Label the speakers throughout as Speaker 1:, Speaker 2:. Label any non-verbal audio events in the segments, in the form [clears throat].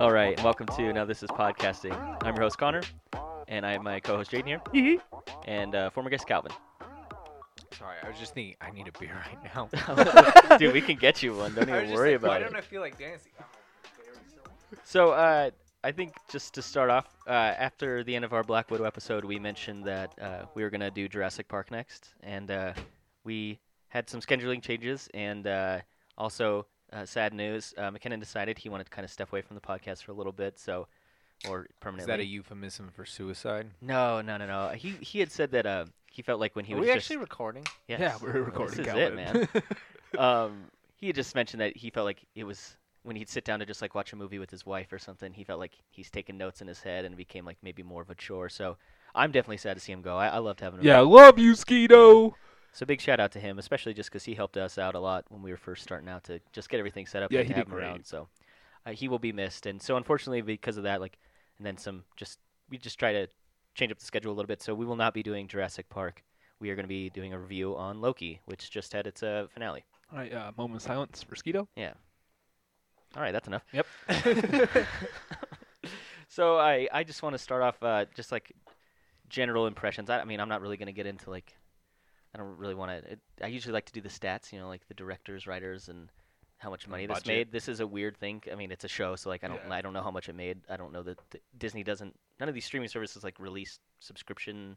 Speaker 1: All right, and welcome to Now This Is Podcasting. I'm your host Connor, and I have my co-host Jaden here, and uh, former guest Calvin.
Speaker 2: Sorry, I was just thinking I need a beer right now.
Speaker 1: [laughs] [laughs]
Speaker 2: [laughs]
Speaker 1: Dude, we can get you [laughs] one. Don't
Speaker 2: I was
Speaker 1: even
Speaker 2: just
Speaker 1: worry
Speaker 2: like, Why
Speaker 1: about
Speaker 2: don't
Speaker 1: it.
Speaker 2: I feel like dancing?
Speaker 1: So, uh, I think just to start off, uh, after the end of our Black Widow episode, we mentioned that uh, we were gonna do Jurassic Park next, and uh, we had some scheduling changes, and uh, also uh, sad news. Uh, McKinnon decided he wanted to kind of step away from the podcast for a little bit, so or
Speaker 2: Is
Speaker 1: permanently.
Speaker 2: that a euphemism for suicide?
Speaker 1: No, no, no, no. He he had said that uh, he felt like when he
Speaker 3: Are
Speaker 1: was
Speaker 3: we
Speaker 1: just
Speaker 3: actually recording?
Speaker 1: yes,
Speaker 2: Yeah, we're recording.
Speaker 1: This is it,
Speaker 2: Calvin. [laughs]
Speaker 1: man. um, he had just mentioned that he felt like it was when he'd sit down to just like watch a movie with his wife or something. He felt like he's taking notes in his head and became like maybe more of a chore. So I'm definitely sad to see him go. I, I loved having him.
Speaker 3: [laughs] Yeah, love you, Skeeto.
Speaker 1: So big shout out to him, especially just because he helped us out a lot when we were first starting out to just get everything set up
Speaker 3: Yeah,
Speaker 1: and
Speaker 3: he
Speaker 1: to have
Speaker 3: did
Speaker 1: him around.
Speaker 3: great.
Speaker 1: So uh, he will be missed, and so unfortunately because of that, like, and then some just we just try to change up the schedule a little bit. So we will not be doing Jurassic Park. We are going to be doing a review on Loki, which just had its uh, finale.
Speaker 3: All right, uh, moment of silence for
Speaker 2: [laughs]
Speaker 3: Skeeto. [laughs]
Speaker 1: All right, that's enough.
Speaker 3: Yep.
Speaker 1: [laughs] so I I just want to start off uh, just like general impressions. I, I mean I'm not really going to get into like I don't really want to. I usually like to do the stats, you know, like the directors, writers, and how much money this
Speaker 2: budget.
Speaker 1: made. This is a weird thing. I mean, it's a show, so like I don't
Speaker 3: Yeah.
Speaker 1: I don't know how much it made. I don't know that th- Disney doesn't. None of these streaming services like release subscription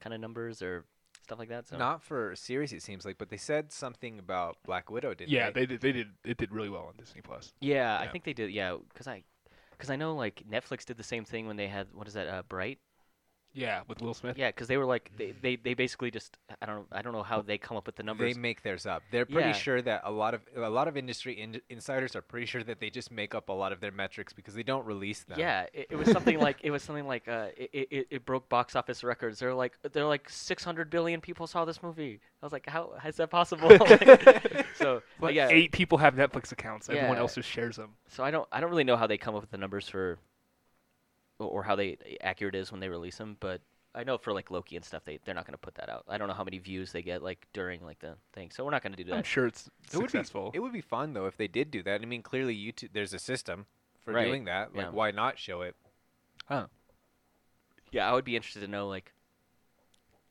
Speaker 1: kind of numbers or stuff like that. So
Speaker 2: Not for a series, it seems like, but they said something about Black Widow, didn't
Speaker 3: Yeah,
Speaker 2: they?
Speaker 3: they did. They did. It did really well on Disney Plus.
Speaker 1: yeah, I
Speaker 2: Yeah.
Speaker 1: think they did. Yeah, because I because I know like Netflix did the same thing when they had what is that uh, Bright.
Speaker 3: Yeah, with Will Smith.
Speaker 1: Yeah, because they were like they, they, they basically just I don't I don't know how they come up with the numbers.
Speaker 2: They make theirs up. They're pretty
Speaker 1: Yeah.
Speaker 2: sure that a lot of a lot of industry in- insiders are pretty sure that they just make up a lot of their metrics because they don't release them.
Speaker 1: yeah, it, it was something like it was something like uh it, it- it, it broke box office records. They're like they're like 600 billion people saw this movie. I was like, how is that possible?
Speaker 2: [laughs]
Speaker 1: [laughs] so but
Speaker 3: Like
Speaker 1: yeah,
Speaker 3: eight people have Netflix accounts. Everyone
Speaker 1: Yeah.
Speaker 3: else just shares them.
Speaker 1: so I don't I don't really know how they come up with the numbers for or, or how they accurate it is when they release them, but I know for like Loki and stuff they they're not going to put that out. I don't know how many views they get like during like the thing. So we're not going to do
Speaker 3: I'm
Speaker 1: that.
Speaker 3: sure it's
Speaker 2: It would be-
Speaker 3: successful.
Speaker 2: It would be fun though if they did do that. I mean, clearly YouTube there's a system for
Speaker 1: Right.
Speaker 2: doing that. Like
Speaker 1: Yeah.
Speaker 2: why not show it?
Speaker 1: Yeah, I would be interested to know like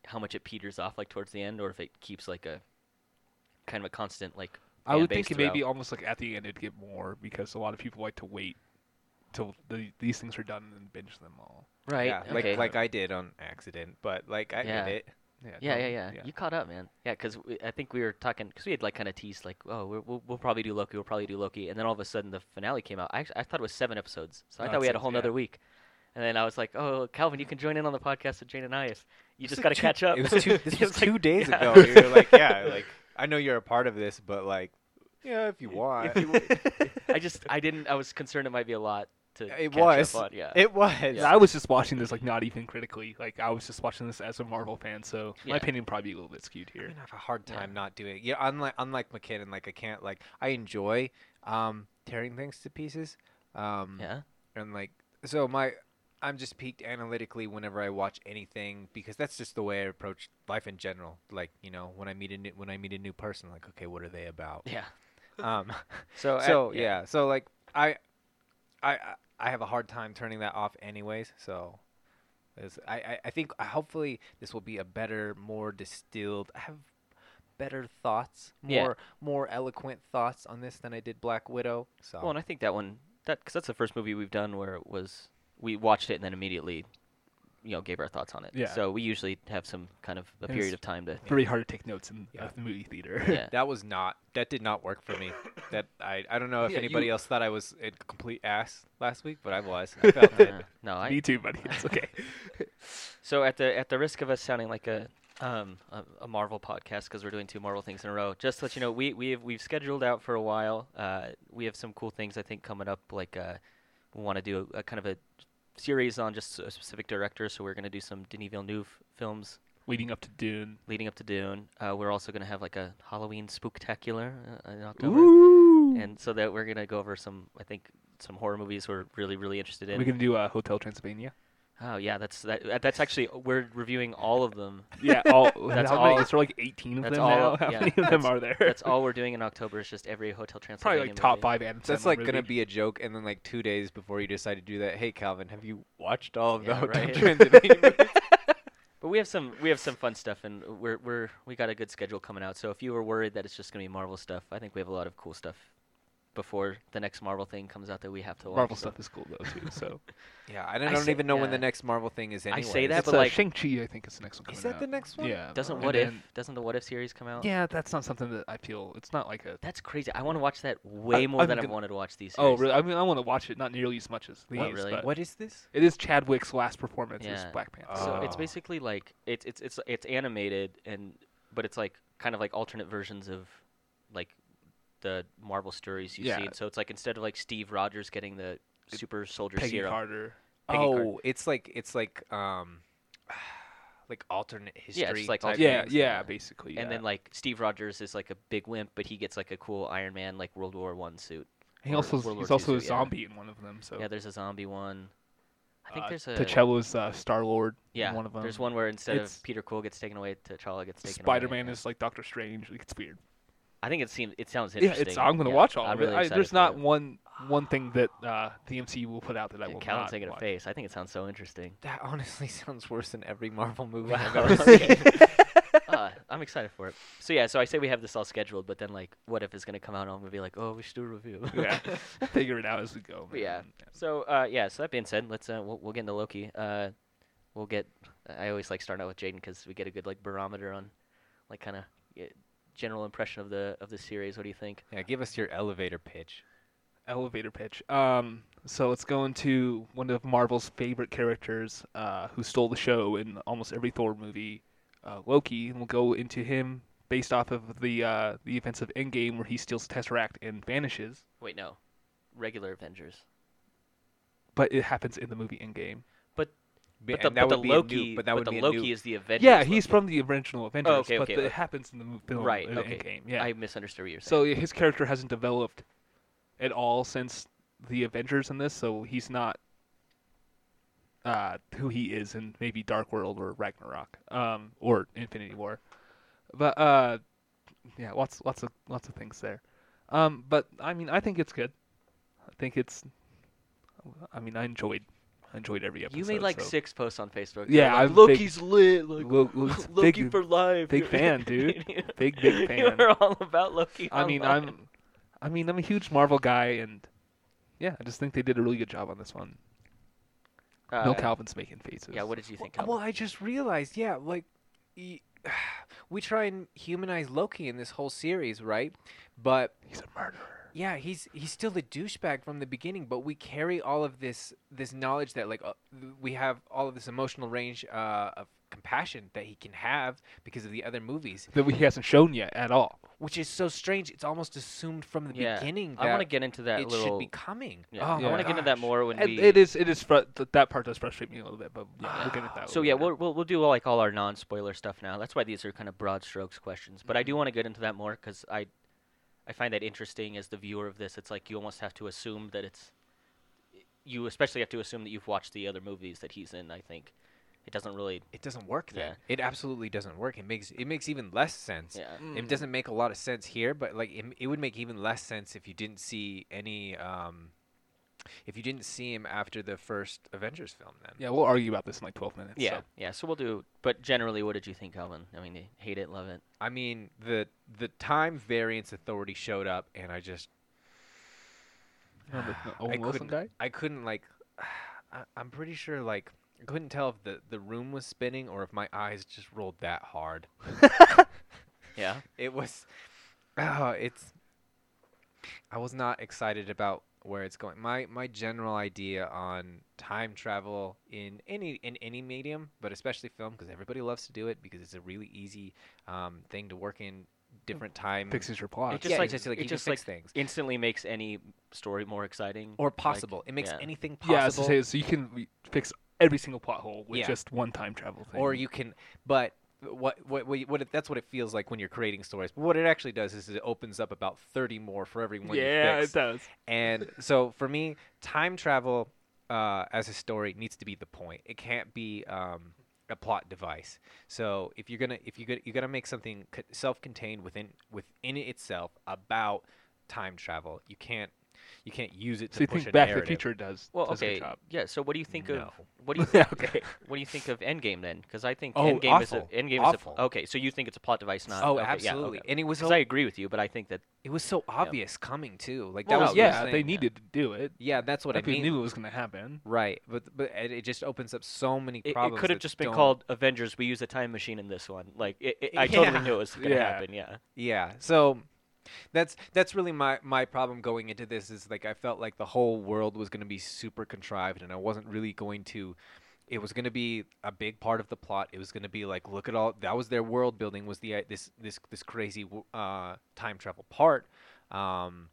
Speaker 1: how much it peters off like towards the end, or if it keeps like a kind of a constant like.
Speaker 3: I
Speaker 1: fan
Speaker 3: would
Speaker 1: base
Speaker 3: think it may be
Speaker 1: throughout.
Speaker 3: almost like at the end it'd get more because a lot of people like to wait till the, these things are done and then binge them all.
Speaker 1: right.
Speaker 2: Yeah, like
Speaker 1: okay.
Speaker 2: like I did on accident, but like I
Speaker 1: Yeah.
Speaker 2: did it.
Speaker 1: yeah,
Speaker 3: no,
Speaker 1: yeah, yeah, You caught up, man. Yeah, because I think we were talking because we had like kind of teased like, oh, we're, we'll we'll probably do Loki, we'll probably do Loki, and then all of a sudden the finale came out. I act- I thought it was seven episodes, so I
Speaker 3: No,
Speaker 1: thought
Speaker 3: it's
Speaker 1: we had a
Speaker 3: six,
Speaker 1: whole
Speaker 3: yeah.
Speaker 1: nother week. And then I was like, "Oh, Calvin, you can join in on the podcast with Jane and I. If you just got to catch up."
Speaker 2: It
Speaker 1: [laughs]
Speaker 2: was two, this
Speaker 1: Uh, It
Speaker 2: was
Speaker 1: like-
Speaker 2: two days
Speaker 1: yeah. [laughs]
Speaker 2: ago. You're like, yeah, like I know you're a part of this, but like, yeah, if you want, [laughs]
Speaker 1: I just, I didn't. I was concerned it might be a lot [laughs] to.
Speaker 2: it
Speaker 1: catch
Speaker 2: was,
Speaker 1: Up on. Yeah.
Speaker 2: it was.
Speaker 3: And I was just watching this like not even critically. Like I was just watching this as a Marvel fan, so
Speaker 1: Yeah.
Speaker 3: my opinion probably a little bit skewed
Speaker 2: I
Speaker 3: here.
Speaker 2: mean, I have a hard
Speaker 1: Yeah.
Speaker 2: time not doing it. Yeah, unlike unlike McKinnon, like I can't like I enjoy um tearing things to pieces. Um,
Speaker 1: yeah.
Speaker 2: and like so my I'm just peaked analytically whenever I watch anything because that's just the way I approach life in general. Like you know when I meet a new, when I meet a new person, like okay, what are they about?
Speaker 1: [laughs] Yeah.
Speaker 2: Um,
Speaker 1: So, uh,
Speaker 2: so yeah. so like I, I, I- I have a hard time turning that off, anyways. So, it's- I, I, I think uh, hopefully this will be a better, more distilled. I have better thoughts, more,
Speaker 1: Yeah.
Speaker 2: more eloquent thoughts on this than I did Black Widow. So,
Speaker 1: Well, and I think that one that because that's the first movie we've done where it was we watched it and then immediately, you know, gave our thoughts on it.
Speaker 3: Yeah.
Speaker 1: So we usually have some kind of a
Speaker 3: And
Speaker 1: period
Speaker 3: it's-
Speaker 1: of time to.
Speaker 3: Pretty hard to take notes in
Speaker 2: Yeah.
Speaker 3: a movie theater. [laughs]
Speaker 1: Yeah.
Speaker 2: that was not, that did not work for [coughs] me. that I, I don't know if
Speaker 3: Yeah,
Speaker 2: anybody
Speaker 3: you-
Speaker 2: else thought I was a complete ass last week, but I was. [laughs] I felt it.
Speaker 1: Yeah. Uh, no,
Speaker 3: Me
Speaker 1: I.
Speaker 3: too, buddy. It's okay.
Speaker 1: So at the at the risk of us sounding like a um a, a Marvel podcast because we're doing two Marvel things in a row, just to let you know we we've we've scheduled out for a while. Uh, we have some cool things I think coming up. Like uh, we want to do a, a kind of a series on just a specific director. So we're gonna do some Denis Villeneuve films
Speaker 3: Leading up to Dune.
Speaker 1: leading up to Dune. Uh, we're also going to have like a Halloween spooktacular uh, in October,
Speaker 3: Ooh.
Speaker 1: and so that we're going to go over some, I think, some horror movies we're really really interested in.
Speaker 3: We can do uh, Hotel Transylvania.
Speaker 1: oh yeah, that's that, that's actually we're reviewing all of
Speaker 3: [laughs]
Speaker 1: them.
Speaker 3: Yeah, all,
Speaker 1: That's
Speaker 3: how many-
Speaker 1: all-
Speaker 3: Is there like 18 of
Speaker 1: that's
Speaker 3: them
Speaker 1: all-
Speaker 3: now? How
Speaker 1: yeah.
Speaker 3: many of them are there?
Speaker 1: That's all we're doing in October is just every Hotel
Speaker 3: [laughs] probably
Speaker 1: Transylvania
Speaker 3: like top
Speaker 1: movie.
Speaker 3: five and
Speaker 2: That's like gonna be a joke, and then like two days before you decide to do that, hey Calvin, have you watched all of the
Speaker 1: Yeah,
Speaker 2: Hotel
Speaker 1: right.
Speaker 2: Transylvania [laughs] movies?"
Speaker 1: But we have some we have some fun stuff, and we're we're we got a good schedule coming out. So if you were worried that it's just gonna be Marvel stuff, I think we have a lot of cool stuff before the next Marvel thing comes out that we have to watch.
Speaker 3: Marvel
Speaker 1: so-
Speaker 3: stuff is cool though too. [laughs] So
Speaker 2: Yeah, I don't,
Speaker 1: I
Speaker 2: don't
Speaker 1: say-
Speaker 2: even know when the
Speaker 1: yeah.
Speaker 2: next Marvel thing is.
Speaker 1: I
Speaker 2: Anyway.
Speaker 1: say that,
Speaker 3: it's
Speaker 1: but
Speaker 3: uh,
Speaker 1: like-
Speaker 3: Shang Chi, I think is the next one. coming
Speaker 2: Is that the
Speaker 3: out.
Speaker 2: next one?
Speaker 3: Yeah.
Speaker 1: Doesn't
Speaker 3: and
Speaker 1: what
Speaker 3: then-
Speaker 1: if doesn't the what if series come out?
Speaker 3: Yeah, that's not something that I feel. It's not like a.
Speaker 1: That's crazy. I want to watch that way
Speaker 3: I-
Speaker 1: more
Speaker 3: I'm
Speaker 1: than I've
Speaker 3: gonna-
Speaker 1: wanted to watch these.
Speaker 3: Oh, really? I mean, I want to watch it, not nearly as much as these.
Speaker 1: What, really?
Speaker 3: but
Speaker 2: What is this?
Speaker 3: It is Chadwick's last performance as
Speaker 1: Yeah.
Speaker 3: Black Panther. Uh,
Speaker 1: So it's
Speaker 2: Oh.
Speaker 1: basically like it's it's it's it's animated and but it's like kind of like alternate versions of like the Marvel stories you've
Speaker 3: Yeah.
Speaker 1: seen. So it's like instead of like Steve Rogers getting the super soldier
Speaker 3: Peggy
Speaker 1: serum.
Speaker 3: Carter. Peggy
Speaker 2: Oh,
Speaker 3: Carter.
Speaker 2: it's like it's like um, [sighs] like alternate history.
Speaker 1: Yeah, just like
Speaker 2: type
Speaker 1: alternate
Speaker 3: Yeah,
Speaker 1: things,
Speaker 3: yeah,
Speaker 1: yeah.
Speaker 3: basically.
Speaker 1: And then
Speaker 3: yeah.
Speaker 1: like Steve Rogers is like a big wimp, but he gets like a cool Iron Man like World War One suit.
Speaker 3: he
Speaker 1: or
Speaker 3: also
Speaker 1: World War
Speaker 3: he's
Speaker 1: II
Speaker 3: also a
Speaker 1: suit, yeah.
Speaker 3: zombie in one of them. So
Speaker 1: Yeah, there's a zombie one. I think
Speaker 3: Oh. uh,
Speaker 1: there's a
Speaker 3: T'Challa's uh, Star Lord.
Speaker 1: yeah.
Speaker 3: in one of them.
Speaker 1: There's one where instead
Speaker 3: It's-
Speaker 1: of Peter Quill gets taken away, T'Challa gets taken away.
Speaker 3: Spider Man
Speaker 1: yeah.
Speaker 3: is like Doctor Strange. Like, it's weird.
Speaker 1: I think it seems it sounds
Speaker 3: Yeah,
Speaker 1: interesting.
Speaker 3: it's. I'm gonna
Speaker 1: yeah,
Speaker 3: watch all
Speaker 1: I'm
Speaker 3: of
Speaker 1: really
Speaker 3: it. I,
Speaker 1: excited
Speaker 3: there's
Speaker 1: for
Speaker 3: not
Speaker 1: it.
Speaker 3: one one thing that uh, the MCU will put out that I
Speaker 1: Dude,
Speaker 3: will
Speaker 1: Calvin's
Speaker 3: not
Speaker 1: making a
Speaker 3: watch.
Speaker 1: face. I think it sounds so
Speaker 3: [laughs]
Speaker 1: interesting.
Speaker 2: That honestly [laughs] sounds worse than every Marvel
Speaker 1: [laughs]
Speaker 2: movie I've
Speaker 1: Wow.
Speaker 2: ever seen.
Speaker 3: [laughs]
Speaker 1: uh, I'm excited for it. So yeah, so I say we have this all scheduled, but then like, what if it's gonna come out? and I'm gonna be like, oh, we should do a review. [laughs]
Speaker 3: yeah, [laughs] we'll figure it out as we go.
Speaker 1: But yeah.
Speaker 3: man.
Speaker 1: So uh, yeah. So that being said, let's uh, we'll, we'll get into Loki. Uh, we'll get. I always like starting out with Jaden because we get a good like barometer on, like kind of general impression of the of the series. What do you think?
Speaker 2: yeah, give us your elevator pitch.
Speaker 3: elevator pitch. Um, so it's going to one of Marvel's favorite characters, uh, who stole the show in almost every Thor movie, uh, Loki, and we'll go into him based off of the uh, the events of Endgame, where he steals the Tesseract and vanishes.
Speaker 1: Wait, no, regular Avengers.
Speaker 3: But it happens in the movie Endgame.
Speaker 2: B-
Speaker 1: But the,
Speaker 2: and that
Speaker 1: but the
Speaker 2: would be a new-
Speaker 1: Loki,
Speaker 2: but that would
Speaker 1: the
Speaker 2: be a
Speaker 1: Loki
Speaker 2: new-
Speaker 1: is the Avengers.
Speaker 3: yeah, he's
Speaker 1: Loki. Oh,
Speaker 3: from the original Avengers,
Speaker 1: okay,
Speaker 3: but
Speaker 1: okay,
Speaker 3: the-
Speaker 1: okay.
Speaker 3: it happens in the mo- film
Speaker 1: right.
Speaker 3: in
Speaker 1: Okay.
Speaker 3: Endgame. Yeah.
Speaker 1: I misunderstood what you were saying.
Speaker 3: So yeah, his character hasn't developed at all since the Avengers in this, so he's not uh, who he is in maybe Dark World or Ragnarok um, or Infinity War. But uh, yeah, lots lots of lots of things there. Um, but I mean, I think it's good. I think it's. I mean, I enjoyed I enjoyed every episode.
Speaker 1: you made like
Speaker 3: so-
Speaker 1: six posts on Facebook.
Speaker 3: Yeah,
Speaker 1: You're like,
Speaker 3: I'm big-
Speaker 1: Loki's lit. [laughs] Like,
Speaker 3: Lo- Loki's
Speaker 1: Loki
Speaker 3: big-
Speaker 1: for life. [laughs]
Speaker 3: big fan, dude. Big big fan.
Speaker 1: You were all about Loki. Oh,
Speaker 3: I mean,
Speaker 1: online.
Speaker 3: I'm, I mean, I'm a huge Marvel guy, and yeah, I just think they did a really good job on this one. no
Speaker 1: Uh,
Speaker 3: Calvin's making faces.
Speaker 1: Yeah, what did you think?
Speaker 2: Well,
Speaker 1: Calvin?
Speaker 2: I just realized, yeah, like y- [sighs] we try and humanize Loki in this whole series, right? But
Speaker 3: He's a murderer.
Speaker 2: yeah, he's he's still a douchebag from the beginning, but we carry all of this this knowledge that like uh, th- we have all of this emotional range uh, of compassion that he can have because of the other movies,
Speaker 3: That he hasn't shown yet at all.
Speaker 2: which is so strange. It's almost assumed from the
Speaker 1: yeah.
Speaker 2: beginning that
Speaker 1: I want to get into that
Speaker 2: it
Speaker 1: little.
Speaker 2: should be coming.
Speaker 1: yeah,
Speaker 2: Oh
Speaker 1: I
Speaker 2: my
Speaker 1: want to get into that
Speaker 2: gosh.
Speaker 1: more when
Speaker 3: And
Speaker 1: we.
Speaker 3: it is. It is. Fr- th- that part does frustrate me a little bit, but yeah, we'll
Speaker 1: [sighs]
Speaker 3: get into that.
Speaker 1: So yeah, we'll, we'll we'll do like all our non-spoiler stuff now. That's why these are kind of broad strokes questions. But I
Speaker 3: Mm-hmm.
Speaker 1: do want to get into that more because I, I find that interesting as the viewer of this. It's like you almost have to assume that it's, you especially have to assume that you've watched the other movies that he's in. I think, it doesn't really.
Speaker 2: It doesn't work
Speaker 1: Yeah.
Speaker 2: then. It absolutely doesn't work. It makes it makes even less sense.
Speaker 1: Yeah. Mm.
Speaker 2: It doesn't make a lot of sense here, but like it, it would make even less sense if you didn't see any um if you didn't see him after the first Avengers film then.
Speaker 3: Yeah, we'll argue about this in like 12 minutes.
Speaker 1: Yeah.
Speaker 3: [sighs] so.
Speaker 1: Yeah. So we'll do. But generally, what did you think, Calvin? I mean, you hate it, love it.
Speaker 2: I mean, the the time variance authority showed up and I just
Speaker 3: You know, the- the Owen
Speaker 2: I
Speaker 3: Wilson
Speaker 2: couldn't
Speaker 3: guy.
Speaker 2: I couldn't like [sighs] I, I'm pretty sure like I couldn't tell if the the room was spinning or if my eyes just rolled that hard. [laughs]
Speaker 1: Yeah.
Speaker 2: it was [sighs] oh, it's i was not excited about where it's going my my general idea on time travel in any in any medium but especially film because everybody loves to do it because it's a really easy um, thing to work in different time
Speaker 3: Fixes your plot.
Speaker 1: It just
Speaker 2: yeah,
Speaker 1: like-
Speaker 2: exactly,
Speaker 1: it
Speaker 2: you
Speaker 1: just,
Speaker 2: can fix
Speaker 1: like,
Speaker 2: things
Speaker 1: Instantly makes any story more exciting
Speaker 2: or
Speaker 1: like-
Speaker 2: possible it makes
Speaker 1: yeah.
Speaker 2: anything
Speaker 3: yeah, as I
Speaker 2: possible
Speaker 3: say, so you can re- fix every single plot hole with
Speaker 2: Yeah.
Speaker 3: just one time travel thing.
Speaker 2: or you can but what what what, what it, that's what it feels like when you're creating stories. But what it actually does is it opens up about 30 more for every one. you
Speaker 3: yeah,
Speaker 2: fix.
Speaker 3: it does.
Speaker 2: And so for me, time travel uh, as a story needs to be the point. It can't be um, a plot device. So if you're gonna if you got you gotta make something co- self-contained within within itself about time travel. You can't you can't use it to
Speaker 3: So you
Speaker 2: push
Speaker 3: think
Speaker 2: a
Speaker 3: Back to the
Speaker 2: narrative.
Speaker 3: Future does
Speaker 1: Well,
Speaker 3: does a good
Speaker 1: okay,
Speaker 3: job.
Speaker 1: yeah. So what do you think of
Speaker 2: No.
Speaker 1: what
Speaker 2: [laughs]
Speaker 1: do you
Speaker 3: Yeah,
Speaker 1: think,
Speaker 3: okay.
Speaker 1: [laughs] what do you think of Endgame then? Because I think
Speaker 2: Oh,
Speaker 1: Endgame is
Speaker 2: awful.
Speaker 1: a Endgame
Speaker 2: Awful.
Speaker 1: is a, okay. So you think it's a plot device, not
Speaker 2: Oh,
Speaker 1: okay, yeah,
Speaker 2: absolutely.
Speaker 1: okay.
Speaker 2: And it was
Speaker 1: 'Cause
Speaker 2: so,
Speaker 1: I agree with you, but I think that
Speaker 2: it was so obvious coming too. Like
Speaker 3: Well,
Speaker 2: that was the
Speaker 3: yeah,
Speaker 2: thing.
Speaker 3: they needed to do it.
Speaker 2: Yeah, that's what
Speaker 3: But
Speaker 2: I
Speaker 3: we
Speaker 2: mean.
Speaker 3: knew it was going to happen.
Speaker 2: Right, but but it it just opens up so many
Speaker 1: it,
Speaker 2: problems.
Speaker 1: could have
Speaker 2: that
Speaker 1: just been
Speaker 2: don't-
Speaker 1: called Avengers. We use a time machine in this one. Like it, it- I
Speaker 2: Yeah.
Speaker 1: totally knew it was gonna
Speaker 3: Yeah.
Speaker 1: happen. Yeah.
Speaker 2: Yeah, so that's that's really my my problem going into this is like I felt like the whole world was going to be super contrived, and I wasn't really going to. It was going to be a big part of the plot. It was going to be like, look at all that was their world building was the uh, this this this crazy w- uh, time travel part, um,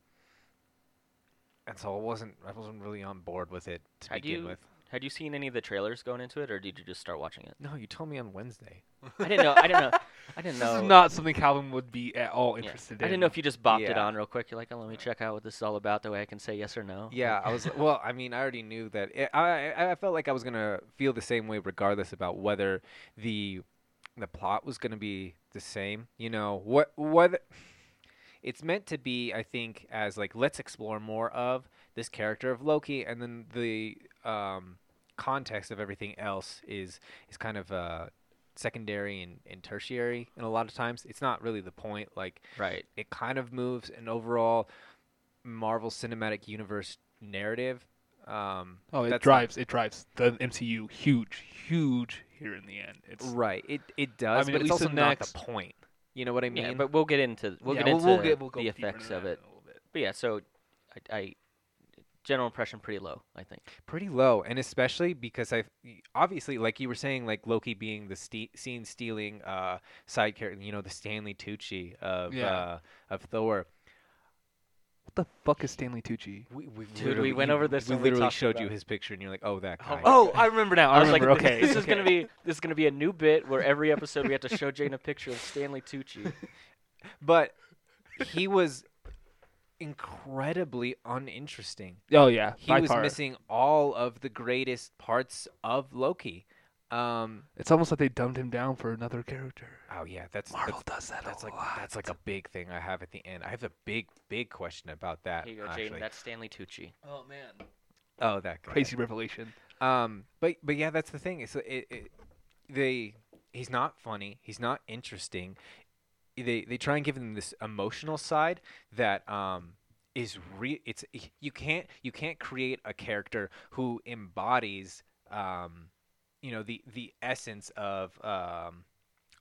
Speaker 2: and so I wasn't I wasn't really on board with it to
Speaker 1: Had
Speaker 2: begin
Speaker 1: you-
Speaker 2: with.
Speaker 1: Had you seen any of the trailers going into it, or did you just start watching it?
Speaker 2: No, you told me on Wednesday.
Speaker 1: I didn't know. I didn't know. I
Speaker 2: [laughs]
Speaker 1: didn't know.
Speaker 3: This is not something Calvin would be at all
Speaker 1: yeah.
Speaker 3: interested
Speaker 1: I
Speaker 3: in.
Speaker 1: didn't know if you just bopped it
Speaker 2: Yeah.
Speaker 1: on real quick. You're like, oh, let me check out what this is all about. That way I can say yes or no.
Speaker 2: Yeah, I was. Well, I mean, I already knew that. It, I I- I felt like I was gonna feel the same way regardless about whether the the plot was gonna be the same. You know what? What? It's meant to be, I think, as like let's explore more of this character of Loki, and then the um, context of everything else is is kind of uh, secondary and, and tertiary. And a lot of times, it's not really the point. Like
Speaker 1: Right.
Speaker 2: it kind of moves an overall Marvel Cinematic Universe narrative. Um,
Speaker 3: Oh, it
Speaker 2: that's not-
Speaker 3: drives it drives the MCU huge, huge here in the end. It's
Speaker 2: right. It it does,
Speaker 3: mean,
Speaker 2: but
Speaker 3: at
Speaker 2: it's
Speaker 3: least
Speaker 2: also
Speaker 3: the
Speaker 2: not
Speaker 3: next-
Speaker 2: the point. You know what I mean?
Speaker 1: Yeah, but we'll get into we'll
Speaker 3: yeah,
Speaker 1: get into
Speaker 3: we'll get, we'll go
Speaker 1: the
Speaker 3: deeper into
Speaker 1: effects of
Speaker 3: that
Speaker 1: it.
Speaker 3: in a little bit.
Speaker 1: But yeah, so I, I general impression pretty low. I think.
Speaker 2: pretty low, and especially because I obviously, like you were saying, like Loki being the ste- scene stealing uh, side character. You know, the Stanley Tucci of
Speaker 3: Yeah.
Speaker 2: uh, of Thor.
Speaker 3: What the fuck is Stanley Tucci?
Speaker 2: We, we
Speaker 1: we
Speaker 2: literally-
Speaker 1: went
Speaker 2: you-
Speaker 1: over this
Speaker 2: We
Speaker 1: when we
Speaker 2: literally
Speaker 1: talked
Speaker 2: showed you
Speaker 1: about-
Speaker 2: his picture, and you're like, "Oh, that guy."
Speaker 1: Oh, I remember now. I,
Speaker 3: I
Speaker 1: was like,
Speaker 3: remember,
Speaker 1: this-
Speaker 3: okay,
Speaker 1: this, is gonna
Speaker 3: okay.
Speaker 1: be
Speaker 3: [laughs]
Speaker 1: this is gonna be a new bit where every episode we have to show Jane a picture of Stanley
Speaker 3: [laughs]
Speaker 1: Tucci.
Speaker 2: But he was incredibly uninteresting.
Speaker 3: Oh yeah,
Speaker 2: he
Speaker 3: by
Speaker 2: was
Speaker 3: far.
Speaker 2: missing all of the greatest parts of Loki. Um,
Speaker 3: It's almost like they dumbed him down for another character.
Speaker 2: oh yeah, that's
Speaker 3: Marvel does that.
Speaker 2: that's, that's
Speaker 3: a
Speaker 2: like
Speaker 3: lot.
Speaker 2: that's like a big thing I have at the end. I have a big big question about that.
Speaker 1: Here you go,
Speaker 2: actually.
Speaker 1: Jane. That's Stanley Tucci.
Speaker 3: oh man,
Speaker 2: oh, that guy.
Speaker 3: crazy revelation.
Speaker 2: Um, but but yeah, that's the thing. It's it, it they he's not funny. He's not interesting. They they try and give him this emotional side that um is re it's you can't you can't create a character who embodies um you know the the essence of um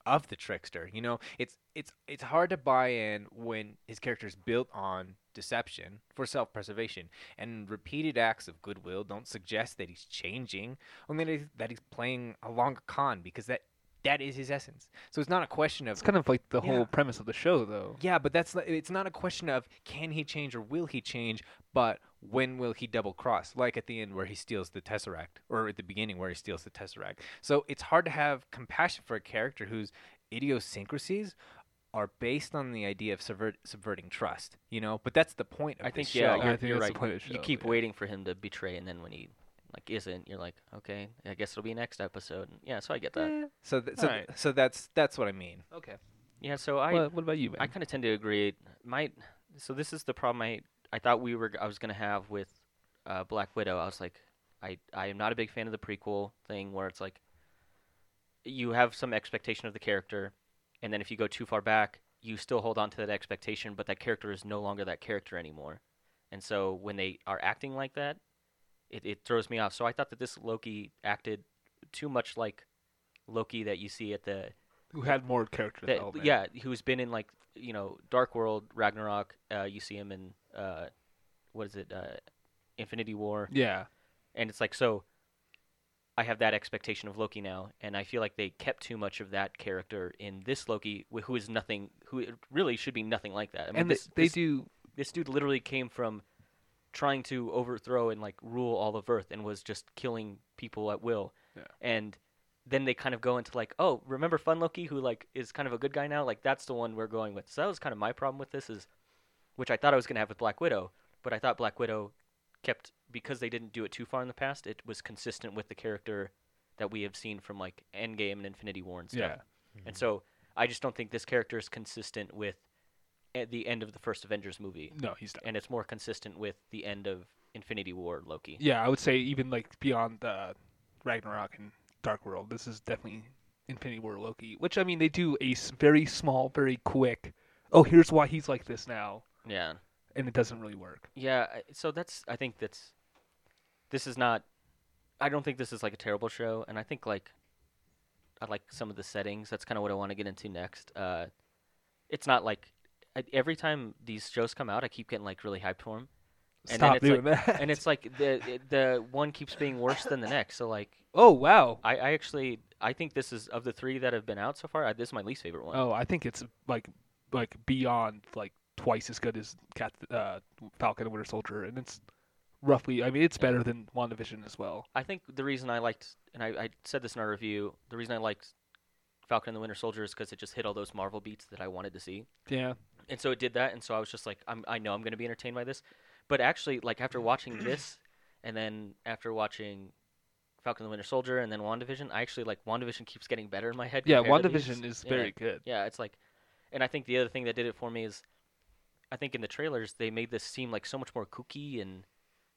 Speaker 2: of the trickster you know it's it's it's hard to buy in when his character is built on deception for self-preservation and repeated acts of goodwill don't suggest that he's changing only that he's, that he's playing along a con because that that is his essence so it's not a question of
Speaker 3: It's kind of like the
Speaker 2: Yeah.
Speaker 3: whole premise of the show, though.
Speaker 2: yeah, but that's not- it's not a question of can he change or will he change, but when will he double cross? Like at the end where he steals the tesseract, or at the beginning where he steals the tesseract. So it's hard to have compassion for a character whose idiosyncrasies are based on the idea of subvert, subverting trust. You know, but that's the point of
Speaker 1: I
Speaker 2: this
Speaker 1: think yeah,
Speaker 2: show.
Speaker 1: you're,
Speaker 3: I think
Speaker 1: you're
Speaker 3: that's
Speaker 1: right.
Speaker 3: the point of the
Speaker 1: you
Speaker 3: show,
Speaker 1: keep
Speaker 3: yeah.
Speaker 1: waiting for him to betray, and then when he like isn't, you're like, okay, I guess it'll be next episode. Yeah, so I get
Speaker 3: Mm.
Speaker 1: that.
Speaker 2: So th- so,
Speaker 3: Alright.
Speaker 2: so that's that's what I mean.
Speaker 3: Okay.
Speaker 1: Yeah, so I
Speaker 3: what, what about you, man?
Speaker 1: I kind of tend to agree. My so this is the problem I I thought we were I was gonna have with uh, Black Widow. I was like, I I am not a big fan of the prequel thing where it's like you have some expectation of the character, and then if you go too far back, you still hold on to that expectation, but that character is no longer that character anymore. And so when they are acting like that, it, it throws me off. So I thought that this Loki acted too much like Loki that you see at the
Speaker 3: Who had more character
Speaker 1: that-
Speaker 3: development?
Speaker 1: yeah, who's been in like you know Dark World, Ragnarok. Uh, you see him in uh, what is it, uh, Infinity War,
Speaker 3: Yeah.
Speaker 1: and it's like so. I have that expectation of Loki now, and I feel like they kept too much of that character in this Loki, wh- who is nothing, who really should be nothing like that. I mean,
Speaker 3: and they,
Speaker 1: this,
Speaker 3: they
Speaker 1: this,
Speaker 3: do.
Speaker 1: this dude literally came from trying to overthrow and like rule all of Earth, and was just killing people at will,
Speaker 3: Yeah.
Speaker 1: and then they kind of go into like, oh, remember Fun Loki, who like is kind of a good guy now. Like that's the one we're going with. So that was kind of my problem with this is, which I thought I was gonna have with Black Widow, but I thought Black Widow kept because they didn't do it too far in the past. It was consistent with the character that we have seen from like Endgame and Infinity War and stuff.
Speaker 3: Yeah.
Speaker 1: And so I just don't think this character is consistent with at the end of the first Avengers movie,
Speaker 3: No, he's not.
Speaker 1: and it's more consistent with the end of Infinity War Loki.
Speaker 3: Yeah, I would say even like beyond uh, Ragnarok and Dark World, this is definitely Infinity War Loki. Which I mean, they do a s- very small, very quick. Oh, here's why he's like this now,
Speaker 1: Yeah.
Speaker 3: and it doesn't really work.
Speaker 1: Yeah, I- so that's I think that's this is not I don't think this is like a terrible show and I think like I like some of the settings. That's kind of what I want to get into next. Uh it's not like I, every time these shows come out, I keep getting like really hyped for them. And then
Speaker 3: Stop
Speaker 1: it's
Speaker 3: doing that. [laughs]
Speaker 1: And it's like the it- the one keeps being worse than the next. So like
Speaker 3: oh wow.
Speaker 1: I, I actually I think this is of the 3 that have been out so far, I, this is my least favorite one.
Speaker 3: Oh, I think it's like like beyond like twice as good as Cat uh, Falcon and Winter Soldier, and it's roughly. I mean, it's better than WandaVision as well.
Speaker 1: I think the reason I liked, and I, I said this in our review, the reason I liked Falcon and the Winter Soldier is because it just hit all those Marvel beats that I wanted to see,
Speaker 3: Yeah.
Speaker 1: and so it did that, and so I was just like, I'm, I know I'm going to be entertained by this, but actually, like after
Speaker 3: [clears throat]
Speaker 1: watching this, and then after watching Falcon and the Winter Soldier, and then Wandavision, I actually like Wandavision keeps getting better in my head.
Speaker 3: Yeah,
Speaker 1: compared to these.
Speaker 3: WandaVision is
Speaker 1: Yeah.
Speaker 3: very good.
Speaker 1: Yeah, it's like, and I think the other thing that did it for me is, I think in the trailers they made this seem like so much more kooky and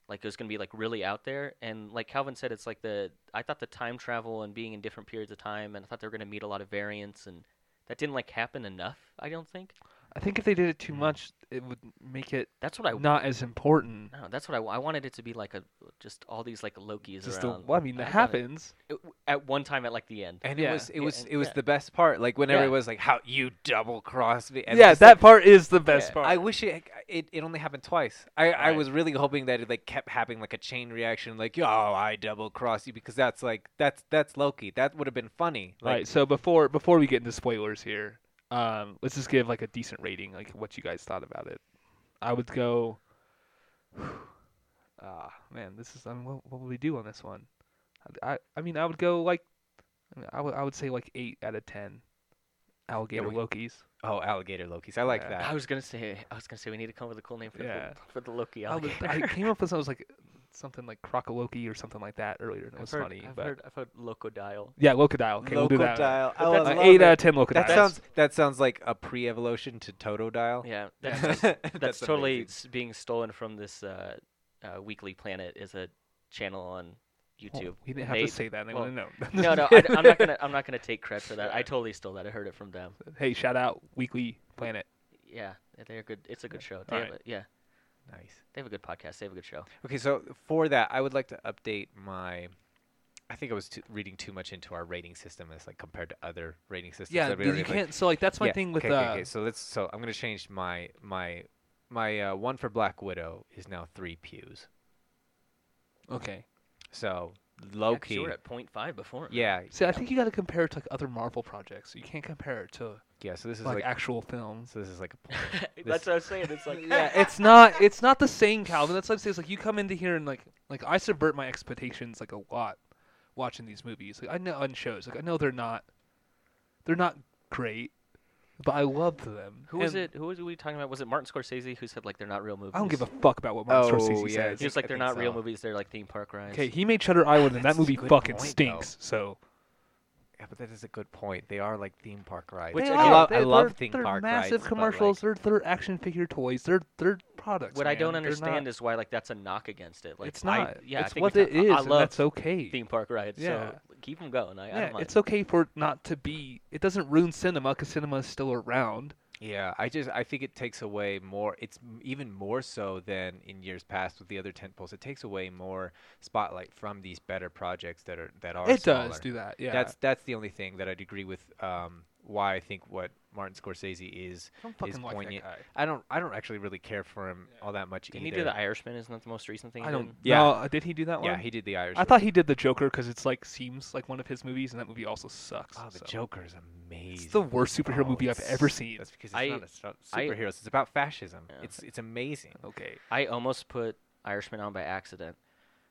Speaker 1: like it was gonna be like really out there. And like Calvin said, it's like the I thought the time travel and being in different periods of time, and I thought they were gonna meet a lot of variants, and that didn't like happen enough. I don't think
Speaker 3: I think if they did it too
Speaker 2: Mm.
Speaker 3: much, it would make it
Speaker 1: that's what I
Speaker 3: not as important.
Speaker 1: no, that's what I, wa- I wanted it to be like a just all these like Loki's
Speaker 3: Just the,
Speaker 1: around.
Speaker 3: well, I mean, that
Speaker 1: I thought it-
Speaker 3: happens.
Speaker 1: it- at one time at like the end.
Speaker 2: And
Speaker 3: Yeah.
Speaker 2: it was it
Speaker 1: Yeah,
Speaker 2: was
Speaker 1: and-
Speaker 2: it was
Speaker 1: yeah.
Speaker 2: the best part. Like whenever
Speaker 3: Yeah.
Speaker 2: it was like how you double cross me. and
Speaker 3: yeah,
Speaker 2: it's
Speaker 3: that
Speaker 2: like-
Speaker 3: part is the best
Speaker 2: Yeah,
Speaker 3: part.
Speaker 2: I wish it, it it only happened twice. I, I
Speaker 1: Right.
Speaker 2: was really hoping that it like kept happening like a chain reaction, like oh I double cross you because that's like that's that's Loki. That would have been funny. Like,
Speaker 3: right. So before before we get into spoilers here, um, let's just give like a decent rating, like what you guys thought about it. I would go. [sighs] Ah, man, this is. I mean, what, what would we do on this one? I, I, I mean, I would go like, I, mean, I would I would say like eight out of ten. Alligator
Speaker 2: we-
Speaker 3: Loki's.
Speaker 2: Oh, alligator Loki's. I like
Speaker 3: Yeah.
Speaker 1: I
Speaker 2: that.
Speaker 1: was gonna say I was gonna say we need to come up with a cool name for
Speaker 3: Yeah.
Speaker 1: the, for the Loki.
Speaker 3: I, would,
Speaker 1: [laughs]
Speaker 3: I
Speaker 1: alligator.
Speaker 3: came up with something like something like Crocoloki or something like that earlier, and it
Speaker 1: I've
Speaker 3: was
Speaker 1: heard-
Speaker 3: funny.
Speaker 1: I've
Speaker 3: but
Speaker 1: heard I've heard Locodile.
Speaker 3: yeah, Locodile. Okay, we'll do that.
Speaker 2: Locodile.
Speaker 1: But
Speaker 2: Oh, I
Speaker 1: that's-
Speaker 3: Uh,
Speaker 2: love
Speaker 3: eight
Speaker 2: it.
Speaker 3: out of ten Locodiles.
Speaker 2: That sounds that sounds like a pre-evolution to
Speaker 3: Oh,
Speaker 2: Totodile.
Speaker 1: Yeah,
Speaker 3: [laughs]
Speaker 1: that's
Speaker 2: [laughs] That's,
Speaker 1: that's totally
Speaker 2: amazing.
Speaker 1: s being stolen from this uh, uh, Weekly Planet is a channel on
Speaker 3: Well,
Speaker 1: YouTube.
Speaker 3: we didn't have
Speaker 1: They-
Speaker 3: to say that. They
Speaker 1: well,
Speaker 3: want to know.
Speaker 1: [laughs] no,
Speaker 3: [laughs]
Speaker 1: no, I, am not gonna I'm not gonna take credit for that. I totally stole that. I heard it from them.
Speaker 3: hey, shout out Weekly Planet.
Speaker 1: Yeah, they're good. It's a good show. They have
Speaker 3: Alright.
Speaker 1: a, yeah,
Speaker 2: nice.
Speaker 1: they have a good podcast. They have a good show.
Speaker 2: Okay, so for that, I would like to update my. I think I was too, reading too much into our rating system as like compared to other rating systems.
Speaker 3: Yeah,
Speaker 2: that we
Speaker 3: dude, you
Speaker 2: already, like-
Speaker 3: can't. So like, that's my
Speaker 2: Yeah,
Speaker 3: thing with
Speaker 2: okay, okay,
Speaker 3: uh,
Speaker 2: okay, so let's. So I'm gonna change my my my uh, one for Black Widow is now three pews.
Speaker 3: okay.
Speaker 2: So
Speaker 1: Actually,
Speaker 2: Loki.
Speaker 1: we were at 0.5 before.
Speaker 2: Yeah,
Speaker 3: See, I think you got to compare it to like other Marvel projects. You can't compare it to
Speaker 2: yeah. So this is
Speaker 3: like,
Speaker 2: like,
Speaker 3: actual films.
Speaker 2: so this is like a.
Speaker 1: [laughs] that's what I was saying. It's like [laughs]
Speaker 3: yeah, it's not. It's not the same, Calvin. That's like I'm saying. It's like you come into here and like like I subvert my expectations like a lot watching these movies. Like I know on shows. Like I know they're not they're not great, but I love them.
Speaker 1: who was
Speaker 3: And
Speaker 1: it? Who was we talking about? Was it Martin Scorsese who said like they're not real movies?
Speaker 3: I don't give a fuck about what Martin
Speaker 2: Oh,
Speaker 3: Scorsese
Speaker 2: yeah,
Speaker 3: says.
Speaker 1: He was
Speaker 2: I
Speaker 1: like they're
Speaker 2: think
Speaker 1: not real
Speaker 2: so.
Speaker 1: movies. They're like theme park rides.
Speaker 3: Okay, he made Shutter Island, and that
Speaker 2: That's a
Speaker 3: movie
Speaker 2: good
Speaker 3: fucking
Speaker 2: point, though.
Speaker 3: stinks. So
Speaker 2: Yeah, but that is a good point. They are like theme park rides.
Speaker 1: Which
Speaker 3: They
Speaker 2: I
Speaker 1: again-
Speaker 2: love.
Speaker 3: They,
Speaker 2: I love
Speaker 3: they're,
Speaker 2: theme
Speaker 3: they're
Speaker 2: park rides.
Speaker 3: massive
Speaker 2: but, like,
Speaker 3: commercials. they're they're action figure toys. They're they're products.
Speaker 1: What I don't
Speaker 3: man. They're
Speaker 1: understand
Speaker 3: not-
Speaker 1: is why like that's a knock against it. Like
Speaker 3: it's not.
Speaker 1: I, yeah,
Speaker 3: it's
Speaker 1: I think
Speaker 3: what
Speaker 1: we
Speaker 3: it
Speaker 1: talked- I-
Speaker 3: is.
Speaker 1: I,
Speaker 3: and
Speaker 1: love
Speaker 3: that's okay.
Speaker 1: theme park rides.
Speaker 3: Yeah.
Speaker 1: So keep them going. I, I
Speaker 3: yeah,
Speaker 1: don't mind.
Speaker 3: it's okay for it not to be. It doesn't ruin cinema because cinema is still around.
Speaker 2: Yeah, I just I think it takes away more. It's m- even more so than in years past with the other tent poles. It takes away more spotlight from these better projects that are that are.
Speaker 3: it
Speaker 2: smaller.
Speaker 3: does do that. Yeah,
Speaker 2: That's that's the only thing that I'd agree with. Um, why I think what Martin Scorsese is.
Speaker 3: I don't
Speaker 2: is
Speaker 3: fucking like
Speaker 2: poignant.
Speaker 3: that
Speaker 2: I don't I don't actually really care for him
Speaker 3: Yeah.
Speaker 2: all that much
Speaker 1: Didn't
Speaker 2: either.
Speaker 1: he do the Irishman? Isn't that the most recent thing?
Speaker 3: guy.
Speaker 1: he
Speaker 3: I don't.
Speaker 1: did?
Speaker 2: Yeah.
Speaker 3: no, uh, did he do that
Speaker 2: yeah,
Speaker 3: one?
Speaker 2: he did the Irish.
Speaker 3: I thought he did the Joker because it's like seems like one of his movies, and that movie also sucks.
Speaker 2: Oh, the
Speaker 3: so.
Speaker 2: Joker's amazing.
Speaker 3: It's the worst superhero
Speaker 2: Oh,
Speaker 3: movie I've
Speaker 2: it's-
Speaker 3: ever seen.
Speaker 2: That's because it's
Speaker 1: I-
Speaker 2: not a stu-
Speaker 1: I-
Speaker 2: superheroes. it's about fascism.
Speaker 1: Yeah.
Speaker 2: It's it's amazing.
Speaker 3: Okay.
Speaker 1: I almost put Irishman on by accident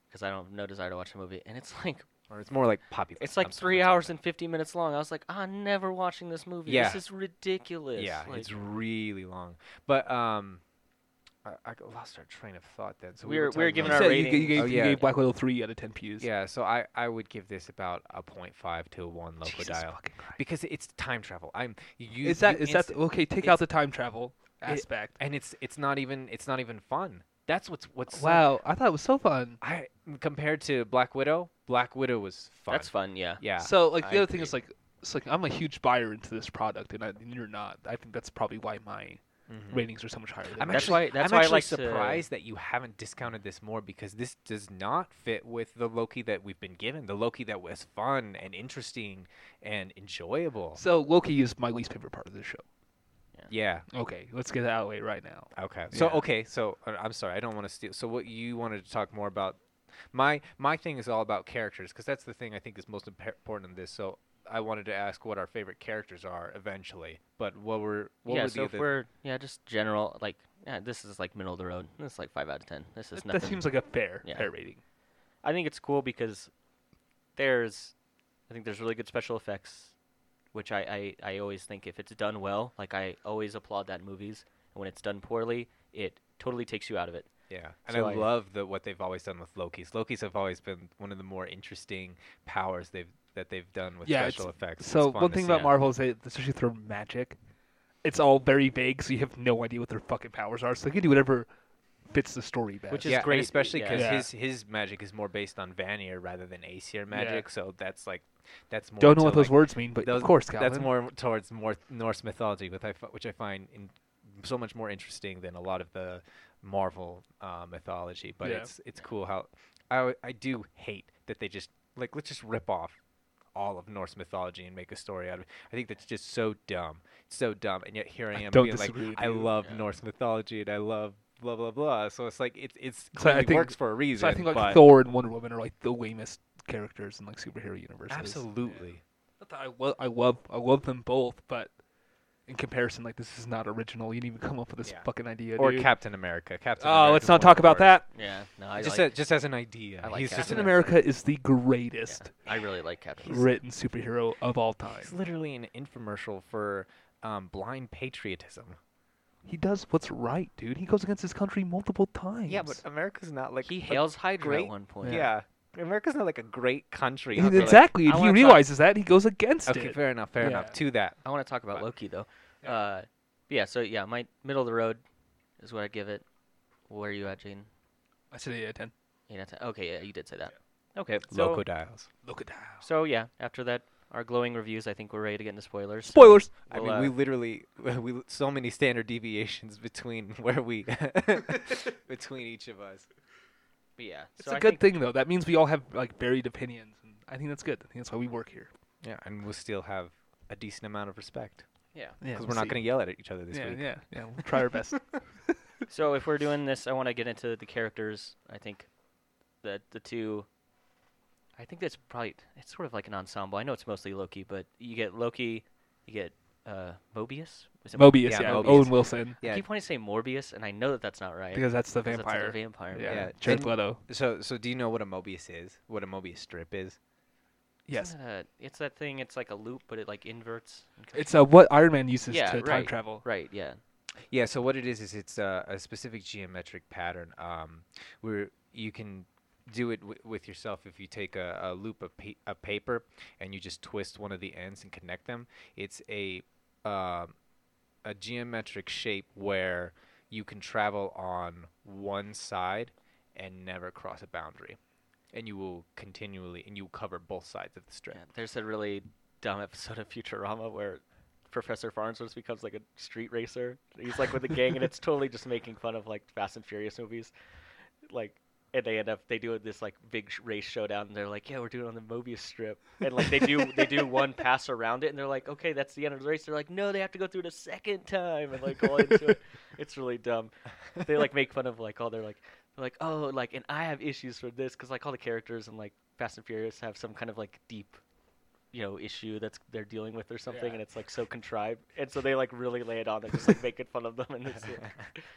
Speaker 1: because I don't have no desire to watch the movie, and it's like
Speaker 2: or it's more like poppy.
Speaker 1: It's
Speaker 2: I'm
Speaker 1: like
Speaker 2: sorry,
Speaker 1: three
Speaker 2: I'm sorry.
Speaker 1: hours and 50 minutes long. I was like, I'm never watching this movie.
Speaker 2: Yeah.
Speaker 1: This is ridiculous.
Speaker 2: Yeah,
Speaker 1: Like,
Speaker 2: it's really long. But um, I, I g- lost our train of thought then. So we
Speaker 1: We're-
Speaker 2: were,
Speaker 1: we're
Speaker 2: talking
Speaker 1: giving
Speaker 2: about-
Speaker 1: our
Speaker 3: said you, g- you
Speaker 1: ratings-
Speaker 3: gave,
Speaker 2: Oh,
Speaker 3: you
Speaker 2: yeah.
Speaker 3: gave Black Widow three out of ten pews.
Speaker 2: Yeah, so I I would give this about a 0.5 to a one local
Speaker 3: Jesus
Speaker 2: Oh, dial
Speaker 3: fucking Christ.
Speaker 2: because it's time travel. I'm you
Speaker 3: is that
Speaker 2: you
Speaker 3: is that
Speaker 2: inst-
Speaker 3: okay? Take
Speaker 2: it's-
Speaker 3: out the time travel
Speaker 2: it-
Speaker 3: aspect.
Speaker 2: and it's it's not even it's not even fun. That's what's what's so-
Speaker 3: wow, I thought it was so fun.
Speaker 2: I compared to Black Widow, Black Widow was fun.
Speaker 1: that's fun, yeah.
Speaker 2: Yeah.
Speaker 3: So like the
Speaker 2: I
Speaker 3: other thing is like it's like I'm a huge buyer into this product, and, I, and you're not. I think that's probably why my
Speaker 2: Mhm.
Speaker 3: ratings are so much higher. Than
Speaker 2: I'm
Speaker 3: yours.
Speaker 1: Mm-hmm. That's
Speaker 2: actually,
Speaker 1: why- that's
Speaker 2: I'm
Speaker 1: why I
Speaker 2: actually
Speaker 1: like to-
Speaker 2: surprised that you haven't discounted this more because this does not fit with the Loki that we've been given. The Loki that was fun and interesting and enjoyable.
Speaker 3: so Loki is my least favorite part of this show.
Speaker 2: yeah.
Speaker 3: Okay, let's get that out of the way right now.
Speaker 2: Okay. So
Speaker 3: Yeah.
Speaker 2: okay. So uh, I'm sorry. I don't want to steal. So what you wanted to talk more about? My my thing is all about characters because that's the thing I think is most impa- important in this. So I wanted to ask what our favorite characters are eventually, but what were what
Speaker 1: yeah,
Speaker 2: were
Speaker 1: so
Speaker 2: the
Speaker 1: if
Speaker 2: other?
Speaker 1: we're, yeah, just general, like, yeah, this is like middle of the road. This is like 5 out of 10. This is
Speaker 3: That-
Speaker 1: nothing.
Speaker 3: That seems like a fair
Speaker 1: Yeah.
Speaker 3: fair rating.
Speaker 1: I think it's cool because there's, I think there's really good special effects, which I, I, I always think if it's done well, like I always applaud that in movies. And when it's done poorly, it totally takes you out of it.
Speaker 2: Yeah, and
Speaker 1: So
Speaker 2: I,
Speaker 1: I-
Speaker 2: love the what they've always done with Loki's. Loki's have always been one of the more interesting powers they've that they've done with
Speaker 3: Yeah, it's-
Speaker 2: special effects. It's
Speaker 3: So
Speaker 2: fun
Speaker 3: one
Speaker 2: to
Speaker 3: thing
Speaker 2: see.
Speaker 3: about Marvel is they especially through magic, it's all very vague, so you have no idea what their fucking powers are. So they can do whatever fits the story best.
Speaker 1: Which is
Speaker 2: yeah, and
Speaker 1: great,
Speaker 2: especially
Speaker 1: yeah.
Speaker 2: because
Speaker 3: Yeah.
Speaker 2: his his magic is more based on Vanir rather than Aesir magic. So that's like that's more.
Speaker 3: don't know
Speaker 2: to,
Speaker 3: what those
Speaker 2: like,
Speaker 3: words mean, but
Speaker 2: those-
Speaker 3: of course, Calvin.
Speaker 2: that's more towards more Norse mythology, which I fi- which I find in, so much more interesting than a lot of the Marvel uh, mythology. But
Speaker 3: Yeah.
Speaker 2: it's it's cool how I w- I do hate that they just like let's just rip off all of Norse mythology and make a story out of it. I think that's just so dumb, so dumb. And yet here I am
Speaker 3: don't
Speaker 2: being like
Speaker 3: disagree with
Speaker 2: I
Speaker 3: you.
Speaker 2: love
Speaker 1: Yeah.
Speaker 2: Norse mythology and I love blah blah blah. So it's like it's it's
Speaker 3: So I
Speaker 2: clearly
Speaker 3: think-
Speaker 2: works for a reason.
Speaker 3: So I think like
Speaker 2: but
Speaker 3: Thor and Wonder Woman are like the lamest characters in like superhero universes.
Speaker 2: absolutely.
Speaker 3: Not that I love, I love, I love them both, but in comparison, like this is not original. You didn't even come up with this
Speaker 2: Yeah.
Speaker 3: fucking idea.
Speaker 2: Or
Speaker 3: dude.
Speaker 2: Captain America. Captain
Speaker 3: Oh, let's
Speaker 2: America's
Speaker 3: not
Speaker 2: one of
Speaker 3: talk
Speaker 2: the
Speaker 3: about
Speaker 2: worst.
Speaker 3: that.
Speaker 1: Yeah, no, I
Speaker 2: just,
Speaker 1: like,
Speaker 2: a, just as an idea.
Speaker 1: I like
Speaker 2: he's just
Speaker 3: Captain
Speaker 2: an
Speaker 1: America.
Speaker 3: America is the
Speaker 1: yeah,
Speaker 3: greatest
Speaker 1: I really like Captain. America.
Speaker 3: written superhero of all time.
Speaker 2: It's literally an infomercial for um, blind patriotism.
Speaker 3: He does what's right, dude. He goes against his country multiple times.
Speaker 2: Yeah, but America's not like
Speaker 1: He
Speaker 2: a-
Speaker 1: hails Hydra
Speaker 2: great-
Speaker 1: at one point.
Speaker 2: Yeah. America's not like a great country.
Speaker 3: He-
Speaker 2: out there, like-
Speaker 1: I
Speaker 3: exactly. and he
Speaker 1: wanna talk-
Speaker 3: realizes that he goes against
Speaker 2: okay,
Speaker 3: it.
Speaker 2: fair enough. Fair
Speaker 3: Yeah.
Speaker 2: enough. To that.
Speaker 1: I want to talk about
Speaker 2: But-
Speaker 1: Loki though.
Speaker 3: Yeah.
Speaker 1: Uh, yeah. So yeah, my middle of the road is what I give it. Where are you at, Gene?
Speaker 3: I said eight out of ten.
Speaker 1: Eight out of ten. Okay, yeah, you did say that. Okay. So
Speaker 2: dials.
Speaker 3: Look at that.
Speaker 1: so yeah, after that, our glowing reviews. I think we're ready to get into spoilers. so
Speaker 3: Spoilers.
Speaker 2: I
Speaker 1: we'll,
Speaker 2: mean,
Speaker 1: uh,
Speaker 2: we literally [laughs] we li- so many standard deviations [laughs] between
Speaker 1: [laughs]
Speaker 2: where we between each of us.
Speaker 1: but yeah.
Speaker 3: It's
Speaker 1: so
Speaker 3: a
Speaker 1: I
Speaker 3: good
Speaker 1: think-
Speaker 3: thing though. That means we all have like varied opinions, and I think that's good. I think that's why we work here.
Speaker 2: Yeah, and we'll still have a decent amount of respect
Speaker 1: Yeah.
Speaker 3: Yeah,
Speaker 2: because we're not going to yell at each other this
Speaker 3: Yeah,
Speaker 2: week.
Speaker 3: yeah, yeah. We'll try our best. [laughs]
Speaker 1: So if we're doing this, I want to get into the characters. I think that the two. I think that's probably it's sort of like an ensemble. I know it's mostly Loki, but you get Loki, you get uh, Mobius. Is it Mo-
Speaker 3: Mobius,
Speaker 2: Yeah,
Speaker 3: yeah,
Speaker 2: Mobius.
Speaker 3: Owen Wilson,
Speaker 1: I keep wanting to say Morbius, and I know that that's not right.
Speaker 3: because that's the
Speaker 1: 'cause that's like a
Speaker 3: vampire.
Speaker 1: vampire.
Speaker 3: yeah,
Speaker 2: Yeah,
Speaker 3: Jared
Speaker 2: and-
Speaker 3: Leto.
Speaker 2: So, so do you know what a Mobius is? What a Mobius strip is?
Speaker 3: Yes,
Speaker 1: Isn't it a- it's that thing. It's like a loop, but it like inverts. and comes-
Speaker 3: it's uh, what Iron Man uses
Speaker 1: Yeah,
Speaker 3: to time
Speaker 1: right.
Speaker 3: travel.
Speaker 1: right. Yeah.
Speaker 2: Yeah. So what it is is it's a, a specific geometric pattern um, where you can do it w- with yourself if you take a, a loop of pa- a paper and you just twist one of the ends and connect them. It's a um a geometric shape where you can travel on one side and never cross a boundary, and you will continually and you will cover both sides of the strip.
Speaker 1: yeah. There's a really dumb episode of Futurama where Professor Farnsworth becomes like a street racer. He's like with a gang, and it's totally just making fun of like Fast and Furious movies. Like, and they end up they do this like big sh- race showdown, and they're like, "Yeah, we're doing it on the Mobius strip," and like they do they do one pass around it, and they're like, "Okay, that's the end of the race." They're like, "No, they have to go through it a second time," and
Speaker 3: [laughs]
Speaker 1: like all into it. It's really dumb. They like make fun of like all their like they're like oh like and I have issues for this because like all the characters in like Fast and Furious have some kind of like deep you know issue that's they're dealing with or something
Speaker 3: Yeah.
Speaker 1: and it's like so contrived and so they like really lay it on they're just like making fun of them and it's like,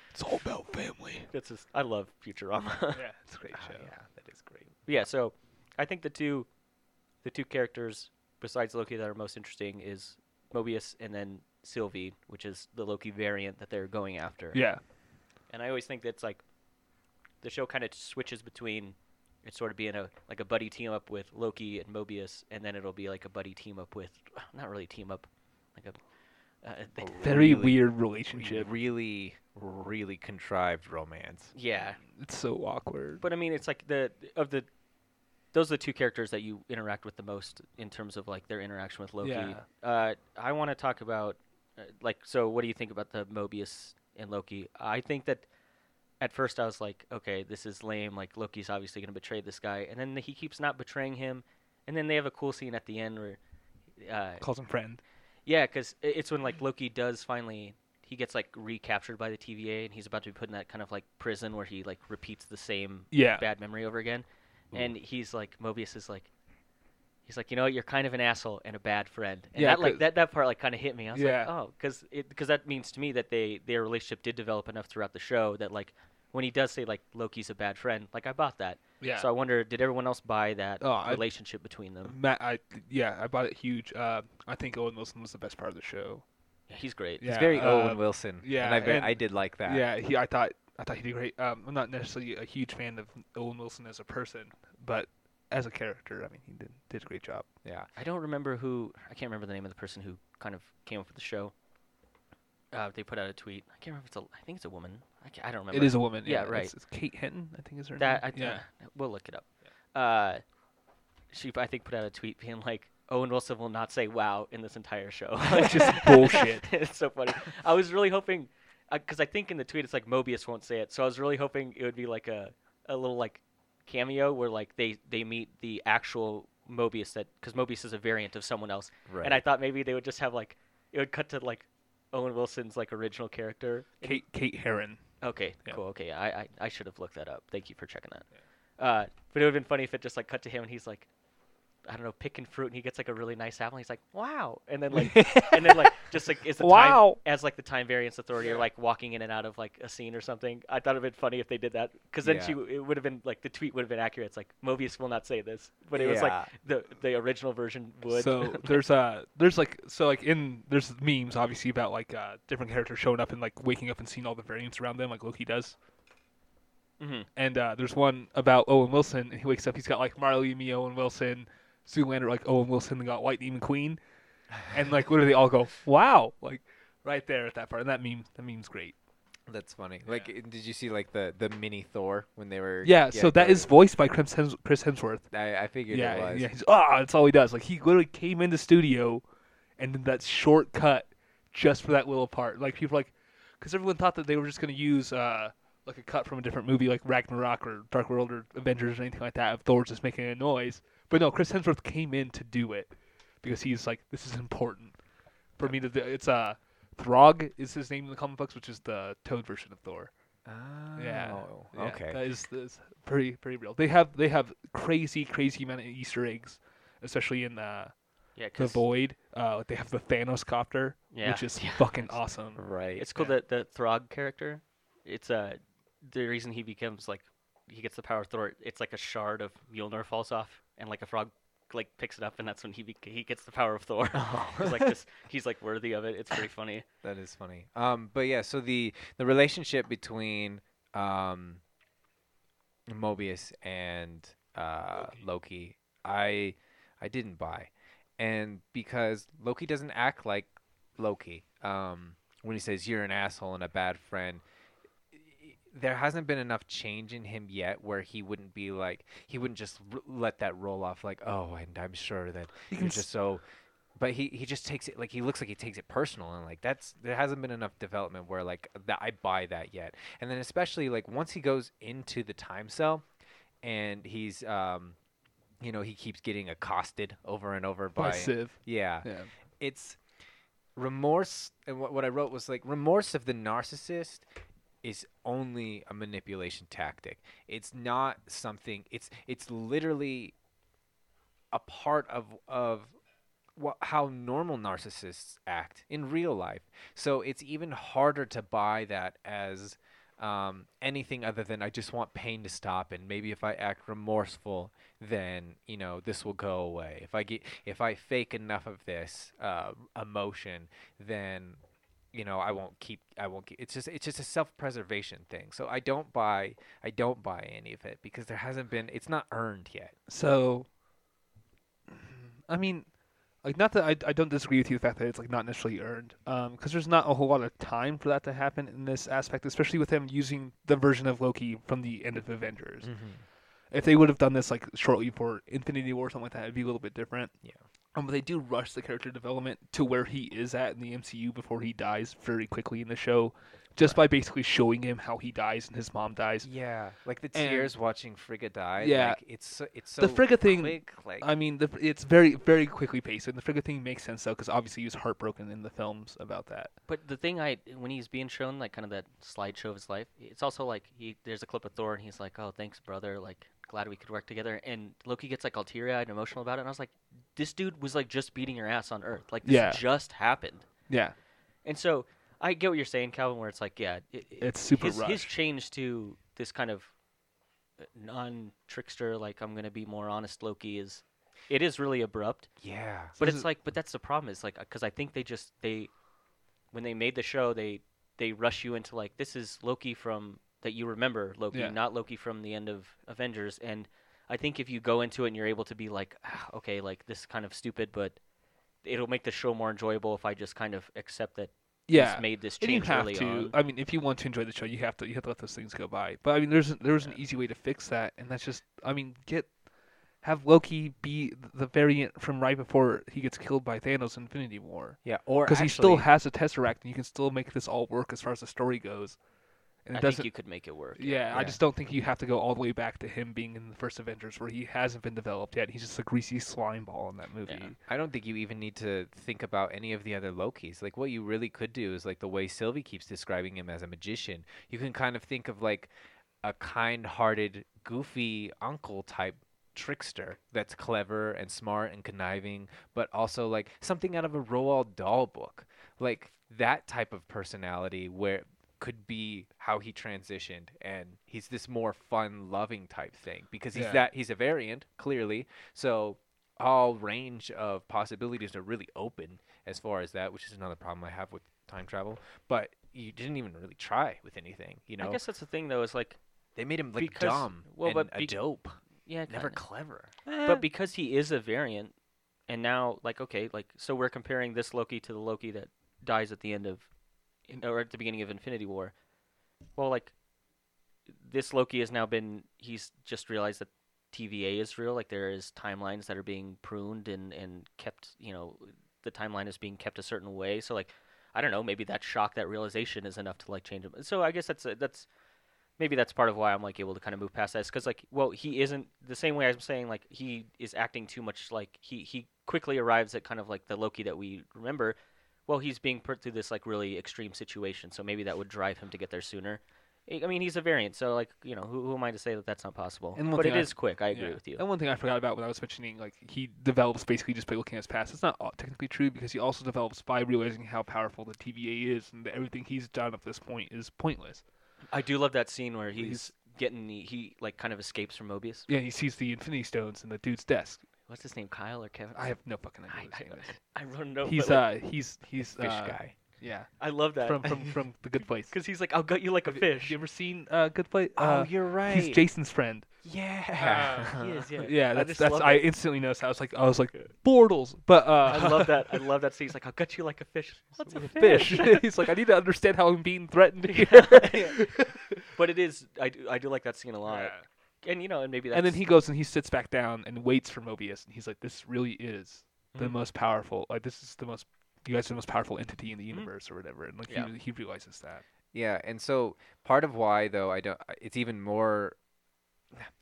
Speaker 3: It's all about family.
Speaker 1: it's just I love Futurama [laughs]
Speaker 3: yeah, it's a great
Speaker 2: Oh,
Speaker 3: show.
Speaker 2: yeah, that is great.
Speaker 1: yeah so I think the two the two characters besides Loki that are most interesting is Mobius and then Sylvie, which is the Loki variant that they're going after.
Speaker 3: Yeah.
Speaker 1: And I always think that's like the show kind of switches between it sort of being a like a buddy team up with Loki and Mobius, and then it'll be like a buddy team up with not really team up, like a uh, they-
Speaker 2: A
Speaker 3: Very
Speaker 2: Really-
Speaker 3: weird
Speaker 2: Re-
Speaker 3: relationship.
Speaker 2: Really, really contrived romance.
Speaker 1: [laughs] yeah.
Speaker 3: It's so awkward.
Speaker 1: But I mean, it's like the of the those are the two characters that you interact with the most in terms of like their interaction with Loki.
Speaker 3: Yeah.
Speaker 1: Uh, I want to talk about uh, like so. What do you think about the Mobius and Loki? I think that at first I was like, okay, this is lame. Like Loki's obviously going to betray this guy, and then he keeps not betraying him. And then they have a cool scene at the end where, uh,
Speaker 3: Calls him friend.
Speaker 1: yeah, because it's when like Loki does finally he gets like recaptured by the TVA, and he's about to be put in that kind of like prison where he like repeats the same
Speaker 3: Yeah. Mm-hmm.
Speaker 1: bad memory over again. And he's like, Mobius is like, he's like, you know, what, you're kind of an asshole and a bad friend. And
Speaker 3: Yeah,
Speaker 1: that like
Speaker 3: 'cause-
Speaker 1: that, that part like kind of hit me. I was
Speaker 3: Yeah.
Speaker 1: like, oh, because because that means to me that they their relationship did develop enough throughout the show that like when he does say like Loki's a bad friend, like I bought that.
Speaker 3: Yeah.
Speaker 1: So I wonder, did everyone else buy that
Speaker 3: Oh, I-
Speaker 1: relationship between them?
Speaker 3: Matt, I yeah, I bought it huge. Uh, I think Owen Wilson was the best part of the show.
Speaker 1: Yeah, he's great.
Speaker 3: Yeah,
Speaker 2: He's very
Speaker 3: uh,
Speaker 2: Owen Wilson.
Speaker 3: yeah,
Speaker 2: and I bet
Speaker 3: and-
Speaker 2: I did like that.
Speaker 3: Yeah, he. I thought I thought he did great. Um, I'm not necessarily a huge fan of Owen Wilson as a person, but as a character, I mean, he did did a great job.
Speaker 2: yeah.
Speaker 1: I don't remember who. I can't remember the name of the person who kind of came up with the show. Uh, they put out a tweet. I can't remember. If it's a. I think it's a woman. I, ca- I don't remember.
Speaker 3: It is a woman.
Speaker 1: Yeah, right.
Speaker 3: It's, it's Kate Hinton, I think is her
Speaker 1: That I
Speaker 3: name.
Speaker 1: th- we'll look it up. Uh, she I think put out a tweet being like, Owen Wilson will not say wow in this entire show.
Speaker 3: [laughs]
Speaker 1: [laughs]
Speaker 3: Which is bullshit.
Speaker 1: it's so funny. I was really hoping, because I think in the tweet it's like Mobius won't say it, so I was really hoping it would be like a a little like cameo where like they they meet the actual Mobius that because Mobius is a variant of someone else,
Speaker 2: Right.
Speaker 1: and I thought maybe they would just have like it would cut to like Owen Wilson's like original character
Speaker 3: Kate Kate Heron.
Speaker 1: Okay,
Speaker 3: Yeah.
Speaker 1: cool. Okay, yeah, I, I I should have looked that up. Thank you for checking that. Uh, but it would have been funny if it just like cut to him and he's like, I don't know, picking fruit and he gets like a really nice apple. And he's like, wow, and then like, and then like just like is the
Speaker 2: Wow.
Speaker 1: time as like the time variance authority or like walking in and out of like a scene or something. I thought it'd been funny if they did that because then
Speaker 2: Yeah.
Speaker 1: she it would have been like the tweet would have been accurate. It's like Mobius will not say this, but it was
Speaker 2: Yeah.
Speaker 1: like the the original version would.
Speaker 3: [laughs] So there's uh there's like so like in there's memes obviously about like uh different characters showing up and like waking up and seeing all the variants around them like Loki does.
Speaker 1: Mhm.
Speaker 3: And uh, there's one about Owen Wilson and he wakes up he's got like Marley, me, Owen Wilson, Zoolander like Owen Wilson and got White Demon Queen, and like literally all go wow like right there at that part and that meme that meme's great.
Speaker 2: That's funny. Like, i- did you see like the the mini Thor when they were?
Speaker 3: Yeah, so that
Speaker 2: go-
Speaker 3: is voiced by Chris Hems- Chris Hemsworth.
Speaker 2: I, I figured it
Speaker 3: yeah,
Speaker 2: was.
Speaker 3: yeah. He's ah, that's all he does. Like he literally came in the studio, and did that short cut just for that little part. Like people like, because everyone thought that they were just gonna use uh like a cut from a different movie like Ragnarok or Dark World or Avengers or anything like that of Thor's just making a noise. But no, Chris Hemsworth came in to do it because he's like, this is important for me to. Do. It's uh, Throg is his name in the comic books, which is the Toad version of Thor. Yeah.
Speaker 2: Oh,
Speaker 3: Yeah,
Speaker 2: Okay.
Speaker 3: That is, that's pretty pretty real. They have they have crazy crazy amount of Easter eggs, especially in uh,
Speaker 1: yeah,
Speaker 3: the
Speaker 1: 'cause-
Speaker 3: void. Uh, like, they have the Thanos copter,
Speaker 1: Yeah.
Speaker 3: which
Speaker 2: [laughs]
Speaker 3: is
Speaker 1: Yeah.
Speaker 3: fucking awesome.
Speaker 2: right.
Speaker 1: It's cool that the Throg character. It's uh, the reason he becomes like he gets the power of Thor. It's like a shard of Mjolnir falls off, and like a frog like picks it up, and that's when he bec he gets the power of Thor. [laughs] he's like just he's like worthy of it. It's pretty funny.
Speaker 2: that is funny. Um, but yeah, so the the relationship between um, Mobius and uh, Loki. I I didn't buy, and because Loki doesn't act like Loki um, when he says you're an asshole and a bad friend. There hasn't been enough change in him yet where he wouldn't be like he wouldn't just r- let that roll off like oh and I'm sure that
Speaker 3: You
Speaker 2: you're
Speaker 3: can
Speaker 2: just so but he, he just takes it like he looks like he takes it personal and like that's there hasn't been enough development where like that I buy that yet. And then especially like once he goes into the time cell and he's um you know he keeps getting accosted over and over by,
Speaker 3: By Civ.
Speaker 2: yeah
Speaker 3: Yeah.
Speaker 2: it's remorse and what, what i wrote was like remorse of the narcissist is only a manipulation tactic it's not something it's it's literally a part of of wha how normal narcissists act in real life so it's even harder to buy that as um, anything other than I just want pain to stop, and maybe if I act remorseful, then you know this will go away. If I get if I fake enough of this uh, emotion, then you know I won't keep I won't keep. It's just it's just a self preservation thing. So I don't buy I don't buy any of it because there hasn't been it's not earned yet.
Speaker 3: So, I mean, like, not that I, I don't disagree with you the fact that it's like not necessarily earned, because there's not a whole lot of time for that to happen in this aspect, especially with them using the version of Loki from the end of Avengers. If they would have done this like shortly before Infinity War or something like that, it'd be a little bit different.
Speaker 2: Yeah.
Speaker 3: Um, but they do rush the character development to where he is at in the MCU before he dies very quickly in the show, just by basically showing him how he dies and his mom dies.
Speaker 2: Yeah, like the
Speaker 3: And-
Speaker 2: tears watching Frigga die.
Speaker 3: Yeah.
Speaker 2: like, it's so, it's so
Speaker 3: The Frigga thing,
Speaker 2: quick, like
Speaker 3: I mean, the, it's very, very quickly paced, and the Frigga thing makes sense though, because obviously he was heartbroken in the films about that.
Speaker 1: But the thing I, when he's being shown like kind of that slideshow of his life, it's also like he there's a clip of Thor and he's like, "Oh, thanks, brother. Like, glad we could work together." And Loki gets like all teary-eyed and emotional about it, and I was like, "This dude was like just beating your ass on Earth. Like, this
Speaker 3: Yeah.
Speaker 1: just happened."
Speaker 3: Yeah,
Speaker 1: And so I get what you're saying, Calvin, where it's like, yeah, it, it-
Speaker 3: It's super
Speaker 1: his, his
Speaker 3: rushed.
Speaker 1: change to this kind of non trickster, like I'm gonna be more honest, Loki is, it is really abrupt.
Speaker 2: yeah.
Speaker 1: But
Speaker 3: this
Speaker 1: it's
Speaker 3: is-
Speaker 1: like, but that's the problem. Is like, because I think they just they, when they made the show, they they rush you into like this is Loki from that you remember Loki,
Speaker 3: Yeah.
Speaker 1: not Loki from the end of Avengers. And I think if you go into it and you're able to be like, "Ah, okay, like this is kind of stupid, but it'll make the show more enjoyable if I just kind of accept that
Speaker 3: yeah.
Speaker 1: he's made this
Speaker 3: And you
Speaker 1: change
Speaker 3: have
Speaker 1: early
Speaker 3: to.
Speaker 1: on.
Speaker 3: I mean, if you want to enjoy the show, you have to. You have to let those things go by. But I mean, there's there's an easy way to fix that, and that's just. I mean, get have Loki be the variant from right before he gets killed by Thanos in Infinity War,
Speaker 2: Yeah, or
Speaker 3: because
Speaker 2: actually,
Speaker 3: he still has a Tesseract, and you can still make this all work as far as the story goes. And it
Speaker 1: I
Speaker 3: doesn't.
Speaker 1: think you could make it work.
Speaker 3: yeah,
Speaker 2: yeah.
Speaker 3: I just don't think you have to go all the way back to him being in the first Avengers, where he hasn't been developed yet. He's just a greasy slime ball in that movie.
Speaker 2: I don't think you even need to think about any of the other Lokis. Like what you really could do is like the way Sylvie keeps describing him as a magician. You can kind of think of like a kind-hearted, goofy uncle type trickster that's clever and smart and conniving, but also like something out of a Roald Dahl book. Like that type of personality where could be how he transitioned and he's this more fun loving type thing because he's
Speaker 3: Yeah.
Speaker 2: that he's a variant clearly so all range of possibilities are really open as far as that, which is another problem I have with time travel. But you didn't even really try with anything, you know.
Speaker 1: I guess that's the thing though. Is like,
Speaker 2: they made him like
Speaker 1: because-
Speaker 2: dumb,
Speaker 1: well,
Speaker 2: and
Speaker 1: but
Speaker 2: a
Speaker 1: be-
Speaker 2: dope,
Speaker 1: yeah, kinda.
Speaker 2: never clever.
Speaker 3: uh,
Speaker 1: but because he is a variant, and now like okay, like so we're comparing this Loki to the Loki that dies at the end of, in- or at the beginning of Infinity War. Well, like this Loki has now been he's just realized that TVA is real. Like there is timelines that are being pruned and and kept. You know, the timeline is being kept a certain way. So like, I don't know. Maybe that shock, that realization, is enough to like change him. So I guess that's a, that's maybe that's part of why I'm like able to kind of move past that. Because like, well, he isn't the same way I'm saying. Like he is acting too much. Like he he quickly arrives at kind of like the Loki that we remember. Well, he's being put through this like really extreme situation, so maybe that would drive him to get there sooner. I I mean, he's a variant, so like you know, who, who am I to say that that's not possible?
Speaker 3: And one
Speaker 1: but it
Speaker 3: thing
Speaker 1: is
Speaker 3: I-
Speaker 1: quick. I agree
Speaker 3: Yeah.
Speaker 1: with you.
Speaker 3: And one thing I forgot about when I was mentioning, like he develops basically just by looking at his past. It's not all- technically true because he also develops by realizing how powerful the TVA is and that everything he's done up this point is pointless.
Speaker 1: I do love that scene where he's,
Speaker 3: He's-
Speaker 1: getting the, he like kind of escapes from Mobius.
Speaker 3: Yeah, he sees the Infinity Stones in the dude's desk.
Speaker 1: What's his name, Kyle or Kevin?
Speaker 3: I have no fucking idea.
Speaker 1: I,
Speaker 3: who's saying this.
Speaker 1: I, I don't [laughs] know.
Speaker 3: he's
Speaker 1: but, like,
Speaker 3: uh, he's he's
Speaker 2: Fish
Speaker 3: uh,
Speaker 2: guy.
Speaker 3: Yeah,
Speaker 1: I love that [laughs]
Speaker 3: from from from the Good Place.
Speaker 1: because he's like, I'll gut you like a
Speaker 3: Have you-
Speaker 1: fish.
Speaker 3: Have you ever seen uh, Good Place?
Speaker 2: oh,
Speaker 3: Uh,
Speaker 2: you're right.
Speaker 3: He's Jason's friend.
Speaker 2: yeah.
Speaker 3: [laughs]
Speaker 2: [laughs]
Speaker 1: he is, Ah, yeah.
Speaker 3: Yeah, that's
Speaker 1: just
Speaker 3: that's.
Speaker 1: love
Speaker 3: I
Speaker 1: that.
Speaker 3: instantly noticed. I was like, I was like, Bortles. But uh,
Speaker 1: I love that. I love
Speaker 3: [laughs]
Speaker 1: that scene. He's like, I'll gut you like a fish. What's a
Speaker 3: fish. [laughs] He's like, I need to understand how I'm being [laughs] threatened here.
Speaker 1: [laughs] but it is. I do, I do like that scene a lot. And you know, and maybe that's.
Speaker 3: And then he goes and he sits back down and waits for Mobius, and he's like, "This really is the
Speaker 1: Mhm.
Speaker 3: most powerful. Like, this is the most. You guys are the most powerful entity in the universe, or whatever." And like,
Speaker 1: Yeah.
Speaker 3: he, he realizes that.
Speaker 2: Yeah, and so part of why though I don't it's even more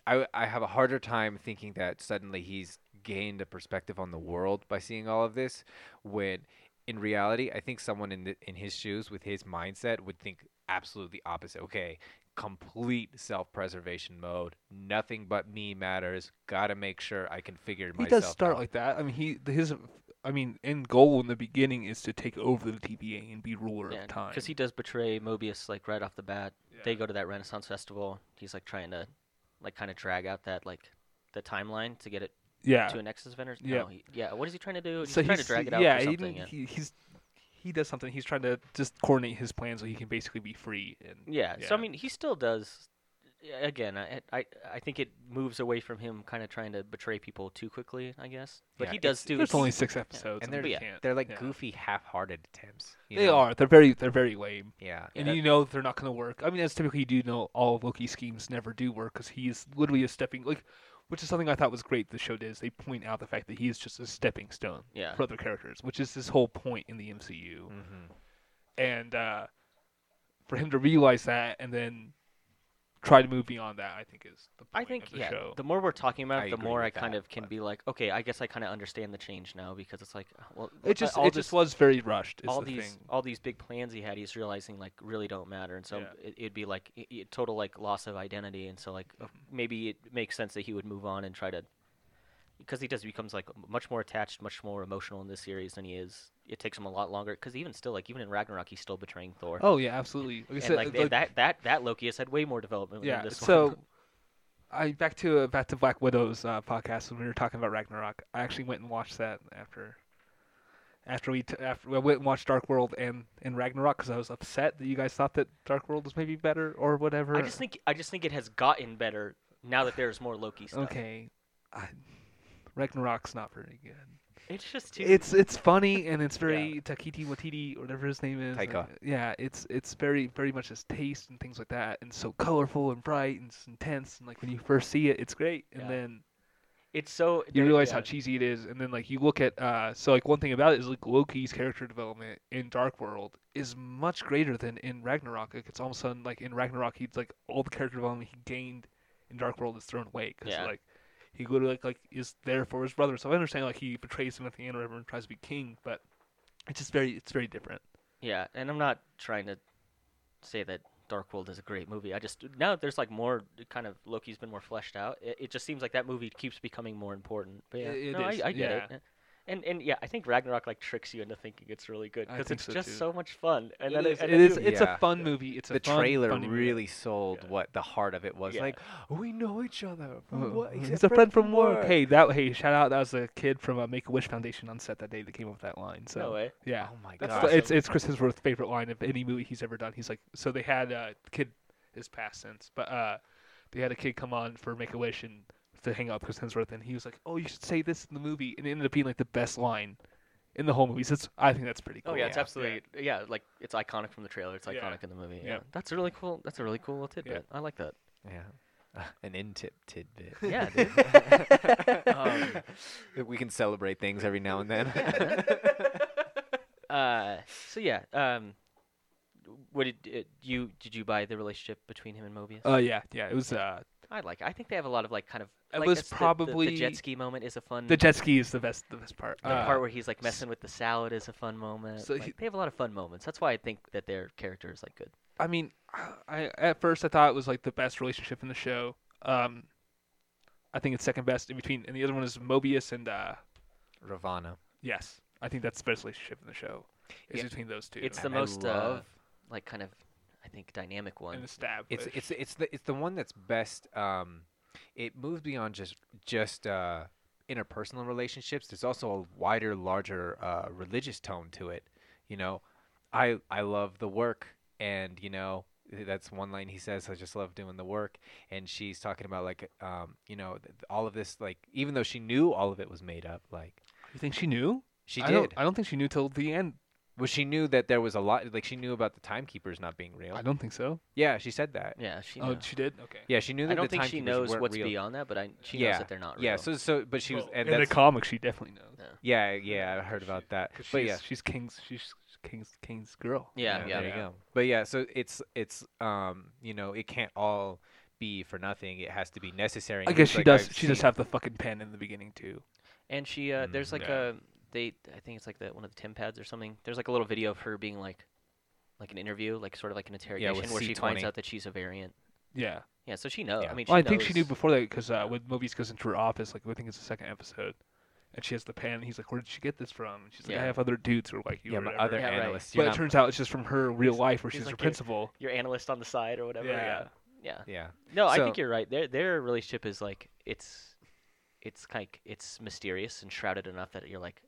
Speaker 2: I I have a harder time thinking that suddenly he's gained a perspective on the world by seeing all of this when in reality I think someone in the, in his shoes with his mindset would think absolutely opposite. Okay, complete self-preservation mode. Nothing but me matters. Got to make sure I can figure
Speaker 3: He
Speaker 2: myself
Speaker 3: does start
Speaker 2: out.
Speaker 3: like that. I mean, he the- his. I mean, end goal in the beginning is to take over the TVA and be ruler of time.
Speaker 1: because he does betray Mobius like right off the bat. they go to that Renaissance festival. He's like trying to, like, kind of drag out that like the timeline to get it
Speaker 3: yeah.
Speaker 1: to a Nexus vendor.
Speaker 3: Yeah.
Speaker 1: No, he, yeah. What is he trying to do? He's
Speaker 3: so
Speaker 1: trying
Speaker 3: he's
Speaker 1: to drag it out
Speaker 3: yeah,
Speaker 1: for
Speaker 3: he-
Speaker 1: something.
Speaker 3: He,
Speaker 1: and-
Speaker 3: he's he does something. He's trying to just coordinate his plan so he can basically be free and
Speaker 1: yeah. So
Speaker 3: yeah.
Speaker 1: I mean, he still does. yeah, Again, I I I think it moves away from him kind of trying to betray people too quickly. I guess, but
Speaker 2: Yeah,
Speaker 1: he does
Speaker 2: it's-
Speaker 1: do.
Speaker 3: there's only six episodes.
Speaker 2: And
Speaker 3: I mean,
Speaker 2: they're-
Speaker 3: you
Speaker 1: yeah,
Speaker 3: can't-
Speaker 2: They're like
Speaker 3: yeah.
Speaker 2: goofy, half-hearted attempts. you
Speaker 3: They
Speaker 2: know?
Speaker 3: are. They're very they're very lame.
Speaker 2: Yeah.
Speaker 3: And
Speaker 1: Yeah.
Speaker 3: you know they're not going to work. I mean, as typically you do know, all of Loki's schemes never do work because he is literally a stepping like, which is something I thought was great. The show did is they point out the fact that he is just a stepping stone
Speaker 1: Yeah. Mm.
Speaker 3: for other characters, which is his whole point in the MCU.
Speaker 2: Mhm.
Speaker 3: And uh, for him to realize that and then try to move beyond that, I think is the
Speaker 1: I
Speaker 3: point
Speaker 1: think
Speaker 3: of the
Speaker 1: yeah.
Speaker 3: show.
Speaker 1: The more we're talking about
Speaker 2: I
Speaker 1: it, the
Speaker 2: agree
Speaker 1: more
Speaker 2: with
Speaker 1: I kind
Speaker 2: that,
Speaker 1: of can
Speaker 2: but-
Speaker 1: be like, okay, I guess I kind of understand the change now because it's like, uh, well,
Speaker 3: it just
Speaker 1: all
Speaker 3: it
Speaker 1: this-
Speaker 3: just was very rushed. Is
Speaker 1: all
Speaker 3: the
Speaker 1: these
Speaker 3: thing.
Speaker 1: all these big plans he had, he's realizing like really don't matter, and so
Speaker 3: Yeah.
Speaker 1: it, it'd be like i i- total like loss of identity, and so like uh,
Speaker 3: Mm-hmm.
Speaker 1: maybe it makes sense that he would move on and try to, because he does becomes like m- much more attached, much more emotional in this series than he is. It takes him a lot longer because even still, like even in Ragnarok, he's still betraying Thor.
Speaker 3: Oh yeah, absolutely. Like I
Speaker 1: and
Speaker 3: said, uh,
Speaker 1: like, they-
Speaker 3: like-
Speaker 1: that that that Loki has had way more development.
Speaker 3: yeah.
Speaker 1: than this
Speaker 3: so,
Speaker 1: one. [laughs]
Speaker 3: I back to uh, back to Black Widow's uh, podcast when we were talking about Ragnarok. I actually went and watched that after after we t- after I went and watched Dark World and and Ragnarok because I was upset that you guys thought that Dark World was maybe better or whatever.
Speaker 1: I just think I just think it has gotten better now that there's more Loki stuff.
Speaker 3: okay, I, Ragnarok's not very good.
Speaker 1: It's just too.
Speaker 3: It's it's funny and it's very Takiti Watiti or whatever his name is. and,
Speaker 2: Taika.
Speaker 3: yeah, it's it's very very much his taste and things like that, and so colorful and bright and it's intense. And like when you first see it, it's great, and
Speaker 1: Yeah.
Speaker 3: then
Speaker 1: it's so
Speaker 3: you
Speaker 1: there-
Speaker 3: realize
Speaker 1: yeah.
Speaker 3: how cheesy it is. And then like you look at uh, so like one thing about it is like Loki's character development in Dark World is much greater than in Ragnarok. Like it's all of a sudden like in Ragnarok he's like all the character development he gained in Dark World is thrown away because
Speaker 1: Yeah.
Speaker 3: like he literally like, like is there for his brother. So I understand like he betrays him at the end or whatever and tries to be king, but it's just very it's very different.
Speaker 1: Yeah, and I'm not trying to say that Dark World is a great movie. I just now that there's like more kind of Loki's been more fleshed out. It, it just seems like that movie keeps becoming more important. But yeah,
Speaker 3: It- it
Speaker 1: no,
Speaker 3: is,
Speaker 1: I, I get it. And and yeah, I think Ragnarok like tricks you into thinking it's really good
Speaker 3: I
Speaker 1: because
Speaker 3: think
Speaker 1: it's
Speaker 3: so,
Speaker 1: just
Speaker 3: too.
Speaker 1: so much fun. And then
Speaker 3: it is,
Speaker 1: and
Speaker 3: it
Speaker 1: then
Speaker 3: is
Speaker 1: you-
Speaker 3: it's
Speaker 2: Yeah.
Speaker 3: a fun movie. It's a
Speaker 2: The
Speaker 3: fun,
Speaker 2: trailer
Speaker 3: funny movie.
Speaker 2: really sold
Speaker 3: Yeah.
Speaker 2: what the heart of it was.
Speaker 1: Yeah.
Speaker 2: Like, we know each other. from
Speaker 3: Oh,
Speaker 2: wo-
Speaker 3: he's
Speaker 2: except
Speaker 3: a friend from work. Hey, that hey, shout out. That was a kid from uh, Make a Wish Foundation on set that day that came up with that line.
Speaker 1: [laughs]
Speaker 3: So
Speaker 1: no way.
Speaker 3: yeah,
Speaker 2: Oh my
Speaker 3: that's
Speaker 2: god.
Speaker 3: the- it's it's Chris Hemsworth's favorite line of any movie he's ever done. He's like, so they had uh, the kid is past tense, but uh, they had a kid come on for Make a Wish and to hang out with Chris Hemsworth, and he was like, oh, you should say this in the movie, and it ended up being like the best line in the whole movie. So it's, I think that's pretty
Speaker 1: Oh
Speaker 3: cool.
Speaker 1: yeah, it's
Speaker 2: Yeah.
Speaker 1: absolutely yeah. Like it's iconic from the trailer. It's
Speaker 3: Yeah.
Speaker 1: iconic in the movie. Yeah,
Speaker 3: Yeah.
Speaker 1: that's a really cool. That's a really cool little tidbit. I like that.
Speaker 2: yeah. An in tip tidbit. [laughs]
Speaker 1: Yeah, dude. [laughs] Um,
Speaker 2: we can celebrate things every now and then.
Speaker 1: uh, so yeah. Um, what did uh, you did you buy the relationship between him and Mobius?
Speaker 3: Uh, yeah, yeah. It was uh,
Speaker 1: I like. It. I think they have a lot of like kind of.
Speaker 3: It
Speaker 1: like,
Speaker 3: was
Speaker 1: that's the- the- the,
Speaker 3: probably-
Speaker 1: jet ski moment is a fun.
Speaker 3: the jet ski is the best the best part.
Speaker 1: the
Speaker 3: Uh,
Speaker 1: part where he's like messing with the salad is a fun moment.
Speaker 3: so
Speaker 1: like,
Speaker 3: he-
Speaker 1: they have a lot of fun moments. That's why I think that their character is like good.
Speaker 3: I mean, I at first I thought it was like the best relationship in the show. Um, I think it's second best in between, and the other one is Mobius and uh,
Speaker 2: Ravana.
Speaker 3: yes, I think that's the best relationship in the show. Is
Speaker 2: Yeah.
Speaker 3: between those two.
Speaker 1: It's the
Speaker 2: I
Speaker 1: most uh,
Speaker 2: love-
Speaker 1: like kind of I think dynamic
Speaker 3: and
Speaker 1: one.
Speaker 3: the stab.
Speaker 2: It's
Speaker 3: which-
Speaker 2: it's it's the it's the one that's best. Um, it moves beyond just just uh, interpersonal relationships. There's also a wider, larger uh, religious tone to it. You know, I I love the work, and you know th- that's one line he says. I just love doing the work, and she's talking about like um, you know th- all of this like even though she knew all of it was made up, like
Speaker 3: you think she knew?
Speaker 2: she
Speaker 3: I
Speaker 2: did.
Speaker 3: Don't, I don't think she knew till the end.
Speaker 2: Well, she knew that there was a lot. Like she knew about the timekeepers not being real.
Speaker 3: I don't think so.
Speaker 2: Yeah, she said that.
Speaker 1: yeah, she.
Speaker 3: Oh,
Speaker 1: knows.
Speaker 3: she did. Okay.
Speaker 2: Yeah, she knew that
Speaker 1: I don't
Speaker 2: the
Speaker 1: think she
Speaker 2: timekeepers
Speaker 1: knows
Speaker 2: weren't
Speaker 1: what's
Speaker 2: real.
Speaker 1: beyond that, but I she knows that they're not real.
Speaker 2: Yeah, so so but she was
Speaker 3: Well,
Speaker 2: and
Speaker 3: in the
Speaker 2: that's,
Speaker 3: comic, she definitely knows.
Speaker 1: Yeah.
Speaker 2: yeah, yeah, I heard
Speaker 3: She-
Speaker 2: about that.
Speaker 3: 'cause
Speaker 2: But
Speaker 3: she's-
Speaker 2: yeah.
Speaker 3: she's King's. She's King's King's girl.
Speaker 1: yeah, yeah.
Speaker 2: there
Speaker 1: yeah.
Speaker 2: you go. But yeah, so it's it's um, you know, it can't all be for nothing. It has to be necessary.
Speaker 3: I
Speaker 2: and
Speaker 3: guess
Speaker 2: it's
Speaker 3: she
Speaker 2: like
Speaker 3: does.
Speaker 2: I've
Speaker 3: she does
Speaker 2: seen-
Speaker 3: have the fucking pen in the beginning too.
Speaker 1: And she
Speaker 2: Mm,
Speaker 1: uh, there's like
Speaker 3: Yeah.
Speaker 1: a they I think it's like the one of the Tim pads or something. There's like a little video of her being like like an interview, like sort of like an interrogation where she finds
Speaker 2: C20.
Speaker 1: out that she's a variant.
Speaker 3: Yeah.
Speaker 1: Yeah, so she knows.
Speaker 2: Yeah.
Speaker 1: I mean, she
Speaker 3: Well, I think she knew
Speaker 1: knows-
Speaker 3: before that because uh, when Mobius goes into her office, like I think it's the second episode, and she has the pen. And he's like, "Where did she get this from?" And she's like, "I
Speaker 1: Yeah.
Speaker 3: have other dudes who are like you."
Speaker 2: Yeah,
Speaker 3: or
Speaker 2: my
Speaker 3: whatever."
Speaker 2: other
Speaker 1: Yeah, right.
Speaker 2: analysts.
Speaker 3: But
Speaker 2: You're
Speaker 3: it
Speaker 2: not-
Speaker 3: turns out it's just from her real life where
Speaker 1: he's
Speaker 3: she's
Speaker 1: like,
Speaker 3: her
Speaker 1: "You're-
Speaker 3: principal.
Speaker 1: Your analyst on the side or whatever.
Speaker 3: Yeah.
Speaker 1: Yeah. Yeah.
Speaker 2: yeah.
Speaker 1: No, I
Speaker 2: So-
Speaker 1: think you're right. Their their relationship is like it's it's like it's mysterious and shrouded enough that you're like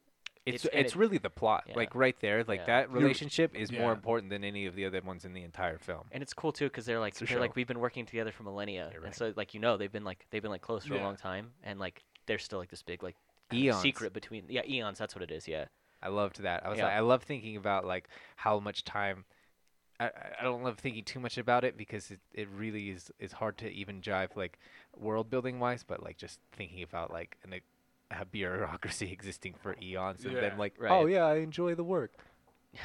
Speaker 1: It's-
Speaker 2: It's it's,
Speaker 1: and it-
Speaker 2: really the plot,
Speaker 1: yeah.
Speaker 2: like right there, like
Speaker 1: Yeah.
Speaker 2: that
Speaker 3: You're-
Speaker 2: relationship is
Speaker 3: yeah.
Speaker 2: more important than any of the other ones in the entire film.
Speaker 1: and it's cool too because they're like
Speaker 3: It's a
Speaker 1: they're like
Speaker 3: show.
Speaker 1: we've been working together for millennia
Speaker 2: You're
Speaker 1: and
Speaker 2: right.
Speaker 1: so like you know they've been like they've been like close for a
Speaker 3: Yeah.
Speaker 1: long time and like they're still like this big like
Speaker 2: Eons.
Speaker 1: secret between yeah eons that's what it is yeah
Speaker 2: I loved that. I was
Speaker 1: Yeah.
Speaker 2: like, I love thinking about like how much time. I, I- I don't love thinking too much about it because it, it really is is hard to even jive like world building wise, but like just thinking about like an, e- a bureaucracy [laughs] existing for eons and
Speaker 3: Yeah.
Speaker 2: then like
Speaker 1: Right.
Speaker 2: oh yeah I enjoy
Speaker 1: [laughs]
Speaker 2: the work. [laughs]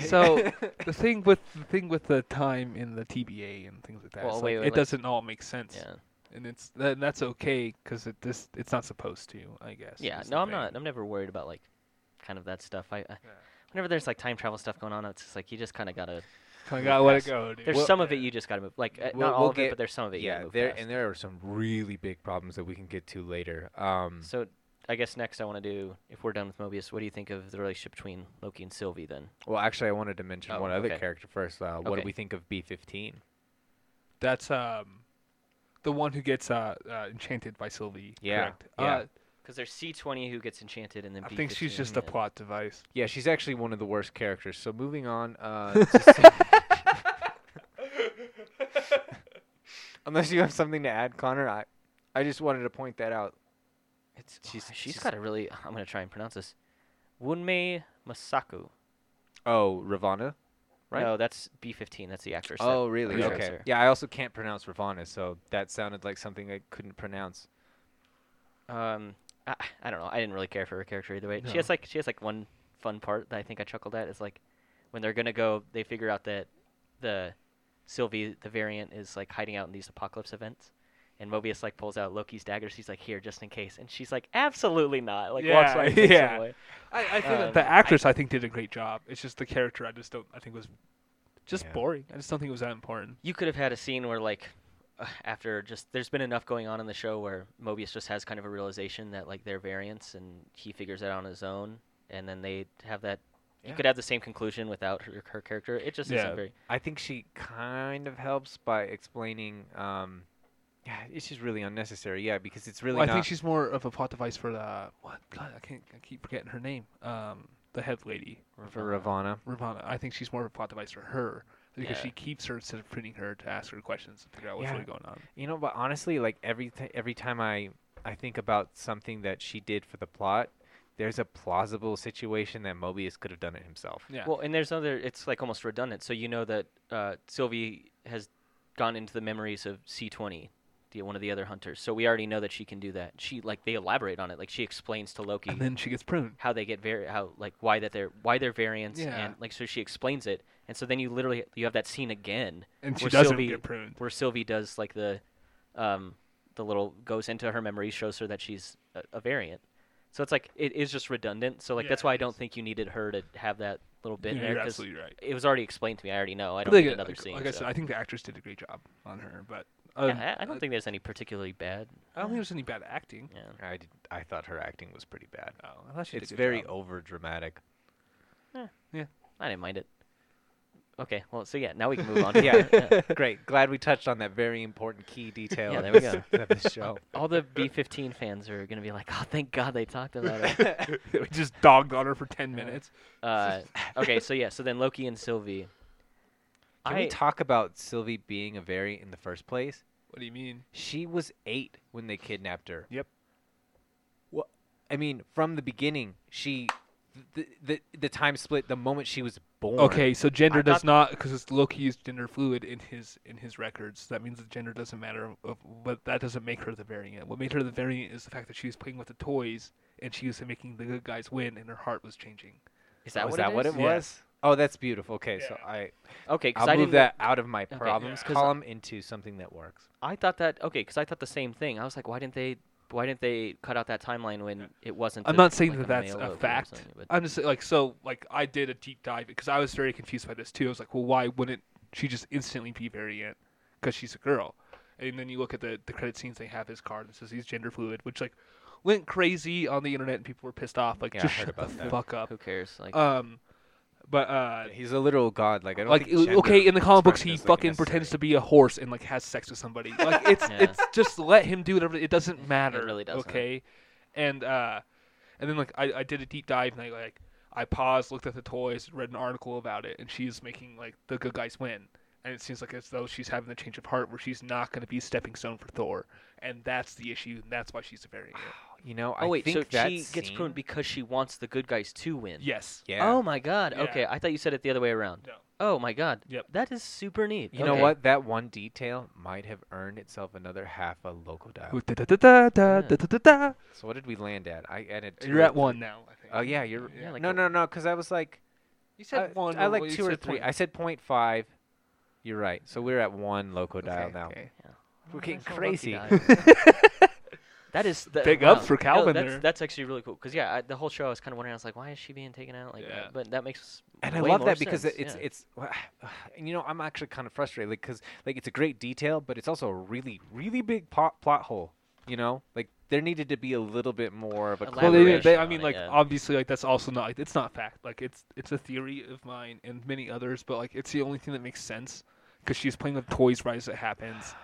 Speaker 3: So- the thing with the thing with the time in the TBA and things like that,
Speaker 1: Well,
Speaker 3: it's
Speaker 1: wait,
Speaker 3: like,
Speaker 1: wait,
Speaker 3: it
Speaker 1: let's-
Speaker 3: doesn't all make sense,
Speaker 1: yeah
Speaker 3: and it's tha- and that's okay because it this it's not supposed to, I guess.
Speaker 1: yeah
Speaker 3: is the
Speaker 1: no I'm
Speaker 3: thing.
Speaker 1: not I'm never worried about like kind of that stuff I, I
Speaker 3: Yeah.
Speaker 1: whenever there's like time travel stuff going on it's just like you just kind of gotta
Speaker 3: Kinda gotta let it go. Dude.
Speaker 1: there's some of it you just gotta move like uh,
Speaker 2: We'll-
Speaker 1: not all
Speaker 2: we'll
Speaker 1: of it
Speaker 2: get-
Speaker 1: but there's some of it you
Speaker 2: yeah,
Speaker 1: gotta move
Speaker 2: there
Speaker 1: past.
Speaker 2: and there are some really big problems that we can get to later. Um,
Speaker 1: So I guess next I want to do, if we're done with Mobius, what do you think of the relationship between Loki and Sylvie then?
Speaker 2: well, actually, I wanted to mention
Speaker 1: Oh,
Speaker 2: one other
Speaker 1: okay.
Speaker 2: character first. Uh, What
Speaker 1: Okay.
Speaker 2: do we think of B fifteen?
Speaker 3: That's um, the one who gets uh, uh enchanted by Sylvie.
Speaker 2: Yeah,
Speaker 3: Correct?
Speaker 2: yeah.
Speaker 3: Uh,
Speaker 1: Because there's C20 who gets enchanted and then
Speaker 3: I
Speaker 1: B15
Speaker 3: think she's just a
Speaker 1: and-
Speaker 3: plot device.
Speaker 2: Yeah, she's actually one of the worst characters. So moving on.
Speaker 3: [laughs]
Speaker 2: Uh, to- [laughs] Unless you have something to add, Connor, I, I just wanted to point that out.
Speaker 1: It's, she's,
Speaker 2: She's-
Speaker 1: she's
Speaker 2: she's-
Speaker 1: got a really, [sighs] I'm going to try and pronounce this. Wunmei Masaku.
Speaker 2: Oh, Ravana. Right?
Speaker 1: No, that's B15. That's the actress. that-
Speaker 2: Oh, really?
Speaker 1: Yeah.
Speaker 2: Okay.
Speaker 1: Sure.
Speaker 2: Yeah, I also can't pronounce Ravana, so that sounded like something I couldn't pronounce.
Speaker 1: Um, I, [sighs] I don't know. I didn't really care for her character either way.
Speaker 3: No.
Speaker 1: She has like she has like one fun part that I think I chuckled at is like when they're gonna go, they figure out that the Sylvie the variant is like hiding out in these apocalypse events, and Mobius like pulls out Loki's daggers. He's like, here, just in case, and she's like, absolutely not. Like walks
Speaker 3: Yeah,
Speaker 1: right and takes them
Speaker 3: yeah.
Speaker 1: away.
Speaker 3: I, I think
Speaker 1: Um,
Speaker 3: that the actress I think did a great job. It's just the character I just don't I think was just
Speaker 2: Yeah.
Speaker 3: boring. I just don't think it was that important.
Speaker 1: You could have had a scene where like uh, after just there's been enough going on in the show where Mobius just has kind of a realization that like they're variants and he figures it out on his own, and then they have that. You
Speaker 2: Yeah.
Speaker 1: could have the same conclusion without her, her character. It just
Speaker 3: Yeah.
Speaker 1: isn't very.
Speaker 2: I think she kind of helps by explaining. Um, yeah, it's just really unnecessary. Yeah, because it's really
Speaker 3: Well, I
Speaker 2: not.
Speaker 3: think she's more of a plot device for the what God I can't I keep forgetting her name. Um, the head lady
Speaker 2: for Ravana.
Speaker 3: Ravana. I think she's more of a plot device for her because
Speaker 1: Yeah.
Speaker 3: she keeps her instead of printing her to ask her questions and figure out what's
Speaker 2: Yeah.
Speaker 3: really going on.
Speaker 2: You know, but honestly, like every t- every time I I think about something that she did for the plot, there's a plausible situation that Mobius could have done it himself.
Speaker 3: Yeah.
Speaker 1: Well, and there's other. It's like almost redundant. So you know that uh, Sylvie has gone into the memories of C20, the, one of the other hunters. So we already know that she can do that. She like they elaborate on it. Like she explains to Loki
Speaker 3: and then she gets pruned.
Speaker 1: how they get very how like why that they're why they're variants
Speaker 3: Yeah.
Speaker 1: and like so she explains it. And so then you literally you have that scene again
Speaker 3: And she
Speaker 1: Where
Speaker 3: doesn't
Speaker 1: Sylvie-
Speaker 3: get pruned.
Speaker 1: where Sylvie does like the um the little goes into her memory shows her that she's a, a variant. So it's like it is just redundant. So like
Speaker 3: Yeah,
Speaker 1: that's why
Speaker 3: it
Speaker 1: I don't
Speaker 3: is.
Speaker 1: think you needed her to have that little bit
Speaker 3: Yeah,
Speaker 1: there
Speaker 3: you're
Speaker 1: 'cause
Speaker 3: absolutely right.
Speaker 1: it was already explained to me. I already know. I
Speaker 3: But
Speaker 1: don't need
Speaker 3: like,
Speaker 1: another
Speaker 3: like,
Speaker 1: scene.
Speaker 3: like I
Speaker 1: so.
Speaker 3: said, I think the actress did a great job on her, but um,
Speaker 1: Yeah, I, I don't
Speaker 3: uh,
Speaker 1: think there's any particularly bad.
Speaker 3: I don't think there's any bad acting.
Speaker 1: Yeah.
Speaker 2: I did, I thought her acting was pretty bad.
Speaker 3: Oh, I thought she did
Speaker 2: It's
Speaker 3: a good
Speaker 2: very
Speaker 3: [laughs] job.
Speaker 2: over dramatic.
Speaker 1: I didn't
Speaker 3: [laughs]
Speaker 1: mind it. Okay, well, so yeah, now we can move on. to
Speaker 2: Yeah.
Speaker 1: the- uh,
Speaker 2: [laughs] Great, glad we touched on that very
Speaker 3: [laughs]
Speaker 2: important key detail.
Speaker 1: Yeah,
Speaker 2: of
Speaker 1: there we
Speaker 2: this- of this show.
Speaker 1: all the B15 fans are gonna be like, "Oh, thank God they talked about it."
Speaker 2: [laughs]
Speaker 3: we just dogged on her for ten minutes.
Speaker 1: Uh, okay, so yeah, so then Loki and Sylvie.
Speaker 2: Can
Speaker 1: I,
Speaker 2: we talk about Sylvie being a variant in the first place?
Speaker 3: What do you mean?
Speaker 2: She was eight when they kidnapped her.
Speaker 3: Yep.
Speaker 2: Well, I mean, from the beginning, she, the the, the time split, the moment she was born.
Speaker 3: Okay, so gender
Speaker 1: I'm
Speaker 3: does not because Loki is gender fluid in his in his records. That means that gender doesn't matter, of- but that doesn't make her the variant. What made her the variant is the fact that she was playing with the toys and she was making the good guys win, and her heart was changing.
Speaker 1: Is that
Speaker 2: was
Speaker 1: what
Speaker 2: that
Speaker 1: it
Speaker 2: what
Speaker 1: is?
Speaker 2: it
Speaker 3: Yeah.
Speaker 2: was? Oh, that's beautiful. Okay, so
Speaker 3: Yeah.
Speaker 2: I
Speaker 1: Okay, because
Speaker 2: I'll
Speaker 1: I
Speaker 2: move
Speaker 1: didn't.
Speaker 2: that out of my
Speaker 1: Okay.
Speaker 2: problems
Speaker 3: Yeah.
Speaker 1: 'Cause I-
Speaker 2: column into something that works.
Speaker 1: I thought that okay, because I thought the same thing. I was like, why didn't they? Why didn't they cut out that timeline when it wasn't?
Speaker 3: I'm
Speaker 1: a-
Speaker 3: not saying
Speaker 1: like,
Speaker 3: that that's
Speaker 1: male
Speaker 3: a
Speaker 1: Loki or
Speaker 3: fact.
Speaker 1: something, but-
Speaker 3: I'm just saying, like so like I did a deep dive because I was very confused by this too. I was like, well, why wouldn't she just instantly be variant because she's a girl? and then you look at the, the credit scenes they have his card and it says he's gender fluid which like went crazy on the internet and people were pissed off like
Speaker 2: Yeah, I
Speaker 3: just
Speaker 2: heard
Speaker 3: shut
Speaker 2: about
Speaker 3: the
Speaker 2: that.
Speaker 3: fuck
Speaker 1: [laughs]
Speaker 3: up
Speaker 1: Who cares? Like,
Speaker 2: Uh,
Speaker 1: oh,
Speaker 3: um but uh
Speaker 2: He's a literal god. Like I don't
Speaker 3: like
Speaker 2: think
Speaker 3: it- okay
Speaker 2: gender
Speaker 3: in the comic books
Speaker 2: expression
Speaker 3: he
Speaker 2: is, like,
Speaker 3: fucking pretends to
Speaker 2: necessary.
Speaker 3: be a horse and like has sex
Speaker 1: [laughs]
Speaker 3: with somebody like it's
Speaker 1: Yeah.
Speaker 3: it's just let him do whatever it doesn't matter
Speaker 1: really doesn't.
Speaker 3: okay and uh and then like I, I did a deep dive and I like I paused looked at the toys read an article about it and she's making like the good guys win and it seems like as though she's having a change of heart where she's not going to be a stepping stone for Thor and that's the issue and that's why she's a variant
Speaker 2: You know,
Speaker 1: oh wait,
Speaker 2: I
Speaker 1: so
Speaker 2: think that
Speaker 1: she gets
Speaker 2: scene-
Speaker 1: pruned because she wants the good guys to win.
Speaker 3: yes
Speaker 2: Yeah.
Speaker 1: Oh my god.
Speaker 3: Yeah.
Speaker 1: Okay, I thought you said it the other way around.
Speaker 3: No.
Speaker 1: Oh my god.
Speaker 3: Yep.
Speaker 1: That is super neat.
Speaker 2: You know
Speaker 1: Okay.
Speaker 2: what? That one detail might have earned itself another half a local dial.
Speaker 3: Da-da-da-da-da-da-da-da.
Speaker 2: So what did we land at? I added. two
Speaker 3: you're
Speaker 2: or
Speaker 3: at
Speaker 2: three.
Speaker 3: one now I think
Speaker 2: Oh yeah, you're.
Speaker 1: Yeah, like
Speaker 2: no,
Speaker 1: a-
Speaker 2: no, no, because I was like,
Speaker 3: you said
Speaker 2: I,
Speaker 3: one
Speaker 2: I
Speaker 3: but you
Speaker 2: like two or
Speaker 3: said
Speaker 2: three.
Speaker 3: point-
Speaker 2: I said point five. You're right. So we're at one local dial
Speaker 3: Okay,
Speaker 2: now.
Speaker 3: okay.
Speaker 1: [laughs] Oh,
Speaker 2: We're getting
Speaker 1: that's a lucky
Speaker 2: crazy.
Speaker 1: guy. that is the,
Speaker 3: Big
Speaker 1: wow.
Speaker 3: ups for
Speaker 1: No,
Speaker 3: Calvin
Speaker 1: that's,
Speaker 3: there.
Speaker 1: That's actually really cool because yeah, I, the whole show I was kind of wondering. I was like, why is she being taken out like
Speaker 3: Yeah.
Speaker 1: that? But that makes
Speaker 2: And I
Speaker 1: way
Speaker 2: love
Speaker 1: more
Speaker 2: that because
Speaker 1: sense,
Speaker 2: it's
Speaker 1: yeah.
Speaker 2: it's [sighs] and you know I'm actually kind of frustrated because like it's a great detail, but it's also a really really big plot plot hole. You know, like there needed to be a little bit more of a
Speaker 1: Elaborate.
Speaker 3: Well, they, didn't- they,
Speaker 1: Elaboration
Speaker 3: I
Speaker 1: on
Speaker 3: mean,
Speaker 1: it,
Speaker 3: like
Speaker 1: yeah.
Speaker 3: obviously, like that's also not. It's not fact. Like it's it's a theory of mine and many others, but like it's the only thing that makes sense because she's playing with toys right as it happens,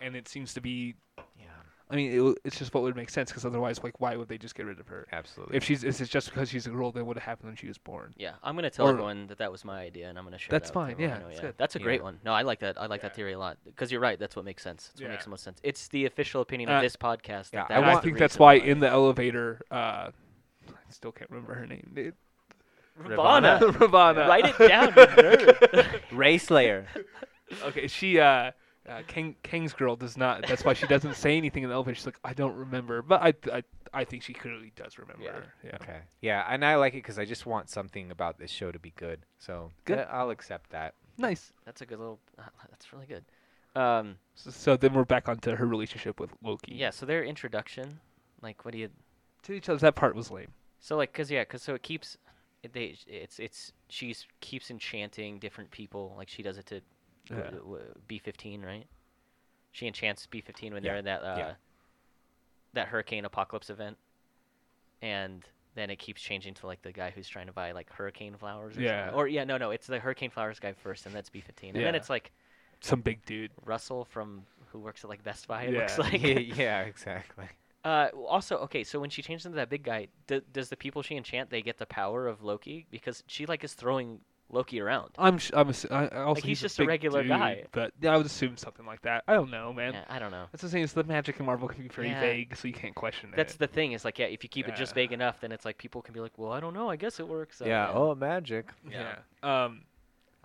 Speaker 3: and it seems to be.
Speaker 2: yeah,
Speaker 3: I mean, it, w- it's just what would make sense because otherwise, like, why would they just get rid of her?
Speaker 2: absolutely.
Speaker 3: If she's, is it just because she's a girl that would have happened when she was born?
Speaker 1: yeah. I'm gonna tell
Speaker 3: Or-
Speaker 1: everyone that that was my idea, and I'm gonna share.
Speaker 3: That's
Speaker 1: that with
Speaker 3: fine,
Speaker 1: everyone I
Speaker 3: yeah,
Speaker 1: know,
Speaker 3: it's good.
Speaker 1: That's a great
Speaker 2: Yeah.
Speaker 1: one. No, I like that. I like
Speaker 3: Yeah.
Speaker 1: that theory a lot because you're right. That's what makes sense. That's what makes
Speaker 3: Yeah.
Speaker 1: the most sense. It's the official opinion of
Speaker 3: Uh,
Speaker 1: this podcast.
Speaker 2: yeah,
Speaker 1: that
Speaker 2: I
Speaker 1: that
Speaker 3: And
Speaker 1: was
Speaker 3: I,
Speaker 1: the
Speaker 2: want-
Speaker 3: think that's
Speaker 1: reason
Speaker 3: why
Speaker 1: why.
Speaker 3: in the elevator, uh, I still can't remember her name, dude.
Speaker 1: Ravana.
Speaker 3: [laughs]
Speaker 1: [laughs]
Speaker 3: Ravana.
Speaker 1: Write it
Speaker 3: [laughs]
Speaker 1: down, you nerd. [laughs]
Speaker 2: Race layer.
Speaker 3: Okay, she uh, uh King, King's girl does not. That's why she doesn't say anything in the elevator. She's like, I don't remember, but I I, I think she clearly does remember.
Speaker 1: Yeah.
Speaker 3: Yeah.
Speaker 2: [laughs] okay. Yeah, and I like it because I just want something about this show to be good. So
Speaker 3: Good.
Speaker 2: I- I'll accept that.
Speaker 3: Nice.
Speaker 1: that's a good little. [laughs] That's really good. Um,
Speaker 3: So, so then we're back onto her relationship with Loki.
Speaker 1: yeah. So their introduction, like, what do you?
Speaker 3: To each other, that part was lame.
Speaker 1: So like, cause yeah, cause so it keeps, it, they, it's it's she's keeps enchanting different people. Like she does it to
Speaker 3: Yeah.
Speaker 1: B fifteen, right? She enchants B fifteen when they're
Speaker 2: Yeah,
Speaker 1: in that uh,
Speaker 2: yeah.
Speaker 1: that hurricane apocalypse event, and then it keeps changing to like the guy who's trying to buy like hurricane flowers. Or
Speaker 3: Yeah.
Speaker 1: Something. Or yeah, no, no, it's the hurricane flowers guy first, and that's B fifteen, and then
Speaker 3: Yeah.
Speaker 1: it's like
Speaker 3: Some big dude.
Speaker 1: Russell from who works at like Best Buy. It looks
Speaker 3: Yeah.
Speaker 1: [laughs] like [laughs]
Speaker 2: [laughs] yeah, yeah, exactly.
Speaker 1: uh, w- also, okay, so when she changes into that big guy, d- does the people she enchant they get the power of Loki because she like is throwing Loki around?
Speaker 3: I'm sh- I'm assu- I, I also
Speaker 1: he's just a
Speaker 3: big
Speaker 1: regular
Speaker 3: dude,
Speaker 1: guy.
Speaker 3: but yeah, I would assume something like that. I don't know, man.
Speaker 1: Yeah, I don't know.
Speaker 3: That's the thing. It's the magic in Marvel can be very
Speaker 1: Yeah.
Speaker 3: vague, so you can't question
Speaker 1: That's
Speaker 3: it.
Speaker 1: the thing is like yeah, if you keep it just
Speaker 3: Yeah.
Speaker 1: vague enough, then it's like people can be like, well, I don't know, I guess it works. uh,
Speaker 2: yeah.
Speaker 1: and
Speaker 2: Oh, magic.
Speaker 1: yeah.
Speaker 3: yeah. Um.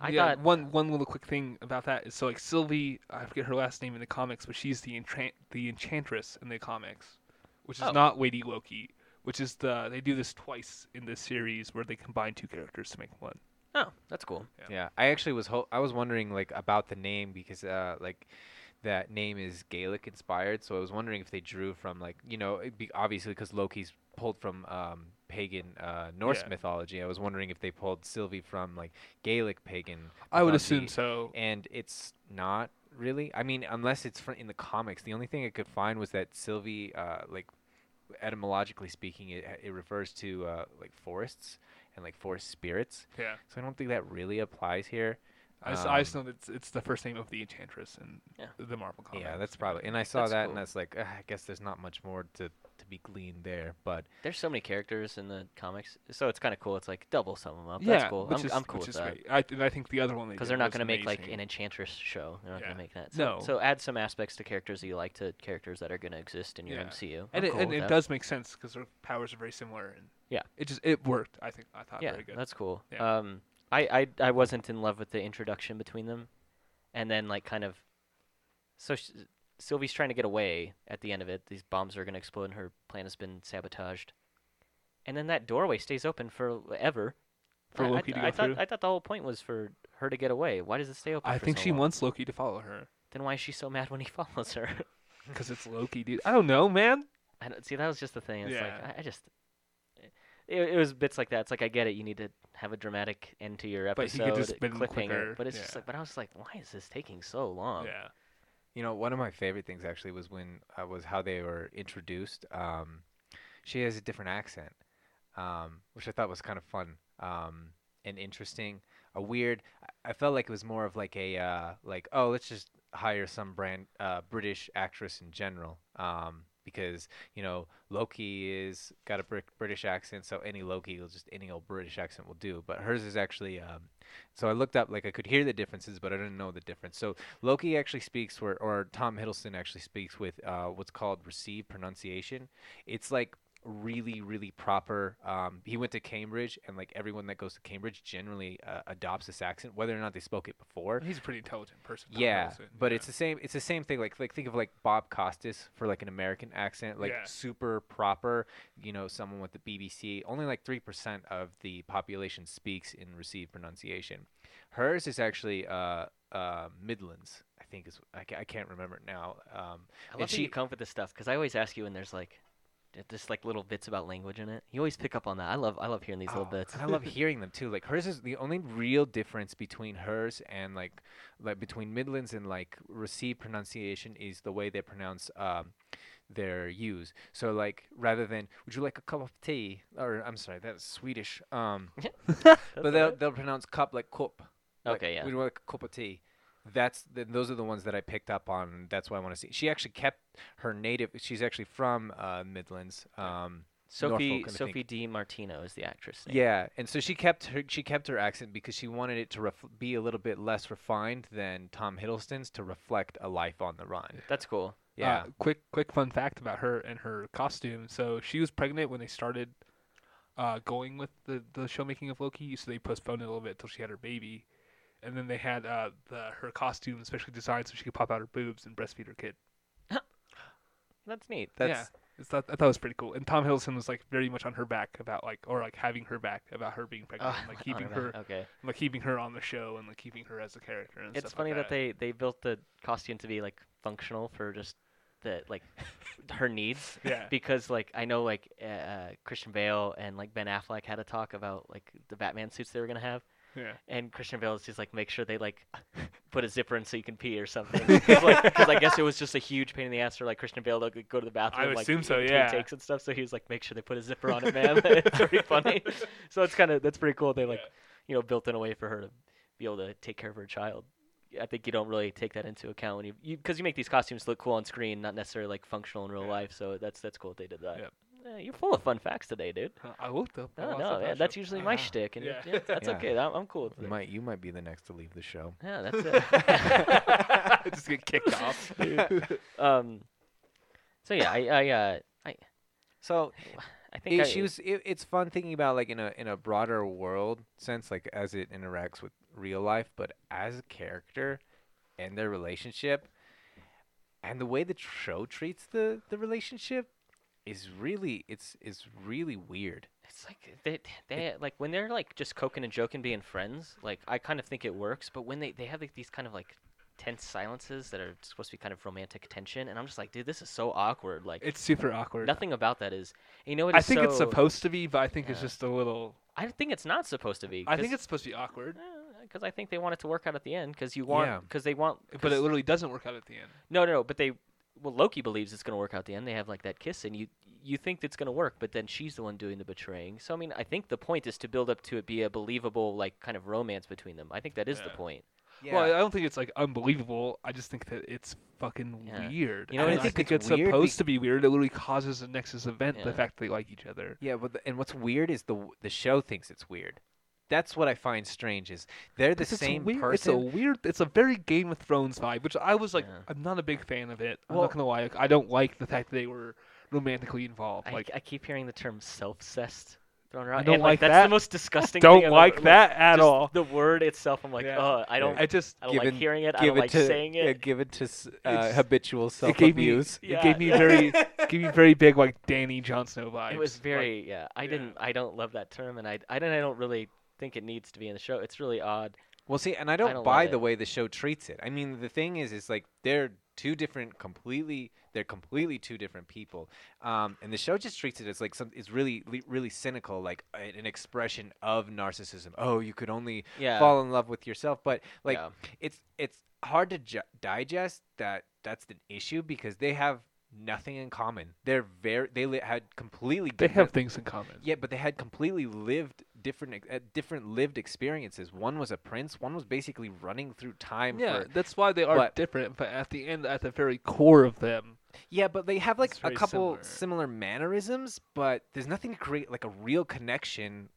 Speaker 1: I
Speaker 3: yeah,
Speaker 1: thought
Speaker 3: one one little quick thing about that is so like Sylvie, I forget her last name in the comics, but she's the entrant the enchantress in the comics, which is
Speaker 1: Oh.
Speaker 3: not Lady Loki, which is the they do this twice in this series where they combine two characters to make one.
Speaker 1: oh, that's cool.
Speaker 3: Yeah.
Speaker 2: Yeah, I actually was ho- I was wondering like about the name because uh like that name is Gaelic inspired, so I was wondering if they drew from like you know it'd be obviously because Loki's pulled from um pagan uh Norse
Speaker 3: Yeah.
Speaker 2: mythology. I was wondering if they pulled Sylvie from like Gaelic pagan.
Speaker 3: I would assume
Speaker 2: mythology,
Speaker 3: so.
Speaker 2: and it's not really. I mean, unless it's fr- in the comics. The only thing I could find was that Sylvie uh like etymologically speaking, it it refers to uh like forests and like forest spirits.
Speaker 3: Yeah,
Speaker 2: So I don't think that really applies here.
Speaker 3: I, s- I just
Speaker 2: Um,
Speaker 3: know that it's, it's the first name of the enchantress in
Speaker 1: Yeah.
Speaker 3: the Marvel comics.
Speaker 2: yeah, that's probably. And I saw
Speaker 1: That's
Speaker 2: that,
Speaker 1: cool.
Speaker 2: and that's like, "Ugh, I guess there's not much more to to be gleaned there. But
Speaker 1: There's so many characters in the comics, so it's kind of cool. It's like double sum them up.
Speaker 3: yeah,
Speaker 1: that's cool.
Speaker 3: Which
Speaker 1: I'm,
Speaker 3: is,
Speaker 1: I'm cool
Speaker 3: which
Speaker 1: with
Speaker 3: is
Speaker 1: that.
Speaker 3: great. I, and I think the other one they
Speaker 1: Because
Speaker 3: did
Speaker 1: they're not
Speaker 3: was
Speaker 1: going to make like an
Speaker 3: amazing.
Speaker 1: enchantress show. They're not
Speaker 3: Yeah.
Speaker 1: going to make that. So,
Speaker 3: No.
Speaker 1: So add some aspects to characters that you like to characters that are going to exist in your
Speaker 3: Yeah.
Speaker 1: MCU. I'm
Speaker 3: and it,
Speaker 1: cool
Speaker 3: and
Speaker 1: with
Speaker 3: it
Speaker 1: that.
Speaker 3: does make sense because their powers are very similar and
Speaker 1: Yeah.
Speaker 3: it just it worked. I think I thought
Speaker 1: yeah,
Speaker 3: very good.
Speaker 1: that's cool.
Speaker 3: Yeah.
Speaker 1: Um, I, I I wasn't in love with the introduction between them, and then like kind of, so sh- Sylvie's trying to get away at the end of it. These bombs are gonna explode, and her plan has been sabotaged. And then that doorway stays open forever.
Speaker 3: For
Speaker 1: I, I
Speaker 3: Loki
Speaker 1: th-
Speaker 3: to go
Speaker 1: I thought
Speaker 3: through?
Speaker 1: I thought the whole point was for her to get away. Why does it stay open?
Speaker 3: I
Speaker 1: for
Speaker 3: think
Speaker 1: so
Speaker 3: she
Speaker 1: long?
Speaker 3: wants Loki to follow her.
Speaker 1: Then why is she so [laughs] mad when he follows her?
Speaker 3: Because it's Loki, dude. I don't know, man.
Speaker 1: I don't, see, that was just the thing. It's
Speaker 3: Yeah.
Speaker 1: like I, I just it, it was bits like that. It's like I get it. You need to have a dramatic end to your episode,
Speaker 3: But he could just been
Speaker 1: cliffhanger.
Speaker 3: quicker,
Speaker 1: But it's just
Speaker 3: yeah.
Speaker 1: like, but I was like, why is this taking so long?
Speaker 3: Yeah.
Speaker 2: You know, one of my favorite things actually was when uh, was how they were introduced. Um, she has a different accent, um, which I thought was kind of fun um, and interesting. A weird. I- I felt like it was more of like a uh, like oh let's just hire some brand uh, British actress in general um, because you know Loki is got a Brit- British accent, so any Loki will just any old British accent will do. But hers is actually um, so I looked up like I could hear the differences, but I didn't know the difference. So Loki actually speaks where or Tom Hiddleston actually speaks with uh, what's called received pronunciation. It's like really really proper um, he went to cambridge and like everyone that goes to cambridge generally uh, adopts this accent whether or not they spoke it before
Speaker 3: He's a pretty intelligent person. Tom
Speaker 2: yeah,
Speaker 3: Hiddleston,
Speaker 2: but
Speaker 3: yeah.
Speaker 2: it's the same. It's the same thing. Like like think of like Bob Costas for like an American accent, like
Speaker 3: Yeah.
Speaker 2: super proper. You know, someone with the BBC. Only like three percent of the population speaks in received pronunciation. Hers is actually uh, uh, Midlands. I think is I, ca- I can't remember it now. Um,
Speaker 1: I love
Speaker 2: And
Speaker 1: that
Speaker 2: she-
Speaker 1: you come for this stuff because I always ask you when there's like, if there's like little bits about language in it. You always pick up on that. I love I love hearing these little
Speaker 2: Oh,
Speaker 3: [laughs]
Speaker 1: bits. [laughs]
Speaker 2: and I love hearing them too. Like hers is the only real difference between hers and like like between Midlands and like received pronunciation is the way they pronounce um their U's. So like rather than would you like a cup of tea or I'm sorry that's Swedish.
Speaker 1: [laughs]
Speaker 2: Um, but they'll they'll pronounce cup like cup. Like,
Speaker 1: Okay, yeah.
Speaker 2: We'd like a cup of tea. That's the, those are the ones that I picked up on. That's why I want to see. She actually kept her native. She's actually from uh, Midlands. Um,
Speaker 1: Sophie
Speaker 2: Norfolk, I think.
Speaker 1: Sophie D. Martino is the actress. Name.
Speaker 2: yeah, and so she kept her she kept her accent because she wanted it to ref- be a little bit less refined than Tom Hiddleston's to reflect a life on the run.
Speaker 1: that's cool.
Speaker 2: Yeah,
Speaker 3: Uh, quick, quick fun fact about her and her costume. So she was pregnant when they started uh, going with the the showmaking of Loki. So they postponed it a little bit until she had her baby, and then they had uh, the her costume especially designed so she could pop out her boobs and breastfeed her kid.
Speaker 1: That's neat.
Speaker 2: that's
Speaker 3: It's thought, I thought it was pretty cool. And Tom Hiddleston was like very much on her back about like or like having her back about her being pregnant,
Speaker 1: Oh,
Speaker 3: and,
Speaker 1: [laughs]
Speaker 3: like
Speaker 1: I
Speaker 3: keeping
Speaker 1: don't know.
Speaker 3: her
Speaker 1: Okay.
Speaker 3: like keeping her on the show and like keeping her as a character. And
Speaker 1: It's
Speaker 3: stuff like
Speaker 1: funny that. they they built the costume to be like functional for just the
Speaker 3: [laughs]
Speaker 1: like her needs
Speaker 3: Yeah.
Speaker 1: because like I know like uh, uh, Christian Bale and like Ben Affleck had a talk about like the Batman suits they were gonna have.
Speaker 3: yeah.
Speaker 1: and Christian Bale is just like make sure they like [laughs] put a zipper in so you can pee or
Speaker 3: [laughs]
Speaker 1: something. Because I guess it was just a huge pain in the ass for like Christian Bale to like, go to the bathroom.
Speaker 3: would
Speaker 1: like,
Speaker 3: assume so,
Speaker 1: between
Speaker 3: yeah.
Speaker 1: Takes and stuff. So he was like, make sure they put a zipper
Speaker 3: [laughs]
Speaker 1: on it, man. [laughs] it's pretty funny. So it's kind of that's pretty cool. They like
Speaker 3: Yeah.
Speaker 1: you know built in a way for her to be able to take care of her child. I think you don't really take that into account when you because you, make these costumes look cool on screen, not necessarily like functional in real
Speaker 3: Yeah.
Speaker 1: life. So that's that's cool that they did that.
Speaker 3: Yep.
Speaker 1: Yeah, you're full of fun facts today, dude.
Speaker 3: Huh, I looked up. I
Speaker 1: No, Oh,
Speaker 3: lost
Speaker 1: no,
Speaker 3: the
Speaker 1: yeah,
Speaker 3: flash
Speaker 1: that's
Speaker 3: up.
Speaker 1: usually my
Speaker 3: [laughs]
Speaker 2: Ah.
Speaker 1: shtick, and
Speaker 3: Yeah.
Speaker 1: yeah, that's
Speaker 2: Yeah.
Speaker 1: okay. I'm, I'm cool with
Speaker 2: you
Speaker 1: it.
Speaker 2: might you might be the next to leave the show.
Speaker 1: Yeah, that's it.
Speaker 3: [laughs] Just get kicked
Speaker 1: [laughs]
Speaker 3: off.
Speaker 1: um, so yeah, I I uh,
Speaker 2: [laughs] So
Speaker 1: I think
Speaker 2: it,
Speaker 1: I,
Speaker 2: she was. It, it's fun thinking about like in a in a broader world sense, like as it interacts with real life, but as a character and their relationship, and the way the show treats the the relationship is really it's it's really weird.
Speaker 1: It's like they they like when they're like just coking and joking, being friends. Like I kind of think it works, but when they they have like, these kind of like tense silences that are supposed to be kind of romantic tension, and I'm just like, dude, this is so awkward. Like
Speaker 3: [laughs] It's super awkward.
Speaker 1: nothing about that is. You know what?
Speaker 3: I
Speaker 1: is
Speaker 3: think it's
Speaker 1: so-
Speaker 3: supposed to be, but I think it's
Speaker 1: Yeah.
Speaker 3: just a little.
Speaker 1: I think it's not supposed to be.
Speaker 3: I think it's supposed to be awkward,
Speaker 1: because I think they want it to work out at the end because you want
Speaker 2: Yeah.
Speaker 1: because they want
Speaker 3: but it
Speaker 1: 'cause-
Speaker 3: literally doesn't work out at the end.
Speaker 1: No, no, no, but they well Loki believes it's going to work out at the end. They have like that kiss and you you think that's going to work, but then she's the one doing the betraying. So I mean, I think the point is to build up to it be a believable like kind of romance between them. I think that is the
Speaker 3: Yeah.
Speaker 1: point.
Speaker 3: Well, I don't think it's like unbelievable. I just think that it's fucking
Speaker 1: Yeah.
Speaker 3: weird.
Speaker 1: You know what,
Speaker 3: And
Speaker 1: I
Speaker 3: I
Speaker 1: think
Speaker 3: think
Speaker 2: it's
Speaker 3: it's,
Speaker 2: weird
Speaker 3: supposed
Speaker 2: be-
Speaker 3: to be weird. It literally causes the Nexus event
Speaker 1: Yeah.
Speaker 3: the fact that they like each other.
Speaker 2: Yeah, but the, and what's weird is the w- the show thinks it's weird. That's what I find strange is they're the
Speaker 3: 'Cause it's
Speaker 2: same
Speaker 3: weird, It's a
Speaker 2: person.
Speaker 3: weird. It's a very Game of Thrones vibe, which I was like,
Speaker 1: Yeah.
Speaker 3: I'm not a big fan of it. I'm
Speaker 2: Well-
Speaker 3: not gonna lie. Like, I don't like the fact that they were romantically involved.
Speaker 1: I,
Speaker 3: like,
Speaker 1: I keep hearing the term self-cessed thrown around.
Speaker 3: don't
Speaker 1: and, like,
Speaker 3: like
Speaker 1: that's the
Speaker 3: that.
Speaker 1: most disgusting thing
Speaker 3: [laughs] don't
Speaker 1: I've
Speaker 3: like
Speaker 1: ever-
Speaker 3: that at
Speaker 1: just
Speaker 3: all.
Speaker 1: The word itself, I'm like,
Speaker 3: Yeah.
Speaker 1: oh, I don't
Speaker 3: I just.
Speaker 1: I don't like
Speaker 2: Given-
Speaker 1: hearing it. I don't like saying
Speaker 2: Yeah,
Speaker 1: it.
Speaker 2: give it to s- uh,
Speaker 3: It's-
Speaker 2: habitual
Speaker 3: It
Speaker 2: self
Speaker 3: gave me.
Speaker 2: abuse.
Speaker 3: It gave
Speaker 1: [laughs]
Speaker 3: me very. gave me very big like Danny Jon Snow vibes.
Speaker 1: It was
Speaker 3: Like,
Speaker 1: very yeah. I
Speaker 3: yeah.
Speaker 1: didn't I don't love that term and I I don't I don't really think it needs to be in the show. It's really odd.
Speaker 2: Well, see, and I don't,
Speaker 1: don't love
Speaker 2: buy
Speaker 1: it.
Speaker 2: the way the show treats it. I mean, the thing is, is like they're two different, completely. They're completely two different people, um, and the show just treats it as like some. It's really, le- really cynical, like a- an expression of narcissism. Oh, you could only
Speaker 1: Yeah.
Speaker 2: fall in love with yourself, but like
Speaker 1: Yeah.
Speaker 2: it's it's hard to ju- digest that that's an issue because they have nothing in common. They're very they li- had completely
Speaker 3: They
Speaker 2: different-
Speaker 3: have things in common.
Speaker 2: yeah, but they had completely lived different ex- uh, different lived experiences. One was a prince. One was basically running through time.
Speaker 3: Yeah,
Speaker 2: for,
Speaker 3: that's why they are
Speaker 2: but-
Speaker 3: different. But at the end, at the very core of them,
Speaker 2: yeah, but they have like
Speaker 3: It's
Speaker 2: a
Speaker 3: very
Speaker 2: couple
Speaker 3: similar.
Speaker 2: similar. mannerisms, but there's nothing to create like a real connection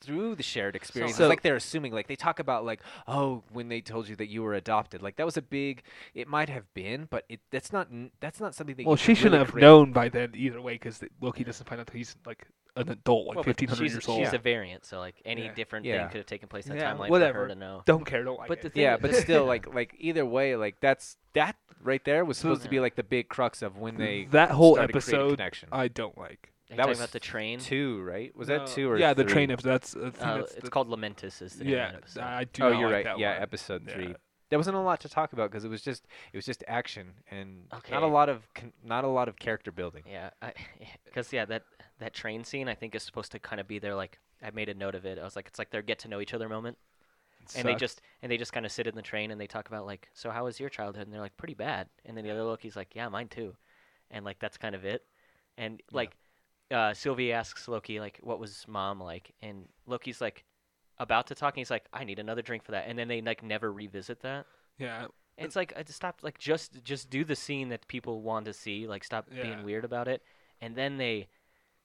Speaker 2: through the shared experience.
Speaker 3: So-
Speaker 2: like they're assuming, like they talk about like, oh, when they told you that you were adopted, like that was a big. It might have been, but it that's not n- that's not something that.
Speaker 3: well,
Speaker 2: you
Speaker 3: she shouldn't
Speaker 2: really
Speaker 3: have
Speaker 2: create.
Speaker 3: known by then either way, because Loki doesn't find out till he's like an adult, like
Speaker 1: Well, but
Speaker 3: fifteen hundred
Speaker 1: she's,
Speaker 3: years
Speaker 1: she's
Speaker 3: old.
Speaker 1: a variant, so like any
Speaker 3: Yeah.
Speaker 1: different
Speaker 2: Yeah.
Speaker 1: thing could have taken place in that
Speaker 3: Yeah,
Speaker 1: timeline for
Speaker 3: whatever.
Speaker 1: her to know.
Speaker 3: Don't care, don't like
Speaker 1: But
Speaker 3: it.
Speaker 1: the thing
Speaker 2: Yeah,
Speaker 1: is-
Speaker 3: [laughs]
Speaker 2: but still, like like either way, like that's that right there was supposed to be
Speaker 1: Yeah.
Speaker 2: like the big crux of when they
Speaker 3: that whole
Speaker 2: started creating
Speaker 3: episode,
Speaker 2: connection.
Speaker 3: I don't like.
Speaker 1: Are you
Speaker 2: that
Speaker 1: talking
Speaker 2: was
Speaker 1: about the train.
Speaker 2: two, right? Was
Speaker 3: No.
Speaker 2: that two or
Speaker 3: yeah, the
Speaker 2: three?
Speaker 3: train episode. That's, I think
Speaker 1: Uh,
Speaker 3: that's
Speaker 1: it's
Speaker 3: the-
Speaker 1: called Lamentus. Is the name
Speaker 3: Yeah,
Speaker 1: of that episode.
Speaker 3: I do.
Speaker 2: Oh,
Speaker 3: not
Speaker 2: you're
Speaker 3: like
Speaker 2: right.
Speaker 3: that
Speaker 2: yeah,
Speaker 3: one.
Speaker 2: episode
Speaker 3: Yeah.
Speaker 2: three. There wasn't a lot to talk about because it was just it was just action and not
Speaker 1: Okay.
Speaker 2: a lot of con- not a lot of character building.
Speaker 1: [laughs] Yeah, because yeah, that that train scene I think is supposed to kind of be their like I made a note of it. I was like, it's like their get to know each other moment,
Speaker 3: It
Speaker 1: and they
Speaker 3: sucked.
Speaker 1: just and they just kind of sit in the train and they talk about like, so how was your childhood? And they're like, pretty bad. And then the other Loki's like, yeah, mine too, and like that's kind of it. And like, uh, Sylvie asks Loki like, what was mom like? And Loki's like, about to talk, and he's like, I need another drink for that. And then they like never revisit that.
Speaker 3: yeah.
Speaker 1: It's like uh, stop, like just just do the scene that people want to see. Like stop
Speaker 3: Yeah.
Speaker 1: being weird about it. And then they,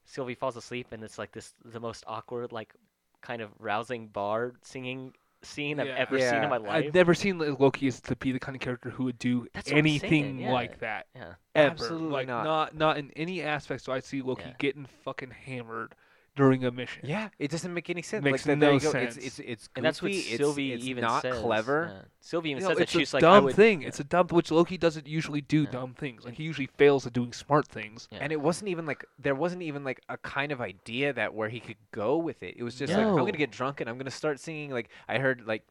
Speaker 1: Sylvie falls asleep, and it's like this the most awkward, like kind of rousing bar singing scene I've
Speaker 3: Yeah.
Speaker 1: ever seen
Speaker 2: Yeah,
Speaker 1: in my
Speaker 2: I've
Speaker 1: life.
Speaker 3: I've never seen Lo- Loki as to be the kind of character who would do
Speaker 1: That's what I'm saying,
Speaker 3: anything
Speaker 1: yeah.
Speaker 3: like that.
Speaker 1: yeah,
Speaker 2: Ever.
Speaker 3: Absolutely
Speaker 2: Like,
Speaker 3: not. Not in any aspect. So I see Loki
Speaker 1: Yeah.
Speaker 3: getting fucking hammered during a mission.
Speaker 2: Yeah, it doesn't make any sense.
Speaker 3: Makes
Speaker 2: like, there- there
Speaker 3: no
Speaker 2: you go.
Speaker 3: sense.
Speaker 2: It's it's it's goofy.
Speaker 1: and that's what
Speaker 2: it's,
Speaker 1: Sylvie
Speaker 2: it's
Speaker 1: even
Speaker 2: not
Speaker 1: says.
Speaker 2: clever.
Speaker 1: yeah. Sylvie even
Speaker 3: No,
Speaker 1: says that
Speaker 3: it's a
Speaker 1: she's like, I
Speaker 3: dumb
Speaker 1: would,
Speaker 3: thing.
Speaker 1: yeah.
Speaker 3: It's a dumb which Loki doesn't usually do
Speaker 1: Yeah.
Speaker 3: dumb things. Like
Speaker 1: And-
Speaker 3: he usually fails at doing smart things.
Speaker 1: Yeah.
Speaker 2: And it wasn't even like there wasn't even like a kind of idea that where he could go with it. It was just like I'm
Speaker 3: No.
Speaker 2: gonna get drunk and I'm gonna start singing. Like I heard like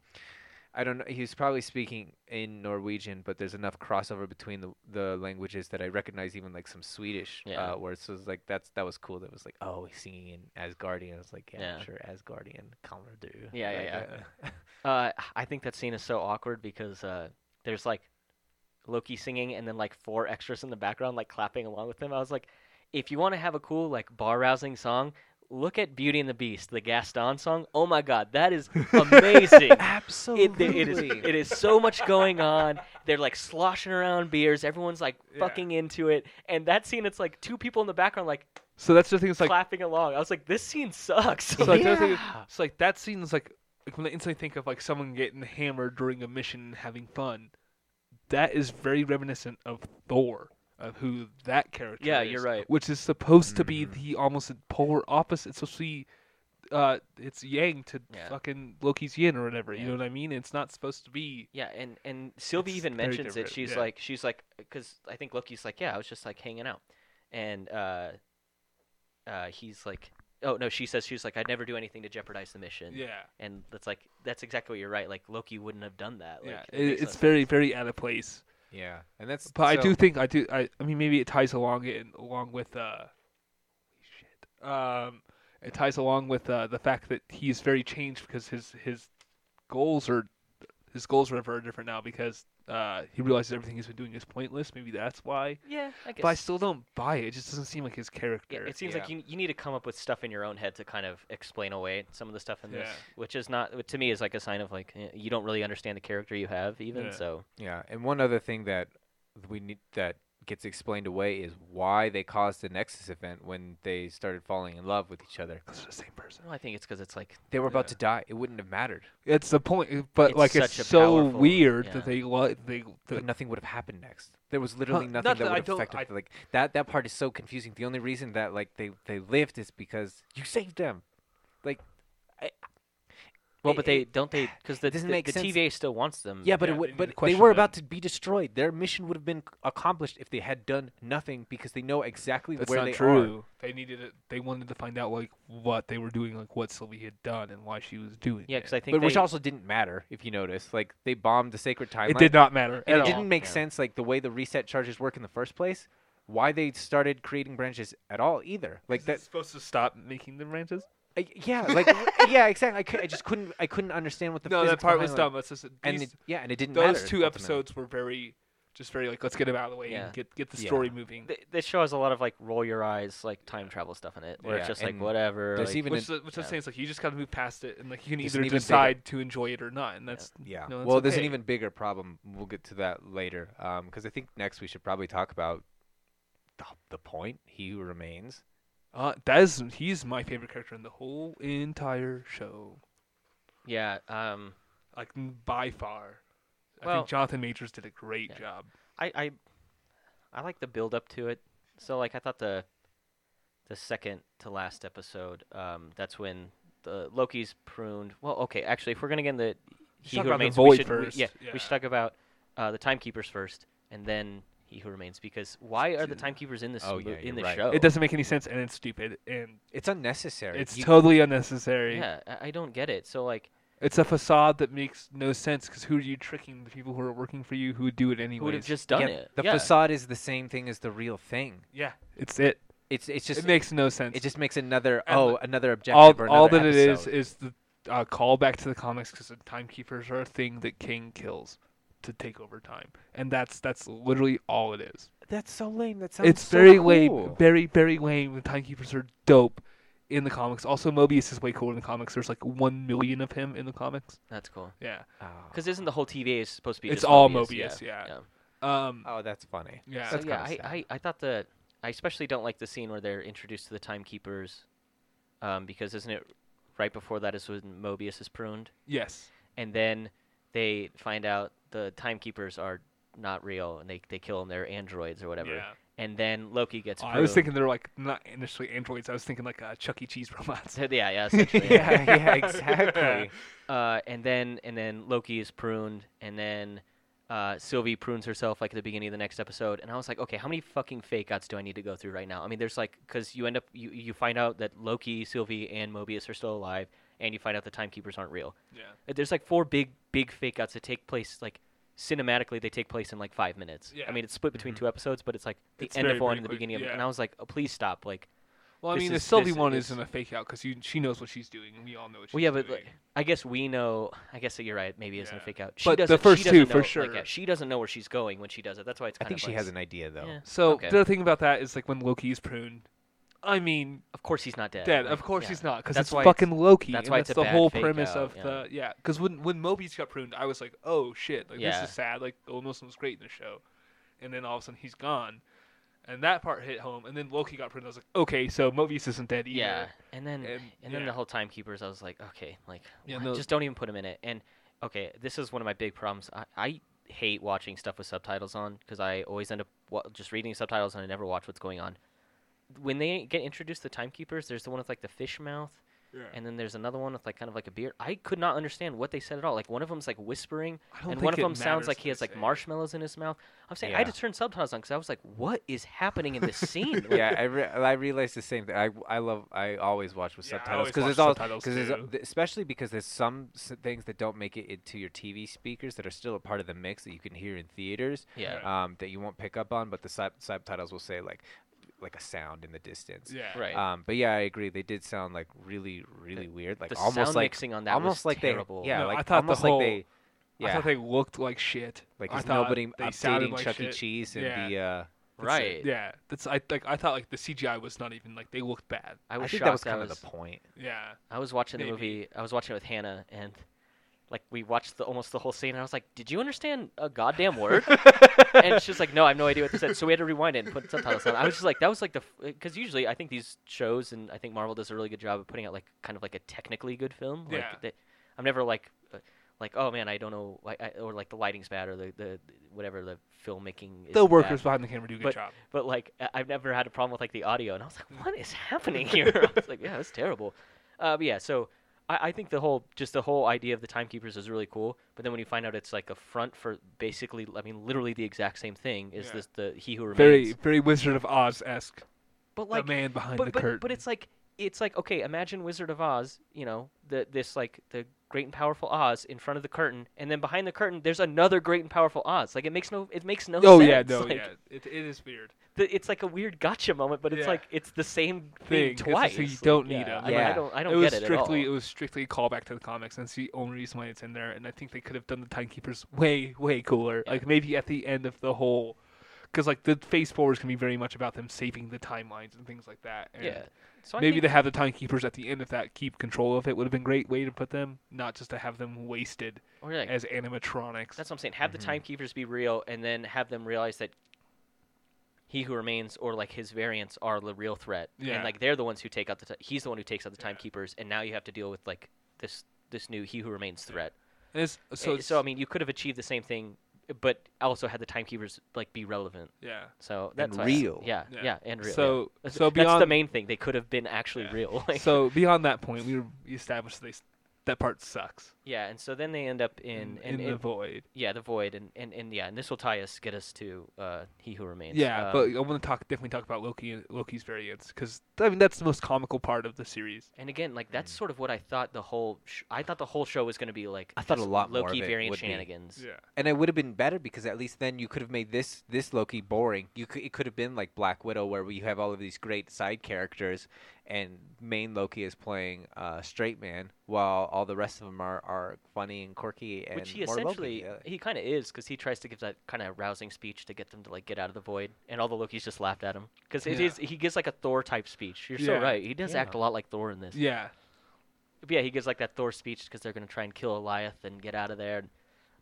Speaker 2: I don't know. He was probably speaking in Norwegian, but there's enough crossover between the the languages that I recognize even like some Swedish
Speaker 1: Yeah.
Speaker 2: uh, words. So it's like that's that was cool. That was like oh he's singing in Asgardian. I was like yeah,
Speaker 1: Yeah.
Speaker 2: sure Asgardian, Kalmar do.
Speaker 1: Yeah, yeah,
Speaker 2: Like,
Speaker 1: yeah.
Speaker 2: uh,
Speaker 1: Uh,
Speaker 2: [laughs]
Speaker 1: I think that scene is so awkward because uh, there's like Loki singing and then like four extras in the background like clapping along with him. I was like, if you want to have a cool like bar rousing song, look at Beauty and the Beast, the Gaston song. Oh my God, that
Speaker 3: [laughs]
Speaker 1: is amazing. It,
Speaker 2: Absolutely.
Speaker 1: it is it is so much going on. They're like sloshing around beers. Everyone's like fucking into it. And that scene, it's like two people in the background like
Speaker 3: So that's the thing. It's like
Speaker 1: clapping along. I was like, this scene sucks. [laughs]
Speaker 3: So like, the other thing is-
Speaker 2: Yeah.
Speaker 3: so like that scene is like, like when I instantly think of like someone getting hammered during a mission and having fun. That is very reminiscent of Thor, of who that character
Speaker 1: Yeah,
Speaker 3: is,
Speaker 1: you're right.
Speaker 3: Which is supposed to be
Speaker 2: Mhm.
Speaker 3: the almost polar opposite. It's supposed to be uh it's Yang to
Speaker 1: Yeah.
Speaker 3: fucking Loki's yin or whatever. You
Speaker 1: Yeah.
Speaker 3: know what I mean? It's not supposed to be
Speaker 1: Yeah, and and Sylvie
Speaker 3: It's
Speaker 1: even
Speaker 3: very
Speaker 1: mentions it.
Speaker 3: different,
Speaker 1: She's
Speaker 3: yeah.
Speaker 1: like, she's like, because I think Loki's like, yeah, I was just like hanging out, and uh, uh, he's like, oh no, she says she's like, I'd never do anything to jeopardize the mission.
Speaker 3: Yeah.
Speaker 1: and that's like, that's exactly what you're right. Like Loki wouldn't have done that. Like,
Speaker 3: yeah.
Speaker 1: it
Speaker 3: It-
Speaker 1: makes no
Speaker 3: it's
Speaker 1: sense.
Speaker 3: very, very out of place.
Speaker 2: yeah, and that's
Speaker 3: But I
Speaker 2: so-
Speaker 3: do think I do. I, I mean, maybe it ties along it along with uh, shit. Um, it ties along with uh, the fact that he's very changed because his his goals are his goals are very different now because uh, he realizes everything he's been doing is pointless. Maybe that's why.
Speaker 1: Yeah, I guess.
Speaker 3: But I still don't buy it. It just doesn't seem like his
Speaker 1: Yeah,
Speaker 3: character.
Speaker 1: it seems like
Speaker 2: yeah.
Speaker 1: you, you need to come up with stuff in your own head to kind of explain away some of the stuff in this,
Speaker 3: Yeah.
Speaker 1: which is not to me is like a sign of like eh, you don't really understand the character you have even.
Speaker 3: Yeah.
Speaker 1: So
Speaker 2: Yeah, and one other thing that we need that gets explained away is why they caused the Nexus event when they started falling in love with each other.
Speaker 3: 'Cause they're the same person.
Speaker 1: well, I think it's because it's like
Speaker 2: They were about
Speaker 3: Yeah.
Speaker 2: to die. It wouldn't have mattered.
Speaker 3: It's the point, but
Speaker 1: It's
Speaker 3: like it's
Speaker 1: such a
Speaker 3: so
Speaker 1: powerful-
Speaker 3: weird
Speaker 1: yeah.
Speaker 3: that they lo- they the,
Speaker 2: But nothing would have happened next. There was literally
Speaker 3: not
Speaker 2: nothing
Speaker 3: that
Speaker 2: that
Speaker 3: I
Speaker 2: would
Speaker 3: don't-
Speaker 2: have affected.
Speaker 3: I-
Speaker 2: like that. That part is so confusing. The only reason that like they they lived is because you saved them. Like, I,
Speaker 1: well,
Speaker 2: it-
Speaker 1: but they
Speaker 2: it-
Speaker 1: don't they because the
Speaker 2: it [sighs] doesn't
Speaker 1: the,
Speaker 2: make
Speaker 1: the
Speaker 2: sense.
Speaker 1: TVA still wants them.
Speaker 2: Yeah, but
Speaker 3: Yeah,
Speaker 2: it
Speaker 3: they
Speaker 2: would,
Speaker 3: need to
Speaker 2: but they
Speaker 3: question
Speaker 2: were
Speaker 3: them.
Speaker 2: about to be destroyed. Their mission would have been c- accomplished if they had done nothing because they know exactly
Speaker 3: That's
Speaker 2: where
Speaker 3: not
Speaker 2: they are.
Speaker 3: true. They needed it. They wanted to find out like what they were doing, like what Sylvie had done and why she was doing.
Speaker 1: Yeah,
Speaker 3: it.
Speaker 1: because I think
Speaker 2: but which
Speaker 1: they-
Speaker 2: also didn't matter if you notice. Like they bombed the sacred timeline.
Speaker 3: it did not matter
Speaker 2: And
Speaker 3: at
Speaker 2: it
Speaker 3: all.
Speaker 2: didn't make
Speaker 1: Yeah.
Speaker 2: sense like the way the reset charges work in the first place. Why they started creating branches at all either? Like that.
Speaker 3: supposed to stop making the branches?
Speaker 2: I, yeah, like [laughs] yeah, exactly. I, cou- I just couldn't. I couldn't understand what the
Speaker 3: no, that
Speaker 2: physics
Speaker 3: part was
Speaker 2: behind, like-
Speaker 3: dumb. That's just
Speaker 2: And
Speaker 3: these-
Speaker 2: it, yeah, and it didn't matter.
Speaker 3: those two
Speaker 2: ultimately.
Speaker 3: episodes were very, just very like let's get him out of the way
Speaker 1: Yeah.
Speaker 3: and get get the
Speaker 2: Yeah.
Speaker 3: story moving.
Speaker 1: Th- this show has a lot of like roll your eyes, like time travel stuff in it, where
Speaker 2: Yeah,
Speaker 1: it's just like
Speaker 2: and
Speaker 1: whatever.
Speaker 2: there's
Speaker 1: like-
Speaker 2: even
Speaker 3: Which
Speaker 2: an-
Speaker 3: the- which I'm
Speaker 1: yeah.
Speaker 3: saying is like you just got to move past it and like you can
Speaker 2: There's
Speaker 3: either
Speaker 2: an even bigger-
Speaker 3: decide to enjoy it or not, and that's
Speaker 2: Yeah.
Speaker 3: No, that's
Speaker 2: well, there's an
Speaker 3: okay.
Speaker 2: even bigger problem. We'll get to that later. Um, because I think next we should probably talk about the, the point. He who remains.
Speaker 3: uh, that is he's my favorite character in the whole entire show,
Speaker 1: yeah. Um,
Speaker 3: like n- by far. I
Speaker 1: Well-
Speaker 3: think Jonathan Majors did a great
Speaker 1: Yeah.
Speaker 3: job.
Speaker 1: I, I, I like the build up to it. So like I thought the, the second to last episode, um, that's when the Loki's pruned. Well, okay, actually, if we're gonna get in the he
Speaker 3: talk
Speaker 1: who
Speaker 3: about the
Speaker 1: remains,
Speaker 3: void
Speaker 1: we should, we-
Speaker 3: first.
Speaker 1: yeah, we should
Speaker 3: Yeah.
Speaker 1: talk about uh, the timekeepers first, and then he who remains. Because why are the
Speaker 3: Dude.
Speaker 1: timekeepers in this
Speaker 2: Oh,
Speaker 1: mo-
Speaker 2: yeah,
Speaker 1: in
Speaker 2: you're
Speaker 1: the
Speaker 2: right.
Speaker 1: show?
Speaker 3: It doesn't make any sense and it's stupid and
Speaker 2: It's unnecessary.
Speaker 3: it's
Speaker 2: You-
Speaker 3: totally unnecessary.
Speaker 1: Yeah, I, I don't get it. So like,
Speaker 3: It's a facade that makes no sense because who are you tricking? The people who are working for you who do it anyway.
Speaker 1: who would have just done
Speaker 2: yeah,
Speaker 1: it?
Speaker 2: The
Speaker 1: yeah.
Speaker 2: facade is the same thing as the real thing.
Speaker 3: Yeah, it's it.
Speaker 2: It's it's just
Speaker 3: it makes no sense.
Speaker 2: it just makes another
Speaker 3: And
Speaker 2: oh another objective
Speaker 3: all,
Speaker 2: or
Speaker 3: all
Speaker 2: another
Speaker 3: that it is
Speaker 2: episode.
Speaker 3: is the uh, callback to the comics because the timekeepers are a thing that King kills to take over time, and that's that's literally all it is.
Speaker 2: That's so lame. That sounds
Speaker 3: It's
Speaker 2: so
Speaker 3: very lame,
Speaker 2: cool.
Speaker 3: very very lame. The timekeepers are dope in the comics. Also, Mobius is way cool in the comics. There's like one million of him in the comics.
Speaker 1: That's cool.
Speaker 3: Yeah.
Speaker 2: Oh.
Speaker 1: Because isn't the whole TVA is supposed to be?
Speaker 3: It's
Speaker 1: just
Speaker 3: all
Speaker 1: Mobius,
Speaker 3: Mobius, yeah. Um.
Speaker 2: Oh,
Speaker 3: [laughs]
Speaker 2: that's funny.
Speaker 3: Yeah.
Speaker 1: So
Speaker 2: That's
Speaker 1: yeah, I,
Speaker 2: kinda
Speaker 1: I, I thought the I especially don't like the scene where they're introduced to the timekeepers, um, because isn't it right before that is when Mobius is pruned,
Speaker 3: Yes.
Speaker 1: and then they find out the timekeepers are not real, and they they kill them. They're androids or whatever.
Speaker 3: Yeah.
Speaker 1: And then Loki gets.
Speaker 3: Oh,
Speaker 1: pruned.
Speaker 3: I was thinking they're like not initially androids. I was thinking like uh, Chuck E.
Speaker 1: [laughs]
Speaker 3: Cheese robots.
Speaker 1: So,
Speaker 3: [laughs]
Speaker 1: yeah, yeah, essentially. yeah.
Speaker 2: yeah, yeah, [laughs] exactly.
Speaker 1: Uh, and then and then Loki is pruned, and then uh, Sylvie prunes herself like at the beginning of the next episode. And I was like, okay, how many fucking fake outs do I need to go through right now? I mean, there's like because you end up you you find out that Loki, Sylvie, and Mobius are still alive, and you find out the timekeepers aren't real.
Speaker 3: Yeah.
Speaker 1: Uh, There's like four big big fake outs that take place like cinematically they take place in like five minutes. I
Speaker 3: Yeah. Mm-hmm.
Speaker 1: mean, it's split between
Speaker 2: Mhm.
Speaker 1: two episodes, but it's like the
Speaker 3: It's
Speaker 1: end
Speaker 3: very,
Speaker 1: of one
Speaker 3: very
Speaker 1: and the
Speaker 3: quick,
Speaker 1: beginning of,
Speaker 3: yeah.
Speaker 1: and I was like, oh, please stop, like.
Speaker 3: Well, I
Speaker 1: This
Speaker 3: mean, the
Speaker 1: is-
Speaker 3: Sylvie
Speaker 1: this
Speaker 3: one
Speaker 1: is-
Speaker 3: isn't a fake out because she knows what she's doing. We all know what she's
Speaker 1: Well, yeah, but
Speaker 3: doing.
Speaker 1: like, I guess we know. I guess that you're right. Maybe it's
Speaker 3: Yeah.
Speaker 1: gonna fake out. She
Speaker 3: But the
Speaker 1: doesn't,
Speaker 3: first
Speaker 1: she doesn't
Speaker 3: two, for
Speaker 1: know, like,
Speaker 3: sure.
Speaker 1: yeah, she doesn't know where she's going when she does it. That's why it's.
Speaker 2: I
Speaker 1: Kind
Speaker 2: think
Speaker 1: of
Speaker 2: she
Speaker 1: like,
Speaker 2: has an idea though.
Speaker 1: Yeah.
Speaker 3: So
Speaker 1: Okay.
Speaker 3: the other thing about that is like when Loki's pruned. I mean,
Speaker 1: Of course he's not dead.
Speaker 3: dead.
Speaker 1: Like,
Speaker 3: Of course
Speaker 1: yeah.
Speaker 3: he's not because
Speaker 1: That's
Speaker 3: it's
Speaker 1: why
Speaker 3: fucking Loki.
Speaker 1: that's
Speaker 3: and
Speaker 1: why
Speaker 3: that's
Speaker 1: it's a
Speaker 3: the
Speaker 1: bad
Speaker 3: whole
Speaker 1: fake
Speaker 3: premise
Speaker 1: out,
Speaker 3: of the yeah. Because when when Mobius got pruned, I was like, oh shit, like
Speaker 1: Yeah.
Speaker 3: this is sad. Like Owen Wilson was great in the show, and then all of a sudden he's gone, and that part hit home. And then Loki got pruned. I was like, okay, so Mobius isn't dead either.
Speaker 1: Yeah, and then and,
Speaker 3: And-
Speaker 1: then
Speaker 3: yeah.
Speaker 1: the whole timekeepers. I was like, okay, like
Speaker 3: Yeah,
Speaker 1: what?
Speaker 3: no-
Speaker 1: just don't even put him in it. And okay, this is one of my big problems. I, I hate watching stuff with subtitles on because I always end up wa- just reading subtitles and I never watch what's going on. When they get introduced to the timekeepers, there's the one with like the fish mouth.
Speaker 3: Yeah.
Speaker 1: and then there's another one with like kind of like a beard. I could not understand what they said at all. Like one of them's like whispering,
Speaker 3: I don't
Speaker 1: and
Speaker 3: think
Speaker 1: one of
Speaker 3: it
Speaker 1: them sounds
Speaker 3: matters
Speaker 1: like
Speaker 3: what
Speaker 1: he has
Speaker 3: they
Speaker 1: like
Speaker 3: say.
Speaker 1: marshmallows in his mouth. I'm saying I had
Speaker 2: Yeah.
Speaker 1: to turn subtitles on because I was like, what is happening in
Speaker 2: [laughs]
Speaker 1: this scene? Like,
Speaker 2: yeah, I, re- I realized the same thing. I, I love I always watch with
Speaker 3: Yeah, I
Speaker 2: subtitles
Speaker 3: always
Speaker 2: because
Speaker 3: watch
Speaker 2: there's all
Speaker 3: subtitles,
Speaker 2: because there's a-
Speaker 3: too.
Speaker 2: th- especially because there's some s- things that don't make it into your TV speakers that are still a part of the mix that you can hear in theaters
Speaker 1: yeah.
Speaker 3: Right.
Speaker 2: um, that you won't pick up on, but the sub- subtitles will say like like a sound in the distance.
Speaker 3: Yeah.
Speaker 1: Right.
Speaker 2: Um, but yeah, I agree. They did sound like really, really weird. Like
Speaker 1: the
Speaker 2: almost
Speaker 1: sound
Speaker 2: like
Speaker 1: mixing on that was
Speaker 2: almost like
Speaker 1: terrible.
Speaker 2: they yeah,
Speaker 3: No,
Speaker 2: like
Speaker 3: I thought the
Speaker 2: almost
Speaker 3: whole-
Speaker 2: like they yeah,
Speaker 3: I thought they looked like shit.
Speaker 2: like
Speaker 3: I
Speaker 2: is
Speaker 3: thought
Speaker 2: nobody
Speaker 3: they sounded
Speaker 2: updating
Speaker 3: like
Speaker 2: Chuck E.
Speaker 3: shit.
Speaker 2: Cheese and
Speaker 3: Yeah.
Speaker 2: the uh,
Speaker 3: That's
Speaker 1: right.
Speaker 3: It. Yeah, that's I like I thought like the CGI was not even like they looked bad.
Speaker 1: I
Speaker 2: I,
Speaker 1: was
Speaker 2: think
Speaker 1: shocked.
Speaker 2: that was
Speaker 1: I
Speaker 2: kind
Speaker 1: was,
Speaker 2: of the point.
Speaker 3: Yeah,
Speaker 1: I was watching the
Speaker 3: Maybe.
Speaker 1: movie. I was watching it with Hannah, and like we watched the, almost the whole scene. And I was like, did you understand a goddamn word?
Speaker 2: [laughs]
Speaker 1: and she's like, no, I have no idea what this said. So we had to rewind it and put subtitles on. I was just like, that was like the because usually I think these shows and I think Marvel does a really good job of putting out like kind of like a technically good film. Like,
Speaker 3: Yeah.
Speaker 1: that- I'm never like uh, like oh man, I don't know, like I, or like the lighting's bad or the the whatever the filmmaking. Is
Speaker 3: the
Speaker 1: bad.
Speaker 3: workers behind the camera do a good job.
Speaker 1: But like I- I've never had a problem with like the audio, and I was like, what is happening [laughs] here? I was like, yeah, that's terrible. Uh, but yeah, so. I I think the whole just the whole idea of the timekeepers is really cool, but then when you find out it's like a front for basically, I mean, literally the exact same thing is
Speaker 3: Yeah.
Speaker 1: this the he who remains.
Speaker 3: Very very Wizard of Oz esque.
Speaker 1: but like,
Speaker 3: the man behind
Speaker 1: but,
Speaker 3: the
Speaker 1: but,
Speaker 3: curtain.
Speaker 1: but it's like it's like okay, imagine Wizard of Oz, you know, the this like the great and powerful Oz in front of the curtain, and then behind the curtain there's another great and powerful Oz. Like it makes no, it makes no.
Speaker 3: oh
Speaker 1: sense.
Speaker 3: yeah, no,
Speaker 1: [laughs] like,
Speaker 3: yeah, it, it is weird.
Speaker 1: the- it's like a weird gotcha moment, but it's
Speaker 3: Yeah.
Speaker 1: like it's the same
Speaker 3: Thing,
Speaker 1: thing,
Speaker 3: it's just
Speaker 1: twice.
Speaker 3: so you
Speaker 1: Like,
Speaker 3: don't need
Speaker 1: yeah,
Speaker 3: it.
Speaker 1: I, I
Speaker 2: Yeah.
Speaker 1: don't, I don't
Speaker 3: it was
Speaker 1: get it
Speaker 3: strictly
Speaker 1: at
Speaker 3: it
Speaker 1: all.
Speaker 3: was strictly a callback to the comics, and it's the only reason why it's in there. And I think they could have done the timekeepers way way cooler.
Speaker 1: Yeah.
Speaker 3: Like maybe at the end of the whole, because like the phase four is gonna be very much about them saving the timelines and things like that. And
Speaker 1: yeah. So I
Speaker 3: Maybe
Speaker 1: think,
Speaker 3: to have the timekeepers at the end of that keep control of it would have been a great way to put them, not just to have them wasted
Speaker 1: or like,
Speaker 3: as animatronics.
Speaker 1: That's what I'm saying. Have the timekeepers be real, and then have them realize that he who remains or like his variants are the real threat,
Speaker 3: Yeah.
Speaker 1: and like they're the ones who take out the. T- he's the one who takes out the timekeepers, and now you have to deal with like this this new he who remains threat.
Speaker 3: And it's-
Speaker 1: So,
Speaker 3: so,
Speaker 1: Eh, so I
Speaker 3: it's-
Speaker 1: mean, you could have achieved the same thing, but also had the timekeepers like be relevant.
Speaker 3: yeah.
Speaker 1: So that's
Speaker 2: And
Speaker 1: why-
Speaker 2: real.
Speaker 1: Yeah,
Speaker 3: Yeah.
Speaker 1: yeah, and real. yeah.
Speaker 3: So
Speaker 1: That's-
Speaker 3: so
Speaker 1: that's the
Speaker 3: beyond
Speaker 1: main thing. They could have been actually
Speaker 3: Yeah.
Speaker 1: real. [laughs] Like,
Speaker 3: so beyond that point, we were- we established they, s- that part sucks
Speaker 1: yeah, and so then they end up in,
Speaker 3: in,
Speaker 1: and
Speaker 3: the
Speaker 1: it-
Speaker 3: void.
Speaker 1: yeah the void, and, and, and yeah, and this will tie us get us to uh, he who remains.
Speaker 3: Yeah,
Speaker 1: Um,
Speaker 3: but I want to talk definitely talk about Loki and Loki's variants because I mean that's the most comical part of the series.
Speaker 1: And again, like that's sort of what I thought the whole. Sh- I thought the whole show was going to be like.
Speaker 2: I thought a
Speaker 1: just
Speaker 2: lot more
Speaker 1: Loki
Speaker 2: of it
Speaker 1: variant
Speaker 2: would be.
Speaker 1: shenanigans.
Speaker 3: Yeah,
Speaker 2: and it would have been better because at least then you could have made this this Loki boring. You could, it could have been like Black Widow, where we have all of these great side characters, and main Loki is playing uh, straight man, while all the rest of them are, are funny and quirky and
Speaker 1: Which he
Speaker 2: more Loki. Uh,
Speaker 1: essentially
Speaker 2: Yeah.
Speaker 1: he kind of is because he tries to give that kind of rousing speech to get them to like get out of the void, and all the Loki's just laughed at him because it
Speaker 3: Yeah.
Speaker 1: is he gives like a Thor type speech. You're
Speaker 3: Yeah.
Speaker 1: so right. He does act a lot like Thor in this.
Speaker 3: yeah,
Speaker 1: But yeah, he gives like that Thor speech because they're going to try and kill Eliath and get out of there. And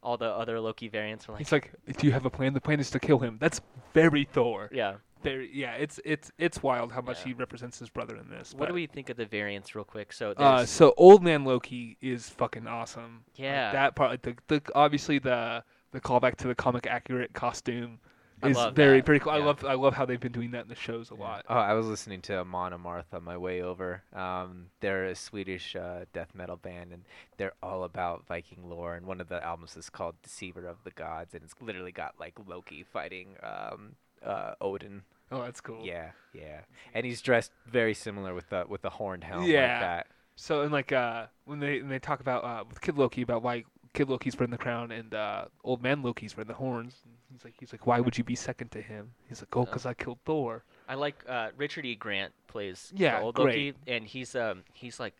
Speaker 1: all the other Loki variants are like,
Speaker 3: He's like, "Do you have a plan? The plan is to kill him." That's very Thor.
Speaker 1: yeah.
Speaker 3: Very, yeah. It's it's it's wild how much
Speaker 1: Yeah.
Speaker 3: he represents his brother in this.
Speaker 1: What do
Speaker 3: but-
Speaker 1: we think of the variants, real quick? So
Speaker 3: Uh,
Speaker 1: there's-
Speaker 3: so old man Loki is fucking awesome. Like,
Speaker 1: Yeah.
Speaker 3: that part, like the, the obviously the the callback to the comic accurate costume
Speaker 1: I
Speaker 3: is
Speaker 1: love
Speaker 3: very
Speaker 1: that.
Speaker 3: very cool. I
Speaker 1: Yeah.
Speaker 3: love I love how they've been doing that in the shows a lot.
Speaker 2: Oh, I was listening to Amon and Martha on my way over. Um, they're a Swedish uh, death metal band, and they're all about Viking lore. And one of the albums is called "Deceiver of the Gods," and it's literally got like Loki fighting um, uh, Odin.
Speaker 3: Oh, that's cool.
Speaker 2: Yeah, yeah. And he's dressed very similar with the with the horned helm
Speaker 3: Yeah.
Speaker 2: like that.
Speaker 3: So and like uh, when they when they talk about uh, with Kid Loki about why Kid Loki's wearing the crown and uh, old man Loki's wearing the horns. He's like he's like why would you be second to him? He's like oh because I killed Thor.
Speaker 1: I like uh, Richard E. Grant plays the
Speaker 3: Yeah,
Speaker 1: old
Speaker 3: great.
Speaker 1: Loki, and he's um he's like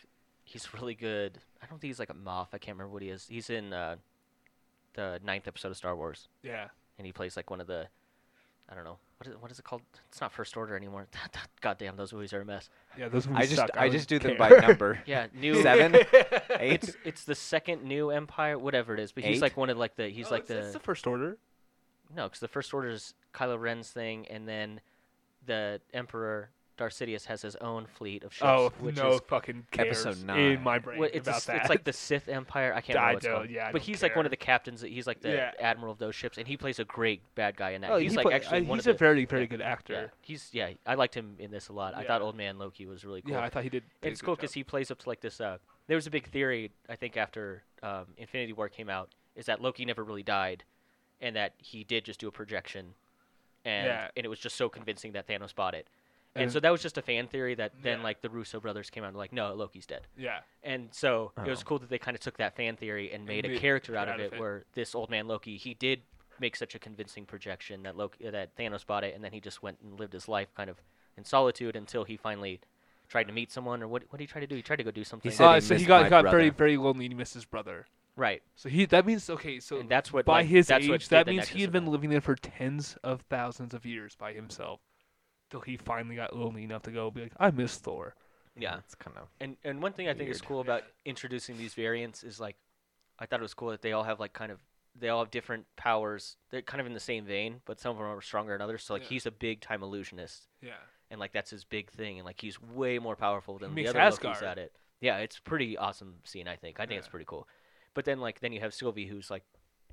Speaker 1: he's really good. I don't think he's like a moth. I can't remember what he is. He's in uh, the ninth episode of Star Wars,
Speaker 3: Yeah.
Speaker 1: and he plays like one of the I don't know what is what is it called? It's not First Order anymore. [laughs] Goddamn, those movies are a mess.
Speaker 3: Yeah, those movies
Speaker 2: I just
Speaker 3: suck.
Speaker 2: I,
Speaker 3: don't
Speaker 2: just do them by
Speaker 3: care. [laughs]
Speaker 2: number.
Speaker 1: Yeah, [laughs] new
Speaker 2: Seven, eight.
Speaker 1: It's it's the second new Empire, whatever it is. But he's
Speaker 2: Eight?
Speaker 1: like one of like the he's
Speaker 3: Oh,
Speaker 1: like
Speaker 3: it's- it's
Speaker 1: the
Speaker 3: the first order.
Speaker 1: No, because the First Order is Kylo Ren's thing, and then the Emperor Darth Sidious has his own fleet of ships,
Speaker 3: Oh
Speaker 1: which
Speaker 3: no,
Speaker 1: is
Speaker 3: fucking cares
Speaker 2: Episode
Speaker 3: in
Speaker 2: nine.
Speaker 3: my brain
Speaker 1: well, it's, a
Speaker 3: about
Speaker 1: s-
Speaker 3: that.
Speaker 1: it's like
Speaker 3: [laughs]
Speaker 1: the Sith Empire. I can't remember
Speaker 3: I
Speaker 1: what it's
Speaker 3: don't-
Speaker 1: called.
Speaker 3: yeah, I
Speaker 1: but
Speaker 3: don't
Speaker 1: he's like one
Speaker 3: care.
Speaker 1: of the captains. that- He's like the
Speaker 3: Yeah.
Speaker 1: admiral of those ships, and he plays a great bad guy in that.
Speaker 3: oh,
Speaker 1: he's
Speaker 3: he
Speaker 1: like
Speaker 3: play-
Speaker 1: actually
Speaker 3: uh,
Speaker 1: one
Speaker 3: he's
Speaker 1: of
Speaker 3: a
Speaker 1: the.
Speaker 3: very very good
Speaker 1: yeah,
Speaker 3: actor.
Speaker 1: he's yeah. I liked him in this a lot. I
Speaker 3: Yeah.
Speaker 1: thought Old Man Loki was really cool.
Speaker 3: Yeah, I thought he did. did a
Speaker 1: it's
Speaker 3: good
Speaker 1: cool
Speaker 3: job.
Speaker 1: because he plays up to like this. Uh, there was a big theory I think after um, Infinity War came out is that Loki never really died, and that he did just do a projection, and
Speaker 3: Yeah.
Speaker 1: and it was just so convincing that Thanos bought it, and,
Speaker 3: And-
Speaker 1: so that was just a fan theory that then
Speaker 3: Yeah.
Speaker 1: like the Russo brothers came out and were like no Loki's dead,
Speaker 3: yeah.
Speaker 1: and so it was cool that they kind of took that fan theory Oh. and made a
Speaker 3: made-
Speaker 1: character out of it, where this old man Loki he did make such a convincing projection that Loki that Thanos bought it, and then he just went and lived his life kind of in solitude until he finally tried to meet someone or what what did he try to do? He tried to go do something.
Speaker 2: said
Speaker 3: Uh,
Speaker 2: he
Speaker 3: so he
Speaker 2: missed
Speaker 3: got
Speaker 2: my
Speaker 3: got very
Speaker 2: brother.
Speaker 3: very lonely and he missed his brother.
Speaker 1: right,
Speaker 3: So he that means okay. So
Speaker 1: and that's what
Speaker 3: by
Speaker 1: like,
Speaker 3: his
Speaker 1: that's what
Speaker 3: age,
Speaker 1: did
Speaker 3: that
Speaker 1: the
Speaker 3: means
Speaker 1: nexus
Speaker 3: he had
Speaker 1: of
Speaker 3: been
Speaker 1: that.
Speaker 3: living there for tens of thousands of years by himself, till he finally got lonely enough to go be like, I miss Thor.
Speaker 1: yeah.
Speaker 2: It's kind of
Speaker 1: And and one thing I think is
Speaker 2: Weird.
Speaker 1: cool about introducing these variants is like, I thought it was cool that they all have like kind of they all have different powers. They're kind of in the same vein, but some of them are stronger than others. So like
Speaker 3: Yeah.
Speaker 1: he's a big time illusionist.
Speaker 3: Yeah.
Speaker 1: and like that's his big thing, and like he's way more powerful than the
Speaker 3: makes
Speaker 1: other Lokis
Speaker 3: Asgard.
Speaker 1: at it. Yeah, it's pretty awesome scene. I think I think it's
Speaker 3: Yeah.
Speaker 1: pretty cool. But then like then you have Sylvie who's like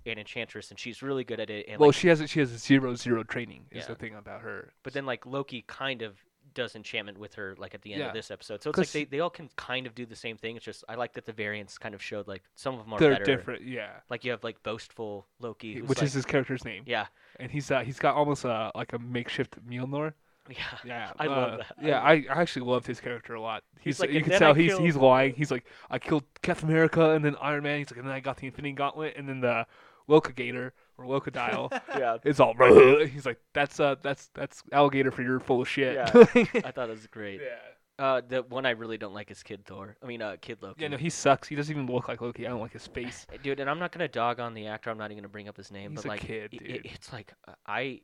Speaker 1: an enchantress, and she's really good at it. And
Speaker 3: well,
Speaker 1: like,
Speaker 3: she has she has zero zero training is
Speaker 1: Yeah.
Speaker 3: the thing about her.
Speaker 1: but then like Loki kind of does enchantment with her like at the end
Speaker 3: Yeah.
Speaker 1: of this episode. So it's like
Speaker 3: 'Cause-
Speaker 1: they, they all can kind of do the same thing. It's just I like that the variants kind of showed like some of them are
Speaker 3: they're
Speaker 1: better.
Speaker 3: different. Yeah.
Speaker 1: Like you have like boastful Loki, who's
Speaker 3: Which
Speaker 1: like-
Speaker 3: is his character's name.
Speaker 1: yeah,
Speaker 3: and he's uh, he's got almost uh, like a makeshift Mjolnir,
Speaker 1: [laughs] Yeah.
Speaker 3: Yeah,
Speaker 1: I love
Speaker 3: uh,
Speaker 1: that. I
Speaker 3: Yeah, I, I actually loved his character a lot. He's,
Speaker 1: like,
Speaker 3: you
Speaker 1: "And
Speaker 3: can
Speaker 1: then
Speaker 3: tell
Speaker 1: I
Speaker 3: he's
Speaker 1: killed-"
Speaker 3: he's lying. He's like, I killed Captain America and then Iron Man. He's like, and then I got the Infinity Gauntlet and then the Locagator
Speaker 1: [laughs]
Speaker 3: or Locodile.
Speaker 1: Yeah.
Speaker 3: it's all. [laughs] He's like, that's uh, that's that's alligator for your full of shit. [laughs]
Speaker 1: Yeah. [laughs] I thought it was great.
Speaker 3: yeah.
Speaker 1: Uh, the one I really don't like is Kid Thor. I mean, uh, Kid Loki.
Speaker 3: Yeah, no, he sucks. He doesn't even look like Loki. I don't like his face.
Speaker 1: Uh, dude, and I'm not gonna dog on the actor. I'm not even gonna bring up his name.
Speaker 3: He's
Speaker 1: but
Speaker 3: a
Speaker 1: like, i-
Speaker 3: kid,
Speaker 1: i-
Speaker 3: dude.
Speaker 1: it's like uh, I,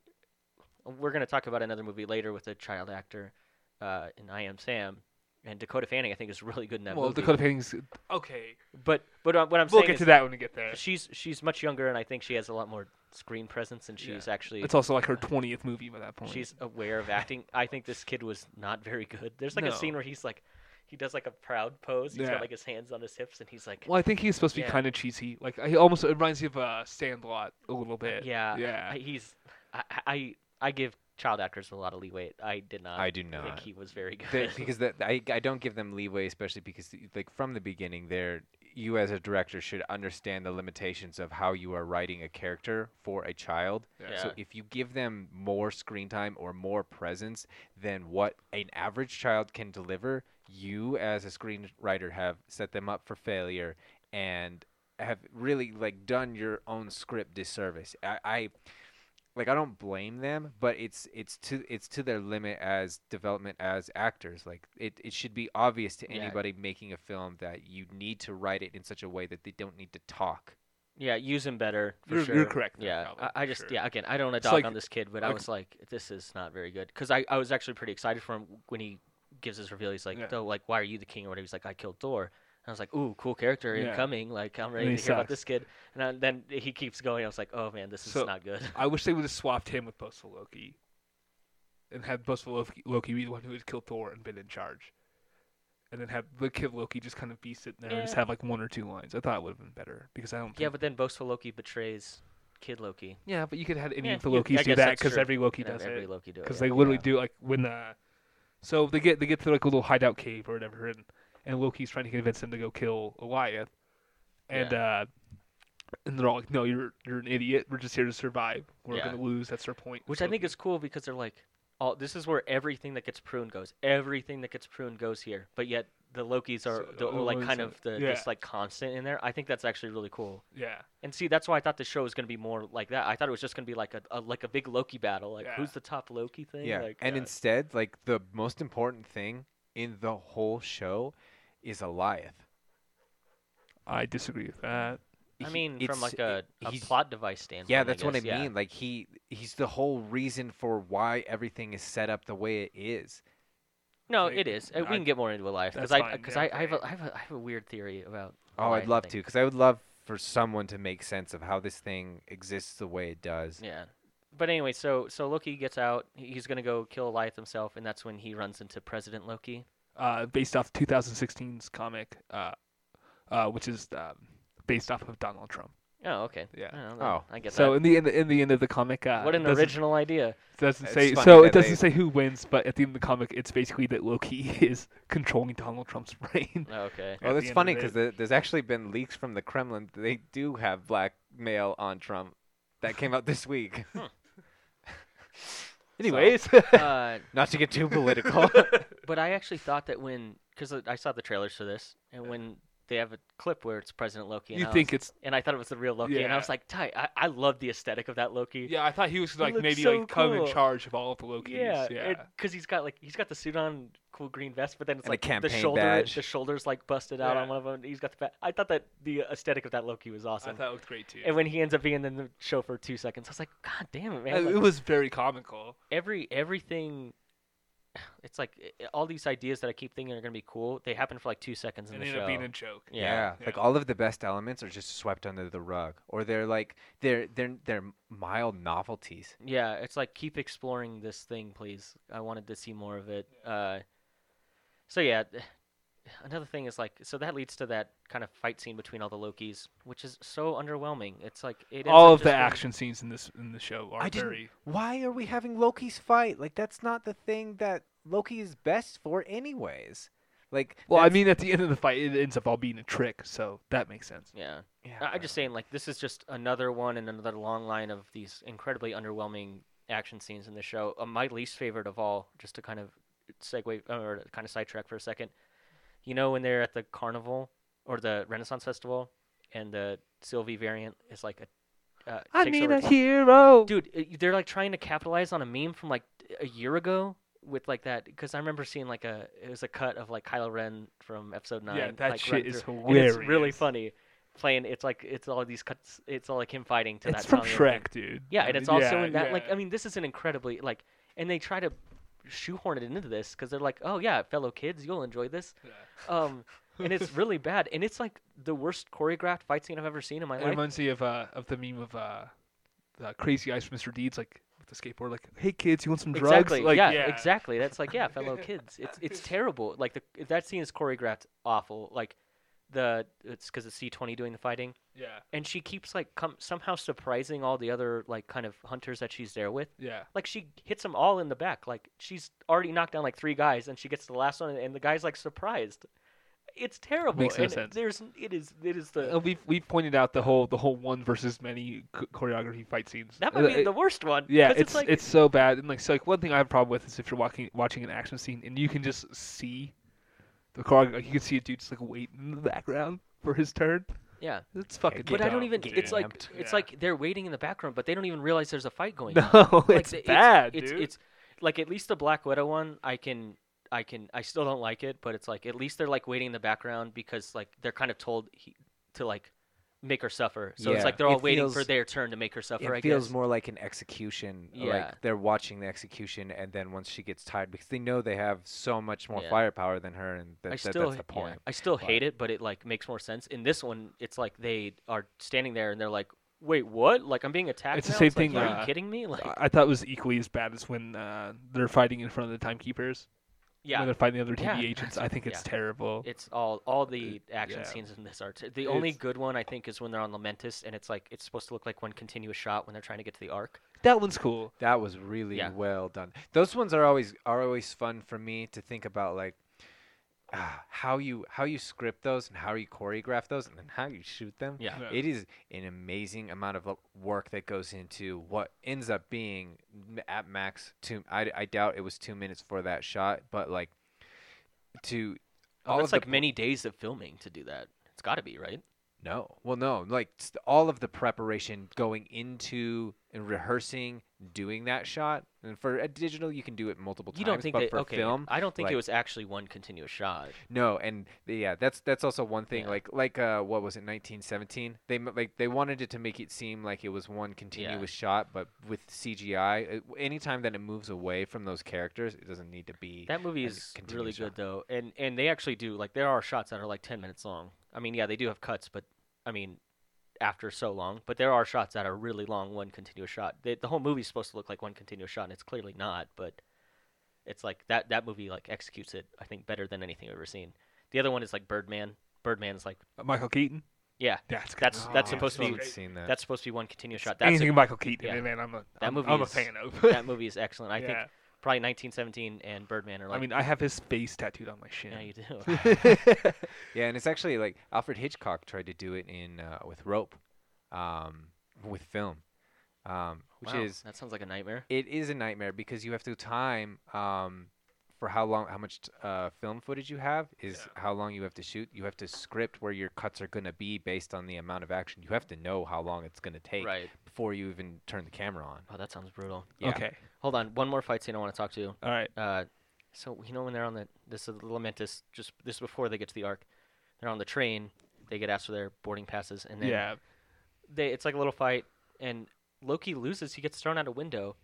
Speaker 1: we're gonna talk about another movie later with a child actor, uh, in I Am Sam, and Dakota Fanning. I think is really good in [laughs] that
Speaker 3: well,
Speaker 1: movie.
Speaker 3: Dakota Fanning's okay.
Speaker 1: But but uh, what I'm
Speaker 3: we'll
Speaker 1: saying
Speaker 3: get
Speaker 1: is
Speaker 3: to that when we get there.
Speaker 1: she's she's much younger, and I think she has a lot more screen presence, and she's actually
Speaker 3: It's also like her twentieth movie by that point.
Speaker 1: she's aware of acting. I think this kid was not very good. There's like a
Speaker 3: No.
Speaker 1: scene where he's like, he does like a proud pose. He's
Speaker 3: Yeah.
Speaker 1: got like his hands on his hips, and he's like,
Speaker 3: well, I think he's supposed to be
Speaker 1: Yeah.
Speaker 3: kind of cheesy. Like, he almost it reminds me of uh, Sandlot a little bit.
Speaker 1: Uh, yeah,
Speaker 3: yeah.
Speaker 1: I, he's I, I I give child actors a lot of leeway. I did not.
Speaker 2: I do
Speaker 1: think
Speaker 2: not.
Speaker 1: he was very [laughs]
Speaker 2: They-
Speaker 1: good.
Speaker 2: because that I, I don't give them leeway, especially because like from the beginning, there you as a director should understand the limitations of how you are writing a character for a child. So
Speaker 1: Yeah.
Speaker 2: if you give them more screen time or more presence than what an average child can deliver, you as a screenwriter have set them up for failure and have really like done your own script disservice. I, I like I don't blame them, but it's it's to it's to their limit as development as actors. Like it, it should be obvious to
Speaker 1: Yeah.
Speaker 2: anybody making a film that you need to write it in such a way that they don't need to talk.
Speaker 1: yeah, use him better. For
Speaker 3: You're-
Speaker 1: sure.
Speaker 3: you're correct there,
Speaker 1: Yeah,
Speaker 3: probably,
Speaker 1: I, I
Speaker 3: for
Speaker 1: just
Speaker 3: sure.
Speaker 1: yeah. Again, I don't want to dog
Speaker 3: It's like-
Speaker 1: on this kid, but I
Speaker 3: like-
Speaker 1: was like, this is not very good because I, I was actually pretty excited for him when he gives his reveal. He's like,
Speaker 3: Yeah.
Speaker 1: oh, like why are you the king or whatever? He's like, I killed Thor. And I was like, ooh, cool character
Speaker 3: Yeah.
Speaker 1: incoming. Like I'm ready to
Speaker 3: he
Speaker 1: hear about
Speaker 3: sucks.
Speaker 1: this kid. And I, then he keeps going. I was like, oh man, this is
Speaker 3: So-
Speaker 1: not [laughs] good.
Speaker 3: I wish they would have swapped him with Postal Loki, and had Postal Loki, Loki be the one who would kill Thor and been in charge, and then have the kid Loki just kind of be sitting there and just
Speaker 1: Yeah.
Speaker 3: have like one or two lines. I thought it would have been better because I don't. Think
Speaker 1: yeah, but then boastful Loki betrays kid Loki.
Speaker 3: yeah, but you could have any
Speaker 1: Yeah,
Speaker 3: of the
Speaker 1: you-
Speaker 3: Lokis
Speaker 1: I
Speaker 3: do
Speaker 1: guess
Speaker 3: that
Speaker 1: that's
Speaker 3: because
Speaker 1: true.
Speaker 3: every Loki
Speaker 1: You can have
Speaker 3: does
Speaker 1: every
Speaker 3: it
Speaker 1: Loki do it,
Speaker 3: because
Speaker 1: yeah.
Speaker 3: they literally do like when uh, so they get they get to like a little hideout cave or whatever, and and Loki's trying to convince them to go kill Eliath, and uh. And they're all like, "No, you're you're an idiot. We're just here to survive. We're
Speaker 1: Yeah.
Speaker 3: gonna lose. That's our point."
Speaker 1: Which I
Speaker 3: So-
Speaker 1: think is cool because they're like, all this is where everything that gets pruned goes. Everything that gets pruned goes here. But yet the Lokis are
Speaker 3: So,
Speaker 1: the,
Speaker 3: uh,
Speaker 1: like
Speaker 3: what is
Speaker 1: kind
Speaker 3: it?
Speaker 1: of the
Speaker 3: Yeah.
Speaker 1: just like constant in there. I think that's actually really cool.
Speaker 3: yeah.
Speaker 1: And see, that's why I thought the show was gonna be more like that. I thought it was just gonna be like a, a like a big Loki battle, like
Speaker 3: Yeah.
Speaker 1: who's the top Loki thing.
Speaker 2: Yeah.
Speaker 1: like,
Speaker 2: and
Speaker 1: uh,
Speaker 2: instead, like the most important thing in the whole show is Eliath.
Speaker 3: I disagree with that.
Speaker 1: I
Speaker 2: he-
Speaker 1: mean,
Speaker 2: it's-
Speaker 1: from like
Speaker 2: i-
Speaker 1: a, a
Speaker 2: he's-
Speaker 1: plot device standpoint.
Speaker 2: Yeah, that's what I
Speaker 1: guess, yeah.
Speaker 2: mean. Like he he's the whole reason for why everything is set up the way it is.
Speaker 1: No,
Speaker 3: Like,
Speaker 1: it is. Uh,
Speaker 3: I-
Speaker 1: we can get more into Elias because
Speaker 3: that's
Speaker 1: I
Speaker 3: fine,
Speaker 1: because
Speaker 3: yeah,
Speaker 1: I, I have
Speaker 3: okay.
Speaker 1: a I have a I have a weird theory about.
Speaker 2: Oh,
Speaker 1: Elias,
Speaker 2: I'd
Speaker 1: I
Speaker 2: love
Speaker 1: think.
Speaker 2: to cuz I would love for someone to make sense of how this thing exists the way it does.
Speaker 1: Yeah. But anyway, so so Loki gets out. he- He's gonna go kill Eliath himself, and that's when he runs into President Loki.
Speaker 3: Uh, based off 2016's comic, uh, uh, which is um, based off of Donald Trump.
Speaker 1: Oh, okay.
Speaker 3: Yeah.
Speaker 1: I don't know.
Speaker 2: Oh.
Speaker 1: I get that.
Speaker 3: So in the, in the in the end of the comic, uh,
Speaker 1: what
Speaker 3: it
Speaker 1: an
Speaker 3: doesn't-
Speaker 1: original idea.
Speaker 3: [laughs] Doesn't
Speaker 2: It's
Speaker 3: say
Speaker 2: funny
Speaker 3: so.
Speaker 2: that
Speaker 3: It doesn't say
Speaker 2: they-
Speaker 3: who wins, but at the end of the comic, it's basically that Loki [laughs] is controlling Donald Trump's [laughs] brain.
Speaker 1: Oh, okay.
Speaker 3: at
Speaker 2: Oh,
Speaker 3: the
Speaker 2: that's
Speaker 3: end of
Speaker 2: funny
Speaker 3: it.
Speaker 2: because there's actually been leaks from the Kremlin. that They do have black male on Trump. That came out this week. [laughs]
Speaker 3: Anyways, [laughs]
Speaker 1: uh,
Speaker 2: Not to get too political.
Speaker 1: [laughs] but I actually thought that when because I saw the trailers for this, and when they have a clip where it's President Loki, and
Speaker 3: you
Speaker 1: I
Speaker 3: think
Speaker 1: was,
Speaker 3: it's
Speaker 1: and I thought it was the real Loki, and I
Speaker 3: Yeah.
Speaker 1: was like, tight. I, I love the aesthetic of that Loki.
Speaker 3: yeah? I thought he was
Speaker 1: like,
Speaker 3: like
Speaker 1: looks
Speaker 3: maybe
Speaker 1: maybe, like, so
Speaker 3: like kind
Speaker 1: cool.
Speaker 3: in charge of all of the Lokis. Yeah,
Speaker 1: because he's got like he's got the suit on, cool green vest, but then it's
Speaker 2: And a
Speaker 1: like the
Speaker 2: campaign
Speaker 1: shoulder,
Speaker 2: badge.
Speaker 1: the shoulders like busted out
Speaker 3: Yeah.
Speaker 1: on one of them. He's got the. Ba- I thought that the aesthetic of that Loki was
Speaker 3: I
Speaker 1: awesome.
Speaker 3: thought it looked great too.
Speaker 1: And when he ends up being in the show for two seconds, I was like, God damn it, man!
Speaker 3: Uh,
Speaker 1: Like,
Speaker 3: it was very comical.
Speaker 1: every everything. [sighs] It's like eh, all these ideas that I keep thinking are gonna be cool. They happen for like two seconds in
Speaker 3: It
Speaker 1: the
Speaker 3: ended
Speaker 1: show.
Speaker 3: up being a joke.
Speaker 1: yeah.
Speaker 2: like
Speaker 3: Yeah.
Speaker 2: all of the best elements are just swept under the rug, or they're like they're they're they're mild novelties.
Speaker 1: Yeah, it's like keep exploring this thing, please. I wanted to see more of it. Uh, so yeah, th- another thing is like so that leads to that kind of fight scene between all the Lokis, which is so underwhelming. It's like it ends
Speaker 3: All
Speaker 1: up
Speaker 3: of the
Speaker 1: just being-
Speaker 3: action scenes in this in the show are
Speaker 2: I didn't-
Speaker 3: very
Speaker 2: Why are we having Loki's fight? Like that's not the thing that Loki is best for, anyways. Like
Speaker 3: Well, I
Speaker 2: that's-
Speaker 3: mean, at the end of the fight, it ends up all being a trick, so that makes sense.
Speaker 1: Yeah,
Speaker 2: yeah,
Speaker 1: I- I'm just saying like this is just another one and another long line of these incredibly underwhelming action scenes in the show. Uh, my least favorite of all, just to kind of segue uh, or to kind of sidetrack for a second, you know when they're at the carnival or the Renaissance Festival, and the Sylvie variant is like a. Uh,
Speaker 3: I
Speaker 1: takes
Speaker 3: need
Speaker 1: over-
Speaker 3: a hero.
Speaker 1: dude uh, they're like trying to capitalize on a meme from like a year ago with like that because i remember seeing like a it was a cut of like kylo ren from episode 9
Speaker 3: yeah, that
Speaker 1: like, run
Speaker 3: shit is
Speaker 1: through-
Speaker 3: hilarious.
Speaker 1: and it's really funny playing it's like it's all these cuts it's all like him fighting to
Speaker 3: It's
Speaker 1: that
Speaker 3: from
Speaker 1: song and everything.
Speaker 3: Shrek, dude.
Speaker 1: yeah
Speaker 3: I
Speaker 1: and
Speaker 3: mean,
Speaker 1: it's also
Speaker 3: yeah,
Speaker 1: in that like
Speaker 3: yeah.
Speaker 1: i mean this is an incredibly like and they try to shoehorn it into this because they're like oh yeah fellow kids you'll enjoy this um and it's
Speaker 3: [laughs]
Speaker 1: really bad and it's like the worst choreographed fight scene i've ever seen in my
Speaker 3: It
Speaker 1: life
Speaker 3: reminds me of uh, of the meme of uh, the crazy eyes from Mr. Deeds, like with the skateboard, like, "Hey kids, you want some drugs?"
Speaker 1: Exactly.
Speaker 3: Like,
Speaker 1: yeah, Exactly. That's like yeah,
Speaker 3: [laughs]
Speaker 1: fellow kids. It's it's terrible. Like the that scene is choreographed awful. Like the it's because it's C twenty doing the fighting,
Speaker 3: Yeah,
Speaker 1: and she keeps like come somehow surprising all the other like kind of hunters that she's there with.
Speaker 3: yeah.
Speaker 1: Like she hits them all in the back. Like she's already knocked down like three guys, and she gets to the last one, and the guy's like surprised. It's terrible.
Speaker 3: Makes no
Speaker 1: and
Speaker 3: sense.
Speaker 1: There's it is it is the
Speaker 3: Uh, we've we've pointed out the whole the whole one versus many c- choreography fight scenes.
Speaker 1: that
Speaker 3: Uh,
Speaker 1: might be
Speaker 3: it-
Speaker 1: the worst one.
Speaker 3: yeah,
Speaker 1: 'cause
Speaker 3: it's it's,
Speaker 1: like
Speaker 3: so bad. And like so, like one thing I have a problem with is if you're walking watching an action scene and you can just see the car, like you can see a dude just like waiting in the background for his turn.
Speaker 1: yeah.
Speaker 3: It's fucking.
Speaker 2: get
Speaker 1: But I
Speaker 2: down,
Speaker 1: don't even.
Speaker 2: get
Speaker 1: It's like
Speaker 2: amped.
Speaker 1: it's
Speaker 3: Yeah.
Speaker 1: like they're waiting in the background, but they don't even realize there's a fight going. on.
Speaker 3: [laughs] [laughs] no,
Speaker 1: Like,
Speaker 3: it's
Speaker 1: the-
Speaker 3: bad,
Speaker 1: It's,
Speaker 3: dude.
Speaker 1: it's like at least the Black Widow one, I can, I can, I still don't like it, but it's like at least they're like waiting in the background because like they're kind of told he, to like make her suffer. So it's
Speaker 2: Yeah.
Speaker 1: like they're all
Speaker 2: It
Speaker 1: waiting for
Speaker 2: feels-
Speaker 1: their turn to make her suffer. I
Speaker 2: it feels
Speaker 1: guess.
Speaker 2: more like an execution.
Speaker 1: Yeah.
Speaker 2: Like they're watching the execution, and then once she gets tired, because they know they have so much more
Speaker 1: Yeah.
Speaker 2: firepower than her, and
Speaker 1: I
Speaker 2: that, that,
Speaker 1: still,
Speaker 2: that's the
Speaker 1: yeah,
Speaker 2: point.
Speaker 1: I still
Speaker 2: but-
Speaker 1: hate it, but it like makes more sense. In this one, it's like they are standing there and they're like, "Wait, what? Like I'm being attacked."
Speaker 3: It's the
Speaker 1: now?"
Speaker 3: same
Speaker 1: like,
Speaker 3: thing,
Speaker 1: Are
Speaker 3: uh,
Speaker 1: you kidding me? Like,
Speaker 3: I I thought it was equally as bad as when uh, they're fighting in front of the timekeepers. When
Speaker 1: yeah,
Speaker 3: they're fighting the other TV
Speaker 1: Yeah,
Speaker 3: agents.
Speaker 1: that's-
Speaker 3: I think it's
Speaker 1: yeah.
Speaker 3: terrible.
Speaker 1: It's all all the action
Speaker 3: yeah.
Speaker 1: scenes in this are. T- the only
Speaker 3: It's-
Speaker 1: good one I think is when they're on Lamentus, and it's like it's supposed to look like one continuous shot when they're trying to get to the arc.
Speaker 3: that one's cool.
Speaker 2: That was really
Speaker 1: Yeah.
Speaker 2: well done. Those ones are always are always fun for me to think about, like ah, how you how you script those and how you choreograph those and then how you shoot them.
Speaker 1: Yeah.
Speaker 3: Yeah.
Speaker 2: It is an amazing amount of uh, work that goes into what ends up being m- at max two. I, I doubt it was two minutes for that shot, but like to
Speaker 1: Oh,
Speaker 2: all of
Speaker 1: that's
Speaker 2: the
Speaker 1: like many days of filming to do that. It's got to be right.
Speaker 2: No. Well, no. Like s- all of the preparation going into and rehearsing doing that shot. And for a digital, you can do it multiple
Speaker 1: You
Speaker 2: times.
Speaker 1: don't think
Speaker 2: but
Speaker 1: they
Speaker 2: for
Speaker 1: okay?
Speaker 2: film,
Speaker 1: I don't think it
Speaker 2: like-
Speaker 1: was actually one continuous shot.
Speaker 2: no. And the- yeah, that's that's also one thing.
Speaker 1: Yeah.
Speaker 2: Like like uh, what was it, 1917? They m- like they wanted it to make it seem like it was one continuous shot, but with CGI, it, anytime that it moves away from those characters, it doesn't need to [laughs] be.
Speaker 1: That movie
Speaker 2: as a
Speaker 1: is really
Speaker 2: continuous
Speaker 1: good
Speaker 2: shot.
Speaker 1: though, and and they actually do like there are shots that are like ten minutes long. I mean, yeah, they do have cuts, but I mean, after so long, but there are shots that are really long, one continuous shot. The, the whole movie's supposed to look like one continuous shot, and it's clearly not. But it's like that that movie like executes it, I think, better than anything I've ever seen. The other one is like Birdman. Birdman's like
Speaker 3: Uh, Michael Keaton.
Speaker 1: yeah,
Speaker 3: That's good.
Speaker 1: That's- that's
Speaker 2: Oh,
Speaker 1: supposed to
Speaker 2: I
Speaker 1: be-
Speaker 2: haven't seen that.
Speaker 1: that's supposed to be one continuous shot. That's [laughs]
Speaker 3: anything
Speaker 1: a,
Speaker 3: Michael Keaton,
Speaker 1: yeah.
Speaker 3: in, man. I'm a
Speaker 1: That
Speaker 3: am
Speaker 1: movie
Speaker 3: I'm a
Speaker 1: is-
Speaker 3: fan of.
Speaker 1: that movie is excellent. I think
Speaker 3: [laughs] Yeah.
Speaker 1: probably 1917 and Birdman are like.
Speaker 3: I mean, I have his face tattooed on my shin.
Speaker 1: yeah, you
Speaker 3: [laughs]
Speaker 1: do. [laughs]
Speaker 2: Yeah, and it's actually like Alfred Hitchcock tried to do it in uh, with rope, um, with film, um, which
Speaker 1: Wow,
Speaker 2: is
Speaker 1: that sounds like a nightmare.
Speaker 2: it is a nightmare because you have to time um, for how long, how much uh, film footage you have is how long you have to shoot. You have to script where your cuts are gonna be based on the amount of action. You have to know how long it's gonna take
Speaker 1: Right.
Speaker 2: before you even turn the camera on.
Speaker 1: Oh, that sounds brutal.
Speaker 2: Yeah.
Speaker 3: Okay.
Speaker 1: Hold on, one more fight scene I want to talk to.
Speaker 3: All right.
Speaker 1: Uh, so you know when they're on the this is Lamentus just this is before they get to the Ark, they're on the train. They get asked for their boarding passes, and then
Speaker 3: Yeah.
Speaker 1: they it's like a little fight, and Loki loses. He gets thrown out a window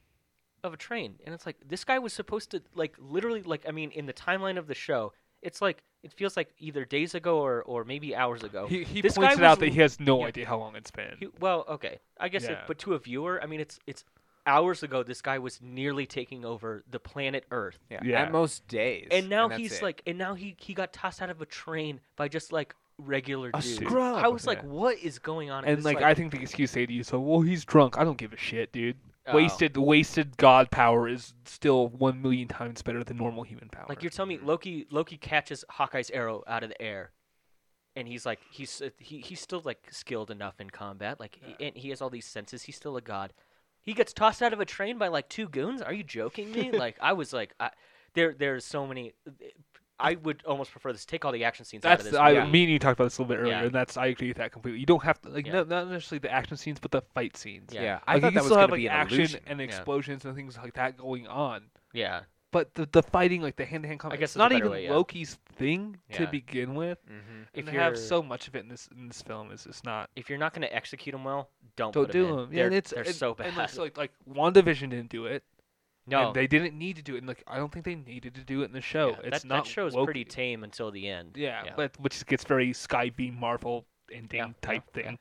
Speaker 1: of a train, and it's like this guy was supposed to like literally like I mean in the timeline of the show, it's like it feels like either days ago or or maybe hours ago.
Speaker 3: He, he
Speaker 1: this guy
Speaker 3: points it
Speaker 1: was
Speaker 3: out that
Speaker 1: l-
Speaker 3: he has no
Speaker 1: yeah.
Speaker 3: idea how long it's been.
Speaker 1: He- well, okay, I guess, it,
Speaker 3: Yeah.
Speaker 1: but to a viewer, I mean, it's it's hours ago. This guy was nearly taking over the planet Earth,
Speaker 2: Yeah.
Speaker 3: Yeah.
Speaker 2: At most days.
Speaker 1: and now
Speaker 2: that's
Speaker 1: he's
Speaker 2: it.
Speaker 1: like, and now he he got tossed out of a train by just like regular
Speaker 2: A
Speaker 1: dudes.
Speaker 2: scrub.
Speaker 1: I was like,
Speaker 3: Yeah.
Speaker 1: what is going on?
Speaker 3: and like, I think the excuse they use, so well, he's drunk. I don't give a shit, dude.
Speaker 1: Oh.
Speaker 3: Wasted, wasted God power is still one million times better than normal human power.
Speaker 1: like you're telling me Loki Loki catches Hawkeye's arrow out of the air. And he's uh, like he's he, he's still like skilled enough in combat, like he, and he has all these senses. He's still a god, He gets tossed out of a train by like two goons. Are you joking
Speaker 2: [laughs]
Speaker 1: me? like I was like, I, there there's so many. I would almost prefer this. Take all the action scenes out
Speaker 3: That's
Speaker 1: of this.
Speaker 3: I
Speaker 1: movie.
Speaker 3: mean you talked about this a little bit earlier,
Speaker 1: Yeah.
Speaker 3: and that's I agree with that completely. You don't have to like
Speaker 1: Yeah.
Speaker 3: not, not necessarily the action scenes, but the fight scenes.
Speaker 1: Yeah.
Speaker 2: Yeah,
Speaker 3: Like,
Speaker 2: I thought
Speaker 3: you
Speaker 2: that
Speaker 3: can
Speaker 2: was
Speaker 3: still
Speaker 2: going
Speaker 3: have
Speaker 2: to
Speaker 3: like
Speaker 2: be an
Speaker 3: action
Speaker 2: illusion.
Speaker 3: and explosions and things like that going on.
Speaker 1: yeah.
Speaker 3: But the the fighting, like the hand to hand combat,
Speaker 1: guess
Speaker 3: it's
Speaker 1: that's a
Speaker 3: not
Speaker 1: better
Speaker 3: even
Speaker 1: way, yeah.
Speaker 3: Loki's thing to
Speaker 1: Yeah.
Speaker 3: begin with.
Speaker 2: Mm-hmm.
Speaker 1: If
Speaker 3: If
Speaker 1: you
Speaker 3: you have so much of it in this in this film, is it's not
Speaker 1: if you're not going to execute them well, don't
Speaker 3: don't
Speaker 1: put
Speaker 3: do
Speaker 1: 'em in.
Speaker 3: them.
Speaker 1: They're,
Speaker 3: and it's
Speaker 1: they're
Speaker 3: and-
Speaker 1: so bad.
Speaker 3: And like, so like like WandaVision didn't do it.
Speaker 1: no,
Speaker 3: and they didn't need to do it. And like I don't think they needed to do it in the show.
Speaker 1: yeah,
Speaker 3: it's
Speaker 1: that,
Speaker 3: not
Speaker 1: that show's
Speaker 3: woke-
Speaker 1: pretty tame until the end.
Speaker 3: Yeah,
Speaker 1: yeah.
Speaker 3: but which gets very Skybeam Marvel ending
Speaker 1: Yeah,
Speaker 3: type
Speaker 1: yeah,
Speaker 3: thing.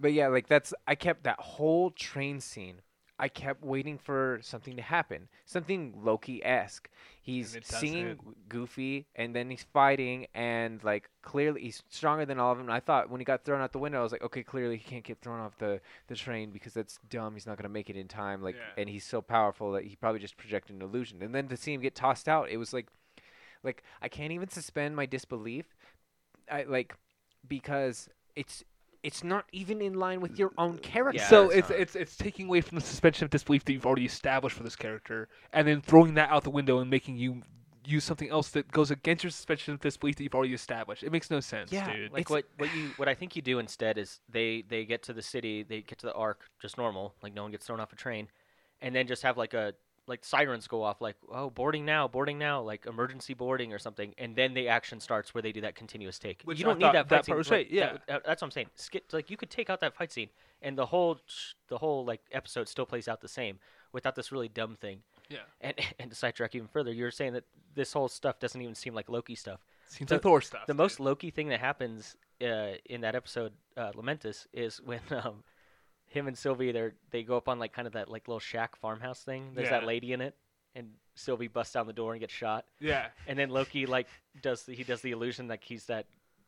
Speaker 2: But yeah, like that's I kept that whole train scene. I kept waiting for something to happen, something Loki esque. He's
Speaker 3: it doesn't.
Speaker 2: singing goofy, and then he's fighting, and like clearly he's stronger than all of them. And I thought when he got thrown out the window, I was like, okay, clearly he can't get thrown off the the train because that's dumb. He's not gonna make it in time. Like,
Speaker 3: Yeah.
Speaker 2: and he's so powerful that he probably just projected an illusion. And then to see him get tossed out, it was like, like I can't even suspend my disbelief. I like because it's it's not even in line with your own character.
Speaker 1: Yeah,
Speaker 3: so
Speaker 1: it's
Speaker 3: it's
Speaker 1: not.
Speaker 3: it's it's taking away from the suspension of disbelief that you've already established for this character, and then throwing that out the window and making you use something else that goes against your suspension of disbelief that you've already established. It makes no sense,
Speaker 2: Yeah,
Speaker 3: dude.
Speaker 1: like
Speaker 2: It's-
Speaker 1: what what you what I think you do instead is they they get to the city, they get to the arc just normal, like no one gets thrown off a train, and then just have like a like sirens go off, like oh boarding now, boarding now, like emergency boarding or something, and then the action starts where they do that continuous take.
Speaker 3: Which
Speaker 1: you
Speaker 3: I
Speaker 1: don't
Speaker 3: thought
Speaker 1: need that fight
Speaker 3: that part
Speaker 1: scene.
Speaker 3: was
Speaker 1: like,
Speaker 3: right,
Speaker 1: that
Speaker 3: yeah.
Speaker 1: would- that- that's what I'm saying. Skip like you could take out that fight scene, and the whole sh- the whole like episode still plays out the same without this really dumb thing.
Speaker 3: yeah,
Speaker 1: And [laughs] and to sidetrack even further, you're saying that this whole stuff doesn't even seem like Loki stuff
Speaker 3: seems
Speaker 1: the-
Speaker 3: like Thor stuff.
Speaker 1: the
Speaker 3: dude.
Speaker 1: most Loki thing that happens uh, in that episode, uh, Lamentus, is when [laughs] um, him and Sylvie they they go up on like kind of that like little shack farmhouse thing. There's that
Speaker 3: Yeah.
Speaker 1: lady in it, and Sylvie busts down the door and gets shot. [laughs]
Speaker 3: yeah.
Speaker 1: And then Loki like does the, he does the illusion like he's that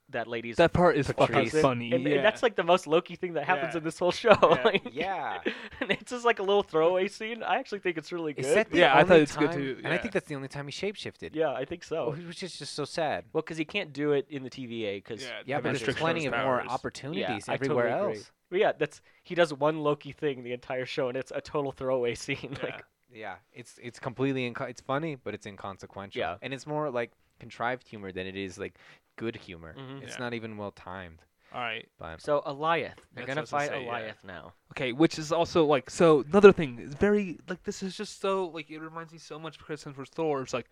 Speaker 1: that lady's
Speaker 3: That part is fucking
Speaker 1: husband.
Speaker 3: funny.
Speaker 1: And,
Speaker 3: yeah.
Speaker 1: and that's like the most Loki thing that happens
Speaker 3: Yeah.
Speaker 1: in this whole show.
Speaker 3: Yeah.
Speaker 1: [laughs] like-
Speaker 2: Yeah.
Speaker 1: and it's just like a little throwaway scene. I actually think it's really good.
Speaker 2: [laughs] Is that the
Speaker 3: Yeah, I thought
Speaker 2: only
Speaker 3: it's good
Speaker 2: time-
Speaker 3: too,
Speaker 2: And I
Speaker 3: yeah.
Speaker 2: think that's the only time he shapeshifted.
Speaker 1: yeah, I think
Speaker 2: Oh,
Speaker 1: so.
Speaker 2: Which is just so sad.
Speaker 1: Well, because he can't do it in the TVA because
Speaker 2: Yeah,
Speaker 3: the
Speaker 2: but there's
Speaker 3: restriction
Speaker 2: plenty
Speaker 3: his
Speaker 2: of more
Speaker 3: powers.
Speaker 2: opportunities
Speaker 1: I
Speaker 2: everywhere
Speaker 1: totally agree.
Speaker 2: else.
Speaker 1: But yeah, that's he does one Loki thing the entire show, and it's a total throwaway [laughs] scene.
Speaker 3: Yeah.
Speaker 1: Like,
Speaker 2: Yeah, it's it's completely inco- it's funny, but it's inconsequential.
Speaker 1: Yeah.
Speaker 2: and it's more like contrived humor than it is like good humor.
Speaker 1: Mhm.
Speaker 2: It's
Speaker 3: Yeah.
Speaker 2: not even well timed.
Speaker 3: All right.
Speaker 2: But
Speaker 1: so Eliath, they're gonna
Speaker 3: That's what I was
Speaker 1: fight
Speaker 3: gonna say, yeah.
Speaker 1: Eliath now.
Speaker 3: Okay, which is also like so another thing. It's very like this is just so like it reminds me so much of Chris Hemsworth's Thor. It's like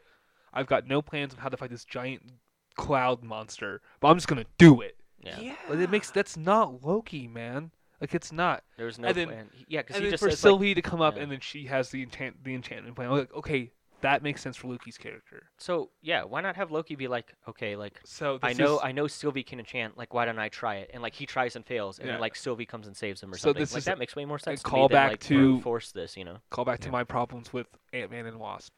Speaker 3: I've got no plans of how to fight this giant cloud monster, but I'm just gonna do it.
Speaker 1: Yeah,
Speaker 3: Like, it makes that's not Loki, man. Like it's not.
Speaker 1: there was no
Speaker 3: and then-
Speaker 1: plan. He- yeah, because
Speaker 3: And
Speaker 1: he
Speaker 3: then
Speaker 1: just
Speaker 3: for
Speaker 1: says, like-
Speaker 3: Sylvie to come up,
Speaker 1: yeah.
Speaker 3: and then she has the enchant the enchantment plan. I'm like, okay, that makes sense for Loki's character.
Speaker 1: so yeah, why not have Loki be like, okay, like
Speaker 3: So
Speaker 1: I
Speaker 3: this
Speaker 1: know
Speaker 3: is-
Speaker 1: I know Sylvie can enchant, like why don't I try it? And like he tries and fails, and
Speaker 3: Yeah.
Speaker 1: then like Sylvie comes and saves him or
Speaker 3: So
Speaker 1: something.
Speaker 3: this
Speaker 1: like
Speaker 3: is
Speaker 1: that makes way more sense. to me
Speaker 3: callback
Speaker 1: than, like, brute
Speaker 3: to-
Speaker 1: force this, you know.
Speaker 3: call back to
Speaker 2: Yeah.
Speaker 3: my problems with Ant Man and Wasp.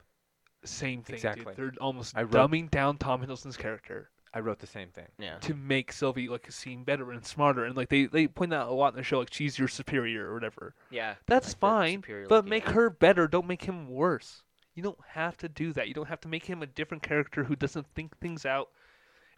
Speaker 3: Same thing. dude.
Speaker 2: Exactly.
Speaker 3: They're almost
Speaker 2: I wrote-
Speaker 3: dumbing down Tom Hiddleston's character.
Speaker 2: I wrote the same thing.
Speaker 1: Yeah,
Speaker 3: to make Sylvie like seem better and smarter, and like they they point that out a lot in the show, like she's your superior or whatever.
Speaker 1: yeah,
Speaker 3: That's
Speaker 1: Like, the
Speaker 3: fine,
Speaker 1: superior
Speaker 3: but
Speaker 1: Loki,
Speaker 3: make
Speaker 1: yeah.
Speaker 3: her better. Don't make him worse. You don't have to do that. You don't have to make him a different character who doesn't think things out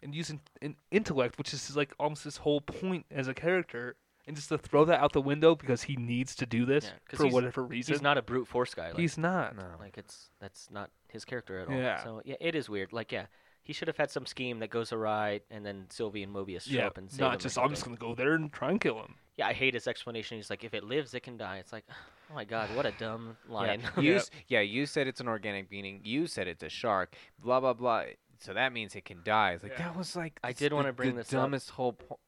Speaker 3: and use an, an intellect, which is like almost his whole point as a character. And just to throw that out the window because he needs to do this
Speaker 1: Yeah, 'cause
Speaker 3: for
Speaker 1: he's-
Speaker 3: whatever reason.
Speaker 1: he's not a brute force guy. Like,
Speaker 3: He's not.
Speaker 2: No.
Speaker 1: Like it's that's not his character at all.
Speaker 3: Yeah.
Speaker 1: So Oh. yeah, it is weird. Like yeah, he should have had some scheme that goes awry, and then Sylvie and Mobius show
Speaker 3: Yeah,
Speaker 1: up and save him or
Speaker 3: not just. I'm just
Speaker 1: something."
Speaker 3: gonna go there and try and kill
Speaker 1: [laughs]
Speaker 3: him.
Speaker 1: Yeah, I hate his explanation. He's like, if it lives, it can die. It's like, oh my god, what a [laughs] dumb line.
Speaker 2: Yeah. You s- yeah, you said it's an organic being. You said it's a shark. Blah blah blah. So that means it can die. It's like
Speaker 3: Yeah.
Speaker 2: that was like
Speaker 1: I
Speaker 2: s-
Speaker 1: did
Speaker 2: the-
Speaker 1: wanna bring
Speaker 2: the
Speaker 1: this up.
Speaker 2: dumbest whole. Po-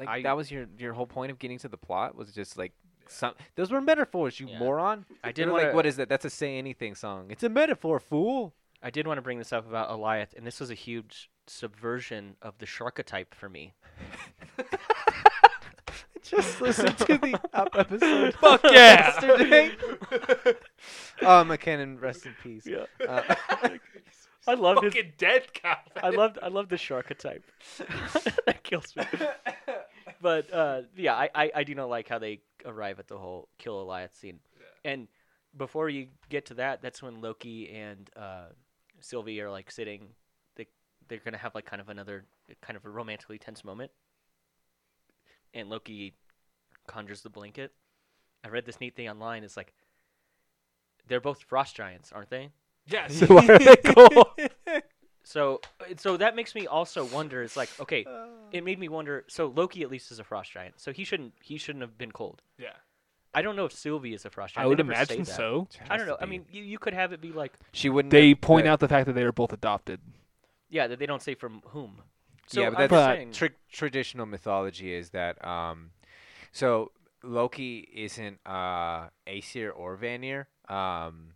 Speaker 2: like
Speaker 1: I-
Speaker 2: that was your your whole point of getting to the plot was just like some those were metaphors. You
Speaker 1: Yeah.
Speaker 2: moron.
Speaker 1: I
Speaker 2: They're
Speaker 1: did
Speaker 2: like
Speaker 1: wanna-
Speaker 2: what is that? That's a say anything song. It's a metaphor, fool. [laughs]
Speaker 1: I did want to bring this up about Eliath, and this was a huge subversion of the sharkotype for me.
Speaker 2: Just listen to the
Speaker 1: [laughs]
Speaker 2: up episode. [laughs]
Speaker 3: Fuck yeah!
Speaker 2: yesterday. oh, McKinnon, rest in peace.
Speaker 1: Yeah.
Speaker 2: Uh, [laughs]
Speaker 1: I love his.
Speaker 3: Fucking dead, Calvin.
Speaker 1: I loved I love the sharkotype. [laughs] that kills me. But uh, yeah, I, I, I do not like how they arrive at the whole kill Eliath scene. And before you get to that, that's when Loki and uh, Sylvie are like sitting. They they're gonna have like kind of another kind of a romantically tense moment. And Loki conjures the blanket, I read this neat thing online. It's like they're both frost giants, aren't they?
Speaker 3: So why are [laughs] they cool?
Speaker 1: So and so that makes me also wonder. It's like okay, it made me wonder. So Loki at least is a frost giant, so he shouldn't he shouldn't have been cold.
Speaker 3: yeah.
Speaker 1: I don't know if Sylvie is a frost giant.
Speaker 3: I would
Speaker 1: They never say
Speaker 3: imagine
Speaker 1: that.
Speaker 3: so.
Speaker 1: I don't know. I mean, you, you could have it be like
Speaker 2: she wouldn't.
Speaker 3: They
Speaker 2: have-
Speaker 3: point
Speaker 2: the-
Speaker 3: out the fact that they are both adopted.
Speaker 1: yeah that they don't say from whom. So
Speaker 2: yeah, but
Speaker 1: I'm
Speaker 2: that's
Speaker 1: just saying,
Speaker 2: tra- traditional mythology is that um, so Loki isn't uh, Aesir or Vanir. Um,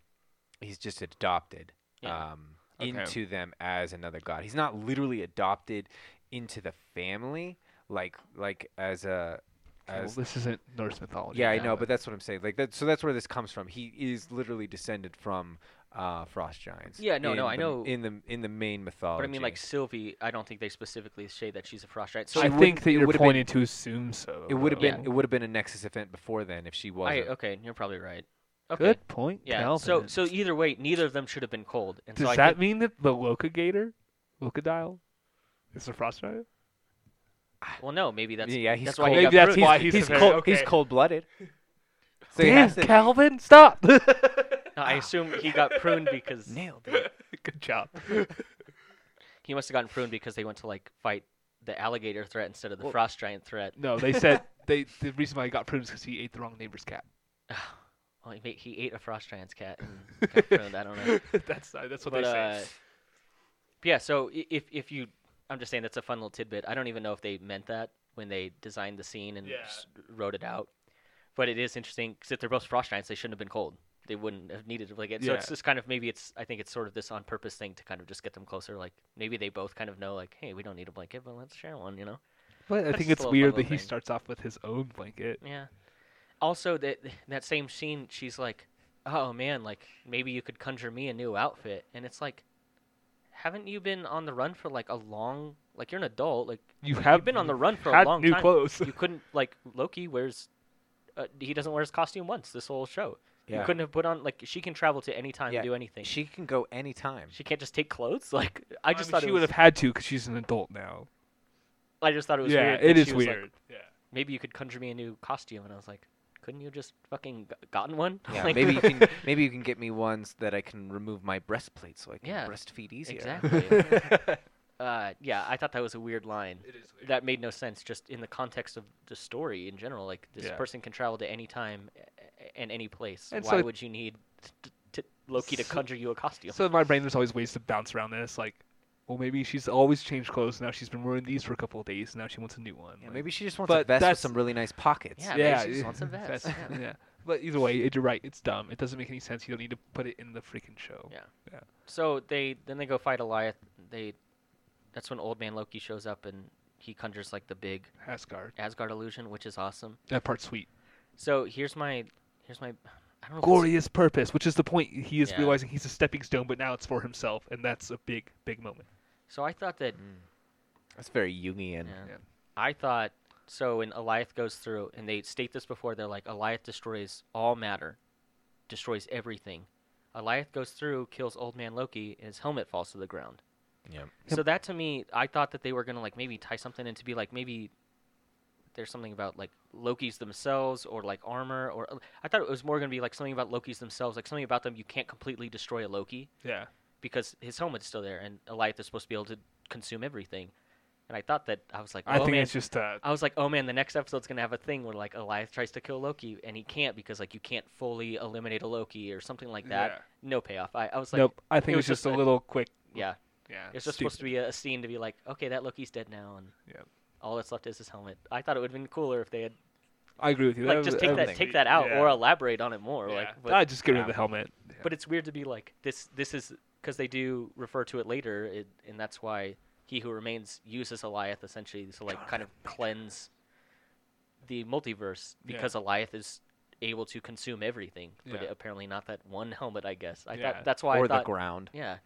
Speaker 2: he's just adopted
Speaker 1: Yeah.
Speaker 2: um,
Speaker 3: Okay.
Speaker 2: into them as another god. He's not literally adopted into the family like like as a
Speaker 3: Well,
Speaker 2: as
Speaker 3: this isn't Norse mythology.
Speaker 2: yeah, I know, but that's what I'm saying. Like that, so that's where this comes from. He is literally descended from uh, frost giants.
Speaker 1: Yeah, no, no,
Speaker 2: in
Speaker 1: I
Speaker 2: the-
Speaker 1: know.
Speaker 2: in the in the main mythology.
Speaker 1: but I mean like Sylvie. I don't think they specifically say that she's a frost giant. So
Speaker 3: I
Speaker 2: She
Speaker 3: think
Speaker 2: wouldn't-
Speaker 3: that
Speaker 2: it
Speaker 3: you're
Speaker 2: would've been-
Speaker 3: pointing to assume so.
Speaker 2: it would have
Speaker 3: though.
Speaker 2: been
Speaker 1: Yeah.
Speaker 2: it would have been a Nexus event before then if she
Speaker 1: I,
Speaker 3: uh,
Speaker 2: wasn't.
Speaker 1: okay, you're probably right. Okay.
Speaker 3: Good point.
Speaker 1: Yeah.
Speaker 3: Calvin.
Speaker 1: So so either way, neither of them should have been cold. And
Speaker 3: does
Speaker 1: so I
Speaker 3: that
Speaker 1: think-
Speaker 3: mean that the Locagator, Locodile, is a frost giant?
Speaker 1: well, no, maybe that's
Speaker 2: yeah, he's
Speaker 1: that's why
Speaker 2: cold.
Speaker 1: he got
Speaker 3: Maybe that's
Speaker 1: bruised.
Speaker 3: why
Speaker 2: he's,
Speaker 3: he's a very-
Speaker 2: cold.
Speaker 3: okay.
Speaker 2: He's cold blooded. So he
Speaker 3: Damn,
Speaker 2: has to-
Speaker 3: Calvin, [laughs] stop!
Speaker 1: No, I assume he got pruned
Speaker 3: [laughs]
Speaker 1: because
Speaker 2: nailed it.
Speaker 3: Good job.
Speaker 1: he must have gotten pruned because they went to like fight the alligator threat instead of the
Speaker 3: Well-
Speaker 1: frost giant threat.
Speaker 3: No, they said they the reason why he got pruned is because he ate the wrong neighbor's cat.
Speaker 1: Well, he, ma- he ate a frost giant's cat and
Speaker 3: [laughs]
Speaker 1: got pruned. I don't know.
Speaker 3: that's uh, that's what
Speaker 1: Oh, But,
Speaker 3: they
Speaker 1: uh,
Speaker 3: say.
Speaker 1: yeah, so i- if if you, I'm just saying that's a fun little tidbit. I don't even know if they meant that when they designed the scene and
Speaker 3: Yeah.
Speaker 1: s- wrote it out, but it is interesting because if they're both frost giants, they shouldn't have been cold. They wouldn't have needed to like it. So
Speaker 3: Yeah.
Speaker 1: it's just kind of maybe it's I think it's sort of this on purpose thing to kind of just get them closer. Like maybe they both kind of know like, hey, we don't need a blanket, but let's share one. You know?
Speaker 3: But I
Speaker 1: that's
Speaker 3: think
Speaker 1: just a
Speaker 3: it's
Speaker 1: little
Speaker 3: weird
Speaker 1: fun
Speaker 3: that
Speaker 1: little
Speaker 3: he
Speaker 1: thing.
Speaker 3: starts off with his own blanket.
Speaker 1: Yeah. Also, that that same scene, she's like, "Oh man, like maybe you could conjure me a new outfit," and it's like, haven't you been on the run for like a long? Like you're an adult. Like
Speaker 3: [laughs] You have
Speaker 1: you've been on the run for a
Speaker 3: had
Speaker 1: long
Speaker 3: new
Speaker 1: time.
Speaker 3: clothes. [laughs]
Speaker 1: You couldn't like Loki wears. Uh, he doesn't wear his costume once this whole show. You
Speaker 2: Yeah.
Speaker 1: couldn't have put on like she can travel to any time
Speaker 2: Yeah,
Speaker 1: and do anything. She,
Speaker 2: She can go
Speaker 1: [laughs]
Speaker 2: anytime.
Speaker 1: can't just take clothes. [laughs] Like I just
Speaker 3: mean,
Speaker 1: thought
Speaker 3: Um, she
Speaker 1: it
Speaker 3: would
Speaker 1: was.
Speaker 3: have had to because she's an adult now.
Speaker 1: [laughs] I just thought it was
Speaker 3: yeah,
Speaker 1: weird.
Speaker 3: it
Speaker 1: that
Speaker 3: is
Speaker 1: she was like,
Speaker 3: weird. yeah.
Speaker 1: maybe you could conjure me a new costume, and I was like, couldn't you just fucking g- gotten one? [laughs]
Speaker 2: Yeah,
Speaker 1: Like-
Speaker 2: maybe you can maybe you can get me ones that I can remove my breastplate so I can
Speaker 1: Yeah,
Speaker 2: breastfeed easier.
Speaker 1: Exactly.
Speaker 3: [laughs]
Speaker 1: uh, yeah, I thought that was a weird line.
Speaker 3: It is weird.
Speaker 1: That made no sense just in the context of the story in general. Like, this
Speaker 3: Yeah.
Speaker 1: person can travel to any time a- a- and any place.
Speaker 3: And
Speaker 1: Why
Speaker 3: so-
Speaker 1: would you need t- t- Loki to
Speaker 3: So-
Speaker 1: conjure you a costume?
Speaker 3: So in my brain, there's always ways to bounce around this. Like, well, maybe she's always changed clothes. Now she's been wearing these for a couple of days. Now she wants a new one.
Speaker 2: [laughs] Yeah,
Speaker 3: like-
Speaker 2: maybe she just wants a
Speaker 3: But
Speaker 2: vest with
Speaker 3: that's-
Speaker 2: some really nice pockets.
Speaker 1: Yeah, maybe
Speaker 3: yeah,
Speaker 1: she just
Speaker 3: it- [laughs]
Speaker 1: wants a vest,
Speaker 3: that's-
Speaker 1: yeah.
Speaker 3: But either way, it- you're right. It's dumb. It doesn't make any sense. You don't need to put it in the freaking show.
Speaker 1: Yeah.
Speaker 3: Yeah.
Speaker 1: So they then they go fight Eliath. They that's when Old Man Loki shows up and he conjures like the big
Speaker 3: Asgard.
Speaker 1: Asgard illusion, which is awesome.
Speaker 3: That part's sweet.
Speaker 1: So here's my here's my I don't know. if it's-
Speaker 3: Glorious purpose, which is the point. He is
Speaker 1: Yeah.
Speaker 3: realizing he's a stepping stone, but now it's for himself, and that's a big, big moment.
Speaker 1: So I thought that
Speaker 2: Mm. That's very Jungian.
Speaker 1: Yeah.
Speaker 3: Yeah.
Speaker 1: I thought so when Eliath goes through and they state this before, they're like Eliath destroys all matter, destroys everything. Eliath goes through, kills old man Loki, and his helmet falls to the ground.
Speaker 2: Yeah.
Speaker 1: So that to me, I thought that they were gonna like maybe tie something in to be like maybe there's something about like Loki's themselves or like armor or uh, I thought it was more gonna be like something about Loki's themselves, like something about them you can't completely destroy a Loki
Speaker 3: Yeah.
Speaker 1: because his helmet's still there and Eliath is supposed to be able to consume everything. And I thought that I was like,
Speaker 3: I
Speaker 1: oh,
Speaker 3: think
Speaker 1: man,
Speaker 3: it's just uh,
Speaker 1: I was like, oh man, the next episode's gonna have a thing where like Elias tries to kill Loki and he can't because like you can't fully eliminate a Loki or something like that.
Speaker 3: Yeah.
Speaker 1: No payoff. I, I was like,
Speaker 3: nope. I think
Speaker 1: it was
Speaker 3: it's just
Speaker 1: just a-
Speaker 3: a little quick.
Speaker 1: yeah,
Speaker 3: Yeah.
Speaker 1: it's just supposed to be a, a scene to be like, okay, that Loki's dead now and
Speaker 3: Yeah.
Speaker 1: all that's left is his helmet. I thought it would have been cooler if they had
Speaker 3: I agree with you.
Speaker 1: like just take that
Speaker 2: everything.
Speaker 1: take that out
Speaker 3: Yeah.
Speaker 1: or elaborate on it more. Like, but,
Speaker 3: I just get rid of
Speaker 2: Yeah.
Speaker 3: the helmet.
Speaker 1: but it's weird to be like this. This is because they do refer to it later, it, and that's why he who remains uses Eliath essentially to like kind of cleanse the multiverse
Speaker 3: Yeah.
Speaker 1: because Eliath is able to consume everything, but
Speaker 3: Yeah.
Speaker 1: apparently not that one helmet. I guess I
Speaker 3: Yeah.
Speaker 1: thought that's why
Speaker 2: Or
Speaker 1: I
Speaker 2: the
Speaker 1: thought.
Speaker 2: ground.
Speaker 1: [laughs]
Speaker 2: [laughs]
Speaker 1: yeah,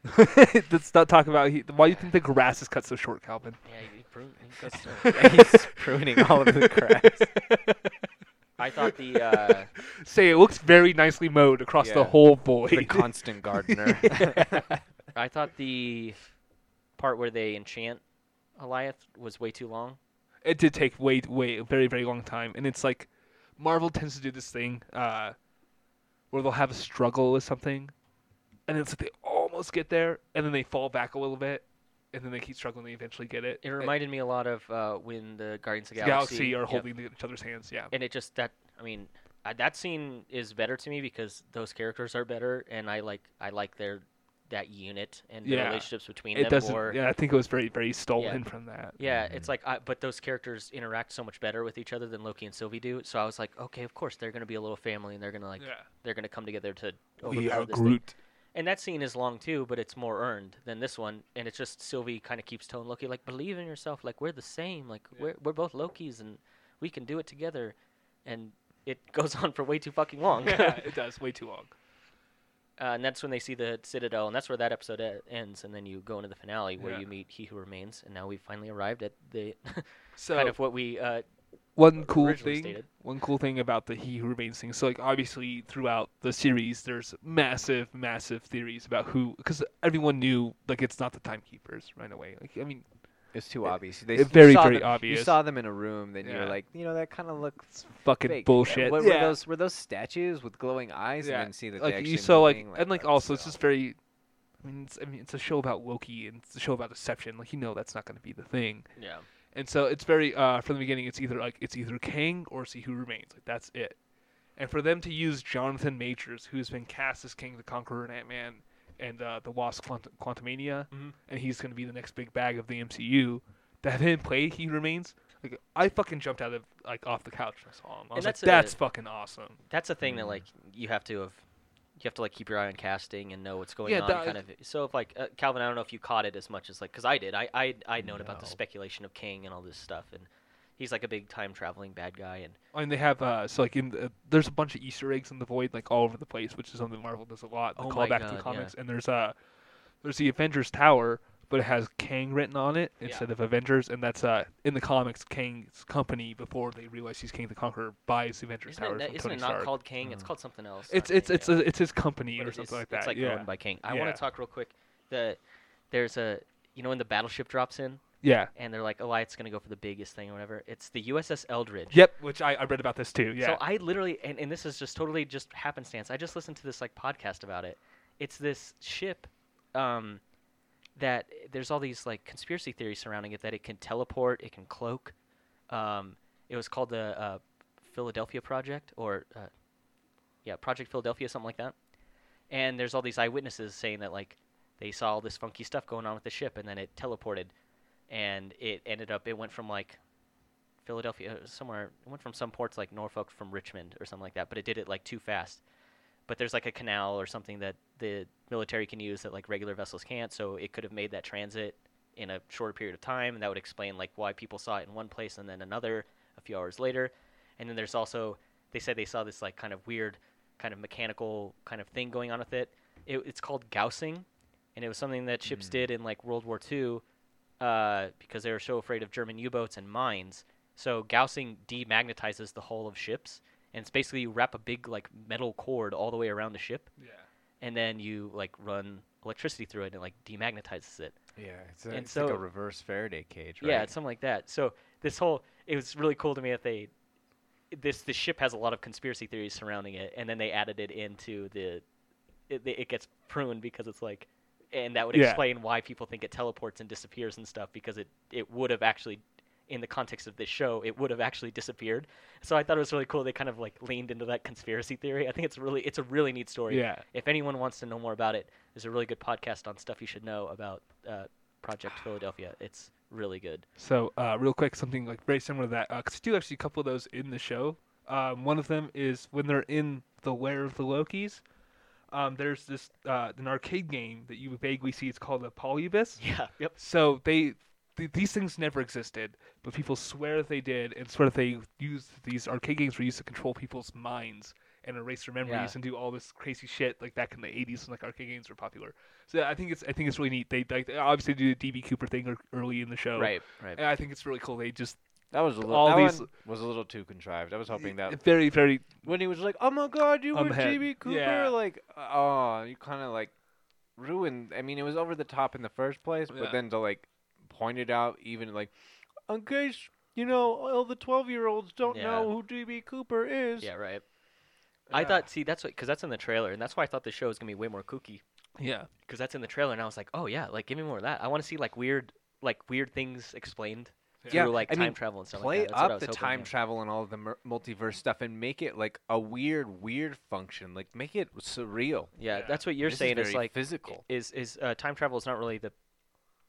Speaker 3: Let's not talk about he, why you think the grass is cut so short, Calvin.
Speaker 1: yeah. He, prune- he goes to-
Speaker 2: [laughs] He's pruning all of
Speaker 1: [laughs]
Speaker 2: the grass.
Speaker 1: I thought the uh,
Speaker 3: [laughs] Say it looks very nicely mowed across the
Speaker 2: Yeah.
Speaker 3: whole void.
Speaker 2: the constant
Speaker 1: [laughs]
Speaker 2: gardener.
Speaker 1: I thought the part where they enchant Eliath was way too long.
Speaker 3: it did take way, way, a very, very long time, and it's like, Marvel tends to do this thing uh, where they'll have a struggle with something, and it's like they almost get there, and then they fall back a little bit, and then they keep struggling. They eventually get it.
Speaker 1: It
Speaker 3: And
Speaker 1: reminded me a lot of uh, when the Guardians of the
Speaker 3: the Galaxy,
Speaker 1: Galaxy,
Speaker 3: are
Speaker 1: Yep.
Speaker 3: holding each other's hands. Yeah,
Speaker 1: and it just that I mean I, that scene is better to me because those characters are better, and I like I like their that unit and the
Speaker 3: Yeah.
Speaker 1: relationships between
Speaker 3: it
Speaker 1: them.
Speaker 3: doesn't.
Speaker 1: more-
Speaker 3: Yeah, I think it was very very stolen from that.
Speaker 1: Yeah, it's like, I, but those characters interact so much better with each other than Loki and Sylvie do. So I was like, okay, of course they're gonna be a little family, and they're gonna like,
Speaker 3: yeah,
Speaker 1: they're gonna come together to overcome
Speaker 3: we are
Speaker 1: this thing.
Speaker 3: Groot.
Speaker 1: And that scene is long too, but it's more earned than this one. And it's just Sylvie kind of keeps telling Loki like, believe in yourself. Like we're the same. Like we're we're both Lokis, and we can do it together. And it [laughs] goes on for way too fucking long.
Speaker 3: [laughs] yeah, it does way too long.
Speaker 1: [laughs] Uh, and that's when they see the Citadel, and that's where that episode e- ends. And then you go into the finale where
Speaker 3: Yeah.
Speaker 1: you meet He Who Remains, and now we've finally arrived at the
Speaker 3: So
Speaker 1: [laughs] kind of what we. Uh,
Speaker 3: one cool
Speaker 1: originally
Speaker 3: thing
Speaker 1: stated.
Speaker 3: one cool thing about the he who remains thing so like obviously throughout the series there's massive massive theories about who because everyone knew like it's not the timekeepers right away like i mean
Speaker 2: It's too obvious. They
Speaker 3: it
Speaker 2: s- you
Speaker 3: very,
Speaker 2: saw
Speaker 3: very
Speaker 2: them- You
Speaker 3: obvious.
Speaker 2: saw them in a room, then you
Speaker 3: Yeah.
Speaker 2: were like, you know, that kind of looks
Speaker 3: fucking
Speaker 2: fake.
Speaker 3: bullshit
Speaker 2: What,
Speaker 3: yeah.
Speaker 2: Were those were those statues with glowing eyes?
Speaker 3: Yeah.
Speaker 2: And then see that they
Speaker 3: like
Speaker 2: actually
Speaker 3: you saw like
Speaker 2: moving
Speaker 3: and like
Speaker 2: that,
Speaker 3: also it's
Speaker 2: so.
Speaker 3: just very i mean it's, i mean it's a show about loki and it's a show about deception like you know that's not going to be the thing
Speaker 1: yeah.
Speaker 3: And so it's very uh, from the beginning. It's either like it's either Kang or it's he who remains. Like that's it. And for them to use Jonathan Majors, who's been cast as King the Conqueror and Ant Man and uh, the Wasp Quant- Quantumania,
Speaker 1: Mhm.
Speaker 3: and he's going to be the next big bag of the MCU. To have [laughs] him play He Remains, like I fucking jumped out of like off the couch when I saw him. I was
Speaker 1: that's
Speaker 3: like,
Speaker 1: a-
Speaker 3: that's fucking awesome.
Speaker 1: that's a thing
Speaker 3: Mm.
Speaker 1: that like you have to have you have to like keep your eye on casting and know what's going
Speaker 3: Yeah,
Speaker 1: on
Speaker 3: that-
Speaker 1: kind of so if like uh, calvin i don't know if you caught it as much as like because i did i i i'd known about the
Speaker 2: No.
Speaker 1: speculation of king and all this stuff and he's like a big time traveling bad guy and
Speaker 3: And they have uh, so like in the, there's a bunch of Easter eggs in the void like all over the place, which is something Marvel does a lot. The
Speaker 1: Oh my God,
Speaker 3: callback to
Speaker 1: yeah.
Speaker 3: the comics, and there's uh there's the Avengers Tower, but it has Kang written on it
Speaker 1: Yeah.
Speaker 3: instead of Avengers, and that's uh in the comics Kang's company before they realize he's King the Conqueror buys the Avengers
Speaker 1: isn't
Speaker 3: Tower
Speaker 1: it,
Speaker 3: from
Speaker 1: isn't
Speaker 3: Tony
Speaker 1: it not
Speaker 3: Stark. Mm.
Speaker 1: called king it's called something else
Speaker 3: it's
Speaker 1: I think,
Speaker 3: it's it's
Speaker 1: yeah.
Speaker 3: a, it's his company
Speaker 1: But
Speaker 3: or
Speaker 1: it
Speaker 3: something
Speaker 1: is-
Speaker 3: like that.
Speaker 1: it's like
Speaker 3: yeah,
Speaker 1: owned by king i want
Speaker 3: Yeah.
Speaker 1: to talk real quick the there's a you know when the battleship drops in
Speaker 3: yeah,
Speaker 1: and they're like oh it's gonna go for the biggest thing or whatever it's the uss eldridge
Speaker 3: yep. Which I, I read about this too. Yeah,
Speaker 1: So I literally, and, and this is just totally just happenstance. I just listened to this like podcast about it. It's this ship um, that there's all these like conspiracy theories surrounding it that it can teleport, it can cloak. Um, it was called the uh, Philadelphia Project, or uh, yeah, Project Philadelphia, something like that. And there's all these eyewitnesses saying that like they saw all this funky stuff going on with the ship, and then it teleported, and it ended up it went from like Philadelphia uh, somewhere. It went from some ports like Norfolk from Richmond or something like that, but it did it like too fast. But there's like a canal or something that the military can use that like regular vessels can't, so it could have made that transit in a shorter period of time, and that would explain like why people saw it in one place and then another a few hours later. And then there's also they said they saw this like kind of weird, kind of mechanical kind of thing going on with it. it it's called gaussing, and it was something that ships did in like World War II uh, because they were so afraid of German U-boats and mines. So gaussing demagnetizes the hull of ships, and it's basically you wrap a big like metal cord all the way around the ship,
Speaker 3: yeah.
Speaker 1: and then you like run electricity through it and it, like demagnetizes it.
Speaker 2: Yeah, it's, a,
Speaker 1: and
Speaker 2: it's like
Speaker 1: so-
Speaker 2: a reverse Faraday cage, right?
Speaker 1: Yeah, it's something like that. So this whole it was really cool to me that they this the ship has a lot of conspiracy theories surrounding it, and then they added it into the it, it gets pruned because it's like and that would
Speaker 3: Yeah.
Speaker 1: explain why people think it teleports and disappears and stuff because it it would have actually in the context of this show it would have actually disappeared so i thought it was really cool they kind of like leaned into that conspiracy theory i think it's really it's a really neat story
Speaker 3: Yeah.
Speaker 1: if anyone wants to know more about it, there's a really good podcast on stuff you should know about uh, Project Philadelphia. It's really good.
Speaker 3: So, uh, real quick, something like very similar to that, because I do actually a couple of those in the show. Um, one of them is when they're in the lair of the Lokis. Um, there's this uh, an arcade game that you vaguely see. It's called
Speaker 1: [laughs]
Speaker 3: a Polybus.
Speaker 1: Yeah. Yep.
Speaker 3: So they th- these things never existed, but people swear that they did, and swear that they used these arcade games were used to control people's minds and erase their memories
Speaker 1: Yeah.
Speaker 3: and do all this crazy shit like back in the 80s when like arcade games were popular. So I think it's I think it's really neat. They like they obviously do the DB Cooper thing ear- early in the show.
Speaker 1: Right.
Speaker 3: And I think it's really cool. They just
Speaker 2: that was a little.
Speaker 3: all
Speaker 2: that
Speaker 3: these-
Speaker 2: one was a little too contrived. I was hoping that
Speaker 3: very, very.
Speaker 2: when he was like, "Oh my God, you
Speaker 3: I'm
Speaker 2: were
Speaker 3: ahead.
Speaker 2: JB Cooper,"
Speaker 3: Yeah.
Speaker 2: like, oh, you kind of like ruined. I mean, it was over the top in the first place,
Speaker 3: Yeah.
Speaker 2: but then to like point it out, even like, in case you know, all the 12 year olds don't
Speaker 1: Yeah.
Speaker 2: know who DB Cooper is.
Speaker 1: Yeah, right. I
Speaker 2: Ah.
Speaker 1: thought, see, that's what, because that's in the trailer, and that's why I thought the show was gonna be way more kooky,
Speaker 3: Yeah.
Speaker 1: because that's in the trailer, and I was like, oh yeah, like give me more of that. I want to see like weird, like weird things explained
Speaker 2: Yeah,
Speaker 1: through like
Speaker 2: I
Speaker 1: time
Speaker 2: mean,
Speaker 1: travel and stuff
Speaker 2: Play
Speaker 1: like that. That's what I was
Speaker 2: up the
Speaker 1: hoping,
Speaker 2: time
Speaker 1: yeah.
Speaker 2: travel and all the mer- multiverse stuff and make it like a weird, weird function. Like make it surreal.
Speaker 1: Yeah,
Speaker 3: Yeah.
Speaker 1: that's what you're
Speaker 2: This is
Speaker 1: saying. It's
Speaker 2: very
Speaker 1: like
Speaker 2: physical.
Speaker 1: is is uh, time travel is not really the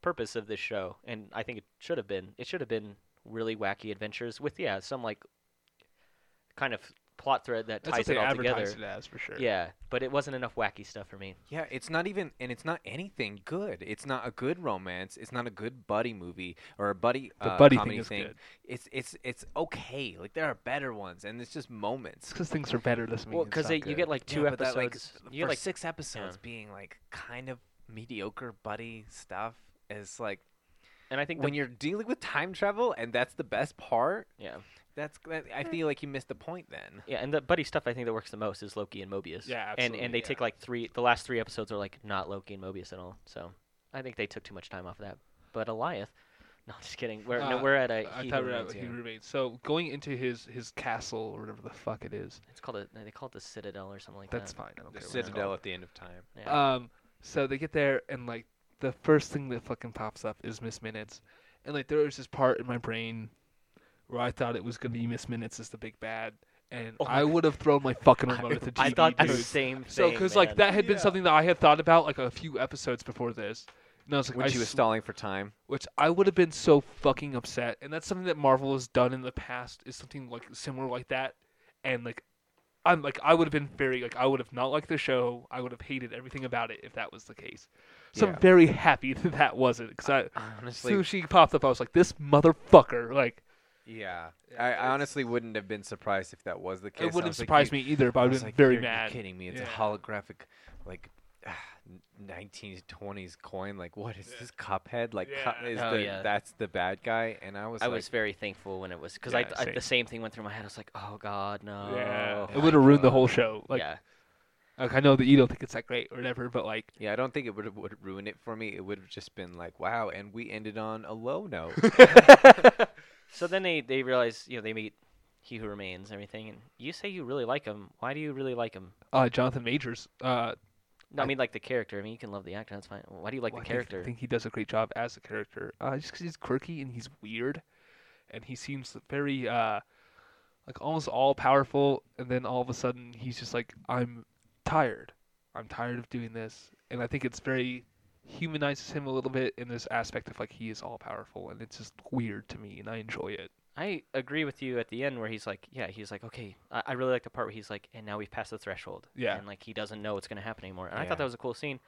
Speaker 1: purpose of this show, and I think it should have been. It should have been really wacky adventures with yeah some like kind of plot thread that
Speaker 3: That's what
Speaker 1: ties
Speaker 3: they
Speaker 1: it all
Speaker 3: advertised
Speaker 1: together.
Speaker 3: it as for sure.
Speaker 1: Yeah, but it wasn't enough wacky stuff for me.
Speaker 2: Yeah, it's not even, and it's not anything good. It's not a good romance. It's not a good buddy movie or a buddy.
Speaker 3: The
Speaker 2: uh,
Speaker 3: buddy
Speaker 2: comedy
Speaker 3: thing is good.
Speaker 2: It's it's it's okay. Like there are better ones, and it's just moments.
Speaker 3: It's because things are better this week.
Speaker 1: Well,
Speaker 3: because
Speaker 1: because you get like two
Speaker 2: Yeah, but
Speaker 1: episodes.
Speaker 2: that, like,
Speaker 1: you get
Speaker 2: for
Speaker 1: like
Speaker 2: six episodes being like kind of mediocre buddy stuff is like
Speaker 1: and I think
Speaker 2: when
Speaker 1: when you
Speaker 2: you're dealing with time travel, and that's the best part.
Speaker 1: yeah
Speaker 2: That's that, I feel like you missed the point then.
Speaker 1: yeah and the buddy stuff I think that works the most is Loki and Mobius.
Speaker 3: Yeah,
Speaker 1: And
Speaker 3: absolutely,
Speaker 1: and they
Speaker 3: yeah.
Speaker 1: take like three. The last three episodes are like not Loki and Mobius at all. So I think they took too much time off of that. But Eliath, [laughs] no, just kidding. We're no,
Speaker 3: Uh,
Speaker 1: we're at a.
Speaker 3: I
Speaker 1: He
Speaker 3: thought
Speaker 1: Who
Speaker 3: we were at
Speaker 1: Remains,
Speaker 3: He
Speaker 1: yeah.
Speaker 3: Remains. So going into his his castle or whatever the fuck it is.
Speaker 1: It's called a. They call it the Citadel or something like
Speaker 3: That's
Speaker 1: that.
Speaker 3: fine. I don't
Speaker 2: The
Speaker 3: care what it's
Speaker 2: Citadel
Speaker 3: called.
Speaker 2: at the end of time.
Speaker 1: Yeah.
Speaker 3: Um. So they get there and like the first thing that fucking pops up is Miss Minutes, and like there was this part in my brain where I thought it was gonna be Miss Minutes as the big bad, and
Speaker 1: Oh my
Speaker 3: I would have thrown my fucking remote at the
Speaker 1: I
Speaker 3: TV,
Speaker 1: thought the
Speaker 3: dude.
Speaker 1: same thing.
Speaker 3: So, because like
Speaker 1: man.
Speaker 3: that had been
Speaker 2: Yeah.
Speaker 3: something that I had thought about like a few episodes before this, and I was like,
Speaker 2: When
Speaker 3: I
Speaker 2: she was
Speaker 3: sw-
Speaker 2: stalling for time.
Speaker 3: which I would have been so fucking upset. And that's something that Marvel has done in the past is something like similar like that. And like, I'm like I would have been very like I would have not liked the show. I would have hated everything about it if that was the case. So
Speaker 2: Yeah.
Speaker 3: I'm very happy [laughs] that that wasn't because I as
Speaker 2: Honestly,
Speaker 3: soon as she popped up, I was like this motherfucker. Like
Speaker 2: Yeah,
Speaker 3: Yeah,
Speaker 2: I, I
Speaker 3: it's-
Speaker 2: honestly wouldn't have been surprised if that was the case.
Speaker 3: it wouldn't have surprised me either, but I would have been very mad.
Speaker 2: kidding me? It's
Speaker 3: Yeah.
Speaker 2: a holographic, like, [sighs] nineteen twenties coin. Like, what is this Cuphead? Like, Cup-
Speaker 3: Yeah.
Speaker 2: is
Speaker 1: Oh,
Speaker 2: the,
Speaker 1: yeah.
Speaker 2: that's the bad guy? And I was,
Speaker 1: I
Speaker 2: like,
Speaker 1: was very thankful when it was because
Speaker 3: Yeah,
Speaker 1: I,
Speaker 3: same.
Speaker 1: the same thing went through my head. I was like, oh god, no.
Speaker 3: yeah,
Speaker 2: Oh
Speaker 3: it
Speaker 2: my
Speaker 3: would have ruined the
Speaker 2: God.
Speaker 3: whole show. Like,
Speaker 1: yeah.
Speaker 3: like I know that you don't think it's that great or whatever, but like
Speaker 2: yeah, I don't think it would have would ruin it for me. It would have just been like, wow, and we ended on a
Speaker 3: [laughs]
Speaker 2: low note.
Speaker 1: So then they they realize you know they meet he who remains and everything, and you say you really like him. Why do you really like him?
Speaker 3: uh, Jonathan Majors. Uh,
Speaker 1: No, I,
Speaker 3: I-
Speaker 1: mean like the character. I mean you can love the actor. That's fine. Why do you like
Speaker 3: Well,
Speaker 1: the
Speaker 3: I think-
Speaker 1: character?
Speaker 3: I think he does a great job as a character. Uh, just 'cause he's quirky and he's weird, and he seems very uh, like almost all powerful. And then all of a sudden, he's just like, "I'm tired. I'm tired of doing this." And I think it's very humanizes him a little bit in this aspect of like he is all powerful, and it's just weird to me, and I enjoy it.
Speaker 1: I agree with you at the end where he's like, yeah, he's like, okay, I, I really like the part where he's like, and now we've passed the threshold.
Speaker 3: Yeah.
Speaker 1: And like he doesn't know what's gonna happen anymore. And I
Speaker 2: Yeah.
Speaker 1: thought that was a cool scene,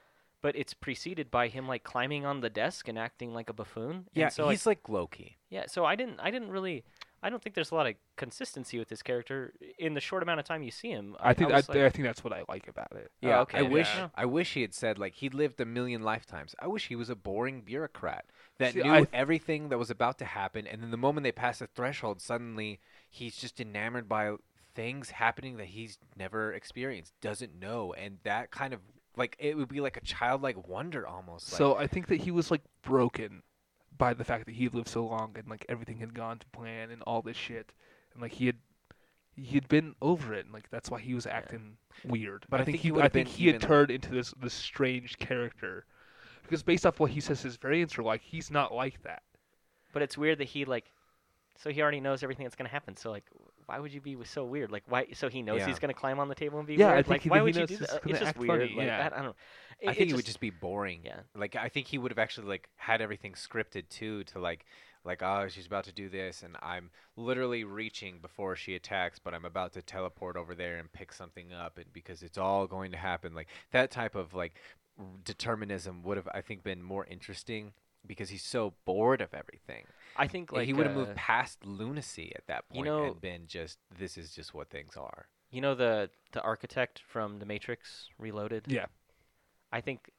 Speaker 1: but it's preceded by him like climbing on the desk and acting like a buffoon.
Speaker 2: yeah,
Speaker 1: And so
Speaker 2: he's
Speaker 1: I,
Speaker 2: like Loki.
Speaker 1: yeah. So I didn't, I didn't really, I don't think there's a lot of consistency with this character in the short amount of time you see him.
Speaker 3: I, think I,
Speaker 1: was
Speaker 3: I
Speaker 1: like,
Speaker 3: think that's what I like about it.
Speaker 1: Oh,
Speaker 2: Yeah,
Speaker 1: okay.
Speaker 2: I wish
Speaker 1: Yeah.
Speaker 2: I wish he had said like he lived a million lifetimes. I wish he was a boring bureaucrat that
Speaker 3: See,
Speaker 2: knew
Speaker 3: I-
Speaker 2: everything that was about to happen, and then the moment they passed the threshold, suddenly he's just enamored by things happening that he's never experienced, doesn't know, and that kind of like it would be like a childlike wonder almost. Like,
Speaker 3: So I think that he was like broken by the fact that he lived so long and like everything had gone to plan and all this shit, and like he had he had been over it, and like that's why he was acting weird.
Speaker 2: But I think he
Speaker 3: I
Speaker 2: would've
Speaker 3: think
Speaker 2: been
Speaker 3: he had
Speaker 2: even-
Speaker 3: turned into this this strange character because based off what he says his variants are like, he's not like that.
Speaker 1: but it's weird that he like, so he already knows everything that's gonna happen. So like, why would you be w- so weird? Like why? So he knows
Speaker 2: Yeah.
Speaker 1: he's gonna climb on the table and be
Speaker 3: Yeah, I
Speaker 1: weird.
Speaker 3: think
Speaker 1: like
Speaker 3: he-
Speaker 1: why
Speaker 3: he
Speaker 1: would you
Speaker 3: knows
Speaker 1: do
Speaker 3: he's
Speaker 1: that?
Speaker 3: gonna
Speaker 1: It's just
Speaker 3: act
Speaker 1: weird.
Speaker 3: funny,
Speaker 1: Like
Speaker 3: yeah.
Speaker 1: that, I don't. know. It,
Speaker 2: I think it
Speaker 1: just,
Speaker 2: would just be boring.
Speaker 1: Yeah.
Speaker 2: Like I think he would have actually like had everything scripted too to like like oh she's about to do this and I'm literally reaching before she attacks but I'm about to teleport over there and pick something up and because it's all going to happen like that type of like r- determinism would have I think been more interesting because he's so bored of everything.
Speaker 1: I think
Speaker 2: Like
Speaker 1: like
Speaker 2: he would have
Speaker 1: uh,
Speaker 2: moved past lunacy at that
Speaker 1: you
Speaker 2: point
Speaker 1: know-
Speaker 2: and been just this is just what things are.
Speaker 1: You know the the architect from The Matrix Reloaded.
Speaker 3: Yeah.
Speaker 1: I think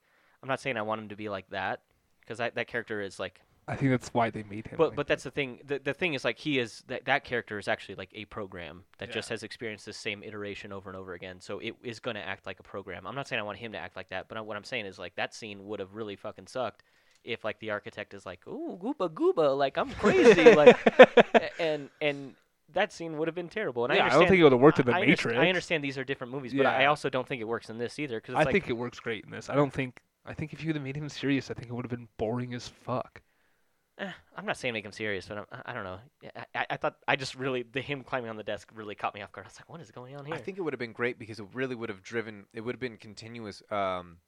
Speaker 1: I'm not saying I want him to be like that because that character is like.
Speaker 3: I think that's why they made him.
Speaker 1: But
Speaker 3: like [laughs]
Speaker 1: but
Speaker 3: that.
Speaker 1: that's the thing. The the thing is like he is that that character is actually like a program that
Speaker 3: Yeah.
Speaker 1: just has experienced the same iteration over and over again. So it is going to act like a program. I'm not saying I want him to act like that, but I, what I'm saying is like that scene would have really fucking sucked if like the architect is like, "Ooh, gooba gooba," like I'm crazy,
Speaker 3: [laughs]
Speaker 1: like, a- and and that scene would have been terrible. And
Speaker 3: yeah,
Speaker 1: I,
Speaker 3: don't think
Speaker 1: understand-
Speaker 3: it would have worked in the
Speaker 1: I- I underst-
Speaker 3: Matrix.
Speaker 1: I understand these are different movies, but I
Speaker 3: Yeah.
Speaker 1: also don't think it works in this either because
Speaker 3: I
Speaker 1: it's like
Speaker 3: think it works great in this. I don't think. I think if you'd have made him serious, I think it would have been boring as fuck.
Speaker 1: eh, I'm not saying make him serious, but I'm, I- I don't know. Yeah, I- I, I thought I just really the him climbing on the desk really caught me off guard. I was like, "What is going on here?"
Speaker 2: I think it would have been great because it really would have driven. It would have been continuous, um,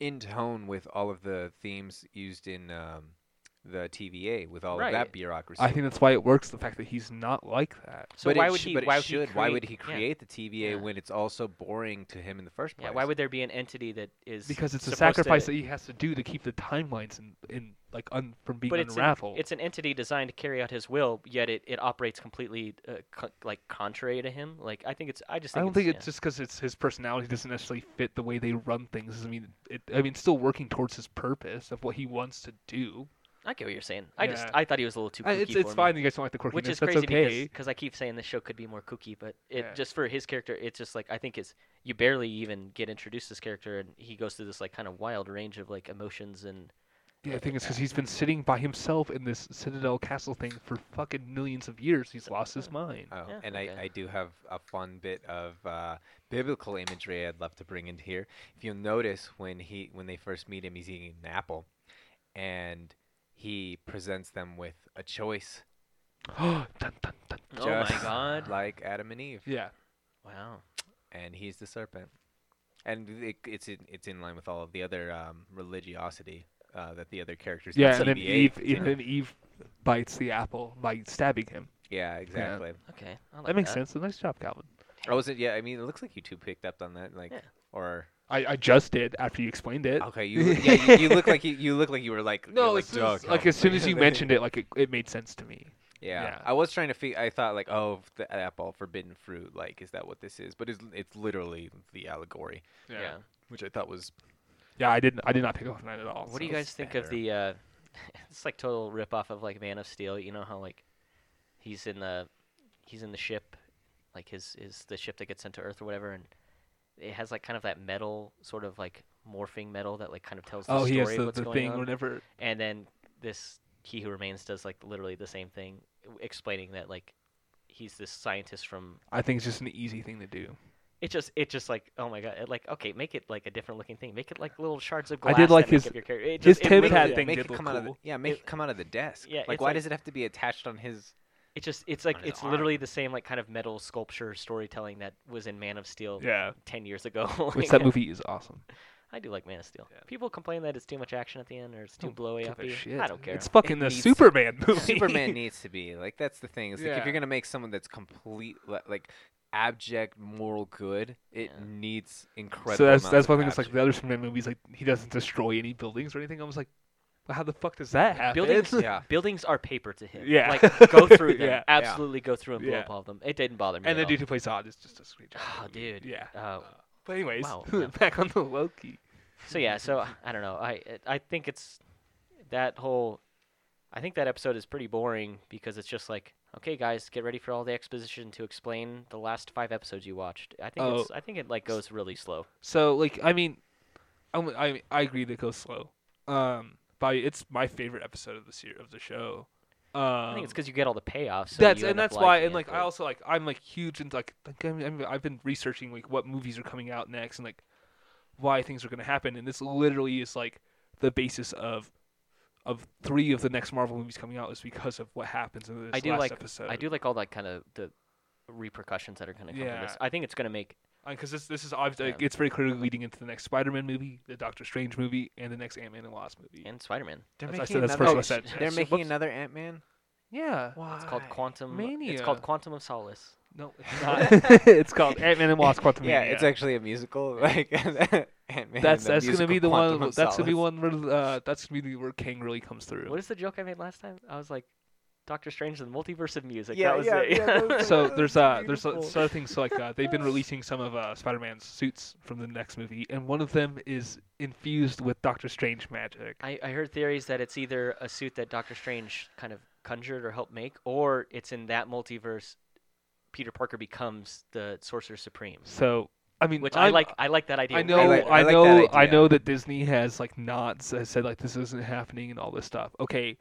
Speaker 2: in tone with all of the themes used in um, the TVA with all of
Speaker 1: Right.
Speaker 2: that bureaucracy.
Speaker 3: I think that's why it works. The fact that he's not like that.
Speaker 1: so.
Speaker 2: but
Speaker 1: why
Speaker 2: it
Speaker 1: would
Speaker 2: sh-
Speaker 1: he?
Speaker 2: But it
Speaker 1: why would
Speaker 2: should.
Speaker 1: He
Speaker 2: why would he
Speaker 1: yeah,
Speaker 2: create the TVA
Speaker 1: yeah.
Speaker 2: when it's also boring to him in the first
Speaker 1: Yeah,
Speaker 2: place?
Speaker 1: why would there be an entity that is
Speaker 3: because it's a
Speaker 1: supposed to-
Speaker 3: sacrifice that he has to do to keep the timelines in, in like un, from being
Speaker 1: but it's an,
Speaker 3: unraveled.
Speaker 1: it's an entity designed to carry out his will, yet it, it operates completely uh, co- like contrary to him. Like I think it's I just
Speaker 3: I
Speaker 1: think
Speaker 3: don't think
Speaker 1: it's,
Speaker 3: it's just because it's his personality doesn't necessarily fit the way they run things. I mean, it, I mean, it's still working towards his purpose of what he wants to do.
Speaker 1: yeah. I get what you're saying. I just
Speaker 3: Yeah.
Speaker 1: I thought he was a little too.
Speaker 3: Uh,
Speaker 1: Kooky
Speaker 3: it's
Speaker 1: for
Speaker 3: it's
Speaker 1: me.
Speaker 3: fine. that You guys don't like the [laughs] quirkiness.
Speaker 1: Which is
Speaker 3: that's
Speaker 1: crazy
Speaker 3: okay.
Speaker 1: because cause I keep saying this show could be more kooky, but it
Speaker 3: Yeah.
Speaker 1: just for his character, it's just like I think it's you barely even get introduced this character, and he goes through this like kind of wild range of like emotions and
Speaker 3: yeah, I think it's because he's
Speaker 1: [laughs]
Speaker 3: been sitting by himself in this Citadel Castle thing for fucking millions of years. He's lost his
Speaker 1: [gasps]
Speaker 3: mind.
Speaker 2: Oh,
Speaker 1: Yeah,
Speaker 2: and
Speaker 1: okay.
Speaker 2: I, I do have a fun bit of uh, biblical imagery I'd love to bring into here. If you'll notice when he when they first meet him, he's eating an apple, and he presents them with a choice,
Speaker 3: dun, dun, dun.
Speaker 1: oh my
Speaker 2: Just
Speaker 1: god,
Speaker 2: like Adam and Eve,
Speaker 3: Yeah.
Speaker 1: wow,
Speaker 2: and he's the serpent, and it, it's in, it's in line with all of the other um, religiosity uh, that the other characters. in
Speaker 3: Yeah, and then
Speaker 2: TVA
Speaker 3: Eve,
Speaker 2: do.
Speaker 3: and then Eve bites the apple by stabbing him.
Speaker 2: Yeah, exactly.
Speaker 1: okay, I like
Speaker 3: that makes sense. Nice job, Calvin.
Speaker 2: I wasn't. Yeah, I mean, it looks like you two picked up on that, like,
Speaker 1: Yeah.
Speaker 2: or
Speaker 3: I, I just did after you explained it.
Speaker 2: okay, you
Speaker 3: [laughs]
Speaker 2: yeah, you, you look like you, you look like you were like
Speaker 3: Uh, No,
Speaker 2: you're
Speaker 3: as
Speaker 2: like,
Speaker 3: soon
Speaker 2: "Duh,
Speaker 3: as- like
Speaker 2: Calvin."
Speaker 3: as soon
Speaker 2: [laughs]
Speaker 3: as you mentioned it, like it, it made sense to me.
Speaker 2: Yeah.
Speaker 3: Yeah.
Speaker 2: I was trying to figure. I thought like, oh, the apple, forbidden fruit. Like, is that what this is? But it's it's literally the allegory,
Speaker 1: Yeah.
Speaker 2: which I thought was
Speaker 3: Yeah, I didn't. I did not pick up on that at all.
Speaker 1: What do you
Speaker 3: so-
Speaker 1: guys think of
Speaker 2: better.
Speaker 1: the? Uh, [laughs] it's like total rip off of like Man of Steel. You know how like he's in the he's in the ship, like his is the ship that gets sent to Earth or whatever, and it has like kind of that metal sort of like morphing metal that like kind of tells the
Speaker 3: Oh,
Speaker 1: story
Speaker 3: he has
Speaker 1: of
Speaker 3: the,
Speaker 1: what's
Speaker 3: the
Speaker 1: going
Speaker 3: thing.
Speaker 1: on.
Speaker 3: Whenever
Speaker 1: and then this He Who Remains does like literally the same thing, w- explaining that like he's this scientist from.
Speaker 3: I think it's just an easy thing to do.
Speaker 1: It just it just like oh my god it, like okay make it like a different looking thing make it like little shards of
Speaker 3: I
Speaker 1: glass.
Speaker 3: did like
Speaker 1: that make
Speaker 3: his-
Speaker 1: up your character. It
Speaker 3: his
Speaker 1: just, it
Speaker 3: tin
Speaker 1: literally-
Speaker 3: hat
Speaker 2: Yeah,
Speaker 3: thing
Speaker 2: Make
Speaker 3: did
Speaker 2: it
Speaker 3: look
Speaker 2: come out of the,
Speaker 3: cool.
Speaker 2: yeah, make it, come out of the desk.
Speaker 1: Yeah,
Speaker 2: like
Speaker 1: it's
Speaker 2: why
Speaker 1: like-
Speaker 2: does it have to be attached on his?
Speaker 1: It just it's like
Speaker 2: On his
Speaker 1: it's literally the same like kind of metal sculpture storytelling that was in Man of Steel [laughs]
Speaker 3: Yeah,
Speaker 1: ten years ago.
Speaker 3: which
Speaker 1: Like,
Speaker 3: that movie is awesome.
Speaker 1: I do like Man of Steel.
Speaker 3: Yeah.
Speaker 1: People complain that it's too much action at the end or it's too
Speaker 3: Don't
Speaker 1: blowy
Speaker 3: give
Speaker 1: up.
Speaker 3: a shit.
Speaker 1: I don't care.
Speaker 3: It's fucking the
Speaker 2: needs-
Speaker 3: Superman
Speaker 1: [laughs]
Speaker 3: movie.
Speaker 2: [laughs] Superman needs to be like that's the thing. Is like if
Speaker 3: Yeah.
Speaker 2: you're gonna make someone that's complete li- like abject moral good, it
Speaker 1: Yeah.
Speaker 2: needs
Speaker 3: [laughs]
Speaker 2: incredible.
Speaker 3: so that's
Speaker 2: amounts
Speaker 3: that's
Speaker 2: of
Speaker 3: one thing. It's like
Speaker 2: abject.
Speaker 3: the other Superman movies. Like he doesn't destroy any buildings or anything. I was like, well, how the fuck does that happen?
Speaker 1: Buildings,
Speaker 2: yeah.
Speaker 1: buildings are paper to him.
Speaker 3: Yeah.
Speaker 1: like go
Speaker 3: [laughs]
Speaker 1: through them.
Speaker 3: Yeah.
Speaker 1: Absolutely go through and blow
Speaker 3: Yeah.
Speaker 1: up all of them. It didn't bother me.
Speaker 3: and the
Speaker 1: at
Speaker 3: dude who plays Zod is just a sweet.
Speaker 1: all. oh, dude.
Speaker 3: Yeah.
Speaker 1: Uh,
Speaker 3: But anyways,
Speaker 1: Wow, yeah.
Speaker 3: [laughs] back on the Loki.
Speaker 1: so yeah, so I don't know. I I think it's that whole. I think that episode is pretty boring because it's just like, okay, guys, get ready for all the exposition to explain the last five episodes you watched. I think
Speaker 3: Oh.
Speaker 1: it's, I think it like goes really slow.
Speaker 3: So like I mean, I'm, I I agree that it goes slow. Um, but it's my favorite episode of the ser- of the show. Um,
Speaker 1: I think it's because you get all the payoffs. So
Speaker 3: that's
Speaker 1: you end
Speaker 3: and
Speaker 1: up
Speaker 3: that's why
Speaker 1: liking
Speaker 3: and
Speaker 1: it,
Speaker 3: like I
Speaker 1: but-
Speaker 3: also like I'm like huge into like, like I'm, I'm, I've been researching like what movies are coming out next and like why things are gonna happen and this literally is like the basis of of three of the next Marvel movies coming out is because of what happens in this
Speaker 1: I do
Speaker 3: last
Speaker 1: like
Speaker 3: episode.
Speaker 1: I do like all that kind of the repercussions that are going to come from this.
Speaker 3: Yeah.
Speaker 1: I think it's going to make
Speaker 3: because this this is obviously
Speaker 1: Yeah.
Speaker 3: like, it's very clearly leading into the next Spider-Man movie, the Doctor Strange movie, and the next Ant-Man and Wasp movie.
Speaker 1: and Spider-Man.
Speaker 2: They're
Speaker 3: That's- I
Speaker 2: making
Speaker 3: said that's
Speaker 2: another-
Speaker 3: first what I said.
Speaker 2: They're
Speaker 3: So
Speaker 2: making
Speaker 3: whoops.
Speaker 2: another Ant Man.
Speaker 3: Yeah.
Speaker 1: It's called Quantum. It's
Speaker 3: Mania.
Speaker 1: called Quantum of Solace.
Speaker 3: No, it's not. it's called [laughs] Ant-Man and Wasp: Quantumania.
Speaker 2: Yeah, it's [laughs] actually a musical. Like [laughs] Ant-Man
Speaker 3: that's
Speaker 2: and the
Speaker 3: that's gonna
Speaker 2: musical
Speaker 3: be the one.
Speaker 2: Quantum of
Speaker 3: That's gonna be
Speaker 2: Solace.
Speaker 3: one where uh, that's gonna be the where Kang really comes through.
Speaker 1: What is the joke I made last time? I was like, Doctor Strange and the Multiverse of Music.
Speaker 2: Yeah,
Speaker 1: that was
Speaker 2: yeah,
Speaker 1: it. [laughs]
Speaker 2: yeah, that was-
Speaker 3: [laughs] so there's uh there's
Speaker 2: beautiful.
Speaker 3: other things so like uh, they've been releasing some of uh, Spider-Man's suits from the next movie, and one of them is infused with Doctor Strange magic.
Speaker 1: I, I heard theories that it's either a suit that Doctor Strange kind of conjured or helped make, or it's in that multiverse. Peter Parker becomes the Sorcerer Supreme.
Speaker 3: So I mean,
Speaker 1: which i
Speaker 3: I'm-
Speaker 1: like. I like that idea.
Speaker 3: I
Speaker 1: way
Speaker 3: know, I,
Speaker 1: better.
Speaker 2: like- I like
Speaker 3: know,
Speaker 2: that
Speaker 3: I
Speaker 2: idea.
Speaker 3: know that Disney has like not s- said like this isn't happening and all this stuff. Okay,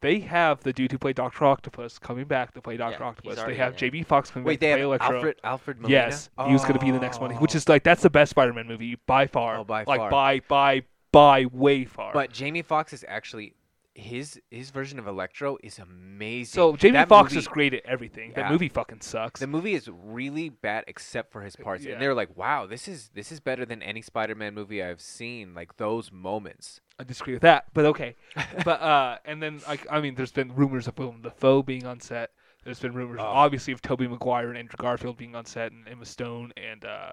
Speaker 3: they have the dude who played Doctor Octopus coming back to play Doctor
Speaker 1: he's
Speaker 3: Octopus. They
Speaker 1: already
Speaker 3: have
Speaker 1: in it.
Speaker 3: J.B. Fox coming
Speaker 2: Wait,
Speaker 3: back
Speaker 2: they
Speaker 3: to
Speaker 2: have
Speaker 3: play Electro.
Speaker 2: Alfred Alfred Molina.
Speaker 3: yes, he was going to be the next one, which
Speaker 2: Oh.
Speaker 3: is like that's the best Spider-Man movie by far.
Speaker 2: Oh, by
Speaker 3: like
Speaker 2: far.
Speaker 3: by by by way far.
Speaker 2: Oh. But Jamie Fox is actually his his version of Electro is amazing.
Speaker 3: so Jamie
Speaker 2: That
Speaker 3: Fox
Speaker 2: movie-
Speaker 3: is great at everything.
Speaker 2: Yeah.
Speaker 3: That movie fucking sucks.
Speaker 2: The movie is really bad except for his parts,
Speaker 3: yeah.
Speaker 2: and they're like, "Wow, this is this is better than any Spider-Man movie I've seen." Like those moments.
Speaker 3: I disagree with that, but okay. but uh, and then like I mean, there's been rumors of Willem Dafoe being on set. There's been rumors,
Speaker 2: Oh.
Speaker 3: obviously, of Toby Maguire and Andrew Garfield being on set, and Emma Stone, and uh,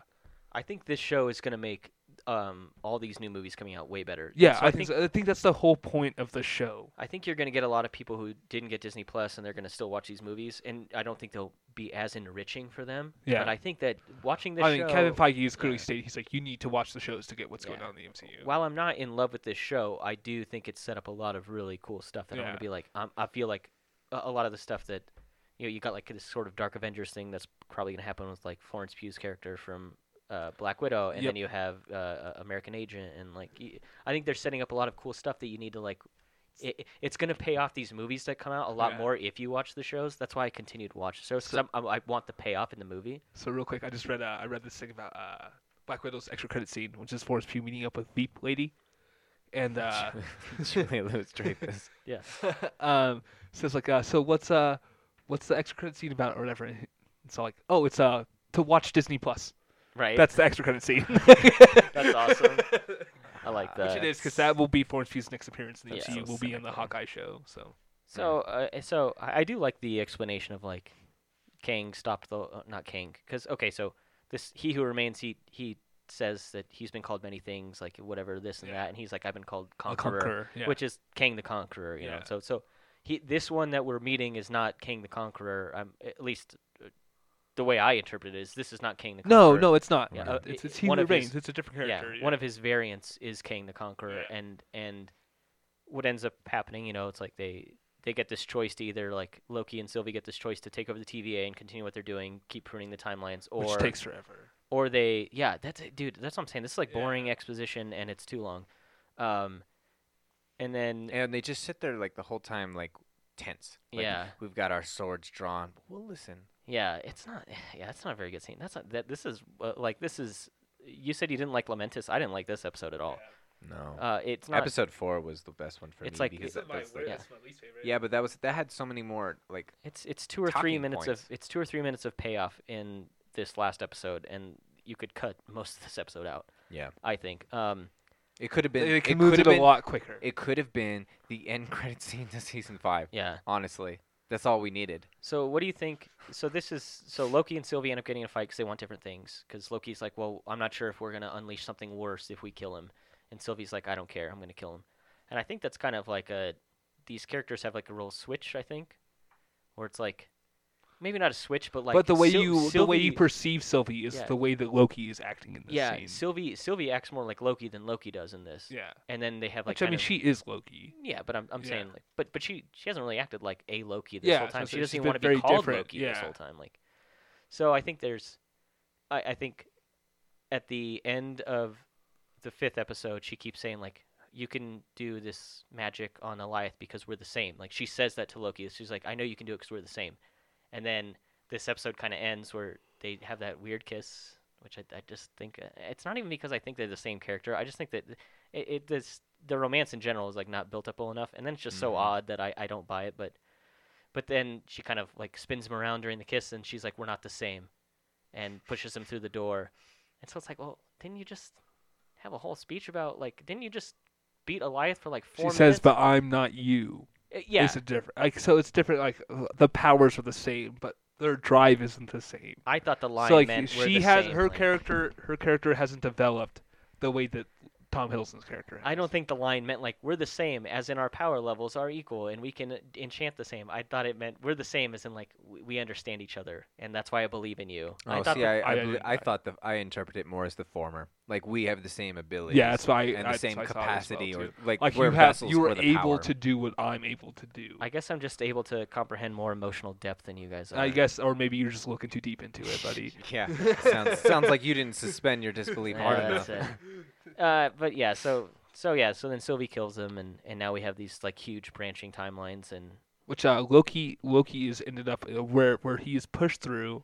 Speaker 1: I think this show is going to make um, all these new movies coming out way better.
Speaker 3: yeah,
Speaker 1: So
Speaker 3: I, think, so- I think that's the whole point of the show.
Speaker 1: I think you're going to get a lot of people who didn't get Disney Plus and they're going to still watch these movies, and I don't think they'll be as enriching for them.
Speaker 3: Yeah.
Speaker 1: But I think that watching this
Speaker 3: I mean,
Speaker 1: show,
Speaker 3: Kevin Feige has clearly
Speaker 1: yeah.
Speaker 3: stated he's like, you need to watch the shows to get what's going
Speaker 1: Yeah.
Speaker 3: on in the MCU.
Speaker 1: while I'm not in love with this show, I do think it's set up a lot of really cool stuff that I'm going
Speaker 3: Yeah.
Speaker 1: to be like, um, I feel like a, a lot of the stuff that, you know, you got like this sort of Dark Avengers thing that's probably going to happen with like Florence Pugh's character from uh, Black Widow, and
Speaker 3: Yep.
Speaker 1: then you have uh, uh, American Agent, and like, y- I think they're setting up a lot of cool stuff that you need to like. It, it's going to pay off these movies that come out a lot
Speaker 3: Yeah.
Speaker 1: more if you watch the shows. That's why I continue to watch the shows because I'm, i I want the payoff in the movie.
Speaker 3: So real quick, I just read uh, I read this thing about uh, Black Widow's extra credit scene, which is Forrest Pugh meeting up with Veep Lady, and uh,
Speaker 2: [laughs] Julia Louis Dreyfus.
Speaker 1: Yeah.
Speaker 3: [laughs] um, so it's like, uh, so what's uh, what's the extra credit scene about or whatever? And it's all like, oh, it's uh, to watch Disney Plus.
Speaker 1: Right.
Speaker 3: That's the extra credit scene.
Speaker 1: [laughs]
Speaker 3: [laughs]
Speaker 1: That's awesome. I like that.
Speaker 3: Which it is because that will be Florence Pugh's next appearance in the
Speaker 1: That's
Speaker 3: MCU.
Speaker 2: so
Speaker 3: will be in the Hawkeye show. So
Speaker 1: So,
Speaker 3: Mm-hmm.
Speaker 1: uh, so I I do like the explanation of like, Kang stopped the uh, not Kang because okay, so this he who remains he he says that he's been called many things like whatever this and
Speaker 3: Yeah.
Speaker 1: that, and he's like I've been called
Speaker 3: I'll
Speaker 1: conqueror,
Speaker 3: conquer, yeah.
Speaker 1: which is Kang the Conqueror, you know.
Speaker 3: Yeah.
Speaker 1: So so he this one that we're meeting is not Kang the Conqueror. Um, at least uh, the way I interpret it is this is not Kang the
Speaker 3: no,
Speaker 1: Conqueror.
Speaker 3: no, it's not.
Speaker 1: Yeah, uh,
Speaker 3: it's
Speaker 1: i-
Speaker 3: it's he
Speaker 1: one
Speaker 3: who
Speaker 1: of his-
Speaker 3: reigns. It's a different character.
Speaker 1: Yeah, one of his variants is Kang the Conqueror,
Speaker 3: Yeah.
Speaker 1: and and what ends up happening, you know, it's like they they get this choice to either like Loki and Sylvie get this choice to take over the TVA and continue what they're doing, keep pruning the timelines, or
Speaker 3: which takes forever.
Speaker 1: or they yeah that's it, dude that's what I'm saying this is like
Speaker 3: Yeah.
Speaker 1: boring exposition and it's too long, um, and then
Speaker 2: and they just sit there like the whole time, like tense. Like,
Speaker 1: Yeah.
Speaker 2: we've got our swords drawn. But we'll listen.
Speaker 1: yeah it's not [sighs] yeah it's not a very good scene that's not that this is uh, like this is you said you didn't like Lamentus I didn't like this episode at all
Speaker 2: No.
Speaker 1: uh, it's not
Speaker 2: Episode four was the best one for
Speaker 1: It's
Speaker 2: me
Speaker 1: like- It's
Speaker 2: because that- that's like,
Speaker 1: yeah.
Speaker 3: least favorite.
Speaker 2: yeah, but that was that had so many more like
Speaker 1: It's it's two or three
Speaker 2: talking
Speaker 1: minutes
Speaker 2: points.
Speaker 1: of it's two or three minutes of payoff in this last episode, and you could cut most of this episode out.
Speaker 2: yeah.
Speaker 1: I think. Um,
Speaker 2: It could have been.
Speaker 3: They can
Speaker 2: it
Speaker 3: move
Speaker 2: could
Speaker 3: it
Speaker 2: have
Speaker 3: a
Speaker 2: been-
Speaker 3: lot quicker.
Speaker 2: It could have been the end [laughs] credit scene to season five.
Speaker 1: yeah.
Speaker 2: Honestly, that's all we needed.
Speaker 1: So what do you think? So this is so Loki and Sylvie end up getting in a fight because they want different things. Because Loki's like, well, I'm not sure if we're gonna unleash something worse if we kill him, and Sylvie's like, I don't care, I'm gonna kill him. And I think that's kind of like a these characters have like a real switch. I think, where it's like maybe not a switch, but like
Speaker 3: but the way
Speaker 1: Syl-
Speaker 3: you the way you
Speaker 1: Sylvie-
Speaker 3: perceive Sylvie is
Speaker 1: Yeah.
Speaker 3: the way that Loki is acting in this
Speaker 1: yeah
Speaker 3: scene.
Speaker 1: Sylvie Sylvie acts more like Loki than Loki does in this.
Speaker 3: yeah.
Speaker 1: And then they have like
Speaker 3: Which I
Speaker 1: kind of-
Speaker 3: mean, she is Loki.
Speaker 1: Yeah, but I'm, I'm
Speaker 3: Yeah.
Speaker 1: saying like, but but she she hasn't really acted like a Loki this
Speaker 3: Yeah,
Speaker 1: whole
Speaker 3: that's what
Speaker 1: time.
Speaker 3: I'm
Speaker 1: She
Speaker 3: saying.
Speaker 1: doesn't
Speaker 3: She's
Speaker 1: even want
Speaker 3: been
Speaker 1: to be
Speaker 3: very
Speaker 1: called
Speaker 3: different,
Speaker 1: Loki this
Speaker 3: yeah.
Speaker 1: whole time. Like, so I think there's, I I think, at the end of the fifth episode, she keeps saying like, you can do this magic on Eliath because we're the same. Like she says that to Loki. She's like, I know you can do it because we're the same. And then this episode kind of ends where they have that weird kiss, which I, I just think uh, it's not even because I think they're the same character. I just think that it, it this the romance in general is like not built up well enough, and then it's just so
Speaker 2: Mhm.
Speaker 1: odd that I, I don't buy it. But but then she kind of like spins him around during the kiss, and she's like, "We're not the same," and pushes him through the door, and so it's like, well, didn't you just have a whole speech about like didn't you just beat Eliath for like
Speaker 3: She
Speaker 1: four?
Speaker 3: says,
Speaker 1: minutes?
Speaker 3: "But I'm not you."
Speaker 1: Uh, yeah,
Speaker 3: It's a different. Like so, it's different. Like uh, the powers are the same, but their drive isn't the same.
Speaker 1: I thought the line
Speaker 3: so like
Speaker 1: meant we're
Speaker 3: she
Speaker 1: the
Speaker 3: has
Speaker 1: same,
Speaker 3: her
Speaker 1: like-
Speaker 3: character her character hasn't developed the way that Tom Hiddleston's character.
Speaker 1: I don't think the line meant like we're the same, as in our power levels are equal, and we can uh, enchant the same. I thought it meant we're the same, as in like w- we understand each other, and that's why I believe in you.
Speaker 2: Oh,
Speaker 1: thought
Speaker 2: see,
Speaker 1: that-
Speaker 2: I, I,
Speaker 3: I
Speaker 2: bel-
Speaker 3: didn't-
Speaker 2: I
Speaker 3: I-
Speaker 2: thought the I interpret it more as the former. Like we have the same abilities.
Speaker 3: Yeah, that's why I-
Speaker 2: and the
Speaker 3: I-
Speaker 2: same
Speaker 3: so I saw it as well,
Speaker 2: capacity, or
Speaker 3: too.
Speaker 2: like,
Speaker 3: Like
Speaker 2: we're
Speaker 3: you have,
Speaker 2: vessels
Speaker 3: you
Speaker 2: for
Speaker 3: were
Speaker 2: the
Speaker 3: able
Speaker 2: power.
Speaker 3: to do what I'm able to do.
Speaker 1: I guess I'm just able to comprehend more emotional depth than you guys are.
Speaker 3: I guess, or maybe you're just looking too deep into it,
Speaker 2: [laughs]
Speaker 3: buddy.
Speaker 2: Yeah, sounds sounds like you didn't suspend your disbelief
Speaker 1: Yeah,
Speaker 2: hard
Speaker 1: that's
Speaker 2: enough. [laughs]
Speaker 1: it. Uh, but yeah, so so yeah, so then Sylvie kills him, and and now we have these like huge branching timelines, and
Speaker 3: Which uh, Loki Loki is ended up uh, where where he is pushed through.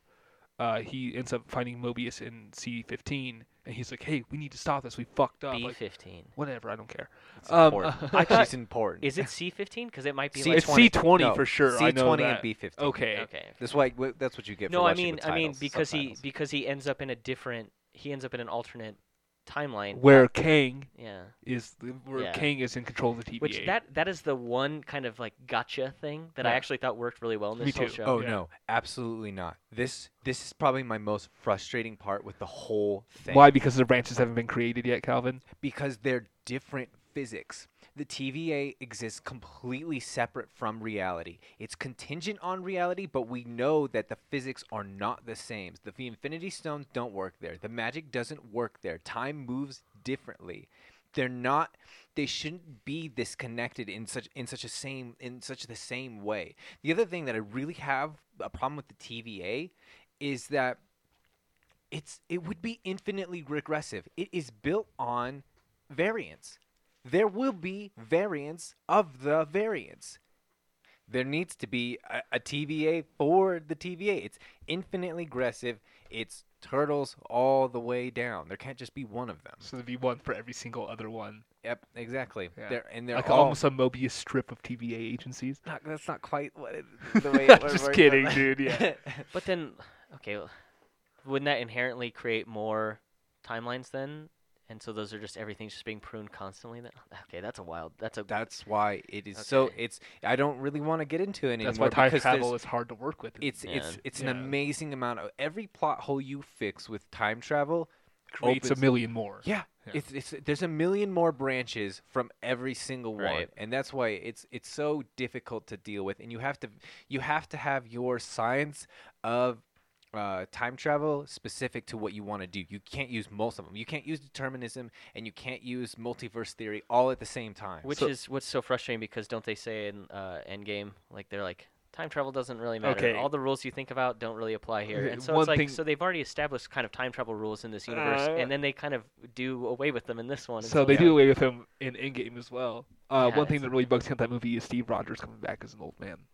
Speaker 3: Uh, he ends up finding Mobius in C15, and he's like, "Hey, we need to stop this. We fucked up. Like,
Speaker 1: B15.
Speaker 3: whatever, I don't care."
Speaker 2: It's
Speaker 3: Um, [laughs]
Speaker 2: important.
Speaker 3: I
Speaker 1: thought-
Speaker 2: it's important.
Speaker 1: Is it [laughs] C15? Because it might be
Speaker 2: C-
Speaker 1: like.
Speaker 3: it's C20 for sure.
Speaker 2: C
Speaker 3: I know
Speaker 2: twenty and
Speaker 3: that.
Speaker 2: B fifteen.
Speaker 3: Okay.
Speaker 1: Okay.
Speaker 2: That's why. wh- That's what you get.
Speaker 1: No,
Speaker 2: for
Speaker 1: I
Speaker 2: watching
Speaker 1: mean,
Speaker 2: with
Speaker 1: I mean
Speaker 2: titles,
Speaker 1: because
Speaker 2: subtitles.
Speaker 1: he because he ends up in a different. He ends up in an alternate timeline.
Speaker 3: Where Kang
Speaker 1: Yeah.
Speaker 3: is, where
Speaker 1: Yeah.
Speaker 3: Kang is in control of the TVA.
Speaker 1: Which that that is the one kind of like gotcha thing that I
Speaker 3: Yeah.
Speaker 1: actually thought worked really well in
Speaker 3: Me
Speaker 1: this whole
Speaker 3: too.
Speaker 1: show.
Speaker 2: Oh
Speaker 3: Yeah.
Speaker 2: no, absolutely not. This this is probably my most frustrating part with the whole thing.
Speaker 3: Why? Because the branches haven't been created yet, Calvin.
Speaker 2: Because they're different physics. The TVA exists completely separate from reality. It's contingent on reality, but we know that the physics are not the same. The, the Infinity Stones don't work there. The magic doesn't work there. Time moves differently. They're not they shouldn't be this connected in such in such a same in such the same way. The other thing that I really have a problem with the TVA is that it's it would be infinitely regressive. It is built on variance. There will be variance of the variance. There needs to be a, a TVA for the TVA. It's infinitely regressive. It's turtles all the way down. There can't just be one of them.
Speaker 3: So there'd be one for every single other one.
Speaker 2: Yep, exactly.
Speaker 3: Yeah.
Speaker 2: They're, and they're
Speaker 3: like
Speaker 2: all
Speaker 3: almost a Mobius strip of TVA agencies.
Speaker 2: [laughs] not, that's not quite what it,
Speaker 3: [laughs]
Speaker 2: the way it
Speaker 3: Just
Speaker 2: works,
Speaker 3: kidding,
Speaker 2: [laughs] but-
Speaker 3: dude. Yeah.
Speaker 1: But then, okay, well, wouldn't that inherently create more timelines then? And so those are just everything's just being pruned constantly. Then [laughs] okay, that's a wild. That's a
Speaker 2: that's why it is so.
Speaker 1: Okay.
Speaker 2: It's I don't really want to get into it anymore
Speaker 3: That's why time
Speaker 2: because there's-
Speaker 3: travel is hard to work with.
Speaker 2: it's
Speaker 1: Yeah.
Speaker 2: it's it's
Speaker 3: Yeah.
Speaker 2: an amazing amount of every plot hole you fix with time travel.
Speaker 3: creates
Speaker 2: opens-
Speaker 3: Oh, a million more.
Speaker 2: Yeah,
Speaker 3: Yeah.
Speaker 2: it's it's there's a million more branches from every single one,
Speaker 1: Right.
Speaker 2: and that's why it's it's so difficult to deal with. And you have to you have to have your science of uh, time travel specific to what you want to do. You can't use most of them. You can't use determinism, and you can't use multiverse theory all at the same time.
Speaker 1: which
Speaker 3: So-
Speaker 1: is what's so frustrating because don't they say in uh, Endgame like they're like time travel doesn't really matter.
Speaker 3: Okay.
Speaker 1: All the rules you think about don't really apply here.
Speaker 3: Okay,
Speaker 1: And so
Speaker 3: one
Speaker 1: it's like
Speaker 3: thing-
Speaker 1: so they've already established kind of time travel rules in this universe,
Speaker 3: Uh,
Speaker 1: and then they kind of do away with them in this one. and
Speaker 3: So they
Speaker 1: it's
Speaker 3: do away with him in Endgame as well. Uh,
Speaker 1: Yeah,
Speaker 3: one thing
Speaker 1: it's-
Speaker 3: that really bugs me about that movie is Steve Rogers coming back as an old man.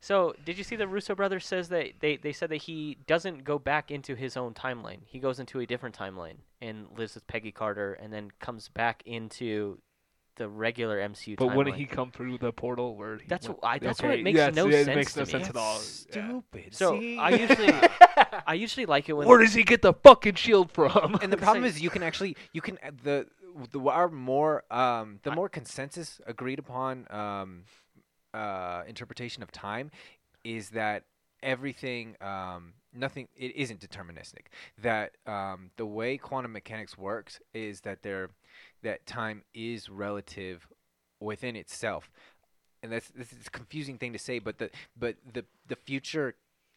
Speaker 1: So, did you see the Russo brothers says that they, they said that he doesn't go back into his own timeline. He goes into a different timeline and lives with Peggy Carter and then comes back into the regular MCU
Speaker 3: But
Speaker 1: timeline.
Speaker 3: wouldn't he come through the portal where he
Speaker 1: That's
Speaker 3: went-
Speaker 1: wh- I- that's where it
Speaker 3: Okay,
Speaker 1: makes
Speaker 3: yes,
Speaker 1: no
Speaker 3: yeah, it
Speaker 1: sense
Speaker 3: makes
Speaker 1: to
Speaker 3: no
Speaker 1: me.
Speaker 3: sense at all. Yeah.
Speaker 2: stupid.
Speaker 1: So,
Speaker 2: see? [laughs]
Speaker 1: I
Speaker 3: [laughs]
Speaker 1: usually I usually like it when
Speaker 3: Where does he get the fucking shield from?
Speaker 2: [laughs]
Speaker 3: [laughs]
Speaker 2: and the
Speaker 1: It's
Speaker 2: problem
Speaker 1: like-
Speaker 2: is you can actually you can uh, the the our more um the more consensus agreed upon um uh interpretation of time is that everything um nothing it isn't deterministic that um the way quantum mechanics works is that there that time is relative within itself and that's this is a confusing thing to say but the but the the future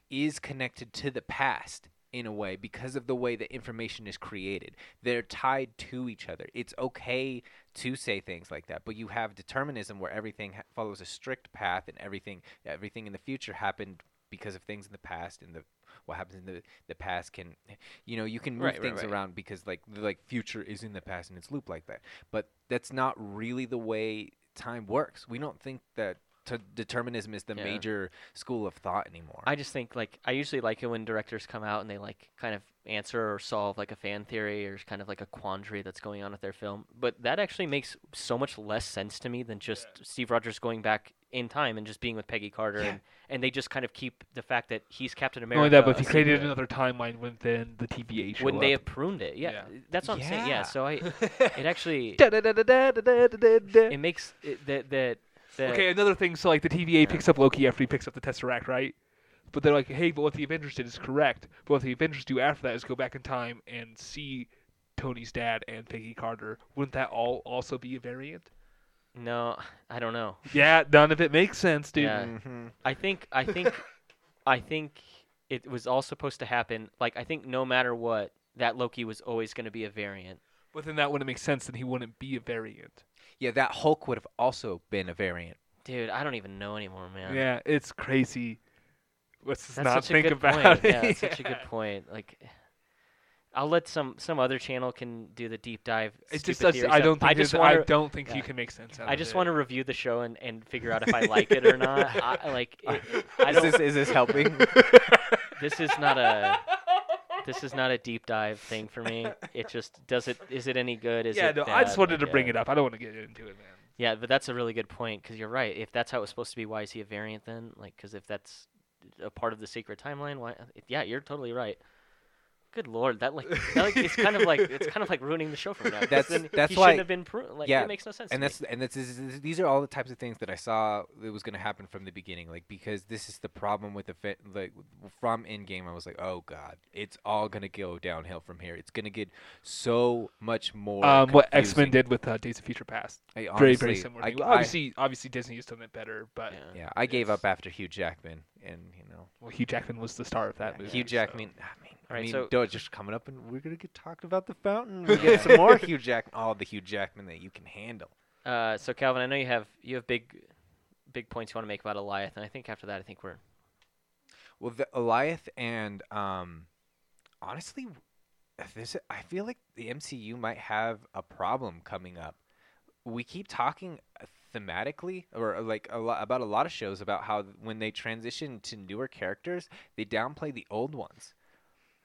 Speaker 2: is connected to the past in a way because of the way that information is created. They're tied to each other. It's okay to say things like that, but you have determinism where everything ha- follows a strict path and everything everything in the future happened because of things in the past and the what happens in the, the past can you know you can move
Speaker 1: Right, right,
Speaker 2: things
Speaker 1: right.
Speaker 2: around because like the, like future is in the past and it's looped like that but that's not really the way time works we don't think that t- determinism is the
Speaker 1: Yeah.
Speaker 2: major school of thought anymore [laughs]
Speaker 1: I just think like I usually like it when directors come out and they like kind of answer or solve like a fan theory or kind of like a quandary that's going on with their film. But that actually makes so much less sense to me than just Steve Rogers going back in time and just being with Peggy Carter and, and they just kind of keep the fact that he's Captain
Speaker 3: Not
Speaker 1: America.
Speaker 3: only that, but if
Speaker 1: a
Speaker 3: he created
Speaker 1: secret.
Speaker 3: another timeline within the TVA show
Speaker 1: wouldn't they
Speaker 3: up.
Speaker 1: have pruned it? Yeah.
Speaker 3: Yeah.
Speaker 1: That's what I'm saying. Yeah,
Speaker 2: Yeah.
Speaker 1: so I it [laughs] actually
Speaker 3: Da-da-da-da-da-da-da-da.
Speaker 1: it makes it, that that that
Speaker 3: Okay, another thing. So like the TVA picks up Loki after he picks up the Tesseract, right? But they're like, hey, but what the Avengers did is correct. But what the Avengers do after that is go back in time and see Tony's dad and Peggy Carter, wouldn't that all also be a variant?
Speaker 1: No, I don't know.
Speaker 3: Yeah, none of it makes sense, dude.
Speaker 1: Yeah.
Speaker 2: Mm-hmm.
Speaker 1: I think I
Speaker 3: [laughs]
Speaker 1: think I think it was all supposed to happen. Like I think no matter what, that Loki was always going to be a variant.
Speaker 3: But then that wouldn't make sense, and he wouldn't be a variant.
Speaker 2: Yeah, that Hulk would have also been a variant.
Speaker 1: Dude, I don't even know anymore, man.
Speaker 3: Yeah, it's crazy. Let's just
Speaker 1: That's
Speaker 3: not
Speaker 1: such
Speaker 3: think
Speaker 1: a good
Speaker 3: about
Speaker 1: point.
Speaker 3: it.
Speaker 1: Yeah,
Speaker 3: [laughs]
Speaker 1: that's such a good point. Like I'll let some some other channel can do the deep dive.
Speaker 3: It
Speaker 1: stupid
Speaker 3: just does,
Speaker 1: theories
Speaker 3: I
Speaker 1: up.
Speaker 3: don't think
Speaker 1: I just
Speaker 3: there's-
Speaker 1: want
Speaker 3: I don't think you
Speaker 1: yeah.
Speaker 3: can make sense out
Speaker 1: I
Speaker 3: of
Speaker 1: just
Speaker 3: it. [laughs]
Speaker 1: want to review the show and, and figure out if I like it or not. I, like, it, I
Speaker 2: is
Speaker 1: don't.
Speaker 2: this [laughs] is this
Speaker 1: [laughs]
Speaker 2: helping?
Speaker 1: This is not a. This is not a deep dive thing for me. It just does it. Is it any good? Is
Speaker 3: yeah,
Speaker 1: it
Speaker 3: no, I just
Speaker 1: bad?
Speaker 3: wanted
Speaker 1: Like,
Speaker 3: to bring
Speaker 1: uh,
Speaker 3: it up. I don't want to get into it, man.
Speaker 1: Yeah, but that's a really good point because you're right. If that's how it's supposed to be, why is he a variant then? Like, because if that's a part of the secret timeline, why? uh, Yeah, you're totally right. Good lord, that like, that, like it's kind of like it's kind of like ruining the show for now. 'cause
Speaker 2: That's-
Speaker 1: then
Speaker 2: that's
Speaker 1: he
Speaker 2: why-
Speaker 1: shouldn't have been pruned. Like,
Speaker 2: yeah,
Speaker 1: it makes no sense. to
Speaker 2: and
Speaker 1: me.
Speaker 2: that's and that's is, is- these are all the types of things that I saw that was going to happen from the beginning. Like because this is the problem with the fit, like from Endgame, I was like, oh god, it's all going to go downhill from here. It's going to get so much more.
Speaker 3: Um, what X
Speaker 2: confusing.
Speaker 3: Men did with uh, Days of Future Past,
Speaker 2: I
Speaker 3: very
Speaker 2: honestly-
Speaker 3: very similar.
Speaker 2: I-
Speaker 3: thing. Well,
Speaker 2: I-
Speaker 3: obviously, obviously Disney has done it better, but
Speaker 1: Yeah.
Speaker 2: yeah, I gave
Speaker 3: Yes.
Speaker 2: up after Hugh Jackman, and you know.
Speaker 3: well, Hugh Jackman was the star of that movie.
Speaker 2: Hugh
Speaker 3: so-
Speaker 2: Jackman. I mean, I
Speaker 1: Alright,
Speaker 2: mean,
Speaker 1: so-
Speaker 2: duh, just coming up, and we're gonna get talked about the fountain. We get some [laughs] more Hugh Jack, all the Hugh Jackman that you can handle.
Speaker 1: Uh, so Calvin, I know you have you have big, big points you want to make about Eliath, and I think after that, I think we're
Speaker 2: Well, the Eliath and um, honestly, if this I feel like the MCU might have a problem coming up. We keep talking uh, thematically, or uh, like a lot about a lot of shows about how th- when they transition to newer characters, they downplay the old ones,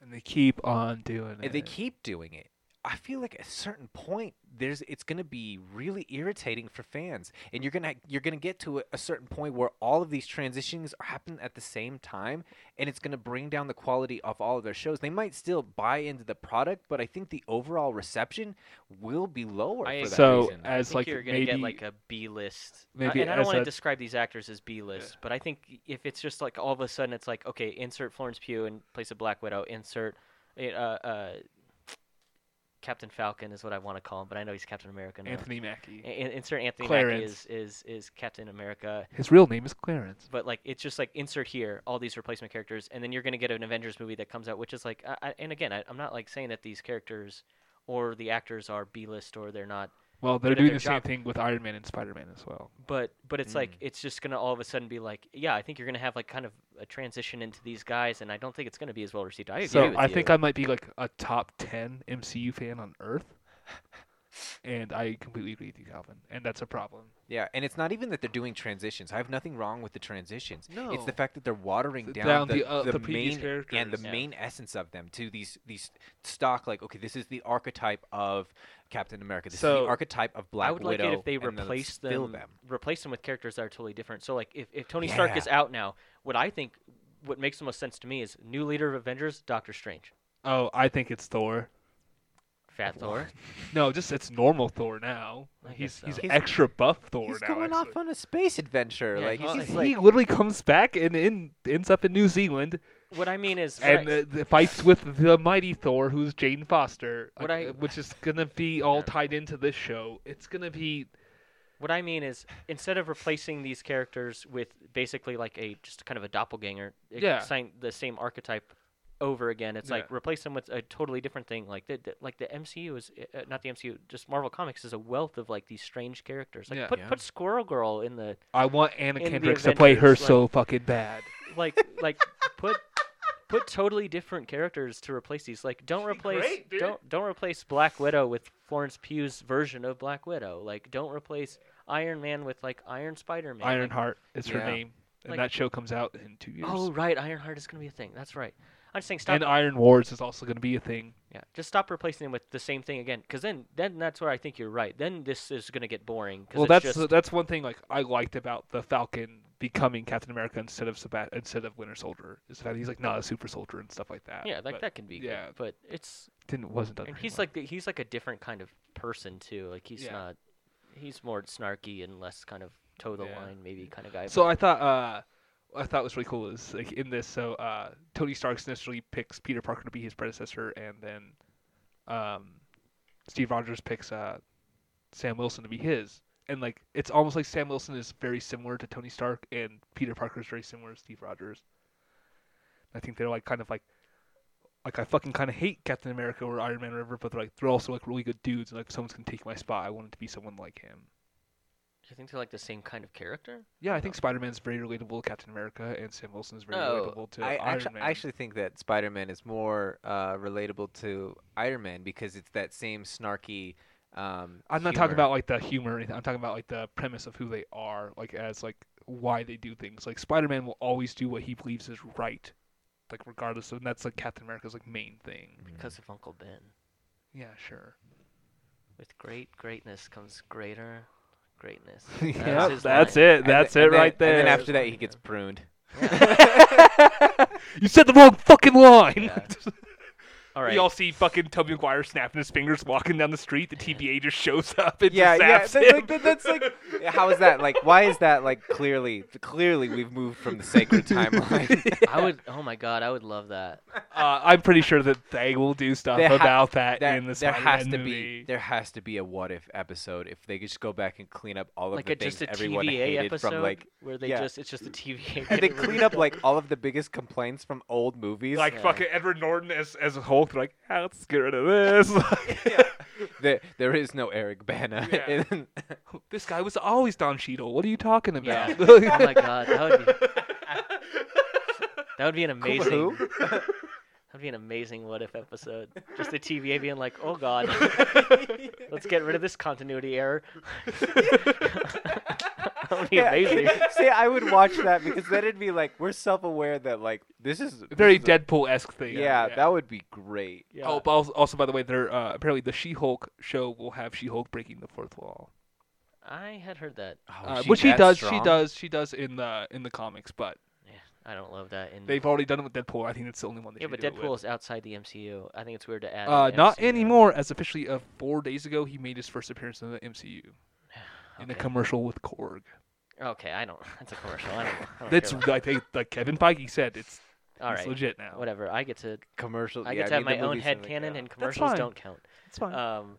Speaker 3: and they keep on doing it.
Speaker 2: and they keep doing it. I feel like at a certain point, there's it's gonna be really irritating for fans, and you're gonna you're gonna get to a, a certain point where all of these transitions are happening at the same time, and it's going to bring down the quality of all of their shows. They might still buy into the product, but I think the overall reception will be lower
Speaker 1: I
Speaker 2: for that
Speaker 3: so
Speaker 2: reason.
Speaker 1: I
Speaker 3: as
Speaker 1: think
Speaker 3: like
Speaker 1: you're gonna
Speaker 3: maybe
Speaker 1: get like a B list. I-
Speaker 3: maybe
Speaker 1: and I don't
Speaker 3: as
Speaker 1: want to
Speaker 3: a-
Speaker 1: describe these actors as B list, but I think if it's just like all of a sudden it's like okay, insert Florence Pugh in place of Black Widow, insert uh, uh, Captain Falcon is what I want to call him, but I know he's Captain America now.
Speaker 3: Anthony Mackie.
Speaker 1: A- a- insert Anthony Mackie
Speaker 3: Clarence.
Speaker 1: is, is is Captain America,
Speaker 3: His real name is Clarence.
Speaker 1: but like it's just like insert here all these replacement characters, and then you're gonna get an Avengers movie that comes out, which is like, I, I, and again, I, I'm not like saying that these characters or the actors are B list or they're not
Speaker 3: Well, they're
Speaker 1: at
Speaker 3: doing
Speaker 1: their
Speaker 3: the
Speaker 1: job.
Speaker 3: same thing with Iron Man and Spider Man as well.
Speaker 1: but but it's
Speaker 2: Mm.
Speaker 1: like it's just gonna all of a sudden be like yeah i think you're gonna have like kind of a transition into these guys and i don't think it's gonna be as well received i agree
Speaker 3: so
Speaker 1: with
Speaker 3: I
Speaker 1: you.
Speaker 3: think I might be like a top ten MCU fan on Earth, and I completely agree with you, Calvin. And that's a problem.
Speaker 2: yeah, and it's not even that they're doing transitions. I have nothing wrong with the transitions.
Speaker 3: No,
Speaker 2: It's the fact that they're watering
Speaker 3: Th-
Speaker 2: down,
Speaker 3: down
Speaker 2: the,
Speaker 3: the, uh, the previous
Speaker 2: main and the
Speaker 3: characters.
Speaker 1: Yeah.
Speaker 2: main essence of them to these these stock like okay, this is the archetype of Captain America. This is
Speaker 3: So,
Speaker 2: the archetype of Black
Speaker 1: i would
Speaker 2: Widow.
Speaker 1: like it if they
Speaker 2: and then let's
Speaker 1: replace
Speaker 2: fill
Speaker 1: them,
Speaker 2: them.
Speaker 1: replace them with characters that are totally different so like if, if tony stark
Speaker 2: Yeah.
Speaker 1: is out now what i think what makes the most sense to me is new leader of avengers doctor strange
Speaker 3: Oh, I think it's Thor.
Speaker 1: fat thor
Speaker 3: No, just it's normal Thor now.
Speaker 1: I
Speaker 3: He's
Speaker 1: guess so.
Speaker 3: he's
Speaker 2: He's-
Speaker 3: extra buff Thor
Speaker 2: He's
Speaker 3: now.
Speaker 2: going off
Speaker 3: actually.
Speaker 2: on a space adventure.
Speaker 1: Yeah,
Speaker 2: like
Speaker 1: he's
Speaker 2: he's
Speaker 1: just
Speaker 2: just
Speaker 1: on-
Speaker 3: [laughs] he
Speaker 2: like
Speaker 3: literally comes back and in, ends up in New Zealand
Speaker 1: what i mean
Speaker 2: [laughs]
Speaker 1: is what
Speaker 3: and
Speaker 1: I-
Speaker 3: uh, th- fights with the mighty Thor, who's Jane Foster,
Speaker 1: What
Speaker 3: uh,
Speaker 1: I-
Speaker 3: which is gonna be all
Speaker 1: Yeah.
Speaker 3: tied into this show. It's gonna be
Speaker 1: What I mean is, instead of replacing these characters with basically like a just kind of a doppelganger, it-
Speaker 3: Yeah.
Speaker 1: same- the same archetype over again, it's like
Speaker 3: Yeah.
Speaker 1: replace them with a totally different thing. Like the, the- like the MCU is uh, not the MCU, just Marvel Comics is a wealth of like these strange characters. Like
Speaker 3: Yeah.
Speaker 1: put
Speaker 2: Yeah.
Speaker 1: put Squirrel Girl in the
Speaker 3: I want Anna
Speaker 1: In the
Speaker 3: Kendrick to play her
Speaker 1: Avengers, like-
Speaker 3: so fucking bad.
Speaker 1: like like put put totally different characters to replace these. Like don't replace
Speaker 3: great, dude.
Speaker 1: don't don't replace Black Widow with Florence Pugh's version of Black Widow. Like don't replace Iron Man with like Iron Spider Man.
Speaker 3: Ironheart is her
Speaker 2: Yeah.
Speaker 3: name, and
Speaker 1: Like-
Speaker 3: that show comes out in two years.
Speaker 1: Oh right, Ironheart is gonna be a thing. That's right. I'm just saying stop.
Speaker 3: and uh, Iron Wars is also gonna be a thing.
Speaker 1: yeah, just stop replacing them with the same thing again. Because then, then that's where I think you're right. Then this is gonna get boring. 'cause
Speaker 3: Well,
Speaker 1: it's
Speaker 3: that's
Speaker 1: just,
Speaker 3: that's one thing like I liked about the Falcon becoming Captain America instead of Sabat- instead of Winter Soldier is that he's like not a super soldier and stuff like that.
Speaker 1: yeah, like
Speaker 3: but
Speaker 1: that can be. Yeah,
Speaker 3: yeah.
Speaker 1: but it's
Speaker 3: Didn't wasn't done.
Speaker 1: and
Speaker 3: very
Speaker 1: he's
Speaker 3: well.
Speaker 1: like he's like a different kind of person too. Like he's
Speaker 3: Yeah.
Speaker 1: not. He's more snarky and less kind of toe the
Speaker 3: Yeah.
Speaker 1: line maybe kind of guy.
Speaker 3: So I thought uh what I thought was really cool is like in this so uh Tony Stark initially picks Peter Parker to be his predecessor and then um Steve Rogers picks uh, Sam Wilson to be his, and like it's almost like Sam Wilson is very similar to Tony Stark, and Peter Parker is very similar to Steve Rogers. I think they're like kind of like, like I fucking kind of hate Captain America or Iron Man or whatever, but they're like they're also like really good dudes, and like if someone's gonna take my spot, I want it to be someone like him.
Speaker 1: Do you think they're like the same kind of character?
Speaker 3: Yeah, I think Spider Man's very relatable to Captain America, and Sam Wilson is very
Speaker 1: Oh,
Speaker 3: relatable to
Speaker 2: I
Speaker 3: Iron
Speaker 2: actually,
Speaker 3: Man.
Speaker 2: I actually think that Spider Man is more uh, relatable to Iron Man because it's that same snarky. Um,
Speaker 3: I'm not talking
Speaker 2: humor.
Speaker 3: about like the humor or anything. I'm talking about like the premise of who they are, like as like why they do things. Like Spider Man will always do what he believes is right, like regardless of. And that's like Captain America's like main thing.
Speaker 1: Because of Uncle Ben.
Speaker 3: Yeah, sure.
Speaker 1: With great greatness comes greater
Speaker 3: [laughs]
Speaker 1: greatness.
Speaker 2: Yep,
Speaker 1: his line.
Speaker 3: it.
Speaker 2: And th- and then- And then after that, he
Speaker 1: Yeah.
Speaker 2: gets pruned.
Speaker 3: you said the wrong fucking line. [laughs]
Speaker 1: Yeah. All right.
Speaker 3: We all see fucking Tobey Maguire snapping his fingers walking down the street. The TBA just shows up and
Speaker 2: yeah,
Speaker 3: just zaps
Speaker 2: yeah. That's like,
Speaker 3: him.
Speaker 2: that- that's like, [laughs] how is that? Like, why is that? Like, clearly, clearly, we've moved from the sacred timeline.
Speaker 1: [laughs] I would. Oh my God, I would love that.
Speaker 3: Uh, I'm pretty sure that they will do stuff
Speaker 2: There ha-
Speaker 3: about that,
Speaker 2: [laughs] That-
Speaker 3: in the
Speaker 2: there
Speaker 3: Spider-Man
Speaker 2: has to
Speaker 3: movie.
Speaker 2: be there has to be a what if episode if they could just go back and clean up all of
Speaker 1: Like
Speaker 2: the
Speaker 1: a,
Speaker 2: things
Speaker 1: just a
Speaker 2: everyone
Speaker 1: TVA
Speaker 2: hated
Speaker 1: episode [laughs]
Speaker 2: from like
Speaker 1: where they
Speaker 2: yeah.
Speaker 1: just it's just a
Speaker 2: [laughs]
Speaker 1: TVA.
Speaker 2: and they
Speaker 1: where
Speaker 2: clean up like all of the biggest complaints from old movies
Speaker 3: like
Speaker 1: Yeah.
Speaker 3: fucking Edward Norton as as Hulk, like "Ah, let's get rid of this.
Speaker 2: [laughs]
Speaker 3: Like,
Speaker 2: there, there is no Eric Bana
Speaker 3: Yeah.
Speaker 2: [laughs] in-
Speaker 3: [laughs] This guy was always Don Cheadle. What are you talking
Speaker 1: Yeah.
Speaker 2: [laughs]
Speaker 3: about?
Speaker 1: oh my
Speaker 3: [laughs]
Speaker 1: God, that would be that would be an
Speaker 2: Cool,
Speaker 1: amazing.
Speaker 2: who?
Speaker 1: That'd be an amazing what if episode. Just the TVA being [laughs] like, oh
Speaker 2: [laughs]
Speaker 1: god, let's get rid of this continuity error. [laughs] that would be
Speaker 2: Yeah, [laughs]
Speaker 1: amazing.
Speaker 2: See, I would watch that because then it'd be like we're self-aware that like this is this
Speaker 3: Very
Speaker 2: is a-
Speaker 3: Deadpool esque thing.
Speaker 2: yeah, that would be great.
Speaker 1: Yeah.
Speaker 3: Oh, but also, also, by the way, there uh, apparently the She-Hulk show will have She-Hulk breaking the fourth wall,
Speaker 1: I had heard that.
Speaker 2: Oh,
Speaker 3: uh, which she does. She does. She does in the in the comics, but
Speaker 1: Yeah, I don't love that. In
Speaker 2: Mm.
Speaker 3: they've already done it with Deadpool. I think that's the only one. They
Speaker 1: yeah,
Speaker 3: should
Speaker 1: but
Speaker 3: do it with.
Speaker 1: Deadpool is outside the MCU. I think it's weird to add.
Speaker 3: Uh,
Speaker 1: an
Speaker 3: not
Speaker 1: MCU.
Speaker 3: anymore. As officially of four days ago, he made his first appearance in the MCU
Speaker 2: [sighs]
Speaker 3: in a
Speaker 1: Okay.
Speaker 3: commercial with Korg.
Speaker 1: Okay, I don't. [laughs] That's a commercial. I don't. I don't care
Speaker 3: That's
Speaker 1: about-
Speaker 3: I think like Kevin Feige said
Speaker 2: [laughs]
Speaker 3: it's,
Speaker 1: all
Speaker 3: it's
Speaker 1: right.
Speaker 3: legit now.
Speaker 1: Whatever. I get to.
Speaker 2: commercial.
Speaker 1: I
Speaker 2: yeah,
Speaker 1: get to have
Speaker 2: mean,
Speaker 1: my
Speaker 2: the
Speaker 1: own
Speaker 2: movies
Speaker 1: head
Speaker 2: like,
Speaker 1: canon,
Speaker 2: yeah.
Speaker 1: and commercials
Speaker 3: fine.
Speaker 1: don't count.
Speaker 3: It's
Speaker 2: uh,
Speaker 3: fine.
Speaker 1: Um,